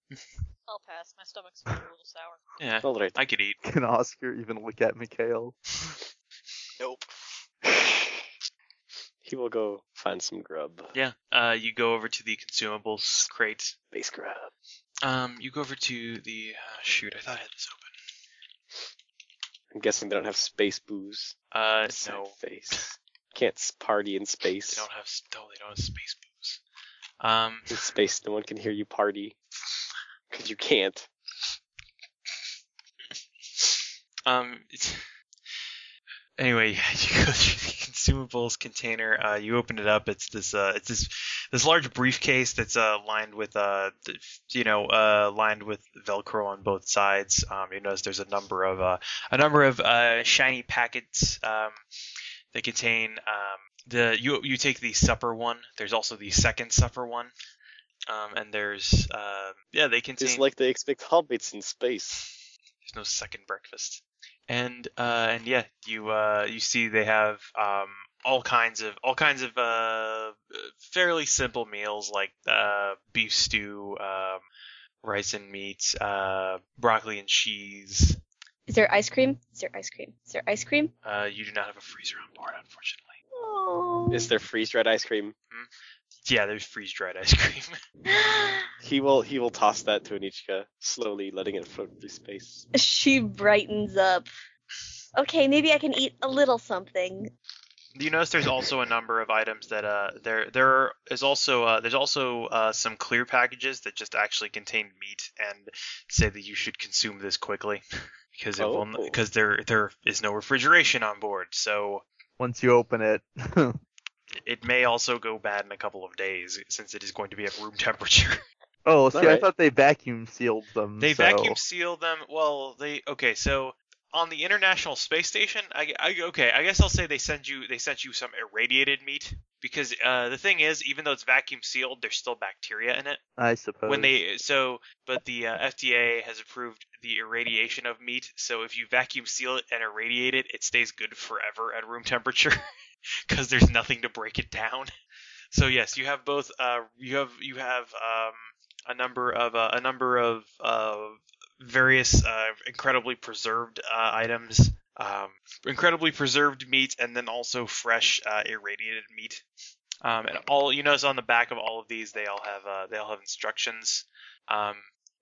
Speaker 12: I'll pass. My stomach's feeling a little sour.
Speaker 1: Yeah.
Speaker 7: All right.
Speaker 1: I could eat.
Speaker 15: Can Oscar even look at Mikhail?
Speaker 2: Nope.
Speaker 7: He will go find some grub.
Speaker 1: Yeah. Uh. You go over to the consumables crate.
Speaker 7: Space grub.
Speaker 1: Um. You go over to the uh, shoot. I thought I had this open.
Speaker 7: I'm guessing they don't have space booze.
Speaker 1: Uh.
Speaker 7: Sad
Speaker 1: No.
Speaker 7: Face. Can't s- party in
Speaker 1: They
Speaker 7: space.
Speaker 1: don't have. No. They don't have space booze. Um.
Speaker 7: In space, no one can hear you party. Because you can't.
Speaker 1: Um. It's... Anyway, you go through the consumables container. Uh, you open it up. It's this. Uh, it's this. This large briefcase that's uh lined with uh, th- you know, uh, lined with Velcro on both sides. Um, you notice there's a number of uh, a number of uh shiny packets. Um, that contain um the you you take the supper one. There's also the second supper one. Um, and there's uh, yeah, they contain.
Speaker 7: It's like they expect hobbits in space.
Speaker 1: There's no second breakfast. And uh, and yeah, you uh, you see they have um, all kinds of all kinds of uh, fairly simple meals like uh, beef stew, um, rice and meat, uh, broccoli and cheese.
Speaker 8: Is there ice cream? Is there ice cream? Is there ice cream?
Speaker 1: Uh, you do not have a freezer on board, unfortunately. Hmm?
Speaker 8: Oh.
Speaker 7: Is there freeze dried ice cream?
Speaker 1: Yeah, there's freeze dried ice cream.
Speaker 7: He will he will toss that to Anichka, slowly letting it float through space.
Speaker 8: she brightens up. Okay, maybe I can eat a little something.
Speaker 1: you notice there's also a number of items that uh there there is also uh there's also uh some clear packages that just actually contain meat and say that you should consume this quickly because it will
Speaker 7: Oh.
Speaker 1: because there there is no refrigeration on board so
Speaker 15: Once you open it,
Speaker 6: Oh,
Speaker 1: it may also go bad in a couple of days since it is going to be at room temperature.
Speaker 15: oh, see, I
Speaker 7: Alright.
Speaker 15: thought they vacuum sealed them.
Speaker 1: They
Speaker 15: so-
Speaker 1: vacuum seal them. Well, they okay. So on the International Space Station, I, I okay. I guess I'll say they send you they sent you some irradiated meat because uh, the thing is, even though it's vacuum sealed, there's still bacteria in it.
Speaker 15: I suppose.
Speaker 1: When they so, but the uh, FDA has approved the irradiation of meat. So if you vacuum seal it and irradiate it, it stays good forever at room temperature because there's nothing to break it down. So yes, you have both. Uh, you have you have um, a number of uh, a number of uh, various uh, incredibly preserved uh, items, um, incredibly preserved meat, and then also fresh uh, irradiated meat. Um, and all you notice on the back of all of these, they all have uh, they all have instructions. Um,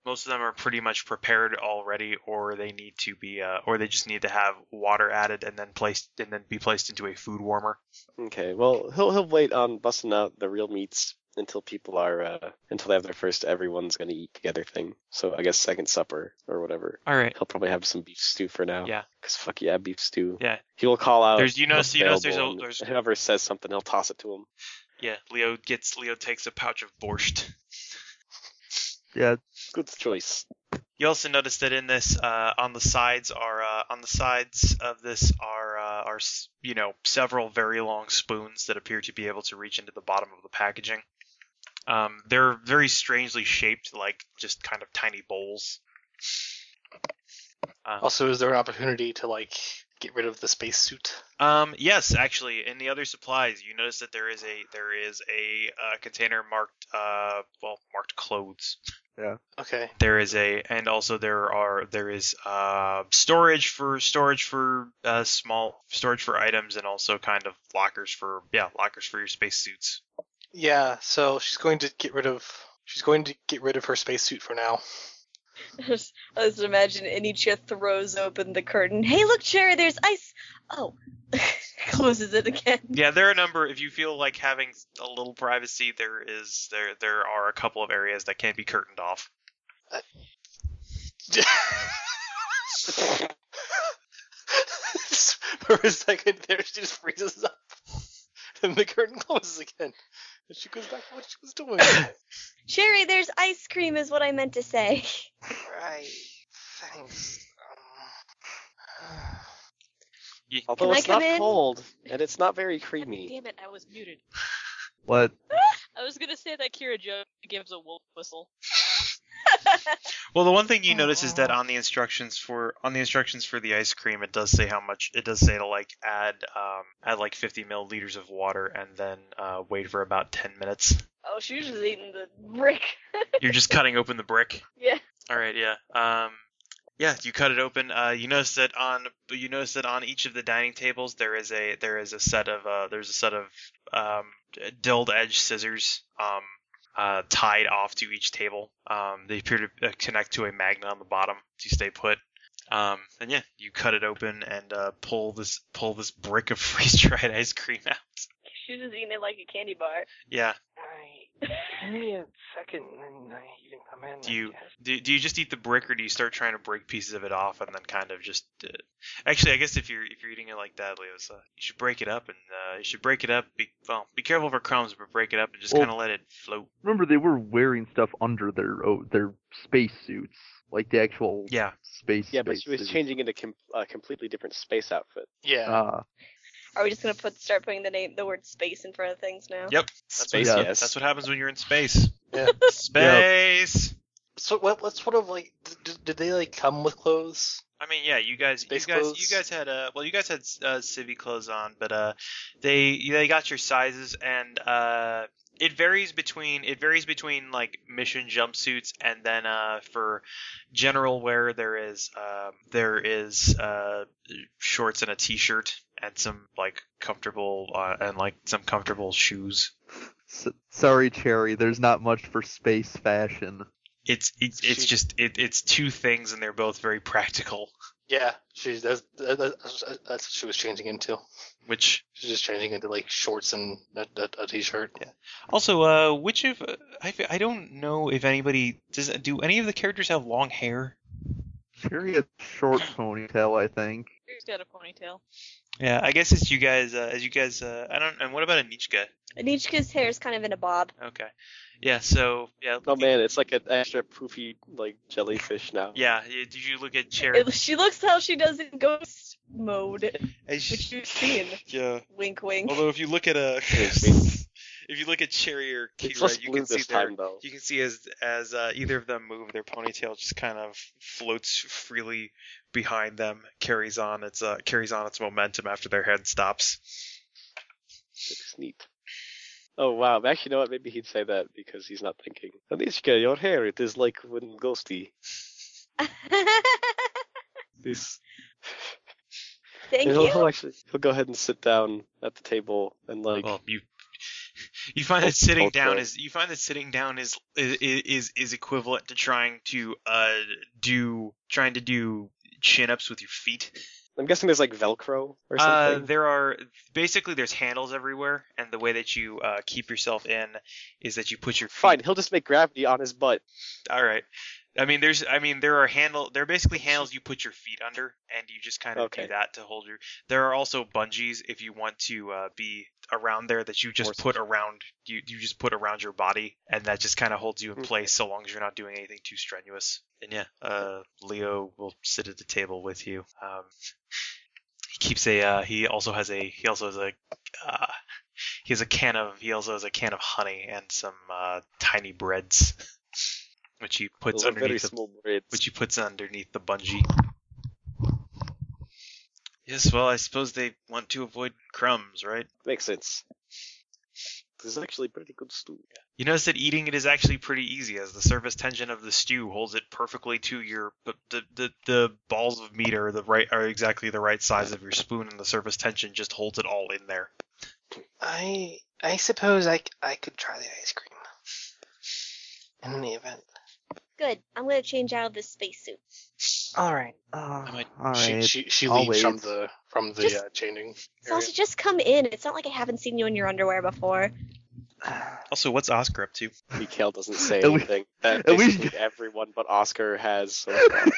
Speaker 1: most of them are pretty much prepared already, or they need to be, uh, or they just need to have water added and then placed and then be placed into a food warmer.
Speaker 7: Okay, well he'll he'll wait on busting out the real meats until people are uh, until they have their first everyone's gonna eat together thing. So I guess second supper or whatever.
Speaker 1: All right.
Speaker 7: He'll probably have some beef stew for now.
Speaker 1: Yeah.
Speaker 7: Cause fuck yeah, beef stew.
Speaker 1: Yeah.
Speaker 7: He will call out.
Speaker 1: There's- you know-
Speaker 7: what's
Speaker 1: you know, there's a-
Speaker 7: available, and
Speaker 1: there's-
Speaker 7: Whoever says something, he'll toss it to him.
Speaker 1: Yeah, Leo gets Leo takes a pouch of borscht.
Speaker 15: yeah,
Speaker 7: Good choice.
Speaker 1: You also notice that in this, uh, on the sides are uh, on the sides of this are uh, are s- you know several very long spoons that appear to be able to reach into the bottom of the packaging. Um, they're very strangely shaped, like just kind of tiny bowls.
Speaker 4: Uh,
Speaker 9: Also, is there an opportunity to like get rid of the space suit?
Speaker 1: Um, yes, actually, in the other supplies, you notice that there is a there is a uh, container marked uh well marked clothes.
Speaker 9: Okay.
Speaker 1: There is a and also there are there is uh storage for storage for uh small storage for items and also kind of lockers for yeah lockers for your spacesuits.
Speaker 9: Yeah. So she's going to get rid of she's going to get rid of her space suit for now.
Speaker 8: Just- I just imagine Inicha throws open the curtain. Hey, look, Cherry, there's ice. Oh, closes it again.
Speaker 1: Yeah, there are a number. If you feel like having a little privacy, there is there there are a couple of areas that can be curtained off.
Speaker 9: for a second there, she just freezes up. Then the curtain closes again. And she goes back to what she was doing.
Speaker 8: Cherry, there's ice cream, is what I meant to say.
Speaker 9: right. Thanks. Um,
Speaker 7: Although
Speaker 8: I
Speaker 7: it's not
Speaker 8: come in?
Speaker 7: cold and it's not very
Speaker 12: God
Speaker 7: creamy.
Speaker 12: Damn it, I was muted.
Speaker 15: What?
Speaker 12: I was gonna say that Kira Joe gives a wolf whistle.
Speaker 1: Well, the one thing you notice is that on the instructions for on the instructions for the ice cream, it does say how much. It does say to like add um add like 50 milliliters of water and then uh, wait for about 10 minutes.
Speaker 8: Oh, she was just eating the brick.
Speaker 1: You're just cutting open the brick.
Speaker 8: Yeah.
Speaker 1: All right, yeah. Um, yeah, you cut it open. Uh, you notice that on you notice that on each of the dining tables there is a there is a set of uh there's a set of um dulled edge scissors um uh tied off to each table. Um, they appear to uh, connect to a magnet on the bottom to stay put. Um, and yeah, you cut it open and uh, pull this pull this brick of freeze dried ice cream out.
Speaker 8: She was just eating it like a candy bar.
Speaker 1: Yeah.
Speaker 9: Give me a second, and I even come in.
Speaker 1: Do you- Do, do you just eat the brick, or do you start trying to break pieces of it off and then kind of just? Uh... Actually, I guess if you're if you're eating it like that, Leo's, uh, you should break it up and uh, you should break it up. Be well, be careful for crumbs, but break it up and just
Speaker 15: Well-
Speaker 1: kind of let it float.
Speaker 15: Remember, they were wearing stuff under their oh, their spacesuits, like the actual
Speaker 1: Yeah,
Speaker 15: space.
Speaker 7: Yeah, but she was
Speaker 15: spacesuits.
Speaker 7: changing into com- a completely different space outfit.
Speaker 9: Yeah.
Speaker 15: Ah,
Speaker 8: Are we just gonna put start putting the name, the word space in front of things now?
Speaker 1: Yep.
Speaker 7: Space,
Speaker 15: yeah,
Speaker 7: yes.
Speaker 1: that's what happens when you're in space.
Speaker 9: Yeah.
Speaker 1: Space.
Speaker 9: so what? What sort of like? Did, did they like come with clothes?
Speaker 1: I mean, yeah, you guys,
Speaker 9: Space
Speaker 1: you guys,
Speaker 9: clothes?
Speaker 1: you guys had uh, well, you guys had uh, civvy clothes on, but uh, they they got your sizes, and uh, it varies between it varies between like mission jumpsuits, and then uh, for general wear there is uh, there is uh, shorts and a t-shirt and some like comfortable uh, and like some comfortable shoes.
Speaker 15: s- sorry, Cherry. There's not much for space fashion.
Speaker 1: It's it's it's
Speaker 9: Shoot.
Speaker 1: just it, it's two things, and they're both very practical.
Speaker 9: Yeah, she that's, that- that's, that's what she was changing into.
Speaker 1: Which
Speaker 9: She's just changing into like shorts and a, a, a t-shirt. Yeah.
Speaker 1: Also, uh, which of uh, I, f- I don't know if anybody does. Do any of the characters have long hair? Hmm.
Speaker 15: Cherry had short ponytail, I think.
Speaker 12: Kira's got a ponytail.
Speaker 1: Yeah, I guess it's you guys. Uh, as you guys, uh, I don't. And what about Anichka?
Speaker 8: Anichka's hair is kind of in a bob.
Speaker 1: Okay, yeah. So yeah.
Speaker 7: Oh
Speaker 1: looking-
Speaker 7: man, it's like an extra poofy like jellyfish now.
Speaker 1: Yeah. y- Did you look at Cherry?
Speaker 8: It, she looks how she does in ghost mode,
Speaker 1: As
Speaker 8: which you've seen.
Speaker 1: yeah.
Speaker 8: Wink, wink.
Speaker 1: Although if you look at uh,
Speaker 7: It's-
Speaker 1: if you look at Cherry or
Speaker 7: It's
Speaker 1: Kira,
Speaker 7: less
Speaker 1: you
Speaker 7: blue
Speaker 1: can see
Speaker 7: this
Speaker 1: their
Speaker 7: time though.
Speaker 1: you can see as as uh, either of them move, their ponytail just kind of floats freely behind them, carries on its uh, carries on its momentum after their head stops.
Speaker 7: It's neat. Oh wow, actually, you know what? Maybe he'd say that because he's not thinking. Anishka, your hair, it is like when ghosty. This.
Speaker 8: Thank
Speaker 7: he'll,
Speaker 8: you.
Speaker 7: he'll actually he'll go ahead and sit down at the table and like
Speaker 1: well, you you find
Speaker 7: Hold-
Speaker 1: that sitting
Speaker 7: hold
Speaker 1: down
Speaker 7: the-
Speaker 1: is you find that sitting down is is is, is equivalent to trying to uh do trying to do chin ups with your feet.
Speaker 7: I'm guessing there's like Velcro or
Speaker 1: Uh,
Speaker 7: something.
Speaker 1: there are basically there's handles everywhere, and the way that you uh, keep yourself in is that you put your feet.
Speaker 7: Fine, he'll just make gravity on his butt.
Speaker 1: All right. I mean, there's I mean there are handle there are basically handles you put your feet under, and you just kind of
Speaker 7: Okay.
Speaker 1: do that to hold your. There are also bungees if you want to uh, be around there that you just
Speaker 7: Horses.
Speaker 1: put around you you just put around your body, and that just kind of holds you in
Speaker 7: Okay.
Speaker 1: place so long as you're not doing anything too strenuous. And yeah, uh, Leo will sit at the table with you. Um, he keeps a uh, he also has a he also has a uh, he has a can of he also has a can of honey and some uh, tiny breads, which he puts
Speaker 7: Those are very
Speaker 1: underneath the,
Speaker 7: small braids.
Speaker 1: which he puts underneath the bungee. Yes, well, I suppose they want to avoid crumbs, right?
Speaker 7: Makes sense. This is actually pretty good stew.
Speaker 1: You notice that eating it is actually pretty easy, as the surface tension of the stew holds it perfectly to your but the the, the balls of meat are the right are exactly the right size of your spoon, and the surface tension just holds it all in there.
Speaker 9: I I suppose I, c- I could try the ice cream. In the event.
Speaker 8: Good. I'm gonna change out of this spacesuit.
Speaker 9: All right.
Speaker 6: Uh,
Speaker 9: might-
Speaker 6: all
Speaker 9: she,
Speaker 6: right.
Speaker 9: she she
Speaker 6: I'll
Speaker 9: leaves from
Speaker 6: wait.
Speaker 9: the from the
Speaker 8: Just-
Speaker 9: uh, changing area.
Speaker 8: Sasha, just come in. It's not like I haven't seen you in your underwear before.
Speaker 1: Also, what's Oscar up to?
Speaker 7: Mikael doesn't say
Speaker 6: At le-
Speaker 7: anything. That
Speaker 6: at least-
Speaker 7: basically everyone but Oscar has. So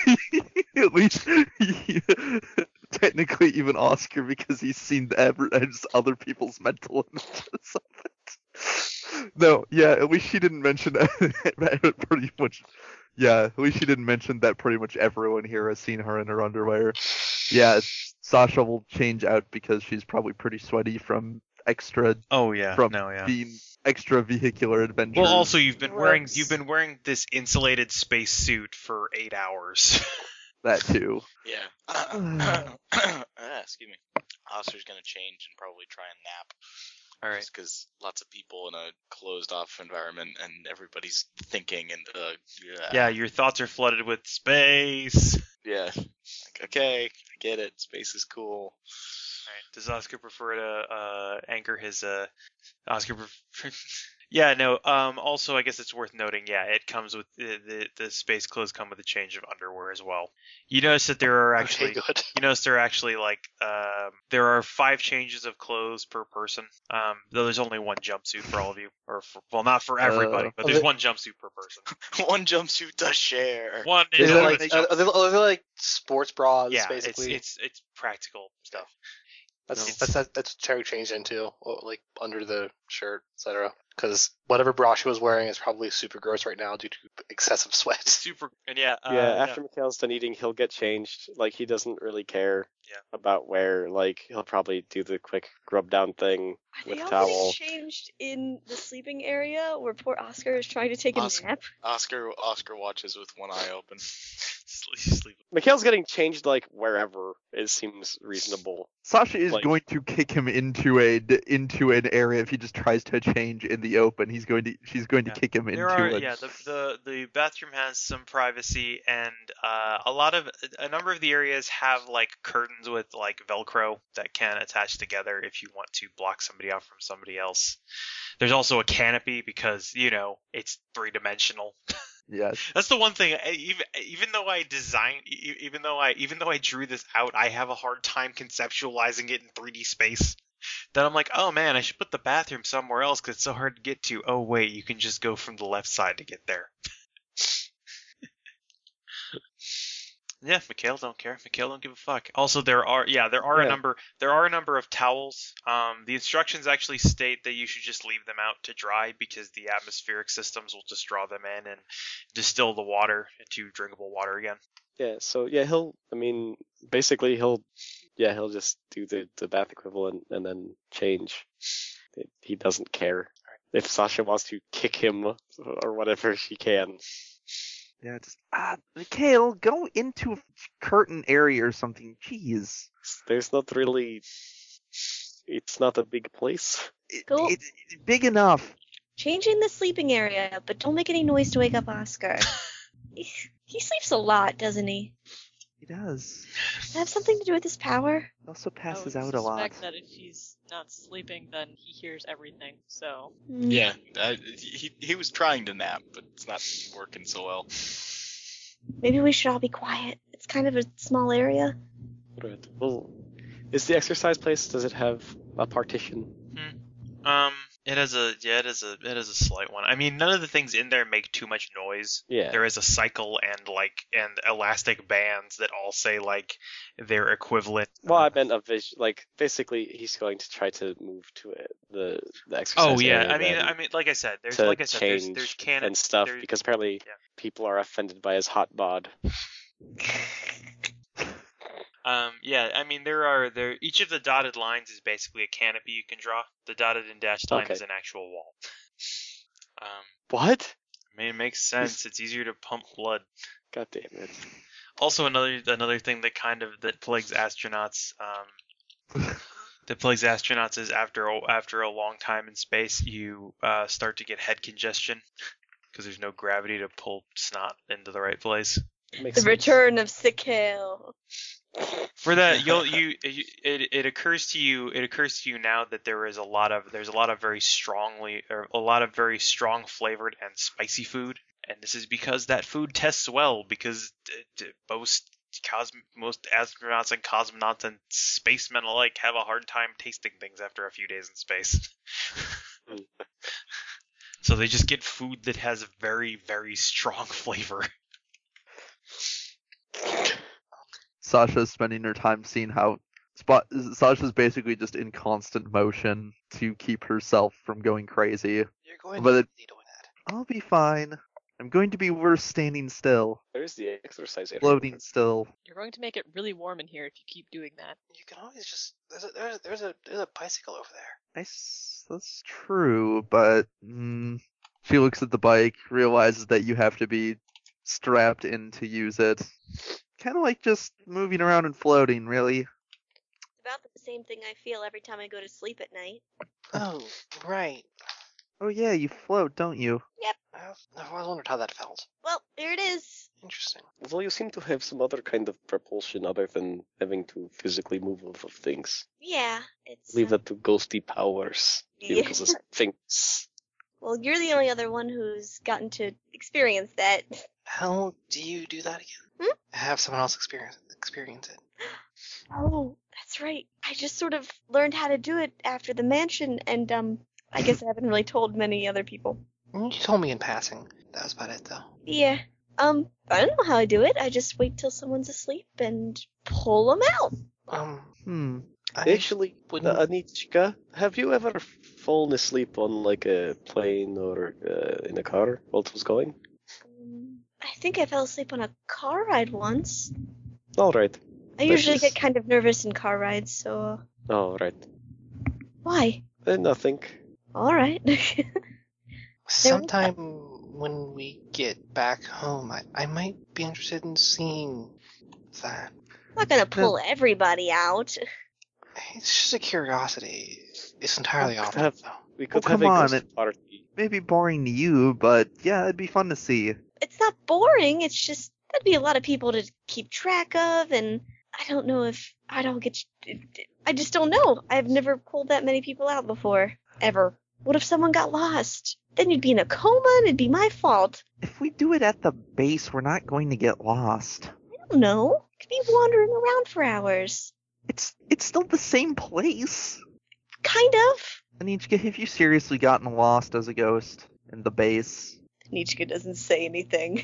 Speaker 15: At least, technically, even Oscar, because he's seen the ever- as other people's mental images of it. No, yeah, at least she didn't mention that. pretty much. Yeah, at least she didn't mention that pretty much everyone here has seen her in her underwear. Yeah, Sasha will change out because she's probably pretty sweaty from extra
Speaker 1: Oh yeah,
Speaker 15: From
Speaker 1: no, yeah.
Speaker 15: being extra vehicular adventures.
Speaker 1: Well, also you've been wearing
Speaker 8: Gross.
Speaker 1: you've been wearing this insulated space suit for eight hours.
Speaker 15: that too.
Speaker 2: Yeah. Ah, Excuse me. Officer's gonna change and probably try and nap.
Speaker 1: All right.
Speaker 2: Because lots of people in a closed-off environment and everybody's thinking and uh, yeah.
Speaker 1: yeah, your thoughts are flooded with space.
Speaker 2: Yeah. Like, okay, I get it. Space is cool.
Speaker 1: Alright, Does Oscar prefer to uh, anchor his uh, Oscar? Pref- yeah, no. Um, also, I guess it's worth noting. Yeah, it comes with the, the the space clothes come with a change of underwear as well. You notice that there are actually
Speaker 9: okay, good.
Speaker 1: you notice there are actually like um, there are five changes of clothes per person. Um, though there's only one jumpsuit for all of you, or for, well, not for everybody,
Speaker 15: Uh,
Speaker 1: but there's
Speaker 9: okay.
Speaker 1: one jumpsuit per person.
Speaker 2: One jumpsuit to share.
Speaker 1: One
Speaker 15: Is
Speaker 1: is
Speaker 15: it
Speaker 1: all
Speaker 15: like-
Speaker 1: the
Speaker 9: Like, are, are they,
Speaker 1: jumpsuit.
Speaker 9: are they like sports bras
Speaker 1: yeah, it's,
Speaker 9: basically?
Speaker 1: it's it's practical stuff.
Speaker 9: that's,
Speaker 1: it's-
Speaker 9: that's that's that's Cherry changed into or, like under the shirt, etc. Because whatever bra she was wearing is probably super gross right now due to excessive sweat.
Speaker 1: Super and yeah, uh,
Speaker 7: yeah, after Mikael's done eating, he'll get changed. Like he doesn't really care
Speaker 1: Yeah.
Speaker 7: about where. Like he'll probably do the quick rub down thing.
Speaker 8: Are
Speaker 7: With
Speaker 8: they all
Speaker 7: towel.
Speaker 8: getting changed in the sleeping area where poor Oscar is trying to take a
Speaker 2: Oscar.
Speaker 8: nap?
Speaker 2: Oscar Oscar watches with one eye open.
Speaker 1: sleep, sleep.
Speaker 7: Mikael's getting changed like wherever it seems reasonable.
Speaker 15: Sasha is
Speaker 7: Like-
Speaker 15: going to kick him into a into an area if he just tries to change in the open. He's going to she's going to
Speaker 1: Yeah.
Speaker 15: kick him into
Speaker 1: There are
Speaker 15: it.
Speaker 1: yeah the, the the bathroom has some privacy and uh, a lot of a number of the areas have like curtains with like velcro that can attach together if you want to block somebody off from somebody else. There's also a canopy because you know it's three dimensional.
Speaker 15: Yes.
Speaker 1: That's the one thing. I- Even even though I designed, e- even though I even though I drew this out, I have a hard time conceptualizing it in 3D space. Then I'm like, oh man, I should put the bathroom somewhere else because it's so hard to get to. Oh wait, you can just go from the left side to get there. yeah, Mikhail don't care. Mikhail don't give a fuck. Also, there are yeah, there are a
Speaker 7: Yeah.
Speaker 1: number there are a number of towels. Um, the instructions actually state that you should just leave them out to dry because the atmospheric systems will just draw them in and distill the water into drinkable water again.
Speaker 7: Yeah. So yeah, he'll. I mean, basically he'll. Yeah, he'll just do the the bath equivalent and then change. It, he doesn't care. If Sasha wants to kick him or whatever, she can.
Speaker 15: Yeah, just ah, Mikhail, go into a curtain area or something. Jeez.
Speaker 7: There's not really. It's not a big place.
Speaker 15: It,
Speaker 8: Go-
Speaker 15: it- it's big enough.
Speaker 8: Change in the sleeping area, but don't make any noise to wake up Oscar. he he sleeps a lot, doesn't he?
Speaker 15: He does.
Speaker 8: Does that have something to do with his power?
Speaker 15: He also
Speaker 12: I would
Speaker 15: passes out a lot.
Speaker 12: Oh, suspect that if he's not sleeping, then he hears everything. So
Speaker 8: Hmm.
Speaker 2: Yeah, I, he he was trying to nap, but it's not working so well.
Speaker 8: Maybe we should all be quiet. It's kind of a small area.
Speaker 7: Right. Well, is the exercise place? Does it have a partition?
Speaker 1: Um, it has a yeah, it is a it is a slight one. I mean, none of the things in there make too much noise.
Speaker 7: Yeah.
Speaker 1: There is a cycle and like and elastic bands that all say like their equivalent.
Speaker 7: Well, I meant a vis Like basically, he's going to try to move to it, the the exercise.
Speaker 1: Oh yeah,
Speaker 7: area
Speaker 1: I mean,
Speaker 7: then
Speaker 1: I mean, like I said, there's
Speaker 7: to
Speaker 1: like I said, there's
Speaker 7: change
Speaker 1: there's cannon
Speaker 7: and stuff
Speaker 1: there's-
Speaker 7: because apparently
Speaker 1: yeah.
Speaker 7: people are offended by his hot bod.
Speaker 1: Um, yeah, I mean there are there each of the dotted lines is basically a canopy you can draw. The dotted and dashed line
Speaker 7: Okay.
Speaker 1: is an actual wall. Um,
Speaker 7: What?
Speaker 1: I mean it makes sense. It's easier to pump blood.
Speaker 7: God damn it!
Speaker 1: Also, another another thing that kind of that plagues astronauts, um, that plagues astronauts is after a, after a long time in space, you uh, start to get head congestion because there's no gravity to pull snot into the right place.
Speaker 8: The return of Sikale.
Speaker 1: For that, you'll you you- it it occurs to you it occurs to you now that there is a lot of there's a lot of very strongly or a lot of very strong flavored and spicy food, and this is because that food tests well because d- d- most cosm most astronauts and cosmonauts and spacemen alike have a hard time tasting things after a few days in space. so they just get food that has very very strong flavor.
Speaker 6: Sasha's spending her time seeing how spot Sasha's basically just in constant motion to keep herself from going crazy.
Speaker 4: You're going
Speaker 6: But
Speaker 4: to
Speaker 6: it-
Speaker 4: be doing that.
Speaker 6: I'll be fine. I'm going to be worse standing still,
Speaker 7: There's the exercise area.
Speaker 6: floating still.
Speaker 12: You're going to make it really warm in here if you keep doing that.
Speaker 4: You can always just there's a there's, there's a there's a bicycle over there.
Speaker 6: I s- that's true, but mm, she looks at the bike, realizes that you have to be strapped in to use it. Kind of like just moving around and floating, really.
Speaker 8: About the same thing I feel every time I go to sleep at night.
Speaker 4: Oh right.
Speaker 6: Oh yeah, you float, don't you?
Speaker 15: Oh.
Speaker 4: I've I've always wondered how that felt.
Speaker 8: Well, there it is.
Speaker 4: Interesting.
Speaker 7: Well, you seem to have some other kind of propulsion other than having to physically move off of things.
Speaker 8: Yeah, it's.
Speaker 7: Leave
Speaker 8: uh,
Speaker 7: that to ghosty powers.
Speaker 8: Yeah.
Speaker 7: He calls us things.
Speaker 8: Well, you're the only other one who's gotten to experience that.
Speaker 4: How do you do that again? Have someone else experience experience it.
Speaker 8: Oh, that's right. I just sort of learned how to do it after the mansion, and um, I guess I haven't really told many other people.
Speaker 4: You told me in passing. That was about it though.
Speaker 8: Yeah. Um, I don't know how I do it. I just wait till someone's asleep and pull them out.
Speaker 4: Um,
Speaker 6: Hmm.
Speaker 4: I
Speaker 7: Actually,
Speaker 4: wouldn't.
Speaker 7: uh, Anichka, have you ever fallen asleep on like a plane or uh, in a car while it was going?
Speaker 8: Um, I think I fell asleep on a car ride once.
Speaker 7: All right.
Speaker 8: I
Speaker 7: This
Speaker 8: usually
Speaker 7: is-
Speaker 8: get kind of nervous in car rides, so uh,
Speaker 7: All right.
Speaker 8: why?
Speaker 7: Uh, nothing.
Speaker 8: All right.
Speaker 4: Sometime when we get back home, I, I might be interested in seeing that.
Speaker 8: I'm not gonna pull everybody out.
Speaker 4: It's just a curiosity. It's entirely off
Speaker 7: Have-
Speaker 4: though.
Speaker 7: We could
Speaker 6: Oh,
Speaker 7: have
Speaker 6: come
Speaker 7: a
Speaker 6: on,
Speaker 7: ghost
Speaker 6: it-
Speaker 7: party.
Speaker 6: Maybe boring to you, but yeah, it'd be fun to see.
Speaker 8: It's not boring. It's just that'd be a lot of people to keep track of, and I don't know if I don't get. I just don't know. I've never pulled that many people out before, ever. What if someone got lost? Then you'd be in a coma, and it'd be my fault.
Speaker 16: If we do it at the base, we're not going to get lost.
Speaker 8: I don't know. I could be wandering around for hours.
Speaker 16: It's it's still the same place.
Speaker 8: Kind of.
Speaker 16: Anichka, have you seriously gotten lost as a ghost in the base?
Speaker 8: Nichika doesn't say anything.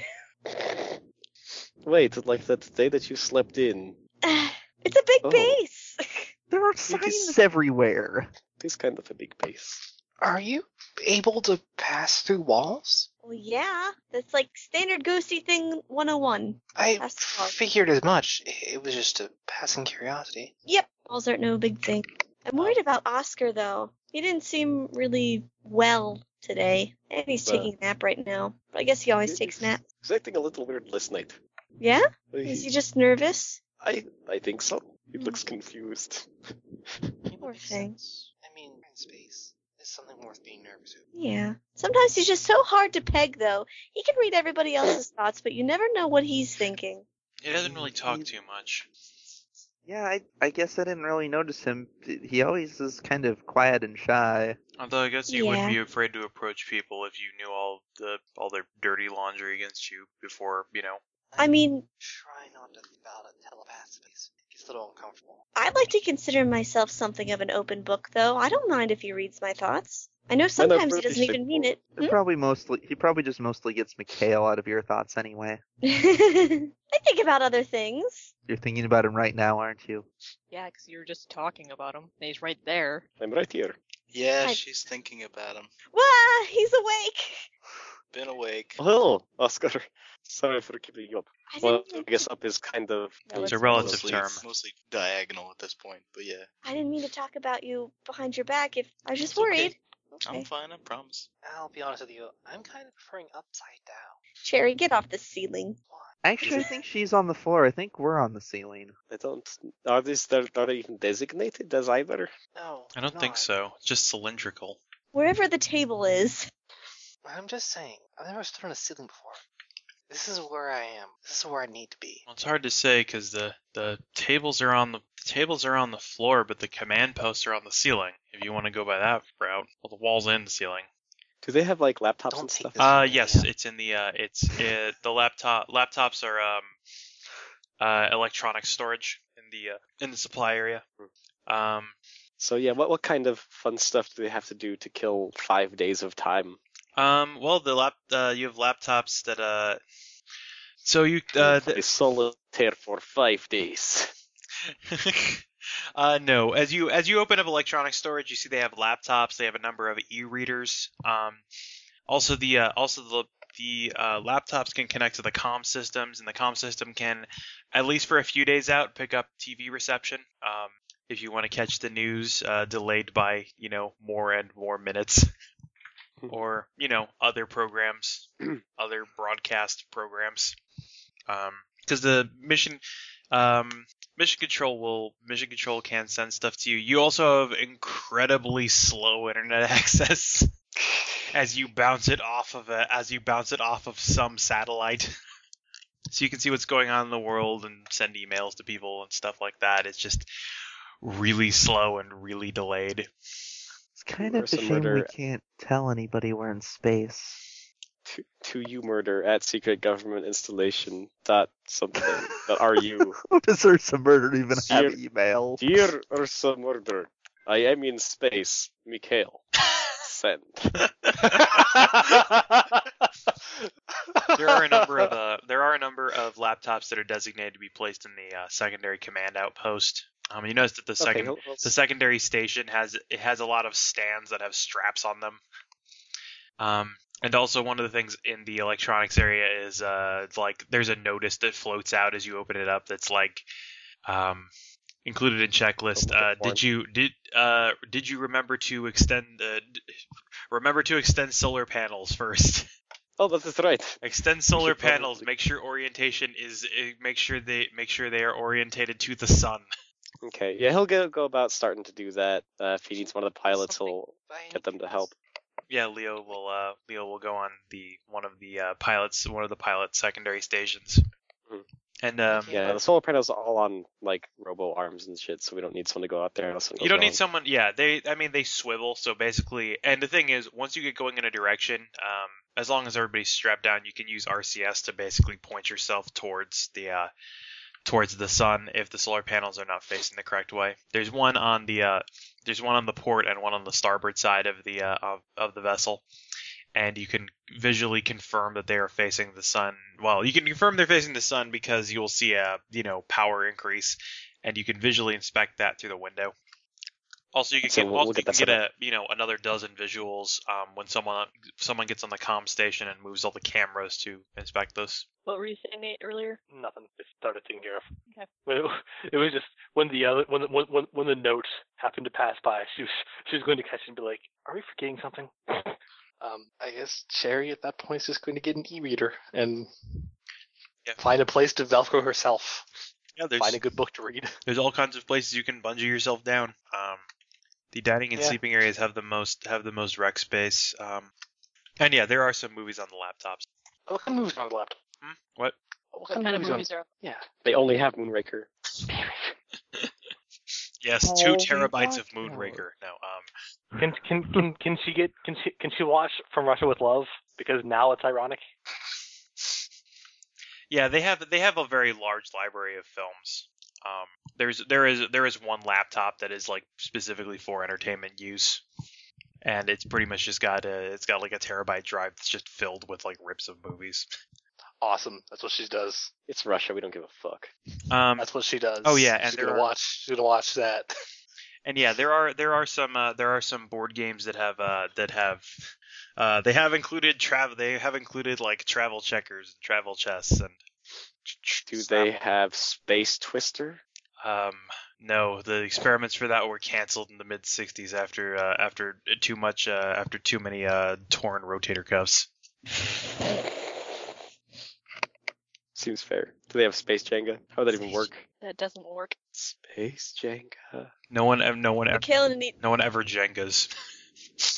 Speaker 7: Wait, like that day that you slept in.
Speaker 8: it's a big
Speaker 7: Oh.
Speaker 8: base.
Speaker 16: There are
Speaker 7: We
Speaker 16: signs
Speaker 7: just-
Speaker 16: everywhere.
Speaker 7: This kind of a big base.
Speaker 4: Are you able to pass through walls?
Speaker 8: well, yeah. That's like standard ghosty thing 101.
Speaker 4: I
Speaker 8: That's smart.
Speaker 4: figured as much. It it was just a passing curiosity.
Speaker 8: Yep. Balls aren't no big thing. I'm worried about Oscar though. He didn't seem really well today, and he's
Speaker 7: Well.
Speaker 8: taking a nap right now. But I guess he always takes naps.
Speaker 7: He's acting a little weird last night.
Speaker 8: Yeah? Is he
Speaker 7: I
Speaker 8: just nervous?
Speaker 7: I think so. He
Speaker 8: Hmm.
Speaker 7: looks confused.
Speaker 4: It
Speaker 8: Poor
Speaker 4: would make
Speaker 8: thing.
Speaker 4: sense. I mean, in space, it's something worth being nervous of.
Speaker 8: Yeah. Sometimes he's just so hard to peg though. He can read everybody else's thoughts, but you never know what he's thinking.
Speaker 1: It doesn't really talk too much.
Speaker 16: Yeah, I I guess I didn't really notice him. He always is kind of quiet and shy.
Speaker 1: Although I guess you
Speaker 8: Yeah.
Speaker 1: wouldn't be afraid to approach people if you knew all the all their dirty laundry against you before, you know.
Speaker 8: I mean,
Speaker 4: Try not to think about a telepath space. It gets a little uncomfortable.
Speaker 8: I'd like to consider myself something of an open book though. I don't mind if he reads my thoughts. I know sometimes he
Speaker 7: pretty
Speaker 8: doesn't even mean it. Hmm?
Speaker 16: It Probably mostly he probably just mostly gets Mikhail out of your thoughts anyway.
Speaker 8: Hmm? I think about other things.
Speaker 16: You're thinking about him right now, aren't you?
Speaker 12: Yeah, 'cause you were just talking about him. And he's right there.
Speaker 7: I'm right here.
Speaker 2: Yeah,
Speaker 8: I-
Speaker 2: she's thinking about him.
Speaker 8: Wow, he's awake.
Speaker 2: Been awake.
Speaker 7: Oh, Oscar. Sorry for keeping you up.
Speaker 8: I
Speaker 7: Well,
Speaker 8: didn't,
Speaker 7: I
Speaker 8: mean,
Speaker 7: guess up is kind of.
Speaker 12: No,
Speaker 1: It's a
Speaker 12: it's-
Speaker 1: relative
Speaker 2: mostly,
Speaker 1: term.
Speaker 2: Mostly diagonal at this point, but yeah.
Speaker 8: I didn't mean to talk about you behind your back. If I was just
Speaker 2: It's okay.
Speaker 8: worried.
Speaker 2: I'm
Speaker 8: Okay.
Speaker 2: fine, I promise.
Speaker 4: I'll be honest with you. I'm kind of preferring upside down.
Speaker 8: Cherry, get off the ceiling.
Speaker 4: Why?
Speaker 6: Actually, I think she's on the floor. I think we're on the ceiling.
Speaker 7: I don't. Are these? They're, are they even designated as either?
Speaker 9: No.
Speaker 1: I don't think
Speaker 9: not.
Speaker 1: so. Just cylindrical.
Speaker 8: Wherever the table is.
Speaker 9: I'm just saying. I've never stood on a ceiling before. This is where I am. This is where I need to be.
Speaker 1: Well, it's hard to say because the the tables are on the, the tables are on the floor, but the command posts are on the ceiling. If you want to go by that route, well, the walls and the ceiling.
Speaker 7: Do they have like laptops
Speaker 9: Don't
Speaker 7: and
Speaker 9: take
Speaker 7: stuff?
Speaker 9: this.
Speaker 1: Uh,
Speaker 9: one,
Speaker 1: yes,
Speaker 9: yeah.
Speaker 1: it's in the uh, it's uh the laptop. Laptops are um, uh, electronic storage in the uh, in the supply area. Um,
Speaker 7: So yeah, what what kind of fun stuff do they have to do to kill five days of time?
Speaker 1: um, well, the lap uh, you have laptops that uh, so you uh,
Speaker 7: Play solitaire for five days.
Speaker 1: uh, no. As you as you open up electronic storage, you see they have laptops. They have a number of e-readers. Um, also the uh, also the the uh, laptops can connect to the comm systems, and the comm system can, at least for a few days out, pick up TV reception. Um, if you want to catch the news, uh, delayed by you know more and more minutes, or you know other programs, other broadcast programs, because the mission. Um, Mission Control will Mission Control can send stuff to you. You also have incredibly slow internet access as you bounce it off of a, as you bounce it off of some satellite. so you can see what's going on in the world and send emails to people and stuff like that. It's just really slow and really delayed.
Speaker 6: It's kind of
Speaker 7: Marissa
Speaker 6: a shame we
Speaker 7: Murder-
Speaker 6: can't tell anybody we're in space.
Speaker 7: To, to you murder at secret government installation dot something. But are you
Speaker 6: What does Ursa Murder even have e-
Speaker 7: Dear-
Speaker 6: email?
Speaker 7: dear Ursa murder? I am in space, Mikhail. Send.
Speaker 1: There are a number of uh, there are a number of laptops that are designated to be placed in the uh, secondary command outpost. Um, you notice that the second
Speaker 7: Okay, let's-
Speaker 1: the secondary station has it has a lot of stands that have straps on them. Um, and also one of the things in the electronics area is uh it's like there's a notice that floats out as you open it up that's like um included in checklist
Speaker 7: Oh,
Speaker 1: uh
Speaker 7: porn.
Speaker 1: did you did uh did you remember to extend the remember to extend solar panels first
Speaker 7: oh, that is right.
Speaker 1: extend solar
Speaker 7: should probably-
Speaker 1: panels make sure orientation is eh, make sure they make sure they are orientated to the sun
Speaker 7: Okay, yeah, he'll go go about starting to do that. Uh, if he needs one of the pilots,
Speaker 9: Something
Speaker 7: he'll
Speaker 9: By any
Speaker 7: get them to
Speaker 9: chance-
Speaker 7: help.
Speaker 1: Yeah, Leo will uh Leo will go on the one of the uh, pilots one of the pilot secondary stations.
Speaker 7: Mhm.
Speaker 1: And um
Speaker 9: Okay.
Speaker 7: Yeah, the solar panels are all on like robo arms and shit, so we don't need someone to go out there. Unless someone
Speaker 1: you
Speaker 7: goes
Speaker 1: don't need
Speaker 7: wrong.
Speaker 1: someone yeah, they I mean they swivel, so basically and the thing is once you get going in a direction, um as long as everybody's strapped down, you can use RCS to basically point yourself towards the uh towards the sun if the solar panels are not facing the correct way. There's one on the uh there's one on the port and one on the starboard side of the uh, of, of the vessel and you can visually confirm that they are facing the sun well you can confirm they're facing the sun because you'll see a you know power increase and you can visually inspect that through the window also you can
Speaker 7: So
Speaker 1: get,
Speaker 7: we'll-
Speaker 1: also
Speaker 7: we'll get
Speaker 1: you can
Speaker 7: that
Speaker 1: get
Speaker 7: set
Speaker 1: a you know another dozen visuals um, when someone someone gets on the comm station and moves all the cameras to inspect those
Speaker 12: What were you saying, Nate, earlier?
Speaker 9: Nothing. It started taking care of.
Speaker 12: Okay.
Speaker 9: When it, it was just when the other when when when, when the note happened to pass by, she was she was going to catch it and be like, "Are we forgetting something?" um, I guess Cherry at that point is just going to get an e-reader and
Speaker 1: Yeah.
Speaker 9: find a place to velcro herself.
Speaker 1: yeah there's
Speaker 9: Find a good book to read.
Speaker 1: there's all kinds of places you can bungee yourself down. Um, the dining and
Speaker 9: Yeah.
Speaker 1: sleeping areas have the most have the most rec space. Um, and yeah, there are some movies on the laptops.
Speaker 9: What kind of movies are on the laptop?
Speaker 1: Hmm? What?
Speaker 9: What
Speaker 12: What kind of
Speaker 9: are on-
Speaker 12: movies are
Speaker 9: Yeah.
Speaker 7: They only have Moonraker.
Speaker 1: Yes,
Speaker 6: Oh,
Speaker 1: two
Speaker 6: we
Speaker 1: terabytes of
Speaker 6: watched those.
Speaker 1: Moonraker. No, um,
Speaker 9: Can can can can she get can she can she watch From Russia with Love? Because now it's ironic.
Speaker 1: yeah, they have they have a very large library of films. Um, there's there is there is one laptop that is like specifically for entertainment use, and it's pretty much just got a it's got like a terabyte drive that's just filled with like rips of movies.
Speaker 9: Awesome. That's what she does.
Speaker 7: It's Russia. We don't give a fuck.
Speaker 1: Um,
Speaker 9: That's what she does.
Speaker 1: Oh, yeah, and
Speaker 9: she's
Speaker 1: there
Speaker 9: gonna
Speaker 1: are-
Speaker 9: watch. She's gonna watch that.
Speaker 1: and yeah, there are there are some uh, there are some board games that have uh, that have uh, they have included travel they have included like travel checkers and travel chess and
Speaker 7: Do they have Space Twister?
Speaker 1: um no the experiments for that were canceled in the mid 60s after uh, after too much uh, after too many uh, torn rotator cuffs.
Speaker 7: Seems fair. Do they have space Jenga? How would that even work?
Speaker 12: That doesn't work.
Speaker 7: Space Jenga.
Speaker 1: No one, ev- no one ever,
Speaker 8: Mikhail and, Ani-
Speaker 1: no one ever Jenga's.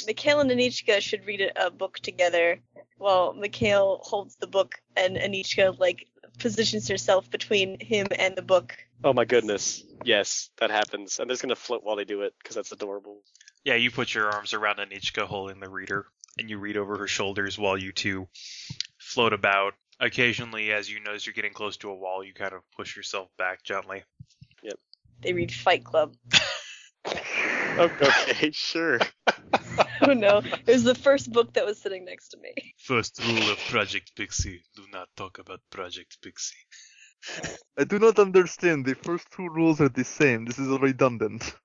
Speaker 8: Mikhail and Anichka should read a, a book together while Mikhail holds the book and Anichka, like, positions herself between him and the book.
Speaker 7: Oh my goodness. Yes, that happens. I'm just gonna float while they do it because that's adorable.
Speaker 1: Yeah, you put your arms around Anichka holding the reader, and you read over her shoulders while you two float about. Occasionally, as you notice you're getting close to a wall, you kind of push yourself back gently.
Speaker 8: They read Fight Club.
Speaker 7: Oh, okay, sure.
Speaker 8: oh no. It was the first book that was sitting next to me.
Speaker 1: First rule of Project Pixie: Do not talk about Project Pixie.
Speaker 15: I do not understand. The first two rules are the same. This is redundant.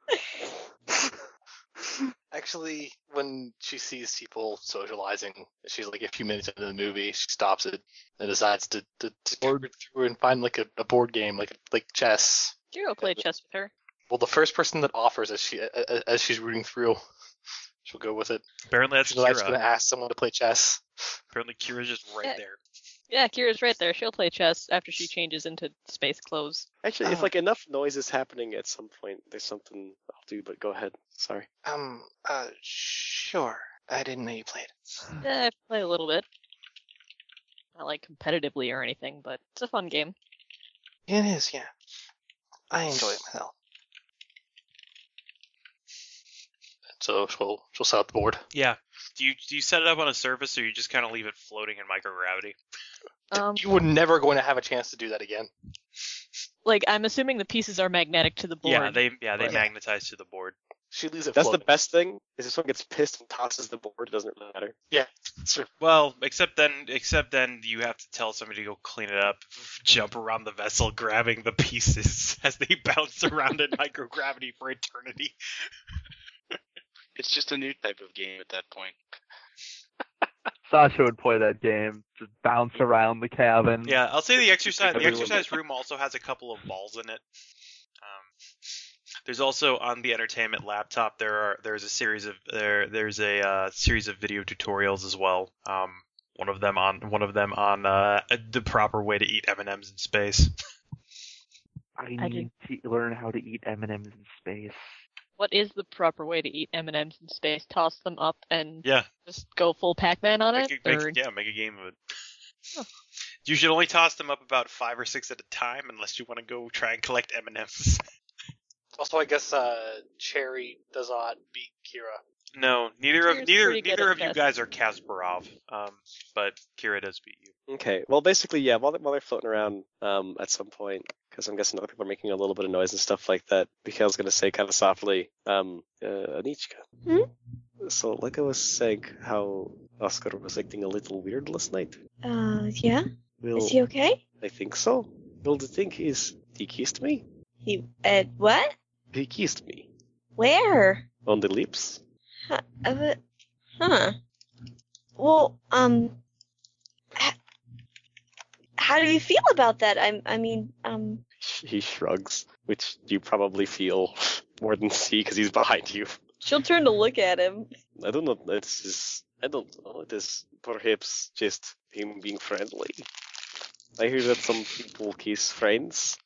Speaker 9: Actually, when she sees people socializing, she's like a few minutes into the movie, she stops it and decides to to, to go through and find like a, a board game, like like chess.
Speaker 12: Jiro played chess with her.
Speaker 9: Well, the first person that offers as she a- a- as she's rooting through, she'll go with it.
Speaker 1: Apparently, that's
Speaker 9: She's like,
Speaker 1: Kira.
Speaker 9: gonna ask someone to play chess.
Speaker 1: Apparently, Kira's just right
Speaker 12: Yeah.
Speaker 1: there.
Speaker 12: Yeah, Kira's right there. She'll play chess after she changes into space clothes. Um,
Speaker 7: Actually, if
Speaker 9: Ah.
Speaker 7: like enough noise is happening at some point, there's something I'll do. But go ahead. Sorry.
Speaker 9: Um, uh, sure. I didn't know you played.
Speaker 12: Yeah, I play a little bit. Not like competitively or anything, but it's a fun game.
Speaker 9: It is, yeah. I enjoy it myself. So she'll she'll set up the board.
Speaker 1: Yeah. Do you do you set it up on a surface, or you just kind of leave it floating in microgravity?
Speaker 12: Um,
Speaker 9: You were never going to have a chance to do that again.
Speaker 12: like I'm assuming the pieces are magnetic to the board.
Speaker 1: Yeah, they yeah they
Speaker 9: Right.
Speaker 1: magnetize to the board.
Speaker 9: She leaves it.
Speaker 7: That's the
Speaker 9: floating.
Speaker 7: best thing. Is if someone gets pissed and tosses the board, it doesn't really matter.
Speaker 1: Well, except then, except then you have to tell somebody to go clean it up, jump around the vessel, grabbing the pieces as they bounce around in microgravity for eternity.
Speaker 2: It's just a new type of game at that point.
Speaker 15: Sasha would play that game. Just bounce around the cabin.
Speaker 6: Mm-hmm.
Speaker 1: Yeah, I'll say the exercise. The
Speaker 7: Everyone-
Speaker 1: exercise room also has a couple of balls in it. Um, there's also on the entertainment laptop there are there's a series of there there's a uh, series of video tutorials as well. Um, one of them on one of them on uh, the proper way to eat M and M's in space.
Speaker 6: I
Speaker 12: I
Speaker 6: need to learn how to eat M&Ms in space.
Speaker 12: What is the proper way to eat M&Ms in space? Toss them up and
Speaker 1: Yeah.
Speaker 12: just go full Pac-Man on it.
Speaker 1: Make a- make-
Speaker 12: Or-
Speaker 1: yeah, make a game of it. You should only toss them up about five or six at a time, unless you want to go try and collect M and M's.
Speaker 9: Also, I guess uh, Cherry does not beat Kira.
Speaker 1: No, neither of
Speaker 12: Kira's
Speaker 1: neither
Speaker 12: pretty good
Speaker 1: neither
Speaker 12: at
Speaker 1: of you
Speaker 12: this.
Speaker 1: guys are Kasparov, um, but Kira does beat you.
Speaker 7: Okay. Well, basically, yeah. While, they- while they're floating around, um, at some point, because I'm guessing other people are making a little bit of noise and stuff like that, Mikhail's gonna say kind of softly, um, uh, Anichka.
Speaker 8: Hmm?
Speaker 7: So, like I was saying, how Oscar was acting a little weird last night.
Speaker 8: Uh, yeah?
Speaker 7: Will
Speaker 8: Is he okay?
Speaker 7: I think so? Well, the thing is, he kissed me.
Speaker 8: He, uh, what?
Speaker 7: He kissed me
Speaker 8: Where?
Speaker 7: on the lips.
Speaker 8: Uh, huh. Well, um, h- how do you feel about that? I, I mean, um,
Speaker 7: He shrugs, which you probably feel more than see because he's behind you.
Speaker 8: she'll turn to look at him.
Speaker 7: I don't know. It's just I don't know. It is perhaps just him being friendly. I hear that some people kiss friends.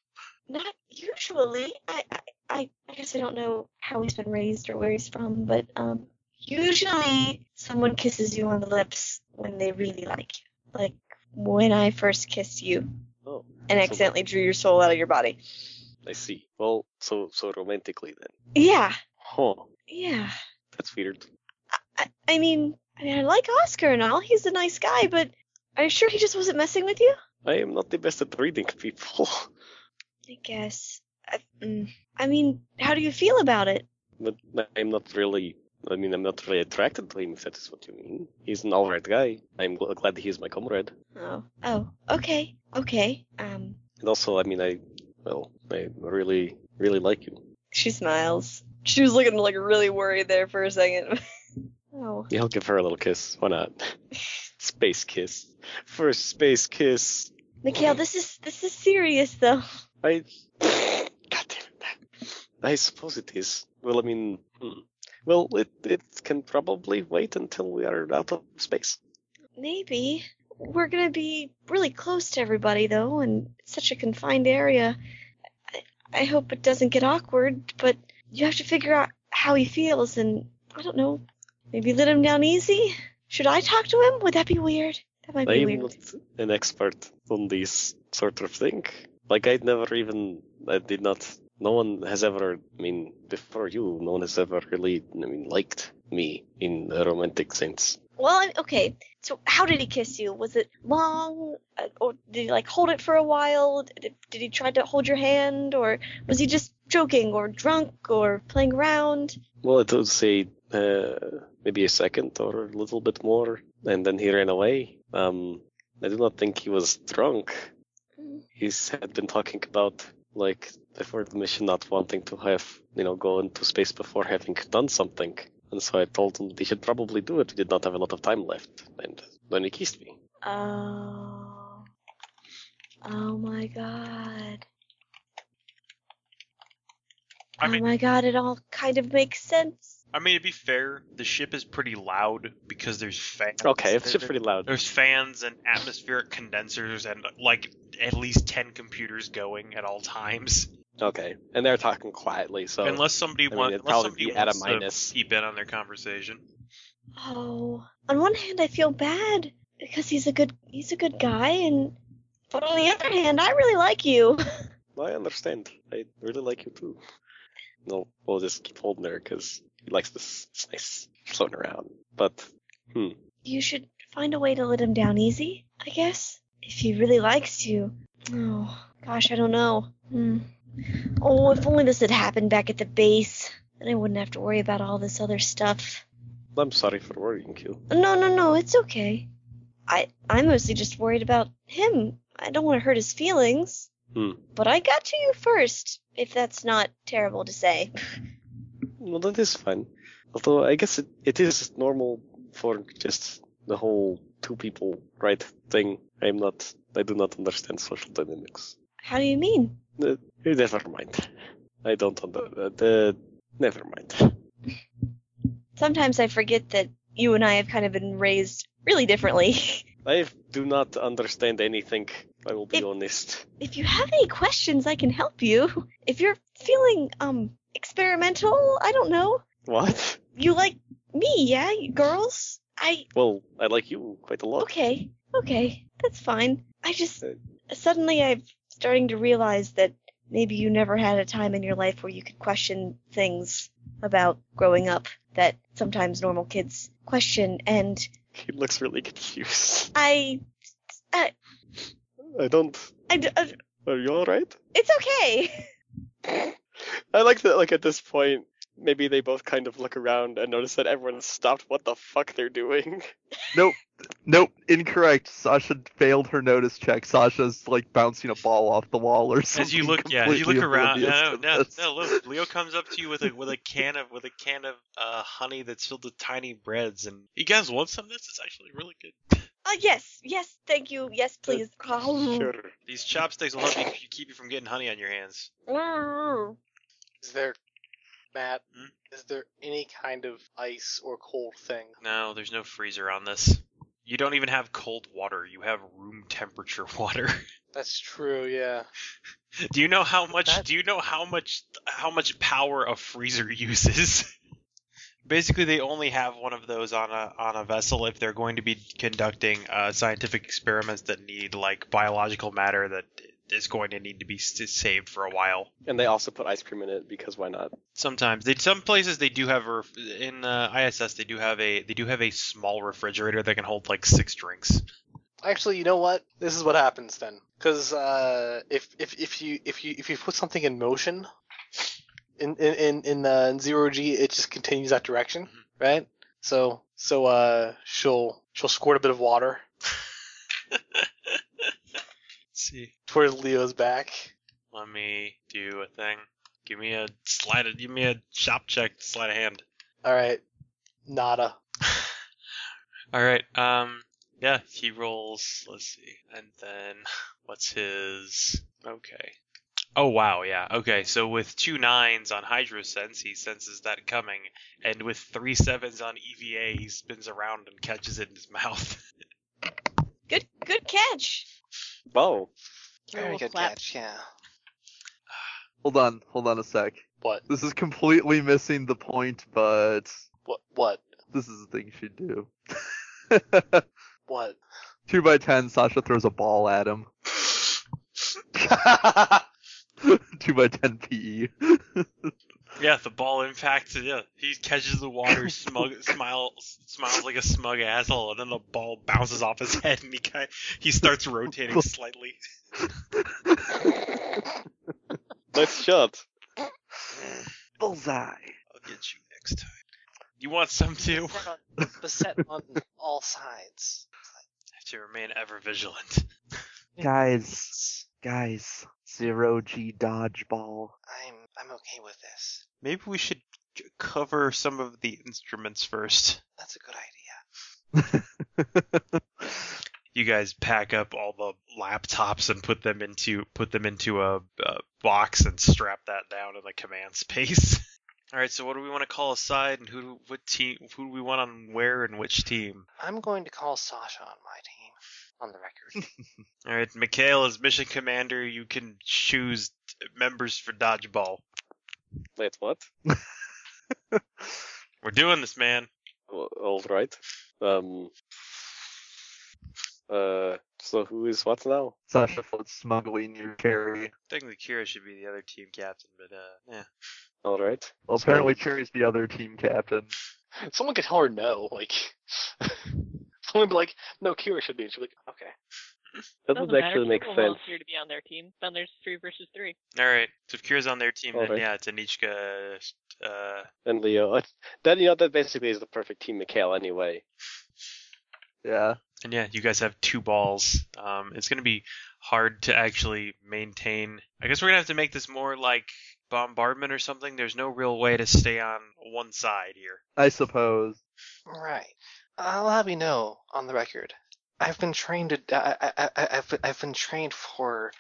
Speaker 8: Not usually. I, I, I I guess I don't know how he's been raised or where he's from, but um, usually someone kisses you on the lips when they really like you. Like when I first kissed you
Speaker 7: Oh,
Speaker 8: and accidentally drew your soul out of your body.
Speaker 7: I see. Well, so so romantically then.
Speaker 8: Yeah,
Speaker 7: Huh.
Speaker 8: yeah.
Speaker 7: That's weird.
Speaker 8: I, I mean, I mean, I like Oscar and all. He's a nice guy, but are you sure he just wasn't messing with you?
Speaker 7: I am not the best at reading people.
Speaker 8: I guess. I, mm, I mean, how do you feel about it?
Speaker 7: but I'm not really. I mean, I'm not really attracted to him. If that is what you mean. He's an alright guy. I'm gl- glad he is my comrade.
Speaker 8: Oh, oh, okay, okay. Um,
Speaker 7: And also, I mean, I well, I really really like you.
Speaker 8: She smiles. She was looking like really worried there for a second. oh.
Speaker 7: Yeah, I'll give her a little kiss. Why not? space kiss. First space kiss.
Speaker 8: Mikhail, this is this is serious though.
Speaker 7: I. God damn it. I suppose it is. Well, I mean, hmm. well, it it can probably wait until we are out of space.
Speaker 8: Maybe. we're gonna be really close to everybody though, and it's such a confined area. I, I hope it doesn't get awkward, but you have to figure out how he feels, and I don't know, maybe let him down easy. Should I talk to him? Would that be weird? That might be
Speaker 7: I'm
Speaker 8: weird.
Speaker 7: not an expert on these sort of thing. Like I never even I did not no one has ever I mean before you, no one has ever really I mean liked me in a romantic sense.
Speaker 8: Well, I- okay. So how did he kiss you? Was it long, uh, or did he like hold it for a while? Did, did he try to hold your hand, or was he just joking, or drunk, or playing around?
Speaker 7: Well it would say uh, maybe a second or a little bit more and then he ran away. Um I do not think he was drunk. He's had been talking about like before the mission not wanting to have you know go into space before having done something. And so I told him that he should probably do it. We did not have a lot of time left. And then he kissed me.
Speaker 8: Oh, oh my god.
Speaker 1: I mean-
Speaker 8: oh my god, it all kind of makes sense.
Speaker 1: I mean, to be fair, the ship is pretty loud because there's fans.
Speaker 7: Okay, it's
Speaker 1: There-
Speaker 7: just pretty loud.
Speaker 1: There's fans and atmospheric condensers and like at least ten computers going at all times.
Speaker 7: Okay, and they're talking quietly. So
Speaker 1: unless somebody
Speaker 7: I mean,
Speaker 1: wants,
Speaker 7: it'd
Speaker 1: unless
Speaker 7: probably
Speaker 1: somebody
Speaker 7: be at a
Speaker 1: wants
Speaker 7: minus.
Speaker 1: to keep in on their conversation.
Speaker 8: Oh, on one hand, I feel bad because he's a good he's a good guy, and but on the other hand, I really like you.
Speaker 7: I understand. I really like you too. No, we'll just keep holding her because he likes this. It's nice floating around. But hmm.
Speaker 8: You should find a way to let him down easy, I guess. If he really likes you. Oh, gosh, I don't know. Hmm. Oh, if only this had happened back at the base. Then I wouldn't have to worry about all this other stuff.
Speaker 7: I'm sorry for worrying you.
Speaker 8: No, no, no, it's okay. I, I'm mostly just worried about him. I don't want to hurt his feelings.
Speaker 7: Hmm.
Speaker 8: But I got to you first, if that's not terrible to say.
Speaker 7: No, that is fine. Although I guess it, it is normal for just the whole two people right thing. I'm not. I do not understand social dynamics.
Speaker 8: How do you mean?
Speaker 7: Uh, never mind. I don't under. Uh, the, never mind.
Speaker 8: Sometimes I forget that you and I have kind of been raised really differently.
Speaker 7: I do not understand anything. I will be
Speaker 8: It-
Speaker 7: honest.
Speaker 8: if you have any questions, I can help you. If you're feeling um experimental, I don't know.
Speaker 7: What?
Speaker 8: You like me, yeah, you girls? I
Speaker 7: Well, I like you quite a lot.
Speaker 8: okay, okay, that's fine. I just
Speaker 7: Uh,
Speaker 8: suddenly I'm starting to realize that maybe you never had a time in your life where you could question things about growing up that sometimes normal kids question, and
Speaker 7: He looks really confused.
Speaker 8: I, I,
Speaker 7: I don't.
Speaker 8: I, d- uh,
Speaker 7: Are you all right?
Speaker 8: it's okay.
Speaker 7: I like that. Like at this point, maybe they both kind of look around and notice that everyone's stopped. What the fuck they're doing?
Speaker 15: Nope, incorrect. Sasha failed her notice check. Sasha's like bouncing a ball off the wall or something.
Speaker 1: As you look, yeah, as you look
Speaker 15: completely
Speaker 1: around.
Speaker 15: oblivious
Speaker 1: No,
Speaker 15: to
Speaker 1: no,
Speaker 15: this.
Speaker 1: no, look, Leo comes up to you with a with a can of with a can of uh, honey that's filled with tiny breads, and you guys want some of this? It's actually really good.
Speaker 8: Uh, yes, yes, thank you. Yes, please.
Speaker 7: Sure.
Speaker 1: These chopsticks will help you keep you from getting honey on your hands.
Speaker 9: Is there, Matt?
Speaker 1: Hmm?
Speaker 9: Is there any kind of ice or cold thing?
Speaker 1: No, there's no freezer on this. You don't even have cold water. You have room temperature water.
Speaker 9: That's true. Yeah.
Speaker 1: do you know how much?
Speaker 9: That-
Speaker 1: Do you know how much? How much power a freezer uses? Basically, they only have one of those on a on a vessel if they're going to be conducting uh, scientific experiments that need like biological matter that is going to need to be s- saved for a while.
Speaker 7: And they also put ice cream in it because why not?
Speaker 1: Sometimes they some places they do have a ref- in uh, ISS they do have a they do have a small refrigerator that can hold like six drinks.
Speaker 9: Actually, you know what? This is what happens then. Because uh, if if if you if you if you put something in motion, in in in in, uh, in zero g, it just continues that direction,
Speaker 1: Mm-hmm.
Speaker 9: right? So so uh, she'll she'll squirt a bit of water
Speaker 1: see,
Speaker 9: towards Leo's back.
Speaker 1: let me do a thing. Give me a slide. Give me a shop check. Slide a hand.
Speaker 9: All right, nada.
Speaker 1: All right. Um. Yeah. He rolls. Let's see. And then what's his? Okay. Oh wow. Yeah. Okay. So with two nines on hydrosense, he senses that coming, and with E three sevens on EVA, he spins around and catches it in his mouth.
Speaker 3: Good, good catch.
Speaker 7: Whoa.
Speaker 12: Very good clap.
Speaker 4: yeah.
Speaker 6: Hold on, hold on a sec.
Speaker 9: What?
Speaker 6: This is completely missing the point, but
Speaker 9: What? What?
Speaker 6: this is the thing you should do.
Speaker 9: What?
Speaker 6: Two by ten, Sasha throws a ball at him. Two by ten E. PE.
Speaker 1: Yeah, the ball impacts. Yeah, he catches the water, smug, smiles, smiles like a smug asshole, and then the ball bounces off his head, and he kind he starts rotating slightly.
Speaker 7: Nice shot.
Speaker 17: Bullseye.
Speaker 1: I'll get you next time. You want some too?
Speaker 9: Beset on- Beset on all sides.
Speaker 1: To remain ever vigilant.
Speaker 17: Guys, guys, zero G dodgeball.
Speaker 9: I'm I'm okay with this.
Speaker 18: Maybe we should c- cover some of the instruments first.
Speaker 9: That's a good idea.
Speaker 1: You guys pack up all the laptops and put them into put them into a, a box and strap that down in the command space. All right, so what do we want to call aside, and who do- what team who do we want on where and which team?
Speaker 9: I'm going to call Sasha on my team. On the record.
Speaker 1: All right, Mikhail is mission commander. You can choose members for dodgeball.
Speaker 7: Wait, what?
Speaker 1: We're doing this, man.
Speaker 7: Well, All right. Um. Uh. So who is what now?
Speaker 6: Sasha floats smugly near Cherry.
Speaker 1: Technically, Kira should be the other team captain, but uh, yeah.
Speaker 7: All right.
Speaker 6: Well, apparently Cherry's the other team captain.
Speaker 9: Someone could tell her no. Like, someone would be like, "No, Kira should be." She'd be like, "Okay."
Speaker 7: That would actually make sense.
Speaker 12: Here to be on their team. Then there's three versus three.
Speaker 1: All right, so if Kira's on their team,
Speaker 7: All
Speaker 1: then
Speaker 7: right.
Speaker 1: yeah, it's Anishka. Uh,
Speaker 7: And Leo. I- That you know that basically is the perfect team, Mikhail. Anyway.
Speaker 6: Yeah.
Speaker 1: and yeah, you guys have two balls. Um, it's gonna be hard to actually maintain. I guess we're gonna have to make this more like bombardment or something. There's no real way to stay on one side here.
Speaker 6: I
Speaker 7: Uh,
Speaker 6: suppose.
Speaker 9: Right. I'll have you know on the record. I've been trained to. I, I, I, I've I've been trained for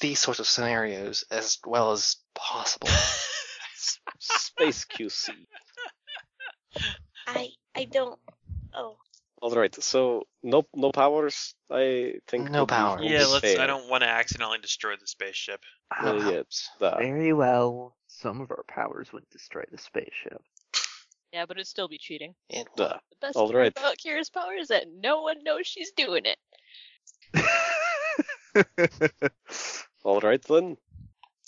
Speaker 9: these sorts of scenarios as well as possible.
Speaker 7: Space QC.
Speaker 3: I, I don't. Oh,
Speaker 7: All right. So no no powers. I think.
Speaker 9: No
Speaker 7: would be-
Speaker 9: powers.
Speaker 7: would be
Speaker 1: yeah, let's. I
Speaker 7: Oh, fair.
Speaker 1: don't want to accidentally destroy the spaceship.
Speaker 6: Ah.
Speaker 7: Well, yeah, it's that.
Speaker 17: Very well. Some of our powers would destroy the spaceship.
Speaker 12: Yeah, but it'd still be cheating.
Speaker 9: It
Speaker 7: Duh.
Speaker 12: The best
Speaker 7: uh, All
Speaker 12: part
Speaker 7: right.
Speaker 12: about Kira's power is that no one knows she's doing it.
Speaker 7: All right then.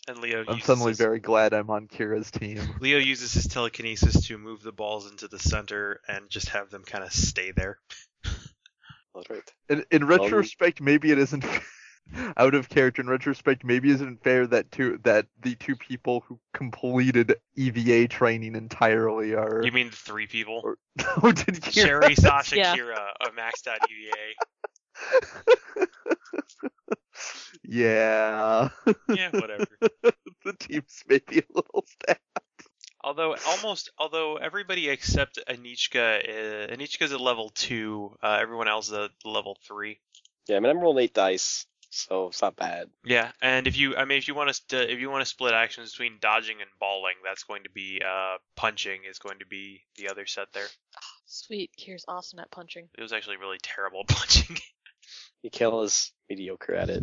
Speaker 1: And Leo.
Speaker 6: I'm
Speaker 1: uses
Speaker 6: suddenly
Speaker 1: his-
Speaker 6: very glad I'm on Kira's team.
Speaker 1: Leo uses his telekinesis to move the balls into the center and just have them kind of stay there.
Speaker 7: All right.
Speaker 6: In, in retrospect, maybe it isn't out of character. In retrospect, maybe it isn't fair that two that the two people who completed EVA training entirely are.
Speaker 1: You mean the three people?
Speaker 6: Or- Who did Kira?
Speaker 1: Sherry, Sasha,
Speaker 12: Yeah.
Speaker 1: Kira, uh, a maxed out EVA.
Speaker 6: yeah.
Speaker 1: Yeah, whatever.
Speaker 6: the team's maybe a little stacked.
Speaker 1: Although almost, although everybody except Anichka, uh, Anichka's at level two. Uh, everyone else is at level three.
Speaker 7: Yeah, I mean I'm rolling eight dice, so it's not bad.
Speaker 1: Yeah, and if you, I mean, if you want to, if you want to split actions between dodging and balling, that's going to be uh, punching is going to be the other set there.
Speaker 12: Sweet, Kira's awesome at punching.
Speaker 1: It was actually really terrible punching.
Speaker 7: Mikhail is mediocre at it.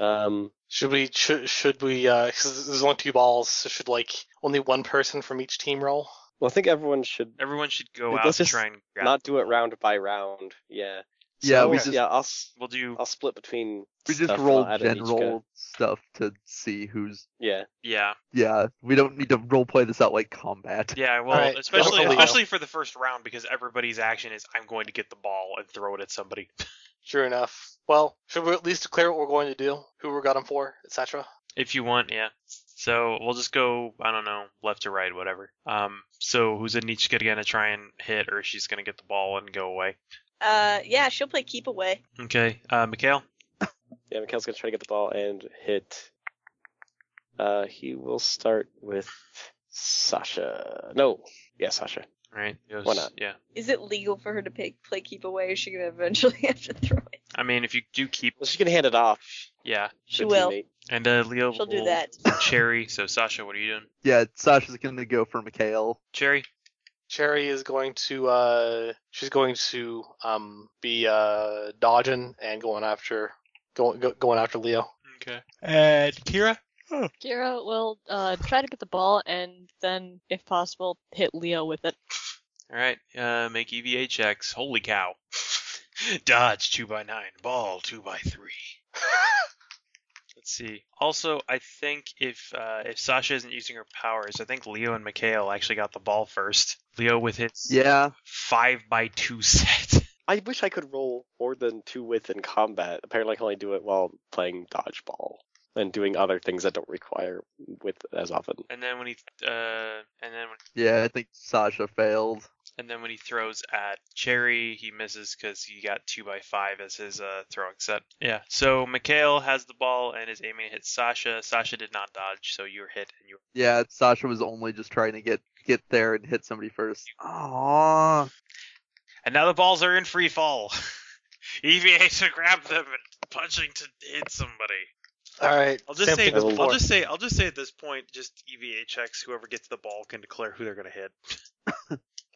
Speaker 7: Um.
Speaker 9: Should we should should we? Uh, 'cause there's only two balls, so should like only one person from each team roll.
Speaker 7: Well, I think everyone should
Speaker 1: Everyone should go
Speaker 7: Let's
Speaker 1: out and
Speaker 7: just
Speaker 1: try and grab.
Speaker 7: not do it round by round. Yeah.
Speaker 6: Yeah,
Speaker 7: So,
Speaker 6: we just-
Speaker 7: yeah. I'll s-
Speaker 1: We'll do.
Speaker 7: I'll split between.
Speaker 6: We just
Speaker 7: stuff, uh,
Speaker 6: roll
Speaker 7: at an each go.
Speaker 6: general stuff to see who's.
Speaker 7: Yeah.
Speaker 1: Yeah,
Speaker 6: Yeah, we don't need to role play this out like combat.
Speaker 1: yeah. Well,
Speaker 9: Alright,
Speaker 1: especially
Speaker 9: I'll go.
Speaker 1: especially for the first round because everybody's action is I'm going to get the ball and throw it at somebody.
Speaker 9: Sure enough. Well, should we at least declare what we're going to do, who we're got 'em for, etc.
Speaker 1: If you want, yeah. So we'll just go, I don't know, left to right, whatever. Um, so who's Anichka gonna try and hit, or she's gonna get the ball and go away?
Speaker 3: uh, yeah, she'll play keep away.
Speaker 1: Okay, uh, Mikhail.
Speaker 7: Yeah, Mikhail's gonna try to get the ball and hit. Uh, he will start with Sasha. No, yeah, Sasha.
Speaker 1: All right. goes-
Speaker 7: Why not?
Speaker 1: Yeah.
Speaker 3: Is it legal for her to pay, play keep away? Or is she gonna eventually have to throw it?
Speaker 1: I mean, if you do keep,
Speaker 7: Well, she's gonna hand it off.
Speaker 1: yeah.
Speaker 3: She
Speaker 7: to her
Speaker 3: will.
Speaker 7: teammate.
Speaker 1: And uh, Leo
Speaker 3: She'll do
Speaker 1: will
Speaker 3: that.
Speaker 1: Cherry. So Sasha, what are you doing?
Speaker 6: Yeah, Sasha's gonna go for Mikhail.
Speaker 1: Cherry.
Speaker 9: Cherry is going to uh she's going to um be uh dodging and going after going go, going after Leo.
Speaker 1: Okay. And Kira?
Speaker 12: Kira will uh, try to get the ball and then, if possible, hit Leo with it.
Speaker 1: All right. Uh, make EVA checks. Holy cow. Dodge two by nine. Ball two by three. Let's see. Also, I think if uh, if Sasha isn't using her powers, I think Leo and Mikhail actually got the ball first. Leo with his
Speaker 6: Yeah.
Speaker 1: five by two set.
Speaker 7: I wish I could roll more than two with in combat. Apparently, I can only do it while playing dodgeball and doing other things that don't require with as often.
Speaker 1: And then when he uh, and then when,
Speaker 6: Yeah, I think Sasha failed.
Speaker 1: and then when he throws at Cherry, he misses because he got two by five as his uh, throwing set. Yeah. So Mikhail has the ball and is aiming to hit Sasha. Sasha did not dodge, so you were hit and you
Speaker 6: Yeah, Sasha was only just trying to get get there and hit somebody first. Aww.
Speaker 1: And now the balls are in free fall. EVA to grab them and punching to hit somebody.
Speaker 9: All right.
Speaker 1: I'll just
Speaker 9: same
Speaker 1: say
Speaker 9: thing as
Speaker 1: I'll
Speaker 9: before.
Speaker 1: just say I'll just say at this point, just EVA checks. Whoever gets the ball can declare who they're gonna hit.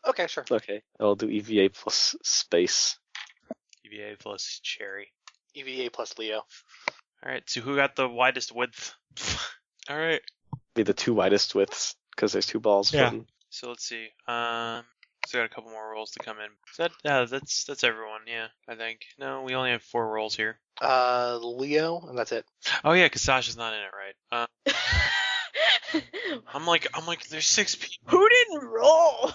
Speaker 9: Okay, sure.
Speaker 7: Okay, I'll do EVA plus space.
Speaker 1: EVA E plus Cherry.
Speaker 9: EVA E plus Leo.
Speaker 1: All right. So who got the widest width? All right.
Speaker 7: Be the two widest widths because there's two balls.
Speaker 1: Yeah.
Speaker 7: from-
Speaker 1: So let's see. Um, so I got a couple more rolls to come in. Is that yeah, that's that's everyone. Yeah, I think. No, we only have four rolls here.
Speaker 9: Uh Leo and that's it.
Speaker 1: Oh yeah, because Sasha's not in it, right? Uh, I'm like I'm like there's six people.
Speaker 8: Who didn't roll?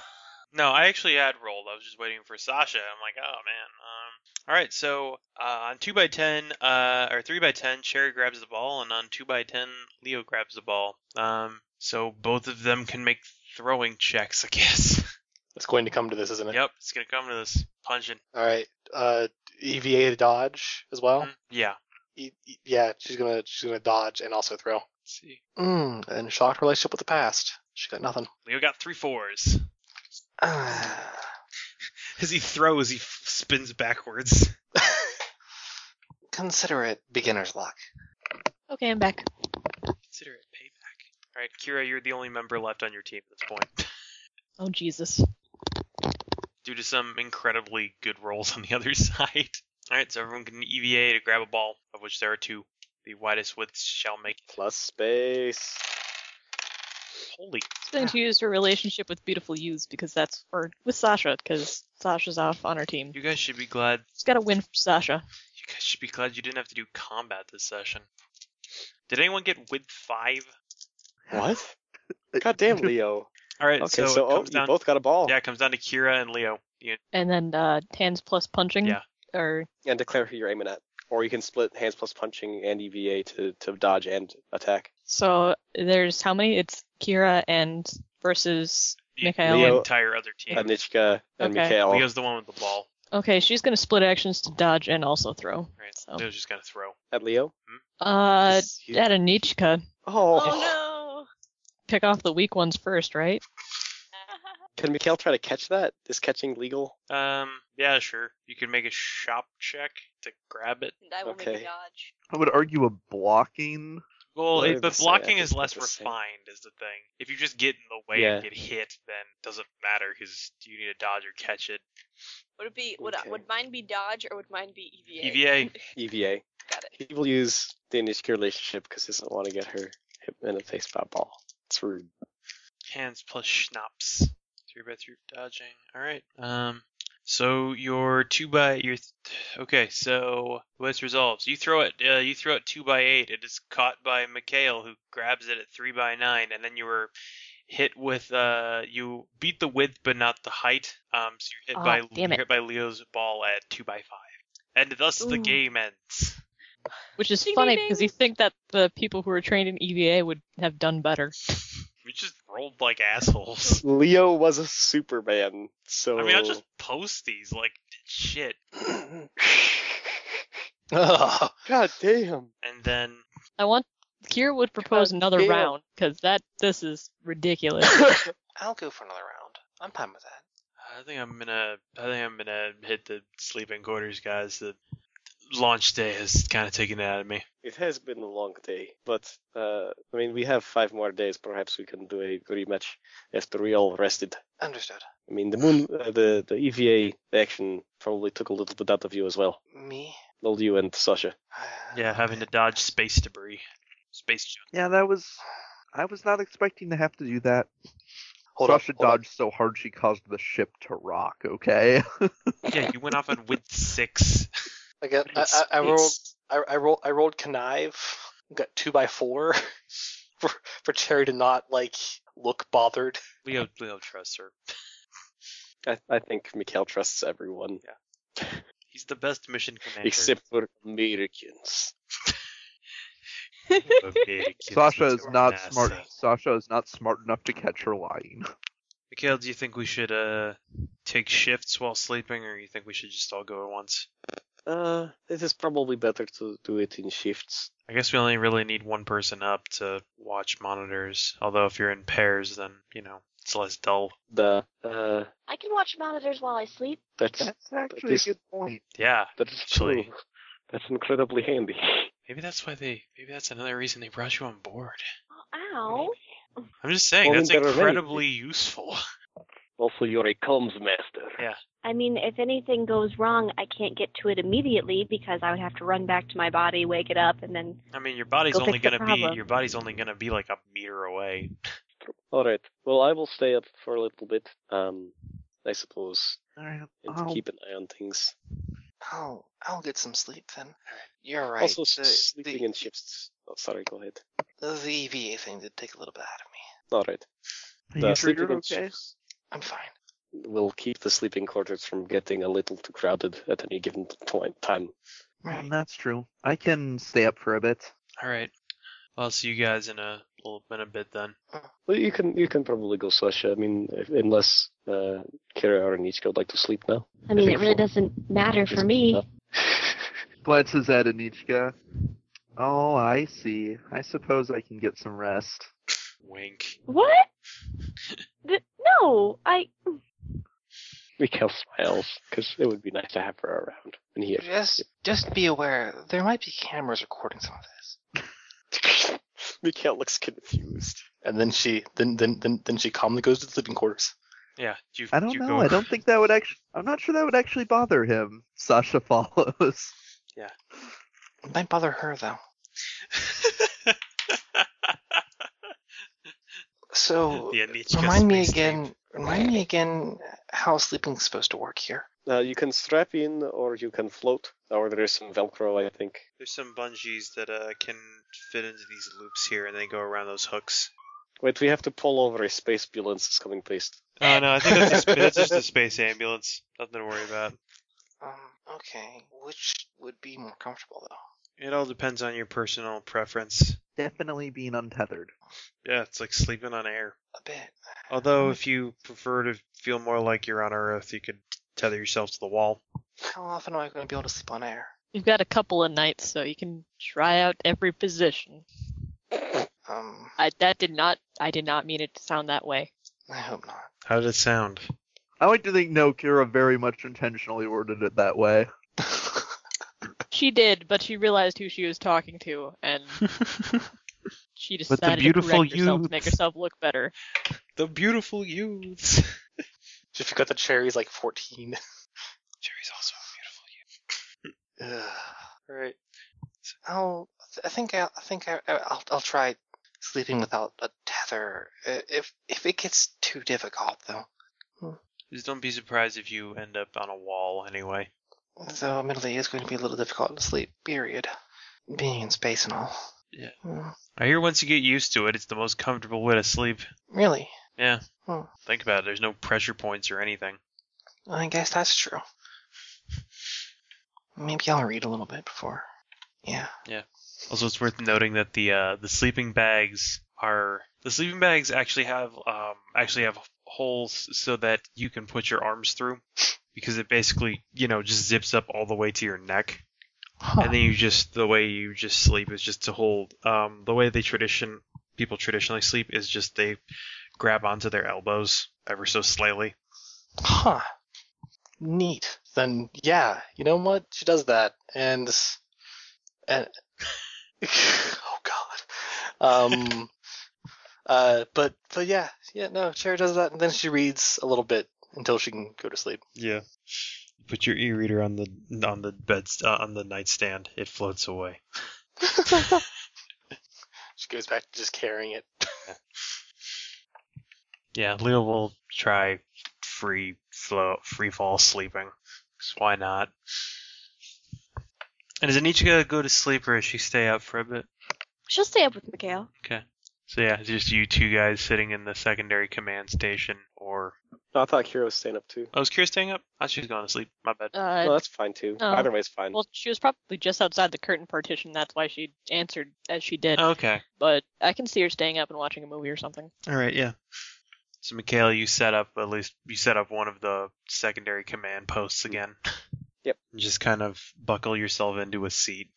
Speaker 1: No, I actually had rolled. I was just waiting for Sasha. I'm like, oh man. Um, all right, so uh, on two by ten, uh, or three by ten, Cherry grabs the ball, and on two by ten, Leo grabs the ball. Um, so both of them can make throwing checks, I guess.
Speaker 9: It's going to come to this, isn't it?
Speaker 1: yep, it's gonna come to this punching.
Speaker 9: All right. Uh EVA to dodge as well.
Speaker 1: Mm, Yeah.
Speaker 9: E- e- yeah, she's gonna she's gonna dodge and also throw.
Speaker 1: Let's see.
Speaker 9: Mm, and shocked relationship with the past. She got nothing.
Speaker 1: Leo got three fours. As he throws, he f- spins backwards.
Speaker 9: Consider it beginner's luck.
Speaker 12: Okay, I'm back.
Speaker 1: Consider it payback. All right, Kira, you're the only member left on your team at this point,
Speaker 12: Oh, Jesus.
Speaker 1: due to some incredibly good rolls on the other side. All right, so everyone can EVA to grab a ball, of which there are two. The widest widths shall make.
Speaker 7: Plus space.
Speaker 1: Holy
Speaker 12: It's going to use her relationship with beautiful yous because that's or with Sasha because Sasha's off on her team.
Speaker 1: You guys should be glad.
Speaker 12: She's got a win for Sasha.
Speaker 1: You guys should be glad you didn't have to do combat this session. Did anyone get width five?
Speaker 7: What? God damn, Leo.
Speaker 1: All right,
Speaker 7: Okay, so,
Speaker 1: so, it
Speaker 7: oh,
Speaker 1: comes
Speaker 7: you
Speaker 1: down.
Speaker 7: both got a ball.
Speaker 1: Yeah, it comes down to Kira and Leo. You-
Speaker 12: And then uh, hands plus punching.
Speaker 1: Yeah.
Speaker 12: Or
Speaker 7: And declare who you're aiming at. Or you can split hands plus punching and EVA to, to dodge and attack.
Speaker 12: so there's how many? It's Kira and versus
Speaker 1: the-
Speaker 12: Mikhail
Speaker 1: the
Speaker 7: and-
Speaker 1: entire other team.
Speaker 7: Anichka and
Speaker 12: Okay.
Speaker 7: Mikhail.
Speaker 1: Leo's the one with the ball.
Speaker 12: okay. She's going to split actions to dodge and also throw.
Speaker 1: Right.
Speaker 12: So.
Speaker 1: Leo's just gonna throw. Mm-hmm.
Speaker 7: At Leo?
Speaker 12: Uh,
Speaker 7: Yes, you-
Speaker 12: at Anichka,
Speaker 7: Oh.
Speaker 8: Oh
Speaker 12: pick off the weak ones first, right?
Speaker 7: Can Mikhail try to catch that? Is catching legal?
Speaker 1: Um, yeah, sure. You can make a shop check to grab it.
Speaker 8: no! And I will make
Speaker 7: Okay.
Speaker 8: a dodge.
Speaker 6: I would argue a blocking.
Speaker 1: Well,
Speaker 7: Well,
Speaker 1: it-
Speaker 7: they're the
Speaker 1: but
Speaker 7: same.
Speaker 1: blocking
Speaker 7: I
Speaker 1: is
Speaker 7: think
Speaker 1: less
Speaker 7: they're the same.
Speaker 1: refined, is the thing. If you just get in the way and get hit, then it doesn't matter because you need to dodge or catch it.
Speaker 8: Would it be would I-
Speaker 7: Okay.
Speaker 8: would mine be dodge or would mine be E EVA?
Speaker 1: EVA.
Speaker 7: EVA.
Speaker 8: Got it.
Speaker 7: E He will use the Anichka relationship because he doesn't want to get her hit in the face by a ball. It's rude.
Speaker 1: Hands plus schnapps. Three by three dodging. All right. Um. So your two by your th- okay. So West resolves. You throw it. Uh, you throw it two by eight. It is caught by Mikhail, who grabs it at three by nine, and then you were hit with. Uh, you beat the width, but not the height. Um. So you're hit
Speaker 12: Aw,
Speaker 1: by
Speaker 12: Ah, damn
Speaker 1: you're
Speaker 12: it.
Speaker 1: hit by Leo's ball at two by five, and thus the
Speaker 8: Ooh.
Speaker 1: game ends.
Speaker 12: Which is
Speaker 8: Ding,
Speaker 12: funny
Speaker 8: ding,
Speaker 12: because
Speaker 8: ding.
Speaker 12: you think that the people who are trained in EVA would have done better.
Speaker 1: We just rolled like assholes.
Speaker 7: Leo was a Superman, so.
Speaker 1: I mean, I'll just post these like shit,
Speaker 7: God damn.
Speaker 1: and then
Speaker 12: I want Kira would propose
Speaker 7: God
Speaker 12: another
Speaker 7: damn.
Speaker 12: round because that this is ridiculous.
Speaker 9: I'll go for another round. I'm fine with that.
Speaker 1: I think I'm gonna. I think I'm gonna hit the sleeping quarters, guys. The launch day has kind of taken it out of me.
Speaker 7: It has been a long day, but uh, I mean, we have five more days. Perhaps we can do a rematch after we all rested.
Speaker 9: Understood.
Speaker 7: I mean, the moon, uh, the the EVA action probably took a little bit out of you as well.
Speaker 9: Me?
Speaker 7: Little you and Sasha.
Speaker 1: Yeah, having to dodge space debris, space junk.
Speaker 6: Yeah, that was. I was not expecting to have to do that.
Speaker 9: Hold on,
Speaker 15: Sasha
Speaker 9: hold on.
Speaker 15: dodged so hard she caused the ship to rock. Okay.
Speaker 1: Yeah, you went off on wit six.
Speaker 9: I got. I,
Speaker 2: It's-
Speaker 9: I, I rolled.
Speaker 2: it's-
Speaker 9: I, I rolled. I rolled connive. Got two by four for for Cherry to not like look bothered.
Speaker 1: Leo, Leo trusts her.
Speaker 7: I, I think Mikhail trusts everyone
Speaker 1: He's the best mission commander.
Speaker 7: except for Americans.
Speaker 1: Americans.
Speaker 15: Sasha is not
Speaker 1: NASA.
Speaker 15: smart. Sasha is not smart enough to catch her lying.
Speaker 1: Mikhail, do you think we should uh take shifts while sleeping, or you think we should just all go at once?
Speaker 7: Uh, it is probably better to do it in shifts.
Speaker 1: I guess we only really need one person up to watch monitors. Although if you're in pairs, then you know it's less dull.
Speaker 7: The uh,
Speaker 8: I can watch monitors while I sleep.
Speaker 7: that's
Speaker 6: That's actually
Speaker 7: this-
Speaker 6: a good point.
Speaker 1: Yeah,
Speaker 7: that's
Speaker 1: Actually-
Speaker 7: true. That's incredibly handy.
Speaker 1: maybe that's why they. Maybe that's another reason they brought you on board.
Speaker 8: Ow.
Speaker 1: I'm just saying
Speaker 7: Well,
Speaker 1: that's
Speaker 7: then there are many.
Speaker 1: incredibly useful.
Speaker 7: Also, you're a comms master.
Speaker 8: I mean, if anything goes wrong, I can't get to it immediately because I would have to run back to my body, wake it up, and then
Speaker 1: I mean, your body's
Speaker 8: Go
Speaker 1: only
Speaker 8: fix the
Speaker 1: gonna be
Speaker 8: problem.
Speaker 1: your body's only gonna be like a meter away.
Speaker 7: All right. Well, I will stay up for a little bit. Um, I suppose,
Speaker 6: All right.
Speaker 7: and
Speaker 8: Oh.
Speaker 6: I'll-
Speaker 7: keep an eye on things.
Speaker 9: Oh, I'll get some sleep then. You're right.
Speaker 7: Also,
Speaker 9: the,
Speaker 7: sleeping
Speaker 9: the,
Speaker 7: in shifts. Oh, sorry. Go ahead.
Speaker 9: the, the EVA thing did take a little bit out of me.
Speaker 7: All right.
Speaker 6: Are
Speaker 7: The
Speaker 6: you sure
Speaker 7: sleeping
Speaker 6: you're
Speaker 7: in
Speaker 6: okay?
Speaker 7: shifts
Speaker 9: I'm fine.
Speaker 7: Will keep the sleeping quarters from getting a little too crowded at any given point time.
Speaker 6: Mm, that's true. I can stay up for a bit.
Speaker 1: All right. Well, I'll see you guys in a little in a bit then.
Speaker 7: Well, you can you can probably go, Sasha. I mean, if, unless uh, Kira or Nichka would like to sleep now.
Speaker 8: I mean,
Speaker 7: think
Speaker 8: it really
Speaker 7: for-
Speaker 8: doesn't matter for me.
Speaker 6: Glances at Anichka. Oh, I see. I suppose I can get some rest.
Speaker 1: Wink.
Speaker 8: What? Th- no, I.
Speaker 7: Mikhail smiles because it would be nice to have her around. And he,
Speaker 9: Just just be aware there might be cameras recording some of this.
Speaker 7: Mikhail looks confused.
Speaker 9: And then she then then then, then she calmly goes to the sleeping quarters.
Speaker 1: Yeah. Do you,
Speaker 6: I don't
Speaker 1: you
Speaker 6: know.
Speaker 1: Go,
Speaker 6: I don't think that would actually. I'm not sure that would actually bother him. Sasha follows.
Speaker 9: It might bother her though. So
Speaker 1: Yeah, Nietzsche
Speaker 9: remind me
Speaker 1: space
Speaker 9: again. Remind me again how sleeping's supposed to work here.
Speaker 7: Uh, you can strap in, or you can float, or there is some Velcro, I think.
Speaker 1: There's some bungees that uh, can fit into these loops here, and they go around those hooks.
Speaker 7: Wait, we have to pull over. A space ambulance is coming, please.
Speaker 1: Oh no, I think that's, a, sp- that's just a space ambulance. Nothing to worry about.
Speaker 9: Um. Okay. Which would be more comfortable though?
Speaker 1: It all depends on your personal preference.
Speaker 6: Definitely being untethered.
Speaker 1: Yeah, it's like sleeping on air.
Speaker 9: A bit.
Speaker 1: Although, if you prefer to feel more like you're on Earth, you could tether yourself to the wall.
Speaker 9: How often am I going to be able to sleep on air?
Speaker 12: You've got a couple of nights, so you can try out every position.
Speaker 9: Um.
Speaker 12: I, that did not. I did not mean it to sound that way.
Speaker 9: I hope not.
Speaker 1: How did it sound?
Speaker 15: I like to think no, Kira very much intentionally worded it that way.
Speaker 12: She did, but she realized who she was talking to, and she
Speaker 4: the
Speaker 12: decided
Speaker 4: beautiful
Speaker 12: to correct herself to make
Speaker 4: youths.
Speaker 12: herself look better.
Speaker 1: The beautiful youths.
Speaker 9: She forgot the cherry's like 14. cherry's also a beautiful youth.
Speaker 1: All right.
Speaker 9: Oh, I think I, I think I, I- I'll I'll try sleeping without a tether. I- If if it gets too difficult though,
Speaker 1: Just don't be surprised if you end up on a wall anyway.
Speaker 9: though admittedly it's going to be a little difficult to sleep. Period. Being in space and all.
Speaker 1: Yeah.
Speaker 9: Hmm,
Speaker 1: I hear once you get used to it, it's the most comfortable way to sleep.
Speaker 9: Really?
Speaker 1: Yeah.
Speaker 9: Hmm.
Speaker 1: Think about it. There's no pressure points or anything.
Speaker 9: I guess that's true. Maybe I'll read a little bit before. Yeah.
Speaker 1: Also, it's worth noting that the uh, the sleeping bags are the sleeping bags actually have um, actually have holes so that you can put your arms through because it basically you know just zips up all the way to your neck
Speaker 9: Huh.
Speaker 1: and then you just the way you just sleep is just to hold um, the way they tradition people traditionally sleep is just they grab onto their elbows ever so slightly
Speaker 9: huh neat then yeah you know what she does that and and oh god um uh but but yeah yeah no Cher does that and then she reads a little bit until she can go to sleep.
Speaker 1: Yeah. Put your e-reader on the on the bed uh, on the nightstand. It floats away.
Speaker 9: She goes back to just carrying it.
Speaker 1: Yeah, Leo will try free flow, free fall sleeping. 'Cause why not? And does Anichika go to sleep or does she stay up for a bit?
Speaker 8: She'll stay up with Mikhail.
Speaker 1: So yeah, it's just you two guys sitting in the secondary command station. Or
Speaker 7: No, I thought Kira was staying up too.
Speaker 1: oh, is Kira staying up? I thought she was going to sleep. My bad.
Speaker 12: Uh,
Speaker 7: No, that's fine too.
Speaker 12: no.
Speaker 7: Either way is fine.
Speaker 12: well, she was probably just outside the curtain partition. That's why she answered as she did.
Speaker 1: Okay.
Speaker 12: but I can see her staying up and watching a movie or something.
Speaker 1: All right. Yeah. So Michaela, you set up at least you set up one of the secondary command posts again.
Speaker 7: Yep.
Speaker 1: Just kind of buckle yourself into a seat.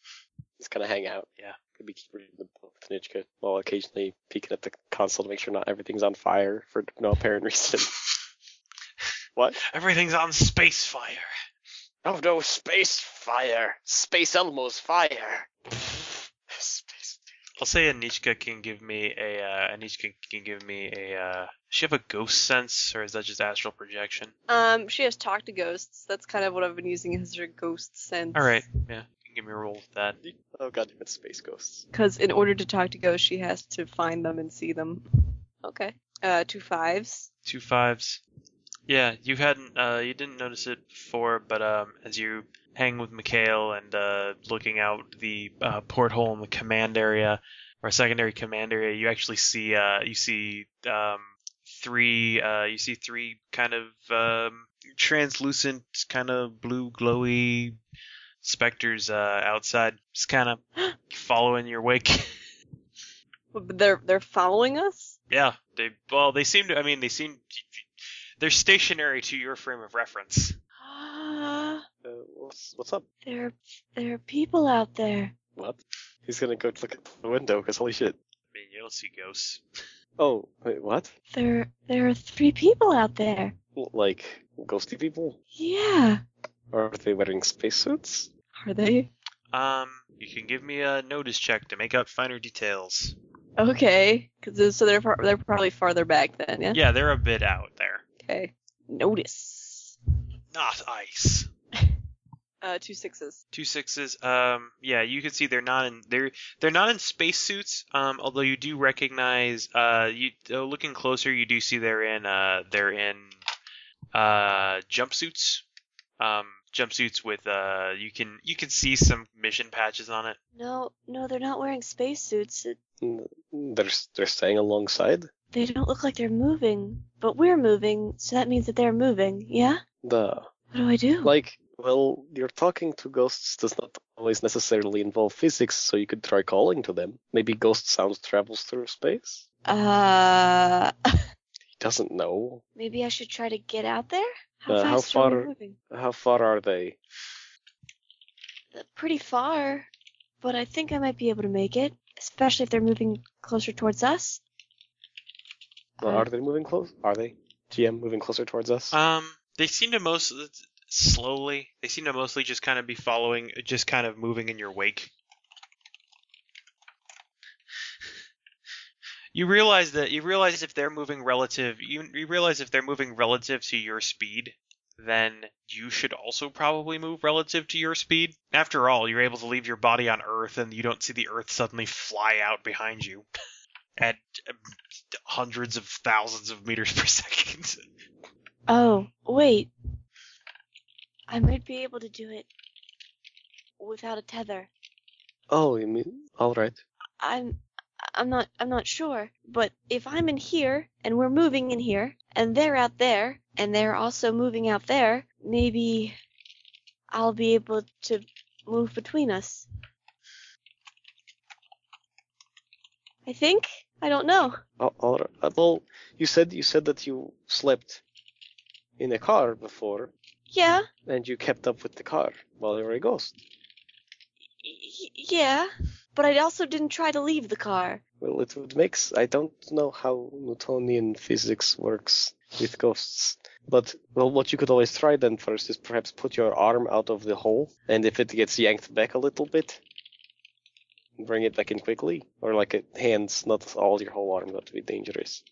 Speaker 7: Just kind of hang out.
Speaker 1: Yeah.
Speaker 7: Could be keeping the book with Nitschka while occasionally peeking at the console to make sure not everything's on fire for no apparent reason. what?
Speaker 1: Everything's on space fire.
Speaker 7: Oh no, space fire! Space Elmo's fire! space.
Speaker 1: I'll say Anichka can give me a uh, Anichka can give me a. Uh, does she have a ghost sense, or is that just astral projection?
Speaker 3: Um, she has talk to ghosts. That's kind of what I've been using as her ghost sense.
Speaker 1: All right, yeah, you can give me a roll with that.
Speaker 7: Oh god, it's space ghosts.
Speaker 3: Because in order to talk to ghosts, she has to find them and see them. Okay. Uh, two fives.
Speaker 1: Two fives. Yeah, you hadn't, uh, you didn't notice it before, but um, as you hang with Mikhail and uh, looking out the uh, porthole in the command area or secondary command area, you actually see, uh, you see um, three, uh, you see three kind of um, translucent, kind of blue glowy specters uh, outside, just kind of following your wake.
Speaker 3: But they're they're following us.
Speaker 1: Yeah, they well, they seem to. I mean, they seem they're stationary to your frame of reference.
Speaker 7: Uh, what's, what's up?
Speaker 8: there, are, there are people out there.
Speaker 7: What? He's gonna go look at the window because holy shit.
Speaker 1: I mean, you don't see ghosts.
Speaker 7: Oh, wait, what?
Speaker 8: There, there are three people out there.
Speaker 7: Like, ghosty people?
Speaker 8: Yeah.
Speaker 7: Are they wearing spacesuits?
Speaker 3: Are they?
Speaker 1: Um, you can give me a notice check to make out finer details.
Speaker 3: Okay. 'Cause- so they're far, they're probably farther back then. Yeah.
Speaker 1: Yeah, they're a bit out there.
Speaker 3: Okay. Notice.
Speaker 1: Not ice.
Speaker 3: Uh, two sixes.
Speaker 1: Two sixes. Um, yeah, you can see they're not in they're they're not in spacesuits. Um, although you do recognize. Uh, you uh, looking closer, you do see they're in uh they're in uh jumpsuits. Um, jumpsuits with uh you can you can see some mission patches on it.
Speaker 8: No, no, they're not wearing spacesuits. It-
Speaker 7: Mm, They're they're staying alongside.
Speaker 8: They don't look like they're moving, but we're moving, so that means that they're moving. Yeah.
Speaker 7: The
Speaker 8: What do I do?
Speaker 7: like, well, you're talking to ghosts does not always necessarily involve physics, so you could try calling to them. Maybe ghost sounds travels through space.
Speaker 8: uh,
Speaker 7: He doesn't know.
Speaker 8: maybe I should try to get out there. How
Speaker 7: Uh, how
Speaker 8: fast are
Speaker 7: far-
Speaker 8: we moving?
Speaker 7: How far are they?
Speaker 8: Uh, Pretty far, but I think I might be able to make it, especially if they're moving closer towards us.
Speaker 7: Well, Uh, are they moving close? Are they? GM moving closer towards us?
Speaker 1: Um, they seem to most slowly. They seem to mostly just kind of be following, just kind of moving in your wake. You realize that you realize if they're moving relative, you, you realize if they're moving relative to your speed, then you should also probably move relative to your speed. After all, you're able to leave your body on Earth, and you don't see the Earth suddenly fly out behind you at um, hundreds of thousands of meters per second.
Speaker 8: Oh, wait. I might be able to do it without a tether.
Speaker 7: oh, you mean all right.
Speaker 8: I'm I'm not I'm not sure, but if I'm in here and we're moving in here and they're out there and they're also moving out there, maybe I'll be able to move between us. I think I don't know.
Speaker 7: All, all right. Uh, Well, you said you said that you slept in a car before,
Speaker 8: Yeah.
Speaker 7: and you kept up with the car while you were a ghost.
Speaker 8: Y- yeah, but I also didn't try to leave the car.
Speaker 7: Well, it would make. s- I don't know how Newtonian physics works with ghosts, but well, what you could always try then first is perhaps put your arm out of the hole, and if it gets yanked back a little bit, bring it back in quickly, or like a hands, not all your whole arm. That would be dangerous.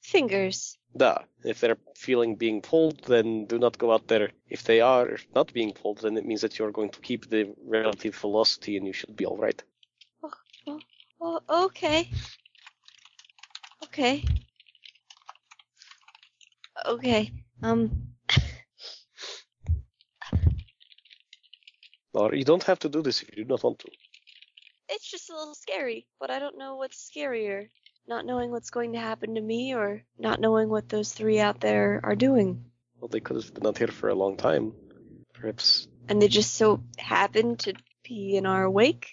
Speaker 8: Fingers.
Speaker 7: Duh. If they're feeling being pulled, then do not go out there. If they are not being pulled, then it means that you're going to keep the relative velocity and you should be alright.
Speaker 8: Oh, okay. Okay. Okay. Um.
Speaker 7: Or you don't have to do this if you do not want to.
Speaker 8: It's just a little scary, but I don't know what's scarier. Not knowing what's going to happen to me or not knowing what those three out there are doing.
Speaker 7: Well, they could have been out here for a long time. Perhaps,
Speaker 8: And they just so happen to be in our wake.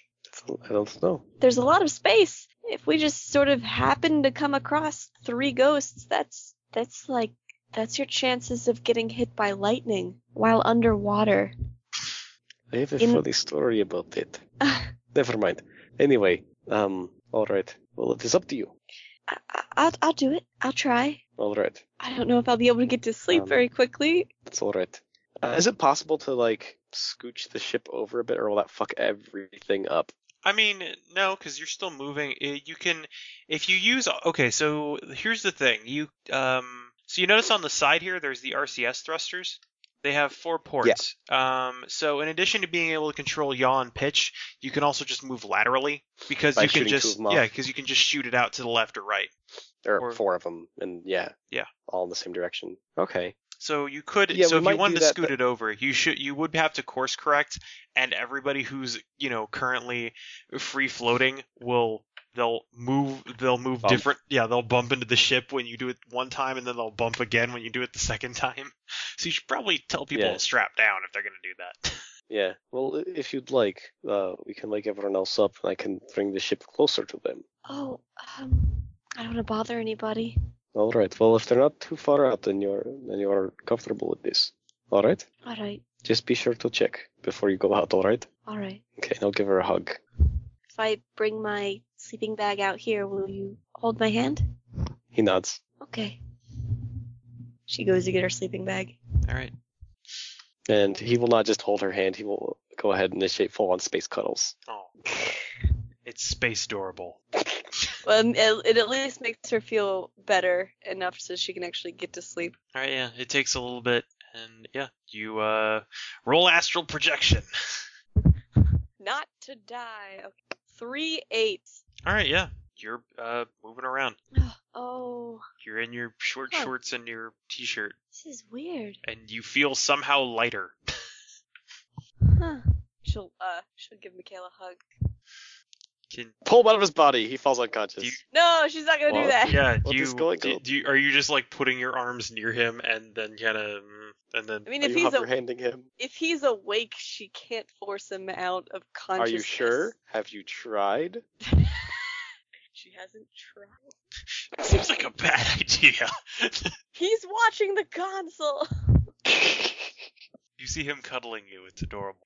Speaker 7: I don't know.
Speaker 8: There's a lot of space. If we just sort of happen to come across three ghosts, that's that's like that's your chances of getting hit by lightning while underwater.
Speaker 7: I have a
Speaker 8: In-
Speaker 7: funny story about it. Never mind. Anyway, um, alright. Well, it is up to you.
Speaker 8: I'll I'll do it. I'll try.
Speaker 7: Alright.
Speaker 8: I don't know if I'll be able to get to sleep
Speaker 7: Um,
Speaker 8: very quickly.
Speaker 7: That's alright. Uh, is it possible to, like, scooch the ship over a bit, or will that fuck everything up?
Speaker 1: I mean, no, because you're still moving. I- You can, if you use. Okay, so here's the thing. You um, so you notice on the side here, there's the RCS thrusters. They have four ports. Um, so in addition to being able to control yaw and pitch, you can also just move laterally because
Speaker 7: By
Speaker 1: you can
Speaker 7: shooting two
Speaker 1: just
Speaker 7: of 'em off.
Speaker 1: yeah, because you can just shoot it out to the left or right.
Speaker 7: There are
Speaker 1: Or-
Speaker 7: four of them, and yeah.
Speaker 1: Yeah.
Speaker 7: All in the same direction. Okay.
Speaker 1: So you could,
Speaker 7: Yeah,
Speaker 1: so
Speaker 7: we
Speaker 1: if
Speaker 7: might
Speaker 1: you
Speaker 7: do
Speaker 1: wanted to
Speaker 7: that,
Speaker 1: scoot
Speaker 7: but-
Speaker 1: it over, you should, you would have to course correct, and everybody who's you know currently free floating will they'll move they'll move
Speaker 7: Bump.
Speaker 1: different yeah they'll bump into the ship when you do it one time and then they'll bump again when you do it the second time so you should probably tell people
Speaker 7: Yeah.
Speaker 1: to strap down if they're going to do that
Speaker 7: Yeah. Well, i- if you'd like, uh, we can wake everyone else up, and I can bring the ship closer to them.
Speaker 8: Oh, um, I don't want to bother anybody.
Speaker 7: All right. Well, if they're not too far out, then you're then you are comfortable with this. All right.
Speaker 8: All right,
Speaker 7: Just be sure to check before you go out. All right.
Speaker 8: all right.
Speaker 7: Okay. Now give her a hug.
Speaker 8: If I bring my sleeping bag out here, will you hold my hand?
Speaker 7: He nods.
Speaker 8: Okay. She goes to get her sleeping bag.
Speaker 1: all right
Speaker 7: And he will not just hold her hand. He will go ahead and initiate full on space cuddles.
Speaker 1: oh it's space durable
Speaker 3: Well, it, it at least makes her feel better enough so she can actually get to sleep.
Speaker 1: all right yeah it takes a little bit and yeah you uh roll astral projection
Speaker 3: Not to die. Okay. Three eights.
Speaker 1: all right yeah you're uh moving around
Speaker 8: Oh,
Speaker 1: You're in your short
Speaker 8: Huh.
Speaker 1: shorts and your t-shirt,
Speaker 8: this is weird.
Speaker 1: and you feel somehow lighter.
Speaker 8: Huh.
Speaker 3: She'll uh she'll give Michaela a hug.
Speaker 1: Can
Speaker 7: Pull him out of his body. He falls unconscious.
Speaker 1: You-
Speaker 3: No, she's not gonna
Speaker 7: Well,
Speaker 3: do that.
Speaker 1: yeah, do
Speaker 7: What
Speaker 1: you,
Speaker 7: is going
Speaker 1: do,
Speaker 7: on?
Speaker 1: do you are you just like putting your arms near him and then kind of and then
Speaker 3: I mean,
Speaker 7: Are
Speaker 3: if
Speaker 7: you
Speaker 3: he's a,
Speaker 7: hover handing him?
Speaker 3: if he's awake, she can't force him out of
Speaker 7: Are
Speaker 3: consciousness.
Speaker 7: you sure? Have you tried?
Speaker 3: She hasn't tried.
Speaker 1: seems like a bad idea.
Speaker 3: He's watching the console.
Speaker 1: You see him cuddling you. It's adorable.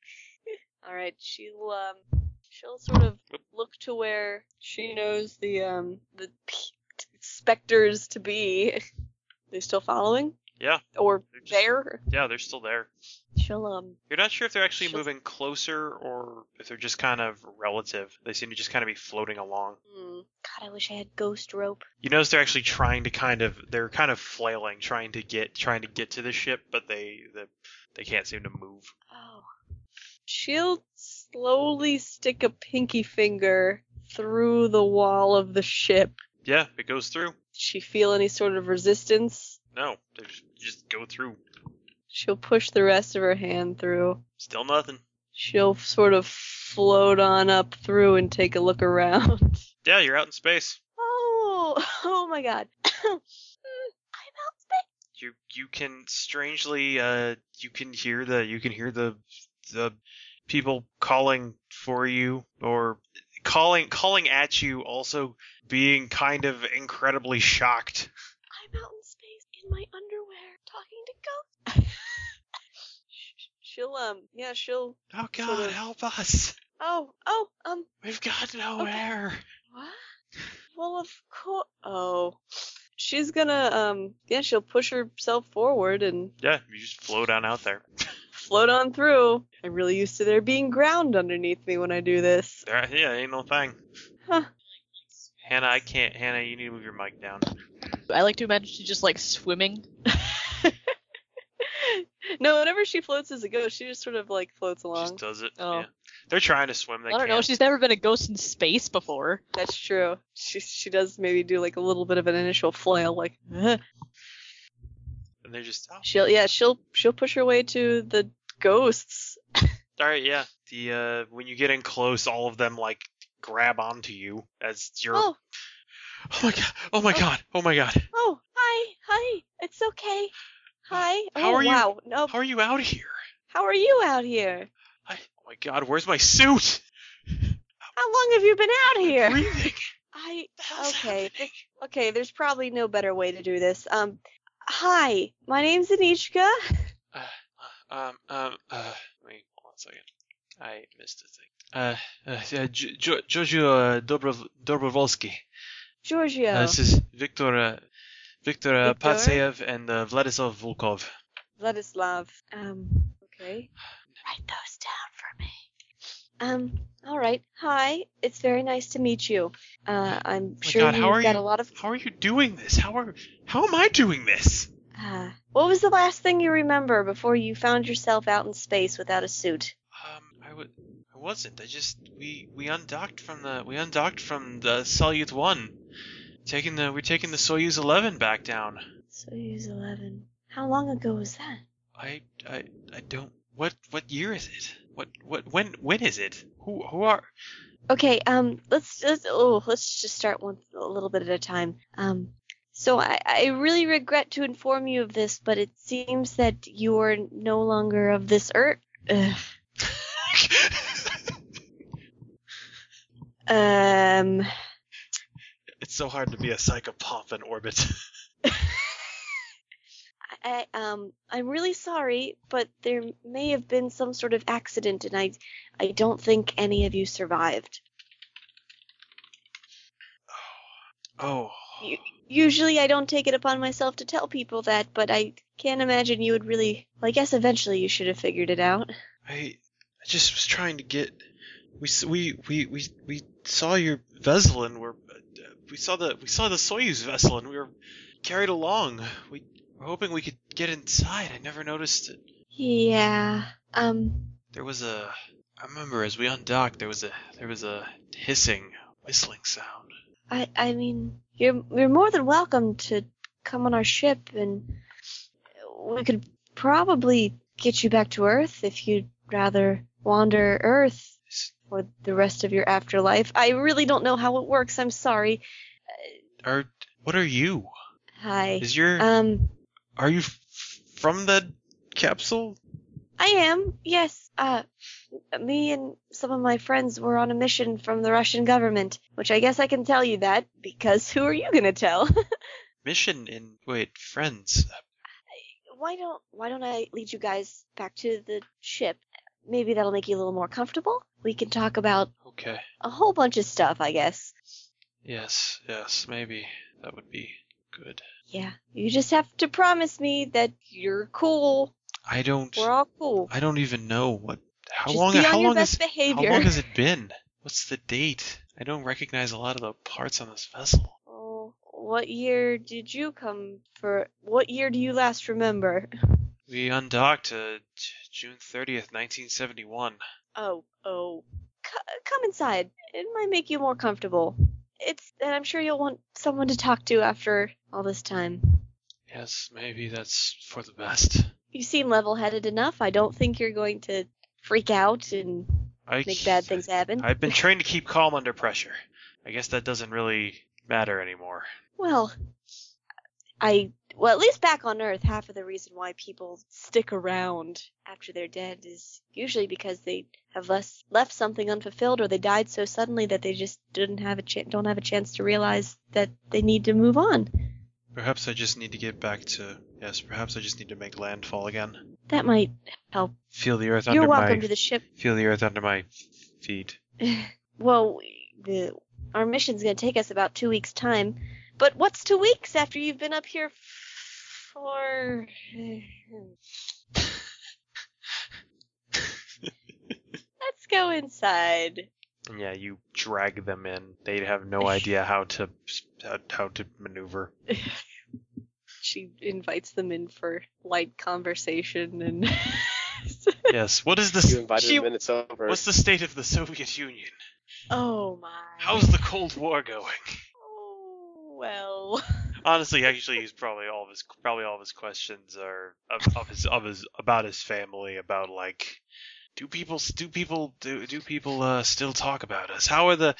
Speaker 3: All right, she'll um, she'll sort of look to where she knows the um the p- t- specters to be. They're still following.
Speaker 1: Yeah.
Speaker 3: Or
Speaker 1: They're just-
Speaker 3: there.
Speaker 1: Yeah, they're still there.
Speaker 8: She'll um.
Speaker 1: You're not sure if they're actually
Speaker 8: Sure.
Speaker 1: moving closer or if they're just kind of relative. They seem to just kind of be floating along.
Speaker 3: Hmm.
Speaker 8: God, I wish I had ghost rope.
Speaker 1: You notice they're actually trying to kind of they're kind of flailing, trying to get trying to get to the ship, but they the, they can't seem to move.
Speaker 8: Oh.
Speaker 3: She'll slowly stick a pinky finger through the wall of the ship.
Speaker 1: Yeah, it goes through.
Speaker 3: She feel any sort of resistance?
Speaker 1: No, they just, just go through.
Speaker 3: She'll push the rest of her hand through.
Speaker 1: Still nothing.
Speaker 3: She'll sort of float on up through and take a look around.
Speaker 1: Yeah, you're out in space.
Speaker 3: Oh, oh my god.
Speaker 1: You you can strangely uh you can hear the you can hear the the people calling for you or calling calling at you also being kind of incredibly shocked.
Speaker 8: I'm out in space in my underwear talking to ghosts.
Speaker 3: She'll um, yeah, she'll.
Speaker 1: Oh god,
Speaker 3: Sort of-
Speaker 1: help us.
Speaker 3: Oh, oh, um,
Speaker 1: We've got nowhere.
Speaker 3: what? Well, of course. Oh, she's gonna um, yeah, she'll push herself forward and
Speaker 1: Yeah, you just float on out there.
Speaker 3: float on through. I'm really used to there being ground underneath me when I do this.
Speaker 1: There, yeah, ain't no thing.
Speaker 3: Huh.
Speaker 1: Hannah, I can't. Hannah, you need to move your mic down.
Speaker 12: I like to imagine she's just like swimming.
Speaker 3: No, whenever she floats as a ghost, she just sort of like floats along.
Speaker 1: Just does it.
Speaker 12: Oh.
Speaker 1: Yeah. They're trying to swim. They
Speaker 12: I don't
Speaker 1: can't.
Speaker 12: know. She's never been a ghost in space before.
Speaker 3: That's true. She she does maybe do like a little bit of an initial flail, like "Ugh."
Speaker 1: And they're just. Oh.
Speaker 3: she'll yeah she'll she'll push her way to the ghosts.
Speaker 1: All right. Yeah. The uh, when you get in close, all of them like grab onto you as you're.
Speaker 8: Oh,
Speaker 1: Oh my god. Oh my god. Oh my god.
Speaker 8: oh, hi, hi. It's okay. Hi.
Speaker 1: How
Speaker 8: oh,
Speaker 1: are you-
Speaker 8: wow. No,
Speaker 1: How are you out here?
Speaker 8: how are you out here?
Speaker 1: I, oh my god. Where's my suit?
Speaker 8: How long have you been out here?
Speaker 1: Breathing.
Speaker 8: I
Speaker 1: The hell's
Speaker 8: Okay,
Speaker 1: happening?
Speaker 8: okay. There's probably no better way to do this. Um, hi. My name's Anishka.
Speaker 1: Um, um, uh, wait, hold on a second. I missed a thing. Uh, uh, uh Gi- Gi- Giorgio uh, Dobrov- Dobrovolsky.
Speaker 8: Giorgio.
Speaker 1: Uh, this is Victor, uh, Victor, uh,
Speaker 3: Victor?
Speaker 1: Patseyev and uh, Vladislav Volkov.
Speaker 3: Vladislav.
Speaker 8: Um, okay. Write those down for me. Um, all right. Hi. It's very nice to meet you. Uh, I'm sure
Speaker 1: Oh God, how
Speaker 8: you've
Speaker 1: are
Speaker 8: got
Speaker 1: you-
Speaker 8: a lot of.
Speaker 1: How are you doing this? How are, how am I doing this?
Speaker 8: Uh, what was the last thing you remember before you found yourself out in space without a suit?
Speaker 1: Um, I w- I wasn't. I just we we undocked from the we undocked from the Salyut One, taking the we're taking the Soyuz Eleven back down.
Speaker 8: Soyuz 11. How long ago was that?
Speaker 1: I I I don't. What what year is it? What what when when is it? Who who are?
Speaker 8: Okay. Um, let's just. Oh, let's just start one a little bit at a time. Um. So I, I really regret to inform you of this, but it seems that you are no longer of this earth. Ugh. Um.
Speaker 1: it's so hard to be a psychopomp in orbit.
Speaker 8: I, um, I'm really sorry, but there may have been some sort of accident, and I, I don't think any of you survived.
Speaker 1: oh.
Speaker 8: You- Usually, I don't take it upon myself to tell people that, but I can't imagine you would really. Well, I guess eventually you should have figured it out.
Speaker 1: I I just was trying to get. We s- we we we we saw your vessel and we're uh, we saw the we saw the Soyuz vessel and we were carried along. We were hoping we could get inside. I never noticed it.
Speaker 8: Yeah. Um.
Speaker 1: There was a. I remember as we undocked, there was a there was a hissing, whistling sound.
Speaker 8: I. I mean, you're you're more than welcome to come on our ship, and we could probably get you back to Earth if you'd rather wander Earth
Speaker 1: Is-
Speaker 8: for the rest of your afterlife. I really don't know how it works. I'm sorry.
Speaker 1: Are what are you?
Speaker 8: Hi.
Speaker 1: Is your
Speaker 8: Um,
Speaker 1: are you f- from the capsule?
Speaker 8: I am. Yes. Uh, me and some of my friends were on a mission from the Russian government, which I guess I can tell you that because who are you gonna tell?
Speaker 1: Mission in wait friends.
Speaker 8: why don't Why don't I lead you guys back to the ship? Maybe that'll make you a little more comfortable. We can talk about
Speaker 1: Okay.
Speaker 8: a whole bunch of stuff, I guess.
Speaker 1: Yes. Yes. Maybe that would be good.
Speaker 8: Yeah. You just have to promise me that you're cool.
Speaker 1: I don't.
Speaker 8: We're all cool.
Speaker 1: I don't even know what. How
Speaker 8: just
Speaker 1: long?
Speaker 8: be on
Speaker 1: How
Speaker 8: your
Speaker 1: long
Speaker 8: best
Speaker 1: has? How
Speaker 8: behavior.
Speaker 1: long has it been? What's the date? I don't recognize a lot of the parts on this vessel.
Speaker 8: Oh, what year did you come for? What year do you last remember?
Speaker 1: We undocked uh, J- June thirtieth, nineteen seventy-one.
Speaker 8: Oh, oh. C- come inside. It might make you more comfortable. It's, and I'm sure you'll want someone to talk to after all this time.
Speaker 1: Yes, maybe that's for the best.
Speaker 8: You seem level-headed enough. I don't think you're going to freak out and
Speaker 1: I
Speaker 8: make bad things happen.
Speaker 1: I've been trained to keep calm under pressure. I guess that doesn't really matter anymore.
Speaker 8: Well, I well at least back on Earth, half of the reason why people stick around after they're dead is usually because they have less left something unfulfilled or they died so suddenly that they just didn't have a chan don't have a chance to realize that they need to move on.
Speaker 1: Perhaps I just need to get back to. Yes, perhaps I just need to make landfall again.
Speaker 8: That might help.
Speaker 1: Feel the earth
Speaker 8: You're
Speaker 1: under
Speaker 8: welcome
Speaker 1: my.
Speaker 8: to the ship.
Speaker 1: Feel the earth under my feet.
Speaker 8: Well, we- the our mission's going to take us about 2 weeks time. But what's 2 weeks after you've been up here f- for Let's go inside.
Speaker 1: And yeah, you drag them in. They have no idea how to how, how to maneuver.
Speaker 3: She invites them in for light conversation and
Speaker 1: Yes. What is
Speaker 7: You
Speaker 1: the
Speaker 7: invited
Speaker 3: She-
Speaker 7: him and it's over.
Speaker 1: what's the state of the Soviet Union?
Speaker 3: oh my.
Speaker 1: How's the Cold War going?
Speaker 3: Oh, well.
Speaker 1: Honestly, actually, he's probably all of his probably all of his questions are of, of his of his about his family, about like, do people do people do do people uh, still talk about us? How are the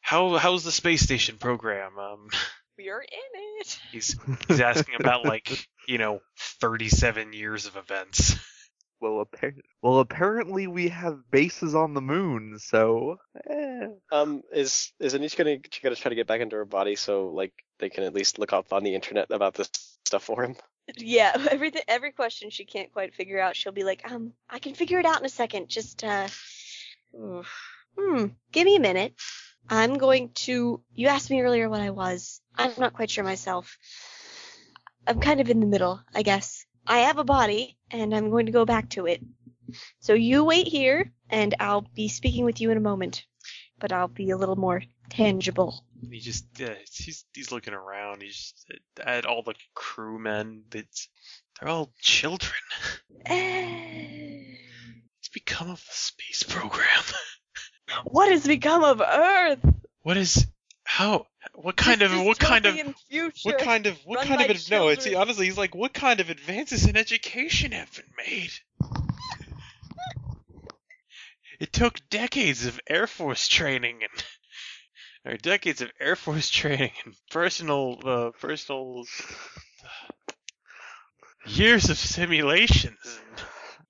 Speaker 1: how how's the space station program? Um,
Speaker 3: We are in it.
Speaker 1: he's he's asking about like you know thirty seven years of events.
Speaker 15: Well, appar- well, apparently we have bases on the moon, so eh.
Speaker 7: Um, is is Anish gonna she gonna try to get back into her body so like they can at least look up on the internet about this stuff for him?
Speaker 8: Yeah, everything, every question she can't quite figure out, she'll be like, um, I can figure it out in a second. Just, uh, hmm, give me a minute. I'm going to, you asked me earlier what I was. I'm not quite sure myself. I'm kind of in the middle, I guess. I have a body, and I'm going to go back to it. So you wait here, and I'll be speaking with you in a moment. But I'll be a little more tangible.
Speaker 1: And he just yeah, he's he's looking around. He's just, at all the crewmen. That's they're all children.
Speaker 8: Eh,
Speaker 1: It's become of the space program.
Speaker 3: What has become of Earth?
Speaker 1: What is how? What kind
Speaker 3: This
Speaker 1: of what kind of
Speaker 3: dystopian future.
Speaker 1: what kind of what
Speaker 3: Run
Speaker 1: kind of
Speaker 3: by
Speaker 1: ad- no? It's
Speaker 3: children.
Speaker 1: honestly he's like what kind of advances in education have been made? It took decades of Air Force training and or decades of Air Force training and personal uh, personal years of simulations. And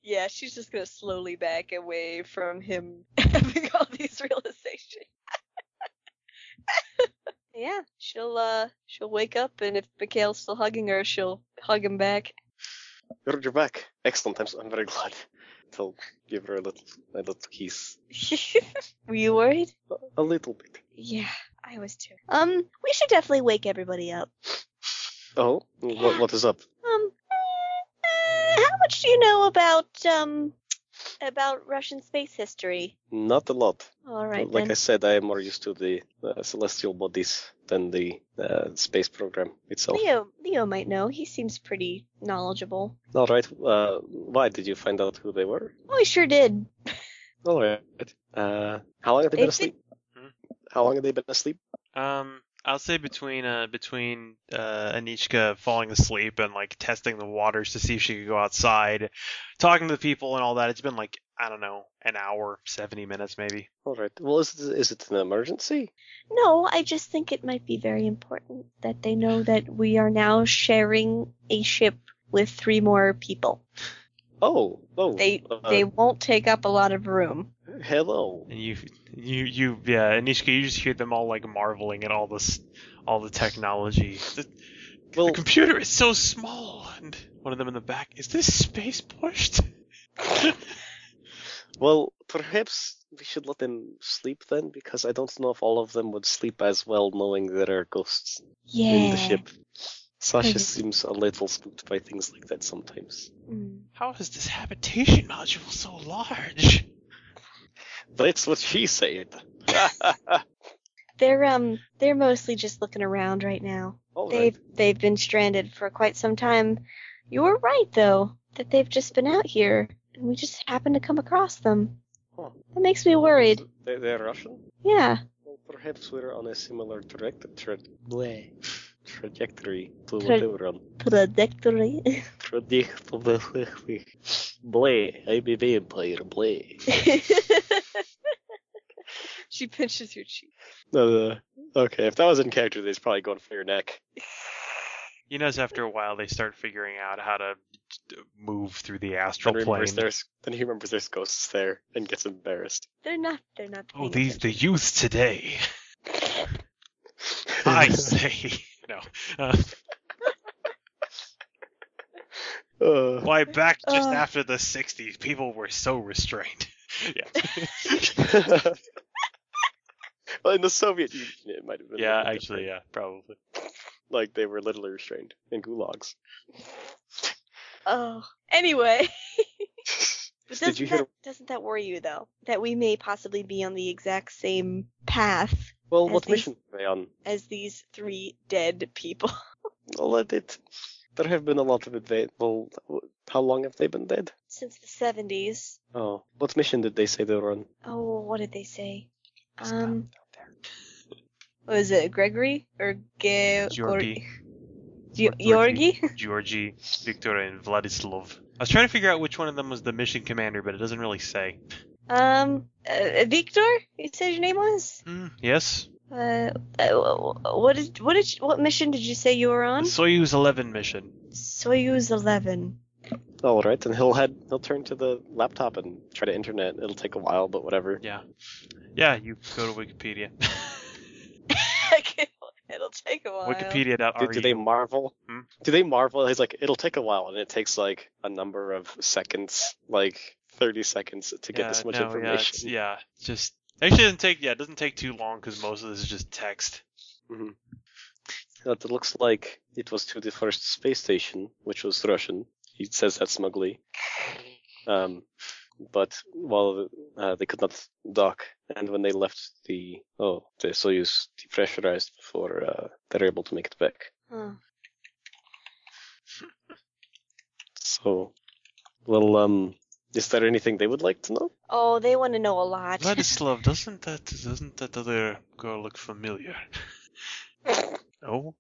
Speaker 3: Yeah, she's just gonna slowly back away from him having all these realizations.
Speaker 8: Yeah, she'll, uh,
Speaker 3: She'll wake up, and if Mikhail's still hugging her, she'll hug him back.
Speaker 7: You're you're back. Excellent. I'm, s- I'm very glad. He'll give her a little a little kiss.
Speaker 8: were you worried?
Speaker 7: A little bit.
Speaker 8: Yeah, I was too. Um, we should definitely wake everybody up.
Speaker 7: Oh, what what is up?
Speaker 8: Um, uh, how much do you know about um about Russian space history?
Speaker 7: Not a lot.
Speaker 8: All right
Speaker 7: like
Speaker 8: then.
Speaker 7: I said, I am more used to the uh, celestial bodies than the uh, space program itself.
Speaker 8: Leo, Leo might know. He seems pretty knowledgeable.
Speaker 7: All right. Uh, why did you find out who they were?
Speaker 8: Oh, he sure did.
Speaker 7: All right. Uh, how long have they
Speaker 8: They've
Speaker 7: been asleep? Hmm? How long have they been asleep?
Speaker 1: Um, I'll say between uh between uh Anichka falling asleep and like testing the waters to see if she could go outside, talking to the people and all that. It's been like I don't know an hour, seventy minutes maybe.
Speaker 7: All right. Well, is it, is it an emergency?
Speaker 8: No, I just think it might be very important that they know that we are now sharing a ship with three more people.
Speaker 7: Oh, oh.
Speaker 3: They
Speaker 7: uh,
Speaker 3: they won't take up a lot of room.
Speaker 7: Hello.
Speaker 1: And you you you yeah Anichka, you just hear them all like marveling at all this all the technology. The,
Speaker 7: Well,
Speaker 1: the computer is so small. And one of them in the back is this space pushed?
Speaker 7: well, perhaps we should let them sleep then, because I don't know if all of them would sleep as well, knowing there are ghosts
Speaker 8: Yeah.
Speaker 7: in the ship. Sasha
Speaker 8: Mhm.
Speaker 7: seems a little spooked by things like that sometimes.
Speaker 8: Mm.
Speaker 1: How is this habitation module so large?
Speaker 7: That's what she said.
Speaker 8: They're um they're mostly just looking around right now.
Speaker 7: All right.
Speaker 8: They've they've been stranded for quite some time. You were right though that they've just been out here and we just happened to come across them.
Speaker 7: Huh.
Speaker 8: That makes me worried.
Speaker 7: They, they're Russian?
Speaker 8: Yeah.
Speaker 7: Well, perhaps we're on a similar traject- tra- bleh, trajectory to
Speaker 8: Tra-
Speaker 7: what they were on.
Speaker 8: Trajectory.
Speaker 7: Trajectory. Bleh, I'm a vampire, bleh.
Speaker 3: She pinches your cheek.
Speaker 7: Uh, okay, if that was in character, they's probably going for your neck.
Speaker 1: You notice after a while they start figuring out how to d- move through the astral
Speaker 7: Then, remembers
Speaker 1: plane.
Speaker 7: there's, then he remembers there's ghosts there and gets embarrassed.
Speaker 8: they're not they're not
Speaker 1: Oh,
Speaker 8: paying
Speaker 1: these the
Speaker 8: attention.
Speaker 1: youth today. I say no. Uh,
Speaker 7: Uh,
Speaker 1: why back just
Speaker 8: Uh.
Speaker 1: after the '60s, people were so restrained. yeah,
Speaker 7: well, in the Soviet Union, it might have been. a
Speaker 1: yeah,
Speaker 7: little
Speaker 1: actually,
Speaker 7: different.
Speaker 1: yeah, probably.
Speaker 7: Like they were literally restrained in gulags.
Speaker 8: Oh.
Speaker 3: Anyway,
Speaker 8: But
Speaker 7: Did
Speaker 8: doesn't
Speaker 7: you
Speaker 8: that
Speaker 7: hear-
Speaker 8: doesn't that worry you though? That we may possibly be on the exact same path
Speaker 7: Well,
Speaker 8: As
Speaker 7: what
Speaker 8: these-
Speaker 7: mission are they on?
Speaker 8: as these three dead people.
Speaker 7: Well, uh, it, there have been a lot of advance. Well, how long have they been dead?
Speaker 8: Since the 70s.
Speaker 7: Oh, what mission did they say they were on?
Speaker 8: Oh, what did they say? Um. What was it? Gregory? Or Ge-
Speaker 1: Georgi.
Speaker 8: Ge-
Speaker 1: Or
Speaker 8: Georgi?
Speaker 1: Georgi, Victoria, and Vladislav. I was trying to figure out which one of them was the mission commander, but it doesn't really say.
Speaker 8: Um, uh, Victor? You said your name was?
Speaker 1: Hmm.
Speaker 7: Hmm.
Speaker 1: Yes?
Speaker 8: Uh, uh, what did what did you- what mission did you say you were on?
Speaker 1: Soyuz 11 mission.
Speaker 8: Soyuz 11.
Speaker 7: All right, and he'll head. He'll turn to the laptop and try to internet. It'll take a while, but whatever.
Speaker 1: Yeah. Yeah, you go to Wikipedia.
Speaker 8: It'll take a while.
Speaker 7: Do,
Speaker 1: Wikipedia.ru.
Speaker 7: do they marvel?
Speaker 1: Hmm?
Speaker 7: Do they marvel? He's like, it'll take a while, and it takes like a number of seconds, like thirty seconds, to get
Speaker 1: Yeah,
Speaker 7: this much
Speaker 1: no, yeah, it's-
Speaker 7: information.
Speaker 1: Yeah, it's just actually it doesn't take. Yeah, it doesn't take too long because most of this is just text.
Speaker 7: But It Mm-hmm. looks like it was to the first space station, which was Russian. He says that smugly. Um, but while uh, they could not dock, and when they left the oh, the Soyuz depressurized before uh, they're able to make it back.
Speaker 8: Huh.
Speaker 7: So, well, um, is there anything they would like to know?
Speaker 8: Oh, they want to know a lot.
Speaker 1: Vladislav, doesn't that doesn't that other girl look familiar? oh,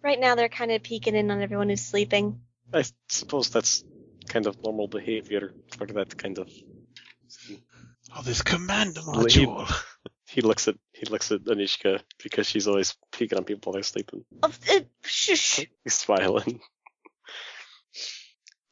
Speaker 8: Right now, they're kind of peeking in on everyone who's sleeping.
Speaker 7: I suppose that's kind of normal behavior for that kind of.
Speaker 1: oh, this commander
Speaker 7: Well, he-
Speaker 1: module.
Speaker 7: He looks at he looks at Anishka because she's always peeking on people while they're sleeping.
Speaker 8: Of- uh, shush.
Speaker 7: He's smiling.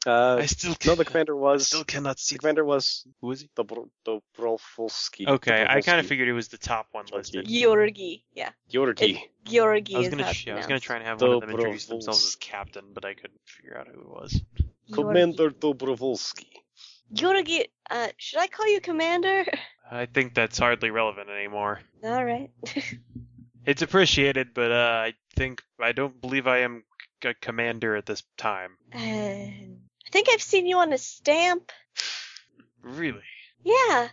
Speaker 7: Uh,
Speaker 1: I still
Speaker 7: no,
Speaker 1: can,
Speaker 7: the commander was
Speaker 1: still cannot see.
Speaker 7: the commander was
Speaker 1: Who is he?
Speaker 7: Dobro- Dobrovolsky.
Speaker 1: Okay, I kind of
Speaker 7: Dobrovolsky.
Speaker 1: figured it was the top one
Speaker 7: Georgi.
Speaker 1: listed.
Speaker 8: Georgi. Yeah.
Speaker 7: Georgi.
Speaker 8: Georgi
Speaker 1: I was
Speaker 8: is
Speaker 1: gonna
Speaker 8: how
Speaker 1: sh-
Speaker 8: it's
Speaker 1: I was gonna
Speaker 8: pronounced.
Speaker 1: try and have one of them
Speaker 7: Dobrovolsky.
Speaker 1: introduce themselves as captain, but I couldn't figure out who it was.
Speaker 7: Commander Dobrovolsky.
Speaker 8: Georgi. Georgi, uh, should I call you Commander?
Speaker 1: I think that's hardly relevant anymore.
Speaker 8: All right.
Speaker 1: It's appreciated, but uh, I think I don't believe I am c- a commander at this time.
Speaker 8: Uh, I think I've seen you on a stamp.
Speaker 1: Really?
Speaker 8: Yeah.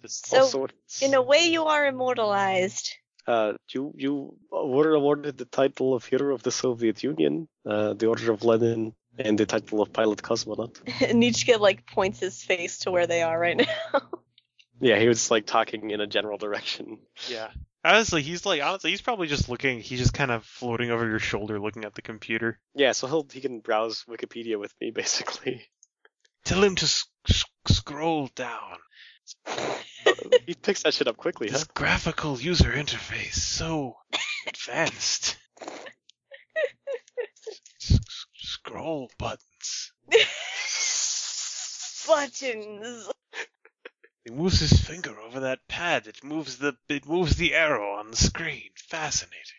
Speaker 1: This-
Speaker 8: So,
Speaker 7: also, it's-
Speaker 8: In a way, you are immortalized.
Speaker 7: Uh, you you were awarded the title of Hero of the Soviet Union, uh, the Order of Lenin, and the title of Pilot Cosmonaut.
Speaker 8: Nietzsche like points his face to where they are right now.
Speaker 7: Yeah, he was like talking in a general direction.
Speaker 1: Yeah. Honestly, he's like honestly, he's probably just looking. He's just kind of floating over your shoulder, looking at the computer.
Speaker 7: Yeah, so he'll he can browse Wikipedia with me basically.
Speaker 1: Tell him to s- s- scroll down.
Speaker 7: he picks that shit up quickly, huh?
Speaker 1: This graphical user interface so advanced. S- s- scroll buttons.
Speaker 8: Buttons.
Speaker 1: He moves his finger over that pad. It moves the it moves the arrow on the screen. Fascinating.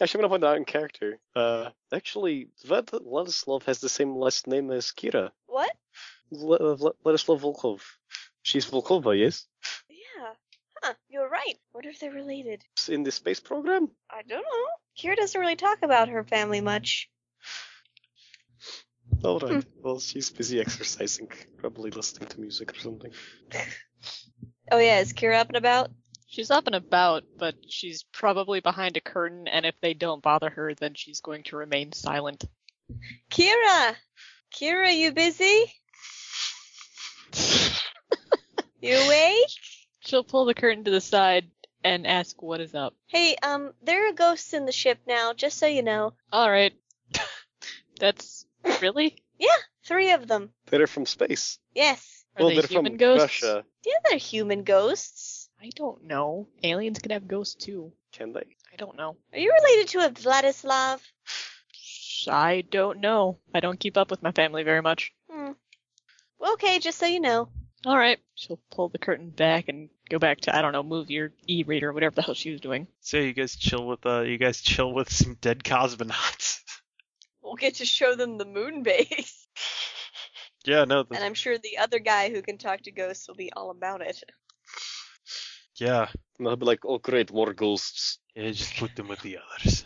Speaker 7: Actually, I'm gonna point out in character. Uh, actually, Vlad Vladislav has the same last name as Kira.
Speaker 8: What?
Speaker 7: Vla- uh, Vla- Vladislav Volkov. She's Volkova, yes?
Speaker 8: Yeah. Huh. You're right. Wonder if they're related.
Speaker 7: In the space program?
Speaker 8: I don't know. Kira doesn't really talk about her family much.
Speaker 7: All right.
Speaker 8: Hmm.
Speaker 7: Well, she's busy exercising, probably listening to music or something.
Speaker 8: Oh yeah, is Kira up and about?
Speaker 12: She's up and about, but she's probably behind a curtain, and if they don't bother her, then she's going to remain silent.
Speaker 8: Kira! Kira, you busy? you awake?
Speaker 12: She'll pull the curtain to the side and ask what is up.
Speaker 8: Hey, um, there are ghosts in the ship now, just so you know.
Speaker 12: All right. That's really?
Speaker 8: Three of them.
Speaker 7: They're from space.
Speaker 8: Yes.
Speaker 12: Are
Speaker 7: well,
Speaker 12: they
Speaker 7: they're
Speaker 12: human
Speaker 7: from
Speaker 12: ghosts?
Speaker 7: Russia.
Speaker 8: Yeah, they're human ghosts.
Speaker 12: I don't know. Aliens can have ghosts too.
Speaker 7: Can they?
Speaker 12: I don't know.
Speaker 8: Are you related to a Vladislav?
Speaker 12: I don't know. I don't keep up with my family very much.
Speaker 8: Hmm. Well, okay, just so you know.
Speaker 12: All right. She'll pull the curtain back and go back to I don't know, move your e-reader, whatever the hell she was doing.
Speaker 1: So you guys chill with uh you guys chill with some dead cosmonauts.
Speaker 8: We'll get to show them the moon base.
Speaker 1: yeah, no, the,
Speaker 8: And I'm sure the other guy who can talk to ghosts will be all about it.
Speaker 1: yeah.
Speaker 7: And they'll be like, oh, great, more ghosts.
Speaker 1: Yeah, just put them with the others.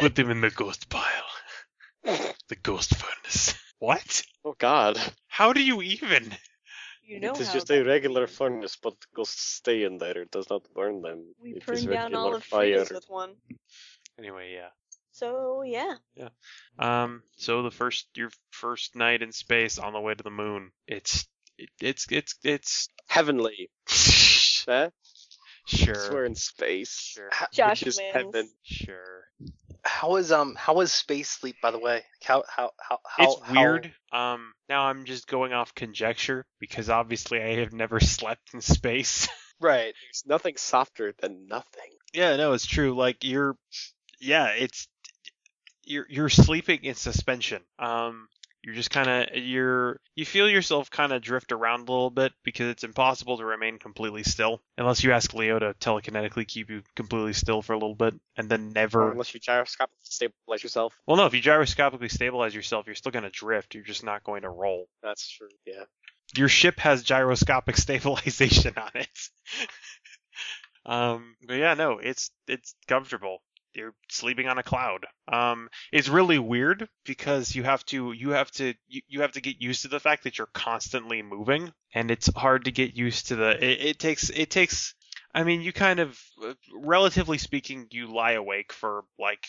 Speaker 1: put them in the ghost pile. The ghost furnace. What?
Speaker 7: Oh, God.
Speaker 1: How do you even?
Speaker 8: You know
Speaker 7: it is
Speaker 8: how
Speaker 7: just
Speaker 8: that
Speaker 7: a regular
Speaker 8: is.
Speaker 7: furnace, but ghosts stay in there. It does not burn them.
Speaker 8: We
Speaker 7: it is
Speaker 8: burned down all
Speaker 7: regular
Speaker 8: of
Speaker 7: fire.
Speaker 8: Frida's with one.
Speaker 1: Anyway, yeah.
Speaker 8: So yeah,
Speaker 1: Um, so the first your first night in space on the way to the moon. It's it, it's it's it's
Speaker 7: Heavenly. Huh? We're
Speaker 1: sure
Speaker 7: in space.
Speaker 1: Sure.
Speaker 7: Ha-
Speaker 8: Josh
Speaker 7: Which is
Speaker 8: wins.
Speaker 7: heaven.
Speaker 1: sure.
Speaker 9: How is um how is space sleep by the way? Like, How how how how
Speaker 1: It's
Speaker 9: how-
Speaker 1: weird. Um, now I'm just going off conjecture because obviously I have never slept in space.
Speaker 9: right.
Speaker 7: There's nothing softer than nothing.
Speaker 1: yeah, no, it's true. Like you're, yeah, it's you're you're sleeping in suspension. Um, you're just kind of you're you feel yourself kind of drift around a little bit because it's impossible to remain completely still unless you ask Leo to telekinetically keep you completely still for a little bit and then
Speaker 7: Or
Speaker 1: never.
Speaker 7: unless you gyroscopically stabilize yourself.
Speaker 1: Well, no, if you gyroscopically stabilize yourself, you're still gonna drift. You're just not going to roll.
Speaker 7: That's true. Yeah.
Speaker 1: your ship has gyroscopic stabilization on it. um, but yeah, no, it's it's comfortable. You're sleeping on a cloud. Um, it's really weird because you have to you have to you, you have to get used to the fact that you're constantly moving, and it's hard to get used to the. It, it takes it takes. I mean, you kind of, uh, relatively speaking, you lie awake for like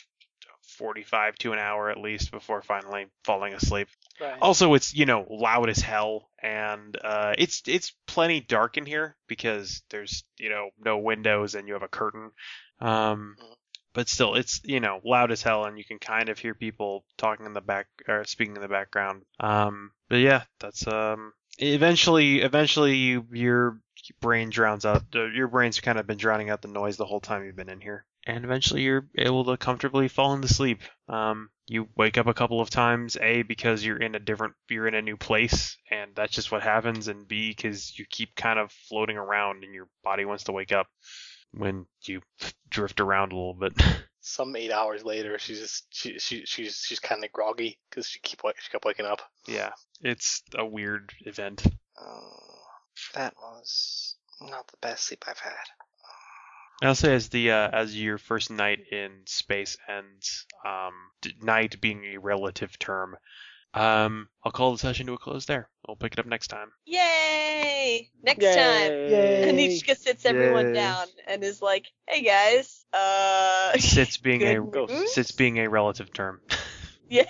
Speaker 1: 45 to an hour at least before finally falling asleep
Speaker 9: Right.
Speaker 1: also it's you know loud as hell and uh it's it's plenty dark in here because there's you know no windows and you have a curtain um
Speaker 9: Mhm.
Speaker 1: but still it's you know loud as hell and you can kind of hear people talking in the back or speaking in the background um but yeah that's um eventually eventually you your brain drowns out uh, your brain's kind of been drowning out the noise the whole time you've been in here and eventually you're able to comfortably fall into sleep um you wake up a couple of times a because you're in a different you're in a new place and that's just what happens and b because you keep kind of floating around and your body wants to wake up when you drift around a little bit
Speaker 9: Some eight hours later, she's just she she she's she's kind of groggy because she keep wa- she kept waking up.
Speaker 1: yeah Uh, it's a weird event
Speaker 9: Oh, that was not the best sleep I've had.
Speaker 1: And I'll say as the uh, as your first night in space ends, um, d- night being a relative term, um, I'll call the session to a close there. We'll pick it up next time.
Speaker 8: yay! Next time,
Speaker 7: Yay.
Speaker 8: Anishka sits everyone
Speaker 6: Yay.
Speaker 8: down and is like, "Hey guys, uh,
Speaker 1: Sits being a
Speaker 8: good
Speaker 7: Ghost.
Speaker 8: mood?"
Speaker 1: sits being a relative term.
Speaker 8: yeah."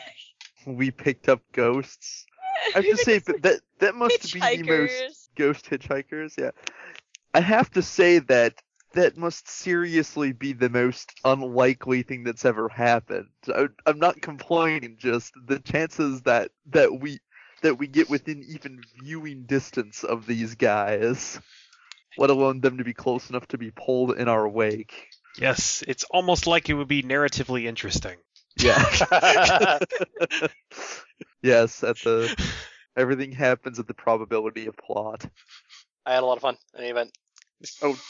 Speaker 6: We picked up ghosts. I have to say, but that that must be the most
Speaker 8: Hitchhikers.
Speaker 6: ghost hitchhikers. Yeah, I have to say that that must seriously be the most unlikely thing that's ever happened. I, I'm not complaining, just the chances that that we that we get within even viewing distance of these guys, let alone them to be close enough to be pulled in our wake.
Speaker 1: yes, it's almost like it would be narratively interesting.
Speaker 6: Yeah. yes, at the everything happens at the probability of plot.
Speaker 9: I had a lot of fun. In any event,
Speaker 8: I had a lot of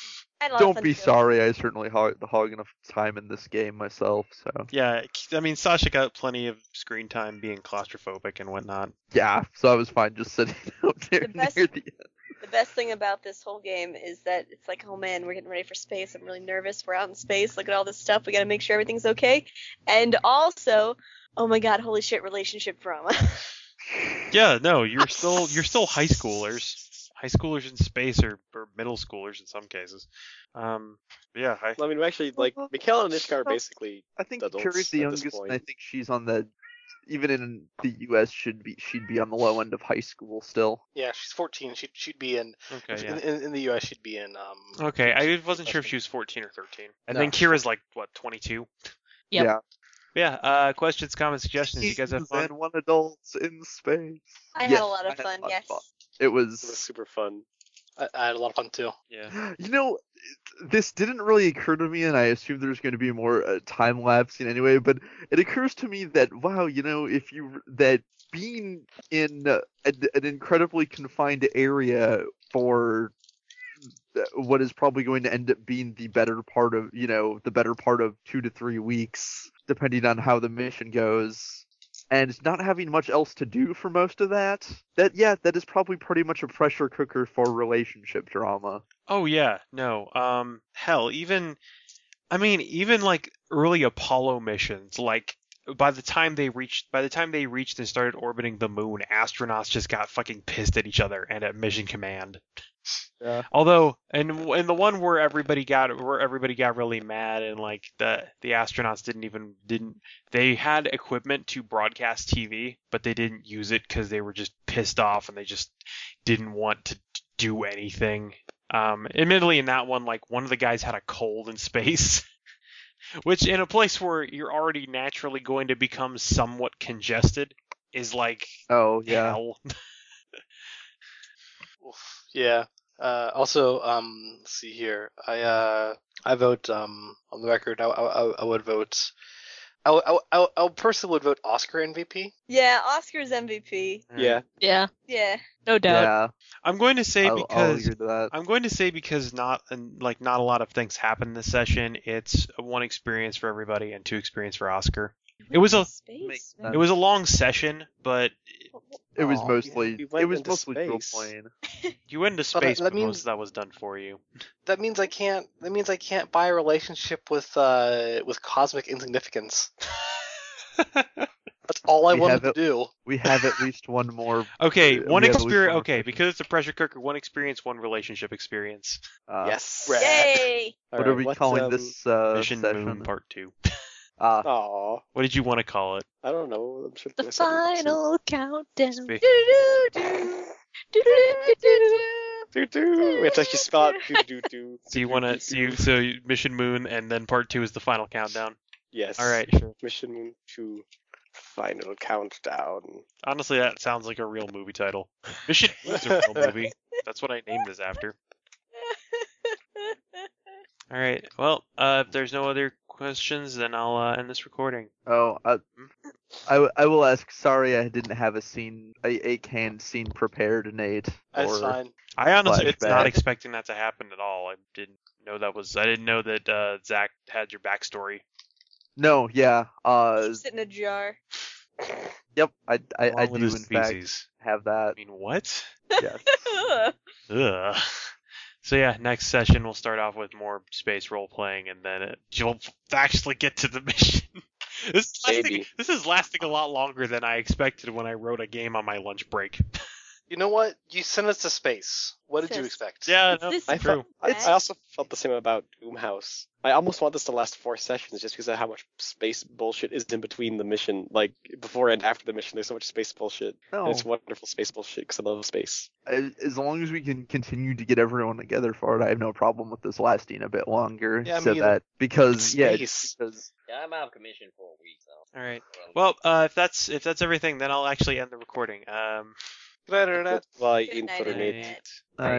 Speaker 6: Oh, Don't
Speaker 8: fun
Speaker 6: be
Speaker 8: too.
Speaker 6: sorry, I certainly hog, hog enough time in this game myself. So
Speaker 1: Yeah, I mean Sasha got plenty of screen time being claustrophobic and whatnot.
Speaker 6: yeah, so I was fine just sitting out there
Speaker 8: The best-
Speaker 6: near the.
Speaker 8: The best thing about this whole game is that it's like, oh man, we're getting ready for space. I'm really nervous. We're out in space. Look at all this stuff. We got to make sure everything's okay. And also, oh my god, holy shit, relationship drama.
Speaker 1: Yeah, no, you're still you're still high schoolers. High schoolers in space or, or middle schoolers in some cases. Um, yeah, I,
Speaker 7: I mean, we're actually, like, Mikhail and Ishkar are basically.
Speaker 6: I think
Speaker 7: adults
Speaker 6: Carrie's the
Speaker 7: at this
Speaker 6: youngest, and I
Speaker 7: point.
Speaker 6: think she's on the even in the U.S. should be she'd be on the low end of high school still.
Speaker 9: yeah, she's 14. She'd she'd be in
Speaker 1: okay, yeah.
Speaker 9: in, in, in the U.S. She'd be in um.
Speaker 1: Okay, I wasn't sure if she was 14 or 13. And
Speaker 9: No.
Speaker 1: then Kira's like, what, 22?
Speaker 3: Yep.
Speaker 6: Yeah,
Speaker 1: Yeah, uh, questions, comments, suggestions. You guys have fun?
Speaker 6: And one adults in space.
Speaker 8: I
Speaker 6: Yes,
Speaker 8: had a lot
Speaker 6: I
Speaker 8: of
Speaker 6: had a
Speaker 8: fun.
Speaker 6: lot of
Speaker 8: yes.
Speaker 6: fun. It
Speaker 7: It was
Speaker 6: was
Speaker 7: super fun.
Speaker 9: I, I had a lot of fun too.
Speaker 1: Yeah.
Speaker 6: You know, this didn't really occur to me, and I assume there's going to be more uh, time lapsing anyway. But it occurs to me that wow, you know, if you that being in uh, an, an incredibly confined area for uh, what is probably going to end up being the better part of you know the better part of two to three weeks, depending on how the mission goes. And not having much else to do for most of that, that yeah, that is probably pretty much a pressure cooker for relationship drama.
Speaker 1: Oh yeah, no. Um, hell, even, I mean, even like early Apollo missions, like by the time they reached by the time they reached and started orbiting the moon, astronauts just got fucking pissed at each other and at Mission Command.
Speaker 7: Yeah.
Speaker 1: Although, and and the one where everybody got where everybody got really mad and like the the astronauts didn't even didn't they had equipment to broadcast TV, but they didn't use it because they were just pissed off and they just didn't want to do anything. Um, admittedly, in that one, like one of the guys had a cold in space, which in a place where you're already naturally going to become somewhat congested is like
Speaker 6: Oh yeah.
Speaker 1: hell.
Speaker 9: Oof, yeah. Uh, also, um, let's see here. I uh, I vote um, on the record. I, I, I- I would vote. I, would- I, would- I, would- I would personally would vote Oscar MVP.
Speaker 3: Yeah, Oscar's MVP.
Speaker 7: Yeah.
Speaker 12: Yeah,
Speaker 3: Yeah.
Speaker 12: no doubt.
Speaker 6: Yeah.
Speaker 1: I'm going to say
Speaker 6: I'll, I'll
Speaker 1: because
Speaker 6: agree to that.
Speaker 1: I'm going to say because not and, like not a lot of things happen this session. It's one experience for everybody and two experience for Oscar. It was a
Speaker 3: Space.
Speaker 6: Make-
Speaker 1: it was a long session, but
Speaker 6: It was
Speaker 7: Aw,
Speaker 6: mostly
Speaker 7: we went
Speaker 6: it was
Speaker 7: into
Speaker 6: mostly dual
Speaker 7: space.
Speaker 6: plane.
Speaker 1: you went into
Speaker 9: But I-
Speaker 1: space,
Speaker 9: that
Speaker 1: but,
Speaker 9: means-
Speaker 1: most of that was done for you.
Speaker 9: That means I can't. That means I can't buy a relationship with uh, with cosmic insignificance. That's all I
Speaker 6: We
Speaker 9: wanted
Speaker 6: have
Speaker 9: to
Speaker 6: it-
Speaker 9: do.
Speaker 6: We have at least one more.
Speaker 1: Okay,
Speaker 6: Uh,
Speaker 1: one
Speaker 6: we have at least
Speaker 1: experience.
Speaker 6: one
Speaker 1: Okay, because it's a pressure cooker, one experience, one relationship experience.
Speaker 6: Uh,
Speaker 7: yes.
Speaker 9: Brad.
Speaker 3: Yay!
Speaker 6: What
Speaker 7: All right,
Speaker 6: are we
Speaker 7: what's,
Speaker 6: calling
Speaker 7: um,
Speaker 6: this uh,
Speaker 1: Mission Moon
Speaker 6: session?
Speaker 1: Part Two.
Speaker 6: Uh,
Speaker 7: Aw,
Speaker 1: What did you want to call it?
Speaker 7: I don't know. I'm sure
Speaker 12: The
Speaker 7: there's something to-
Speaker 12: final countdown.
Speaker 1: Spe-
Speaker 7: Do do. We have to actually spell it. Do do do.
Speaker 1: So you want to so you so you- Mission Moon and then Part Two is the final countdown.
Speaker 7: Yes.
Speaker 1: All right, sure.
Speaker 7: Mission to final countdown.
Speaker 1: Honestly, that sounds like a real movie title. Mission Moon's a real movie. That's what I named this after. All right. Well, uh, if there's no other questions, then I'll uh, end this recording.
Speaker 6: oh, uh, I, w- I will ask. Sorry, I didn't have a scene, a, a canned scene prepared, Nate.
Speaker 9: That's
Speaker 6: or-
Speaker 9: fine.
Speaker 1: I honestly was not
Speaker 6: Flashback.
Speaker 1: expecting that to happen at all. I didn't know that was. I didn't know that uh, Zach had your backstory.
Speaker 6: No, yeah. Uh,
Speaker 3: Keeps it in a jar.
Speaker 6: yep. I I, I
Speaker 1: along with
Speaker 6: do in
Speaker 1: his
Speaker 6: fact
Speaker 1: feces.
Speaker 6: have that.
Speaker 1: I mean, what?
Speaker 6: Yes.
Speaker 1: Ugh. So yeah, next session we'll start off with more space role playing, and then it, you'll actually get to the mission. this is lasting,
Speaker 7: Maybe.
Speaker 1: this is lasting a lot longer than I expected when I wrote a game on my lunch break.
Speaker 9: You know what? You sent us to space. What did you
Speaker 3: Sis.
Speaker 9: expect?
Speaker 1: yeah,
Speaker 3: It's
Speaker 1: no,
Speaker 3: this
Speaker 7: I
Speaker 1: true.
Speaker 7: felt, I, I also felt the same about Doomhouse. I almost want this to last four sessions just because of how much space bullshit is in between the mission. Like before and after the mission, there's so much space bullshit.
Speaker 6: No.
Speaker 7: And
Speaker 1: Oh.
Speaker 7: it's wonderful space bullshit because I love space.
Speaker 6: as, as long as we can continue to get everyone together for it, I have no problem with this lasting a bit longer.
Speaker 9: Yeah, me
Speaker 6: so
Speaker 9: either.
Speaker 6: that because yeah,
Speaker 9: Space.
Speaker 6: because
Speaker 5: Yeah, I'm out of commission for a week, so.
Speaker 1: All right.
Speaker 3: Um,
Speaker 1: Well, uh, if that's if that's everything, then I'll actually end the recording. Um,
Speaker 9: Good night, Internet.
Speaker 7: Why
Speaker 3: Good night,
Speaker 7: internet?
Speaker 3: Internet.
Speaker 7: Uh,
Speaker 1: right.